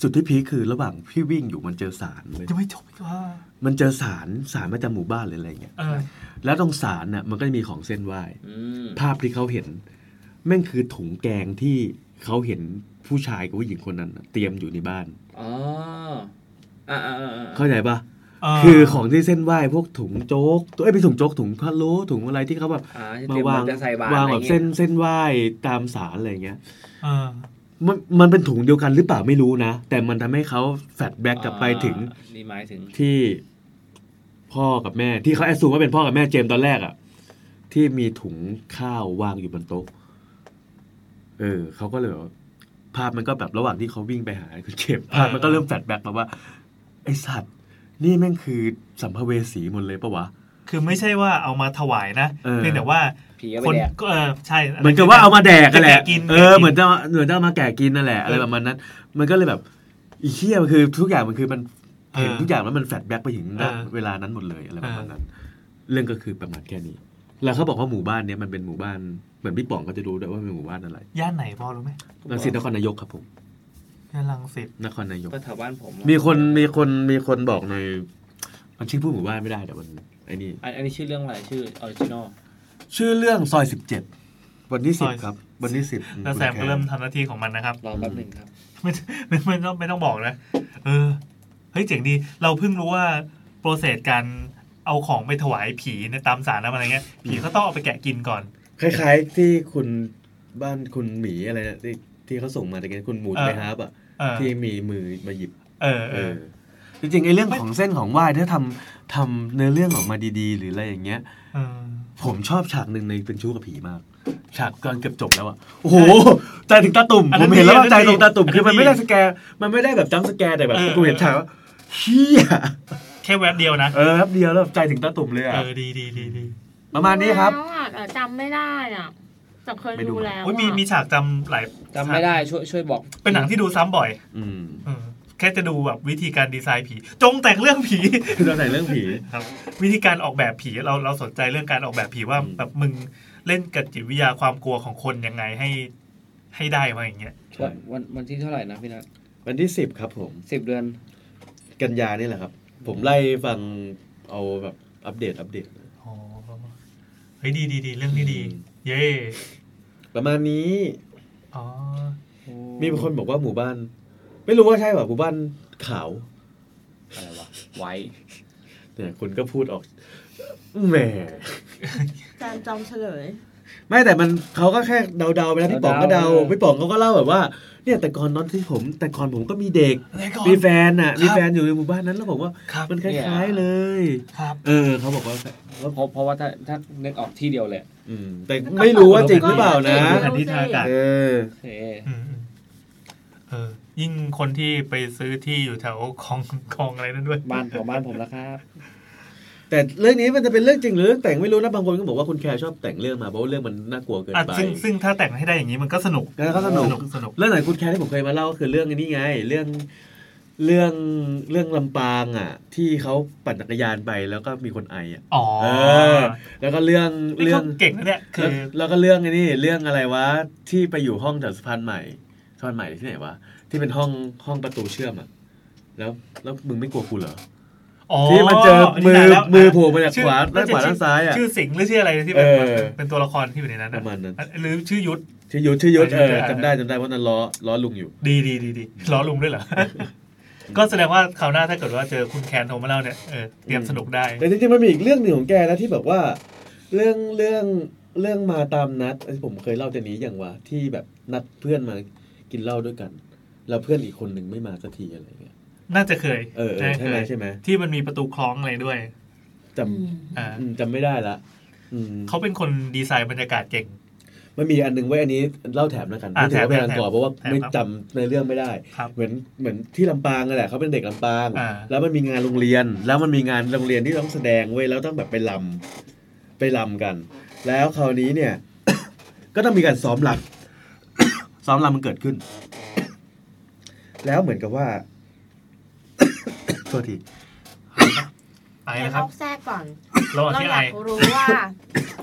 จุดที่พีคคือระหว่างพี่วิ่งอยู่มันเจอสารเลย
ยังไม่จบอีกว่า
มันเจอสารสารประจำหมู่บ้านหรืออะไรเงี้ย
เออ
แล้วตรงสารน่ะมันก็จะมีของเส้นไหว้
ม
ภาพที่เขาเห็น แม่งคือถุงแกงที่เขาเห็นผู้ชายกับผู้หญิงคนนั้นน่ะเตรียมอยู่ในบ้าน
อ๋ออ่าอ่าอ่า
เข้าใจปะ
อ่า
คือของที่เส้นไหว้พวกถุงโจ๊กตัวเอ้ยไม่ถุงโจ๊กถุงพะโล้ถุงอะไรที่เขาแบบ
อ่าที่เต
มา
รียม
วาง
จะใส่บาตร
วาง
อะไร
แบ
อบ ย่างเงี้ย
เส้นเส้นไหว้ตามสารอะไรเงี้ย
อ่า
มันมันเป็นถุงเดียวกันหรือเปล่าไม่รู้นะ แต่มันทำให้เขาแฟลชแบ็กกลับไปถึง
นี่หมายถึง
ที่พ่อกับแม่ ที่เขาแอดซูมว่าเป็นพ่อกับแม่เจมส์ตอนแรกอะที่มีถุงข้าววางอยู่บนโต๊ะ เออเขาก็เลยแบบว่าภาพมันก็แบบระหว่างที่เขาวิ่งไปหาคุณเจมส์ภาพมันก็เริ่มแฟลชแบ็กมาว่า ไอสัตว์ นี่แม่งคือสัมภเวสีหมดเลยปะวะ
คือไม่ใช่ว่าเอามาถวายนะ
เออ
เพียงแต่ว่า
ผีเอาไป
คน
แดก
ก็เออใช่
เหมือนกับว่าเอามาแดกกันแหละ
จกิน
เออ
แกะกิน
เหมือนจะเอาเหมือนจะเอามาแก่กินนั่นแหละ อะไรประมาณนั้น มันก็เลยแบบอีเชี่ยมันคือทุกอย่างมันคือมัน
เออ
เห็นทุกอย่างแล้วมันแฟลชแบ็กไปถึงณ
เออ
เวลานั้นหมดเลยอะไรประมาณนั้น เรื่องก็คือประมาณแค่นี้ แล้วเขาบอกว่าหมู่บ้านเนี้ยมันเป็นหมู่บ้านเหมือนพี่ป๋องก็จะรู้ด้วยว่าเป็นหมู่บ้านอะไร
ย่านไหนพ่อรู้ไหม
รังสิตนครนายกครับผม
ย่านลังสิต
นครนายก
ก็แถวบ้านผม
มีคนมีคนมีคนบอกในมันชื่อผู้หมู่บ้านไม่ได้แต่มันไอ้นี่
อันอันนี้ชื่อเรื่องอะไรชื่อออริจินอล
ชื่อเรื่องซอยสิบเจ็ดวันที่
ซ
สิบ
อย
ครับ วันที่สิบ
แล้วแซมก็เริ่มทำหน้าที่ของมันนะครับ (laughs)
รอแป๊บหนึ่งครับ
ไม่ไม่ไม่ต้องไม่ต้องบอกนะ เออ เฮ้ยเจ๋งดี เราเพิ่งรู้ว่าโปรเซสการเอาของไปถวายผีในตามศาลนะอะไรเงี้ย ผีก็ต้องเอาไปแกะกินก่อน
คล้ายๆที่คุณ บ้านคุณหมีอะไรนะที่ที่เขาส่งมาแต่กันคุณหมู
เออ
ไปฮาร์บอ่ะ
เออ
ที่มีมือมาหยิบ
เออเออ
จริงๆไอ้เรื่องของเส้นของไหว้ถ้าทำทำเนื้อเรื่องออกมาดีๆ หรืออะไรอย่างเงี้ย
อืม
ผมชอบฉากหนึ่งในเป็นชู้กับผีมาก ฉากก่อนเกือบจบแล้วอ่ะโอ้โหใจถึงตาตุ่ม
อัน
ผ
นั้น
มเห็นแล้ว
ดีอันนั้น
ใจตรงตาตุ่ม
ดี
คือมันไม่ได้สแกร์มันไม่ได้แบบจังสแกร์แต่แบบ
เออ
กูเห็นฉากว่าเฮีย
แค่แวบเดียวนะ
เออครับเดียวแล้วแบบใจถึงตาตุ่มเลยอ่ะ
เออดีดีดีดี
ประมาณนี้ครับ
ดูแล้วอะแต่จำไม่ได้อ่ะแต่เคย
ไปดู
ดูแล้ว
อุ้ยมี
อะ
มีฉากจำหลาย
จำไม่ได้ช่วยช่วยบอก
เป็นหนังที่ดูซ้ำบ่อย
อืม (laughs)
อืมแค่จะดูแบบวิธีการดีไซน์ผี จงแต่งเรื่องผี (laughs)
เราแต่งเรื่องผี
ครับวิธีการออกแบบผีเราเราสนใจเรื่องการออกแบบผีว่าแบบมึงเล่นกับจิตวิทยาความกลัวของคนยังไงให้ให้ได้มาอย่างเงี้ย
วันวันวันที่เท่าไหร่นะพี่นัท
วันที่สิบครับผม
สิบเดือน
กันยานี่แหละครับ ผมไล่ฟังเอาแบบอัปเดตอัปเดต
อ๋อเฮ้ยดีดีดีเรื่องนี้ดี เย้
ประมาณนี้
อ๋อ
มีบางคนบอกว่าหมู่บ้าน ไม่รู้ว่าใช่ป่ะหมู่บ้านขาว
อะไรวะไว้
เนี่ยคุณก็พูดออกแหม
จานจอมเฉลย
ไม่แต่มันเขาก็แค่เดาๆไปแล้วพี่ป๋องก็เดา
เดาๆเออ
พี่ป๋องเขาก็เล่าแบบว่า เนี่ยแต่ก่อนตอนที่ผม แต่ก่อนผมก็มีเด็ก มีแฟนอ่ะ มีแฟนอยู่ในหมู่บ้านนั้นแล้วบอกว่า
ครับ
มันคล้าย ๆเลย
ครับ
เออเขาบอกว่า
เพราะเพราะว่าถ้าถ้านึกออกที่เดียวเลย
อืมแต่ไม่รู้ว่าจริงหรือเปล่านะ
อันที่ทางอากาศ
เออ
เออ
อืมอืมเออ ยิ่งคนที่ไปซื้อที่อยู่แถวคลองคลองอะไรนั่นด้วย
บ้านของบ้านผมแล้วครับ
แต่เรื่องนี้มันจะเป็นเรื่องจริงหรือเรื่องแต่งไม่รู้นะบางคนก็บอกว่าคุณแคร์ชอบแต่งเรื่องมาเพราะว่าเรื่องมันน่ากลัวเกิน
อ่ะ
ไป
ซึ่งซึ่งถ้าแต่งให้ได้อย่างนี้มันก็สนุก
แล้วก็สนุก
สนุกสนุก
เรื่องไหนคุณแคร์ที่ผมเคยมาเล่าก็คือเรื่องนี้ไง เรื่องเรื่องเรื่องลำปางอ่ะ ที่เขาปั่นจักรยานไปแล้วก็มีคนไออ่ะ
อ๋อ
เออ แล้วก็เรื่อง
นี่
เรื่อ
เขา
ง
เก่งนะเนี่ยคือ
แล้วแล้วก็เรื่องไอ้นี่เรื่องอะไรวะที่ไปอยู่ห้องแถวสะพานใหม่สะพานใหม่ที่ไหนวะที่เป็นห้องห้องประตูเชื่อมอ่ะแล้วแล้วมึงไม่กลัวกูเหรอ
อ๋อ
ที่มันเจอมือ
นี่นานแล้ว
มือโผล่มาจาก
ชื่อ
ขวาด้าน
จะ
ขวาด้านซ้ายอะ
ชื่อสิงห์หรือชื่ออะไรที่เป็น
เออ
เป็นเป็นตัวละครที่อยู่ในนั้น
ป
อะ
ระมาณนั้น
หรือชื่อยุทธ
ชื่อยุทธชื่อยุทธ
อ่ะ
เออ
ยุทธอ่ะ
จำได้จำได้ว่านั้นล้อล้อลุงอยู่
ดีดีดีดีล้อลุงด้วยเหรอ ก็แสดงว่าคราวหน้าถ้าเกิดว่าเจอคุณแคนโทรมาเล่าเนี่ยเออเตรียมสนุกได้
แต่จริงๆมันมีอีกเรื่องหนึ่งของแกนะที่แบบว่า เรื่องเรื่องเรื่องมาตามนัดอันนี้ผมเคยเล่าแต่นี้อย่างว่าที่แบบนัดเพื่อนมากินเหล้าด้วยกัน แล้วเพื่อนอีกคนหนึ่งไม่มาสักทีอะไรเงี้ย
น่าจะเคย
เออเออ
น่าจะ
ใช่ไหมใช่ไหม
ที่มันมีประตูคล้องอะไรด้วย
จ
อ่า
ำอืมจำไม่ได้ละอืม
เขาเป็นคนดีไซน์บรรยากาศเก่ง
มันมีอันหนึงไว้อันนี้เล่าแถมแล้วกัน
อ่ะ
ไม่ถือว่าเป็นอัน
แถม
ก่อนเพราะว่า
แถม
ไม่
ครับ
จำในเรื่องไม่ได้
ครับ
เหมือนเหมือนที่ลำปางนั่นแหละเขาเป็นเด็กลำปาง
อ่า
แล้วมันมีงานโรงเรียน แล้วมันมีงานโรงเรียนที่ต้องแสดงเว้ยแล้วต้องแบบไปลำไปลำกัน แล้วคราวนี้เนี่ย (coughs) ก็ต้องมีการซ้อมลำ (coughs) ซ้อมลำมันเกิดขึ้น แล้วเหมือนกับว่า (coughs) โทษที
ไป
เดี๋ย
นะ
ว
ครับ
เราแทรกก่อน
ระหว่าง
เรา
ที่ไอย
อากรู้ว่า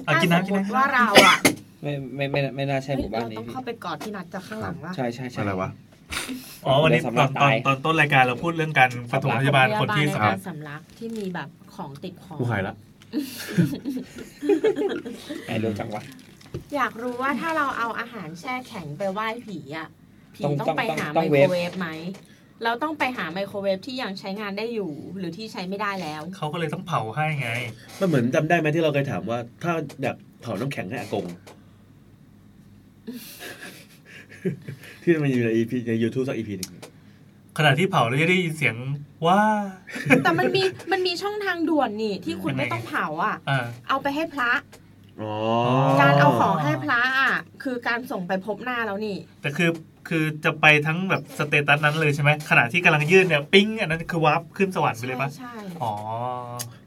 เอากิน
ถ้า
น้ำ
ส
กิ
ม
น
ม
น้ำ
ติว่าเราอ่ะ
ไม่ไม่ไม่ไม่น่าใช่
เฮ้ย
หมู่บ้าน
เรา
นี้
ต้อง
พี่
เข้าไปกอดที่นัดจากข้างหลังว่า
ใช่ใช่ใช่
อะไรวะ
อ๋อวันนี้
สำ
ตอ
ลั
ก นตอน
ตาย
ตอนต้นรายการเราพูดเรื่องการปฐมพยาบาลคนที่
ส
สำลัก
สำลักที่มีแบบของติดคอ
กูหายละ
ไอ้เร็วจังวะ
อยากรู้ว่าถ้าเราเอาอาหารแช่แข็งไปไหว้ผีอ่ะผี
ต้อง
ต้องไป
ต้อง
หา
ต้
ไม
อง
โค
เว
ร
ฟ
เวฟไหมเราต้องไปหาไมโครเวฟที่ยังใช้งานได้อยู่ หรือที่ใช้ไม่ได้แล้ว
เขาก็เลยต้องเผาให้ไง
มันเหมือนจำได้ไหมที่เราเคยถามว่า ถ้าอยากเผาน้ำแข็งให้อากง (laughs) ที่มันอยู่ใน EP ใน YouTube สัก EP หนึ่ง
ขณะที่เผาเราจะได้ยินเสียงว่า
แต่มันมีมันมีช่องทางด่วนนี่ที่คุณไม่ต้องเผาอ่ะ
อ่า
เอาไปให้พระ
อ๋อ
การเอาของให้พระอ่ะคือการส่งไปพบหน้าแล้วนี่
แต่คือคือจะไปทั้งแบบสเตตัสนั้นเลยใช่ไหมขณะที่กำลังยื่นเนี่ยปิ้งอันนั้นคือวาร์ปขึ้นสวรรค์ไปเลยปะ
ใช่
อ๋อ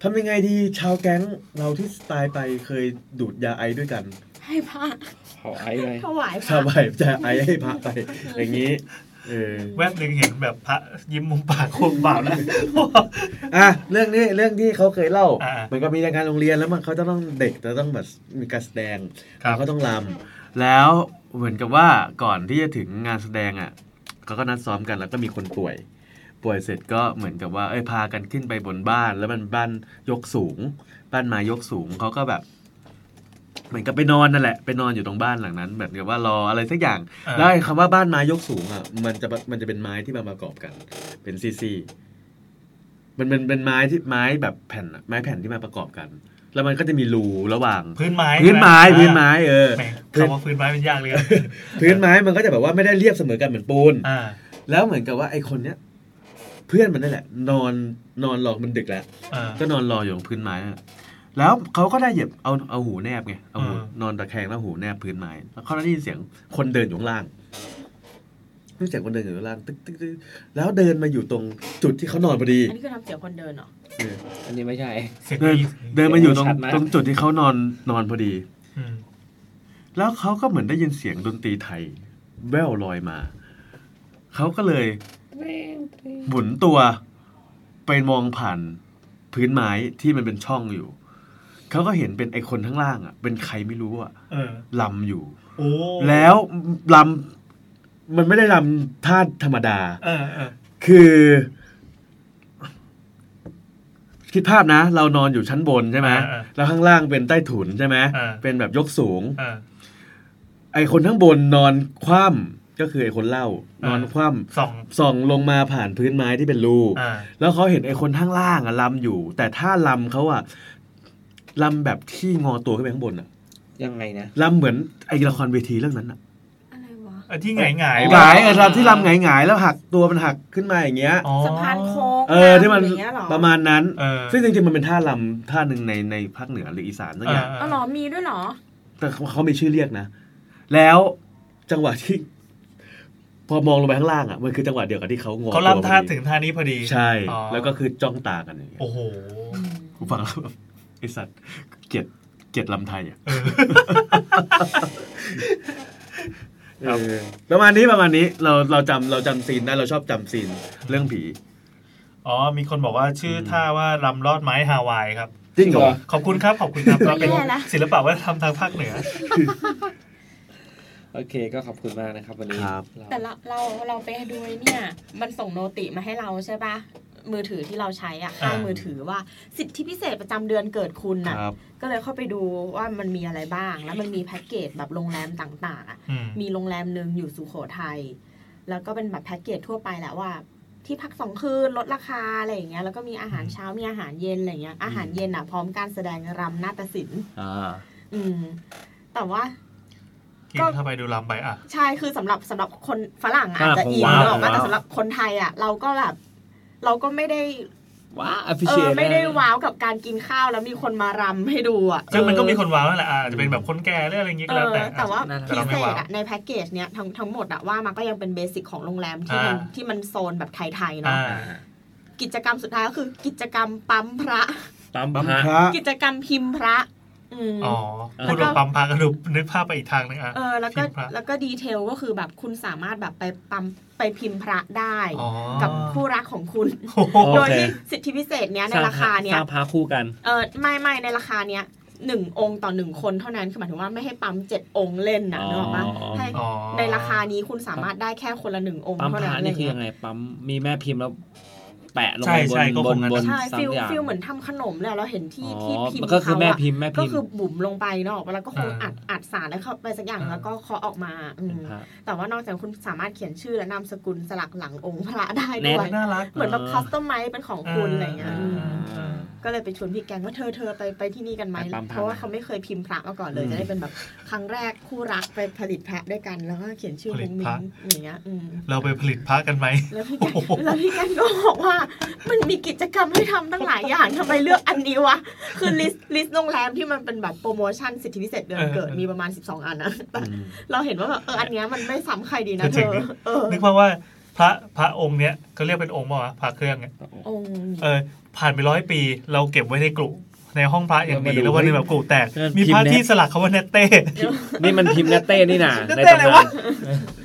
ทำยังไงดีชาวแก๊งเราที่ตายไปเคยดูดยาไอด้วย
(laughs)
กัน
ให้พระ
เผาไอ้เลย
ถวายพ
ชา
ระ
วไปจะไอให้พระไป อย่างนี้ เออ
แวบหนึ่งเห็นแบบพระยิ้มมุมปากโคกบาปแล้ว
อ่ะเรื่องนี้เรื่องที่เขาเคยเล่า
อ่า
เหมือนกับมีรายการโรงเรียนแล้วมันเขาจะต้องเด็กจะต้องแบบมีการแสดง
ครับ
เขาต้องรำแล้วเหมือนกับว่าก่อนที่จะถึงงานแสดงอ่ะเขาก็นัดซ้อมกันแล้วก็มีคนป่วย ป่วยเสร็จก็เหมือนกับว่าเอ้ยพากันขึ้นไปบนบ้าน แล้วมันบ้านยกสูง บ้านไมายกสูงเขาก็แบบ เหมือนกับไปนอนนั่นแหละไปนอนอยู่ตรงบ้านหลังนั้นแบบกับว่ารออะไรสักอย่าง
อ่า
แล้วไอ้คำว่าบ้านไมายกสูงอ่ะมันจะมันจะเป็นไม้ที่มาประกอบกัน เป็นซีซี มันเป็นเป็นไม้ที่ไม้แบบแผ่นอะไม้แผ่นที่มาประกอบกัน แล้วมันก็จะมีรูระหว่าง
พื้นไม้
พื้นไม้
ะ
พื้นไม้เออ
แหมคำว่าพื้นไม้เป็นยากเลย
พื้นไม้มันก็จะแบบว่าไม่ได้เรียบเสมอกันเหมือนปูน
อ่า
แล้วเหมือนกับว่าไอ้คนเนี้ยเพื่อนมันนั่นแหละ นอนนอนรอมันดึกแล้ว
อ่า
ก็นอนรออยู่บนพื้นไม้นั่นแหละแล้วเขาก็ได้เหยียบเอาเอาหูแนบไงเอาหู
อ่าน
อนตะแคงแล้วหูแนบพื้นไม้แล้วเขาได้ยินเสียงคนเดินอยู่ข้างล่างได้ยินเสียงคนเดินอยู่ข้างล่างตึ๊กตึ๊กตึ๊กแล้วเดินมาอยู่ตรงจุดที่เขานอนพอดี
อันนี้คือทำเสียงคนเดินเหรอ
เออ
อันนี้ไม่ใช่
เดินเดินมาอยู่ตรง
ชัดมาก
ตรงจุดที่เขานอนนอนพอดี
อืม
แล้วเขาก็เหมือนได้ยินเสียงดนตรีไทย แว่วลอยมา เขาก็เลย หมุนตัวไปมองผ่านพื้นไม้ที่มันเป็นช่องอยู่ เขาก็เห็นเป็นไอคนข้างล่างอ่ะ เป็นใครไม่รู้อ่ะ
เออ
ลำอยู่
โอ้
แล้วลำมันไม่ได้ลำท่าธรรมดา
เออเออ
คือคิดภาพนะ เรานอนอยู่ชั้นบนใช่ไหม
อ่าอ่า
แล้วข้างล่างเป็นใต้ถุนใช่ไหม
อ่า
เป็นแบบยกสูง
เออ
ไอคนข้างบนนอนคว่ำก็คือไอคนเล่า
อ่าน น
อนคว่
สอง
ำส่องลงมาผ่านพื้นไม้ที่เป็นรู
อ่า
แล้วเขาเห็นไอคนข้างล่างอะลำอยู่ แต่ถ้าลำเขาอะลำแบบที่งอตัวขึ้นไปข้างบนอะ
ยังไงนะ
ลำเหมือนไอละครเวทีเรื่องนั้นอะ
เออที่หงายหงาย
หงายเออลำที่ลำหงายหงายๆแล้วหักตัวมันหักขึ้นมาอย่างเงี้ย
อ๋อ
สะพานโค้ง
เออที่มัน
ย่างเงี้ยเหรอ
ประมาณนั้น
เออ
ซึ่งจริงๆมันเป็นท่าลำท่าหนึ่งในในภาคเหนือหรืออีสานสักอย่าง
เออ
อ๋อเหรอมีด้วยเหรอ
แต่เขาเขามีชื่อเรียกนะ แล้วจังหวะที่ พอมองลงไปข้างล่างอ่ะมันคือจังหวะเดียวกับที่เขางอ
เขา
ตัว
ล่ำท่า
พอดี
ถึงท่านี้พอดี
ใช่
อ๋อ
แล้วก็คือจ้องตากันอย่างเงี้ย
โอ้โห
กูฟังแล้วแบบ (laughs) ไอสัตว์เกลียดเกลียดลำไทยอ่ะ
เออ
เออประมาณนี้ประมาณนี้เราเราจำเราจำซีนได้เราชอบจำซีนเรื่องผี
อ๋อ มีคนบอกว่าชื่อท่าว่าลำลอดไม้ฮาวายครับ
จริงเหรอ
ขอบคุณครับ ขอบคุณครับ
ไม่
ก็เป็น
แย่ละ
ศิลปะวัฒนธรรมทางภาคเหนือ
โอเคก็ขอบคุณมากนะครับ วันนี้
ครับ
แต่เราเราเราไปดูไอ้เนี่ย มันส่งโนติมาให้เราใช่ปะมือถือที่เราใช้อ่ะค่าย
อ่า
มือถือว่าสิทธิพิเศษประจำเดือนเกิดคุณน่ะ
ครับ
ก็เลยเข้าไปดูว่ามันมีอะไรบ้าง แล้วมันมีแพ็กเกจแบบโรงแรมต่างๆอ่ะ
อืม
มีโรงแรมหนึ่งอยู่สุโขทัย แล้วก็เป็นแบบแพ็กเกจทั่วไปแหละว่า ที่พักสองคืนลดราคาอะไรอย่างเงี้ย แล้วก็มีอาหารเช้า มีอาหารเย็นอะไรอย่างเงี้ย อาหารเย็นอ่ะพร้อมการแสดงรำนาฏศิลป์
อ่า
อืม แต่ว่า
กินเข้าไปดูลำไปอ่ะ
ใช่คือสำหรับสำหรับคนฝรั่งอะ
อ่า
อาจจะ
ผม
อิน
ว้าว
หรอกว่า
ว้าว
แต่สำหรับคนไทยอะเราก็แบบเราก็ไม่ได้
ว้า
เออไม่ได้ว้าวกับการกินข้าวแล้วมีคนมารำให้ดูอะ
ซึ่งมันก็มี
เออ
คนว้าวนั่นแหละอ่ะอาจจะเป็นแบบคนแก่หรืออะไรอย่างงี้
เอ
ก็แล้ว
อ
แต่
แต่ว่า
อ่ะแต่
พิ
เรา
เศ
ไม่ว้า
ษ
ว
อะในแพ็กเกจเนี้ยทั้งทั้งหมดอะว่ามันก็ยังเป็นเบสิกของโรงแรมที่มัน
อ่า
ที่มันโซนแบบไทยๆ
อ่า
เนาะกิจกรรมสุดท้ายก็คือกิจกรรมปั๊มพระ
ปั๊ม
บัม
พระ
พระ
กิจกรรมพิมพ์พระ อืม
อ๋อ พูดว่าปั๊มพักก็ดูนึกภาพไปอีกทางหนึงอ่ะ
เออแล้วก็
พิมพ์พระ
แล้วก็ดีเทลก็คือแบบคุณสามารถแบบไปปั๊มไปพิมพ์พระได้
อ๋อ
กับคู่รักของคุณ
โอ้โห
โดยที่สิทธิพิเศษเนี้ยในราคาเนี้
ส
ย
ร้างพระคู่กัน
เออไม่ไม่ในราคาเนี้ยหนึ่งองค์ต่อหนึ่งคนเท่านั้นคือหมายถึงว่าไม่ให้ปั๊มเจ็ดองค์เล่นนะ
อ๋อ
นึกออกปะให้
อ๋อ
ในราคานี้คุณสามารถได้แค่คนละหนึ่งองค์
ปั๊ม
เท่า
พ
นั้
ระ
นอะไร
นี่คือ
เงี้
ยั
ย
งไงปั๊มมีแม่พิมพ์แล้ว แปะลง
ใช่
ไปบ
ใช่
น
ก็
บ
คง
น
งั้น
บน
ใช่
สาม
ฟิล
อย่าง
ฟิลเหมือนทำขนมเลยเราเห็นที่ที่
อ๋อ
พิมพ์
มันก็คือ
เขา
แม่
อะ
พิมพ์แม่
ก็
พิมพ์
คือบุ๋มลงไปเนกอะแล้วก็คง
อ่า
อัดอัดสารแล้วเข้าไปสักอย่าง
อ่า
แล้วก็เคาะออกมาอืม
พระ
แต่ว่านอกจากคุณสามารถเขียนชื่อและนามสกุลสลักหลังองค์พระได้
แน่
ด้วย
น
น่ารัก
เหมือนแบบ
เออ
คัสตอมไมซ์เป็นของคุณ
เอออ
อะไรเงี้ยอืม
อ่า
ก็เลยไปชวนพี่แกงว่าเธอเธอไปไปที่นี่กันไหม
ไปปั๊มพระ
เพราะว่าเขาไม่เคยพิมพ์พระมาก่อนเลยจะได้เป็นแบบครั้งแรกคู่รักไปผลิตพระด้วยกัน แล้วก็เขียนชื่อมุ้งมิ้งอย่างเงี้ยอืม
เราไปผลิตพักกันไหม
แล้วพี่แกงแล้วพี่แกงก็บอกว่า มันมีกิจกรรมให้ทำตั้งหลายอย่างทำไมเลือกอันนี้วะคือลิสต์ลิสต์โรงแรมที่มันเป็นแบบโปรโมชั่นสิทธิพิเศษเดือนเกิด
เออ
มีประมาณ 12 อันนะแต่เราเห็นว่าแบบเอออันเนี้ยมันไม่ซ้ำใครดีนะเธอเออ
นึกภาพว่าพระพระองค์เนี้ยเขาเรียกเป็นองค์ป่าวะพระเครื่องเนี่ย
องค์
เออ ผ่านไปร้อยปี เราเก็บไว้ในกลุ่ในห้องพระอย่างดี
เรามา
แล้ววัน
ดู
หนึงแบบกลุ่แตก
เออ
มีพระ
พิมพ์แนท
ที่สลักคำว่าเนตเต้
นี่มันพิมพ์เนตเต้นี่น่ะ
เนต
ใน
เต้อะ
ตำนาว
ไระ
น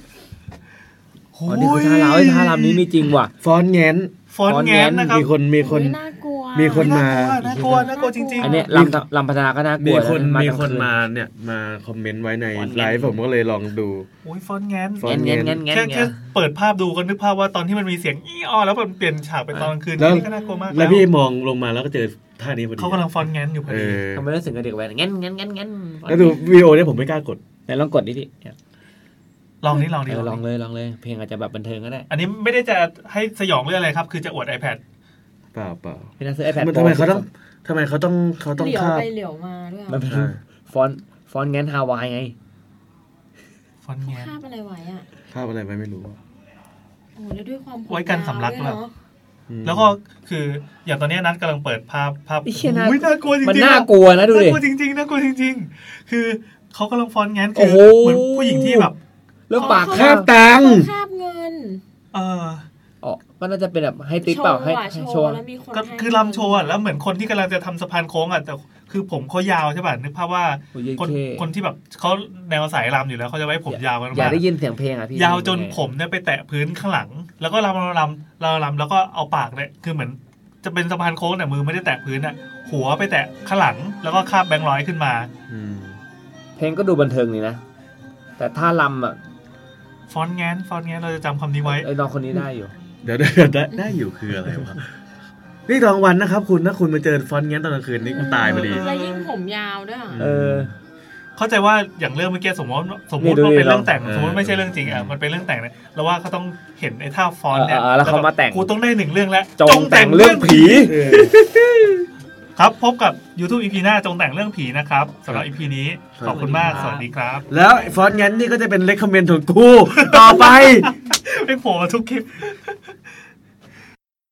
อ๋อนี่คือท่าลาวท่าลาวนี้มีจริงว่ะ
ฟอนแงน
ฟอนต์แงนนะครับ
มีคนมีคน
อุ๊ยน่ากลัว
มีคนมา
น่ากลัวน่ากลัวจริง
อันเนี้ยลำลำพัฒนาก็น่ากลั
มี
ว
คน
แล้วะ
มีคน
กลง
มาเนี่ยมาคอมเมนต์ไว้ใน
ฟอนต์แงน
ไลฟ์ผมก็เลยลองดู
ๆโอ้ยฟอนต์แงน
ฟอ
คืน
มี
เงี้ย
คน
เงี้ยเงี้ย
แค่
เงี้
แค่
ย
เปิดภาพดูก็นึกภาพว่าตอนที่มันมีเสียงอี้อ้อแล้วมันเปลี่ยนฉากเป็นตอนกลางคืน
แล้ว
นี่ก็น่ากลัวมาก
แล้วพี่มองลงมาแล้วก็เจอท่านี้พอดี
เขากำลังฟอนต์แงนอยู่พอ
เอ
ดี
อ
ทำไมรู้สึกกับเด็กแว้นเงี้ยเงี้ยเงี้ยเงี้ย
แล้วดูวีโอเนี่ยผมไม่กล้ากด
ไหนลองกดดิดิเนี่ย
ลองนี่ลองนี่
เออลอง
นี่
เลยลองเลย เพลงอาจจะแบบบันเทิงก็ได้
อันนี้ไม่ได้จะให้สยองเรื่องอะไรครับ คือจะอวด iPad
เปล่าเปล่า
ไม่น่าซื้อ iPad
มันทำไม
Pro
เขาต้องทำไมเขาต้องเขาต้อง
เหลียว
คาบ
ไปเหลียวมาด้วย
มันเป็น
ใช่
ฟอนต์ฟอนต์แงนฮาวายไง
ฟอนต์แงน
ภาพอะไรไว้อ่ะ
คาบอะไรไว้ไม่รู้อะ
โอ้แล้วด้วยความ
ไว้กันสำลัก
ด้วย
เหร
เนาะ
อ แล้วก็คืออย่างตอนเนี้ยนัดกำลังเปิดภาพภาพ
ไอ้เหี้ยน่า
อุ๊ยน่ากลัวจริงๆ
มัน
อะ
น่ากลัวนะดูดิ
น่ากลัวจริงๆน่ากลัวจริง ๆ คือเขากำลังฟอนต์แงน
โอ้
คือเห
โห
มือนผู้หญิงที่แบบ
แล้วปาก
เข
คาบตังค์
คาบเงิน
เออ
อ๋อก็น่าจะเป็นแบบให้ติ๊กเปล่าให้
อะ
ให้
โช
โชว์
ว์แล้วมีคน
ก็
ให้
คือลำโชว์อะแล้วเหมือนคนที่กำลังจะทำสะพานโค้งอ่ะแต่คือผมเขายาวใช่ป่ะนึกภาพว่า
โอ้ยเย้
คน
เท่
คนที่แบบเขาแนวสายลำอยู่แล้วเขาจะไว้ผมยาวกั
อยาม
นาก ก
ได้ยินเสียงเพลงอ่ะพี่
ยาวจนผมเนี่ยไปแตะพื้นข้างหลัง แล้วก็ลำลำลำลำลำแล้วก็เอาปากเนี่ยคือเหมือนจะเป็นสะพานโค้งแต่มือไม่ได้แตะพื้นอ่ะหัวไปแตะข้างหลัง แล้วก็คาบแบงค์ร้อยขึ้นมา
เพลงก็ดูบันเทิงนี่นะ แต่ถ้าลำอ่ะ
ฟอนต์แงนฟอนต์แงนเราจะจำคำนี้ไว้
ไอ้น้องคนนี้ได้อยู่
เดี๋ยวเดี๋ยวได้ได้อยู่คืออะไรวะ นี่กลางวันนะครับ คุณถ้าคุณมาเจอฟอนต์งั้นตอนกลางคืนนี่คุณตายพอดี
แล้วยิ่งผมยาวด้วยอะ
เออ
เข้าใจว่าอย่างเรื่องเมื่อกี้สมมติว่าสมมติ
นี่ดู
ว่า
ดิ
เป็นเรื่องแต่ง
เนอะ
สมมติไม่ใช่เรื่องจริงอ่ะมันเป็นเรื่องแต่งเนี่ยเราว่าเขาต้องเห็นไอ้ท่าฟอนต์เนี่ย
เออเออแล้วเขามาแต่ง
กูต้องได้หนึ่งเรื่องแล้ว
จงแต่งเรื่องผี
ครับ พบกับ YouTube EP หน้าจงแต่งเรื่องผีนะครับสำหรับ EP นี้
ครับ
ขอบคุณมากสวัสดีครับ
แล้วไอ้
(laughs)
ฟอนต์งั้นนี่ก็จะเป็นเลคคอมเมนต์ของกู ต่อไป
ไอ้โผล่มาทุกคลิป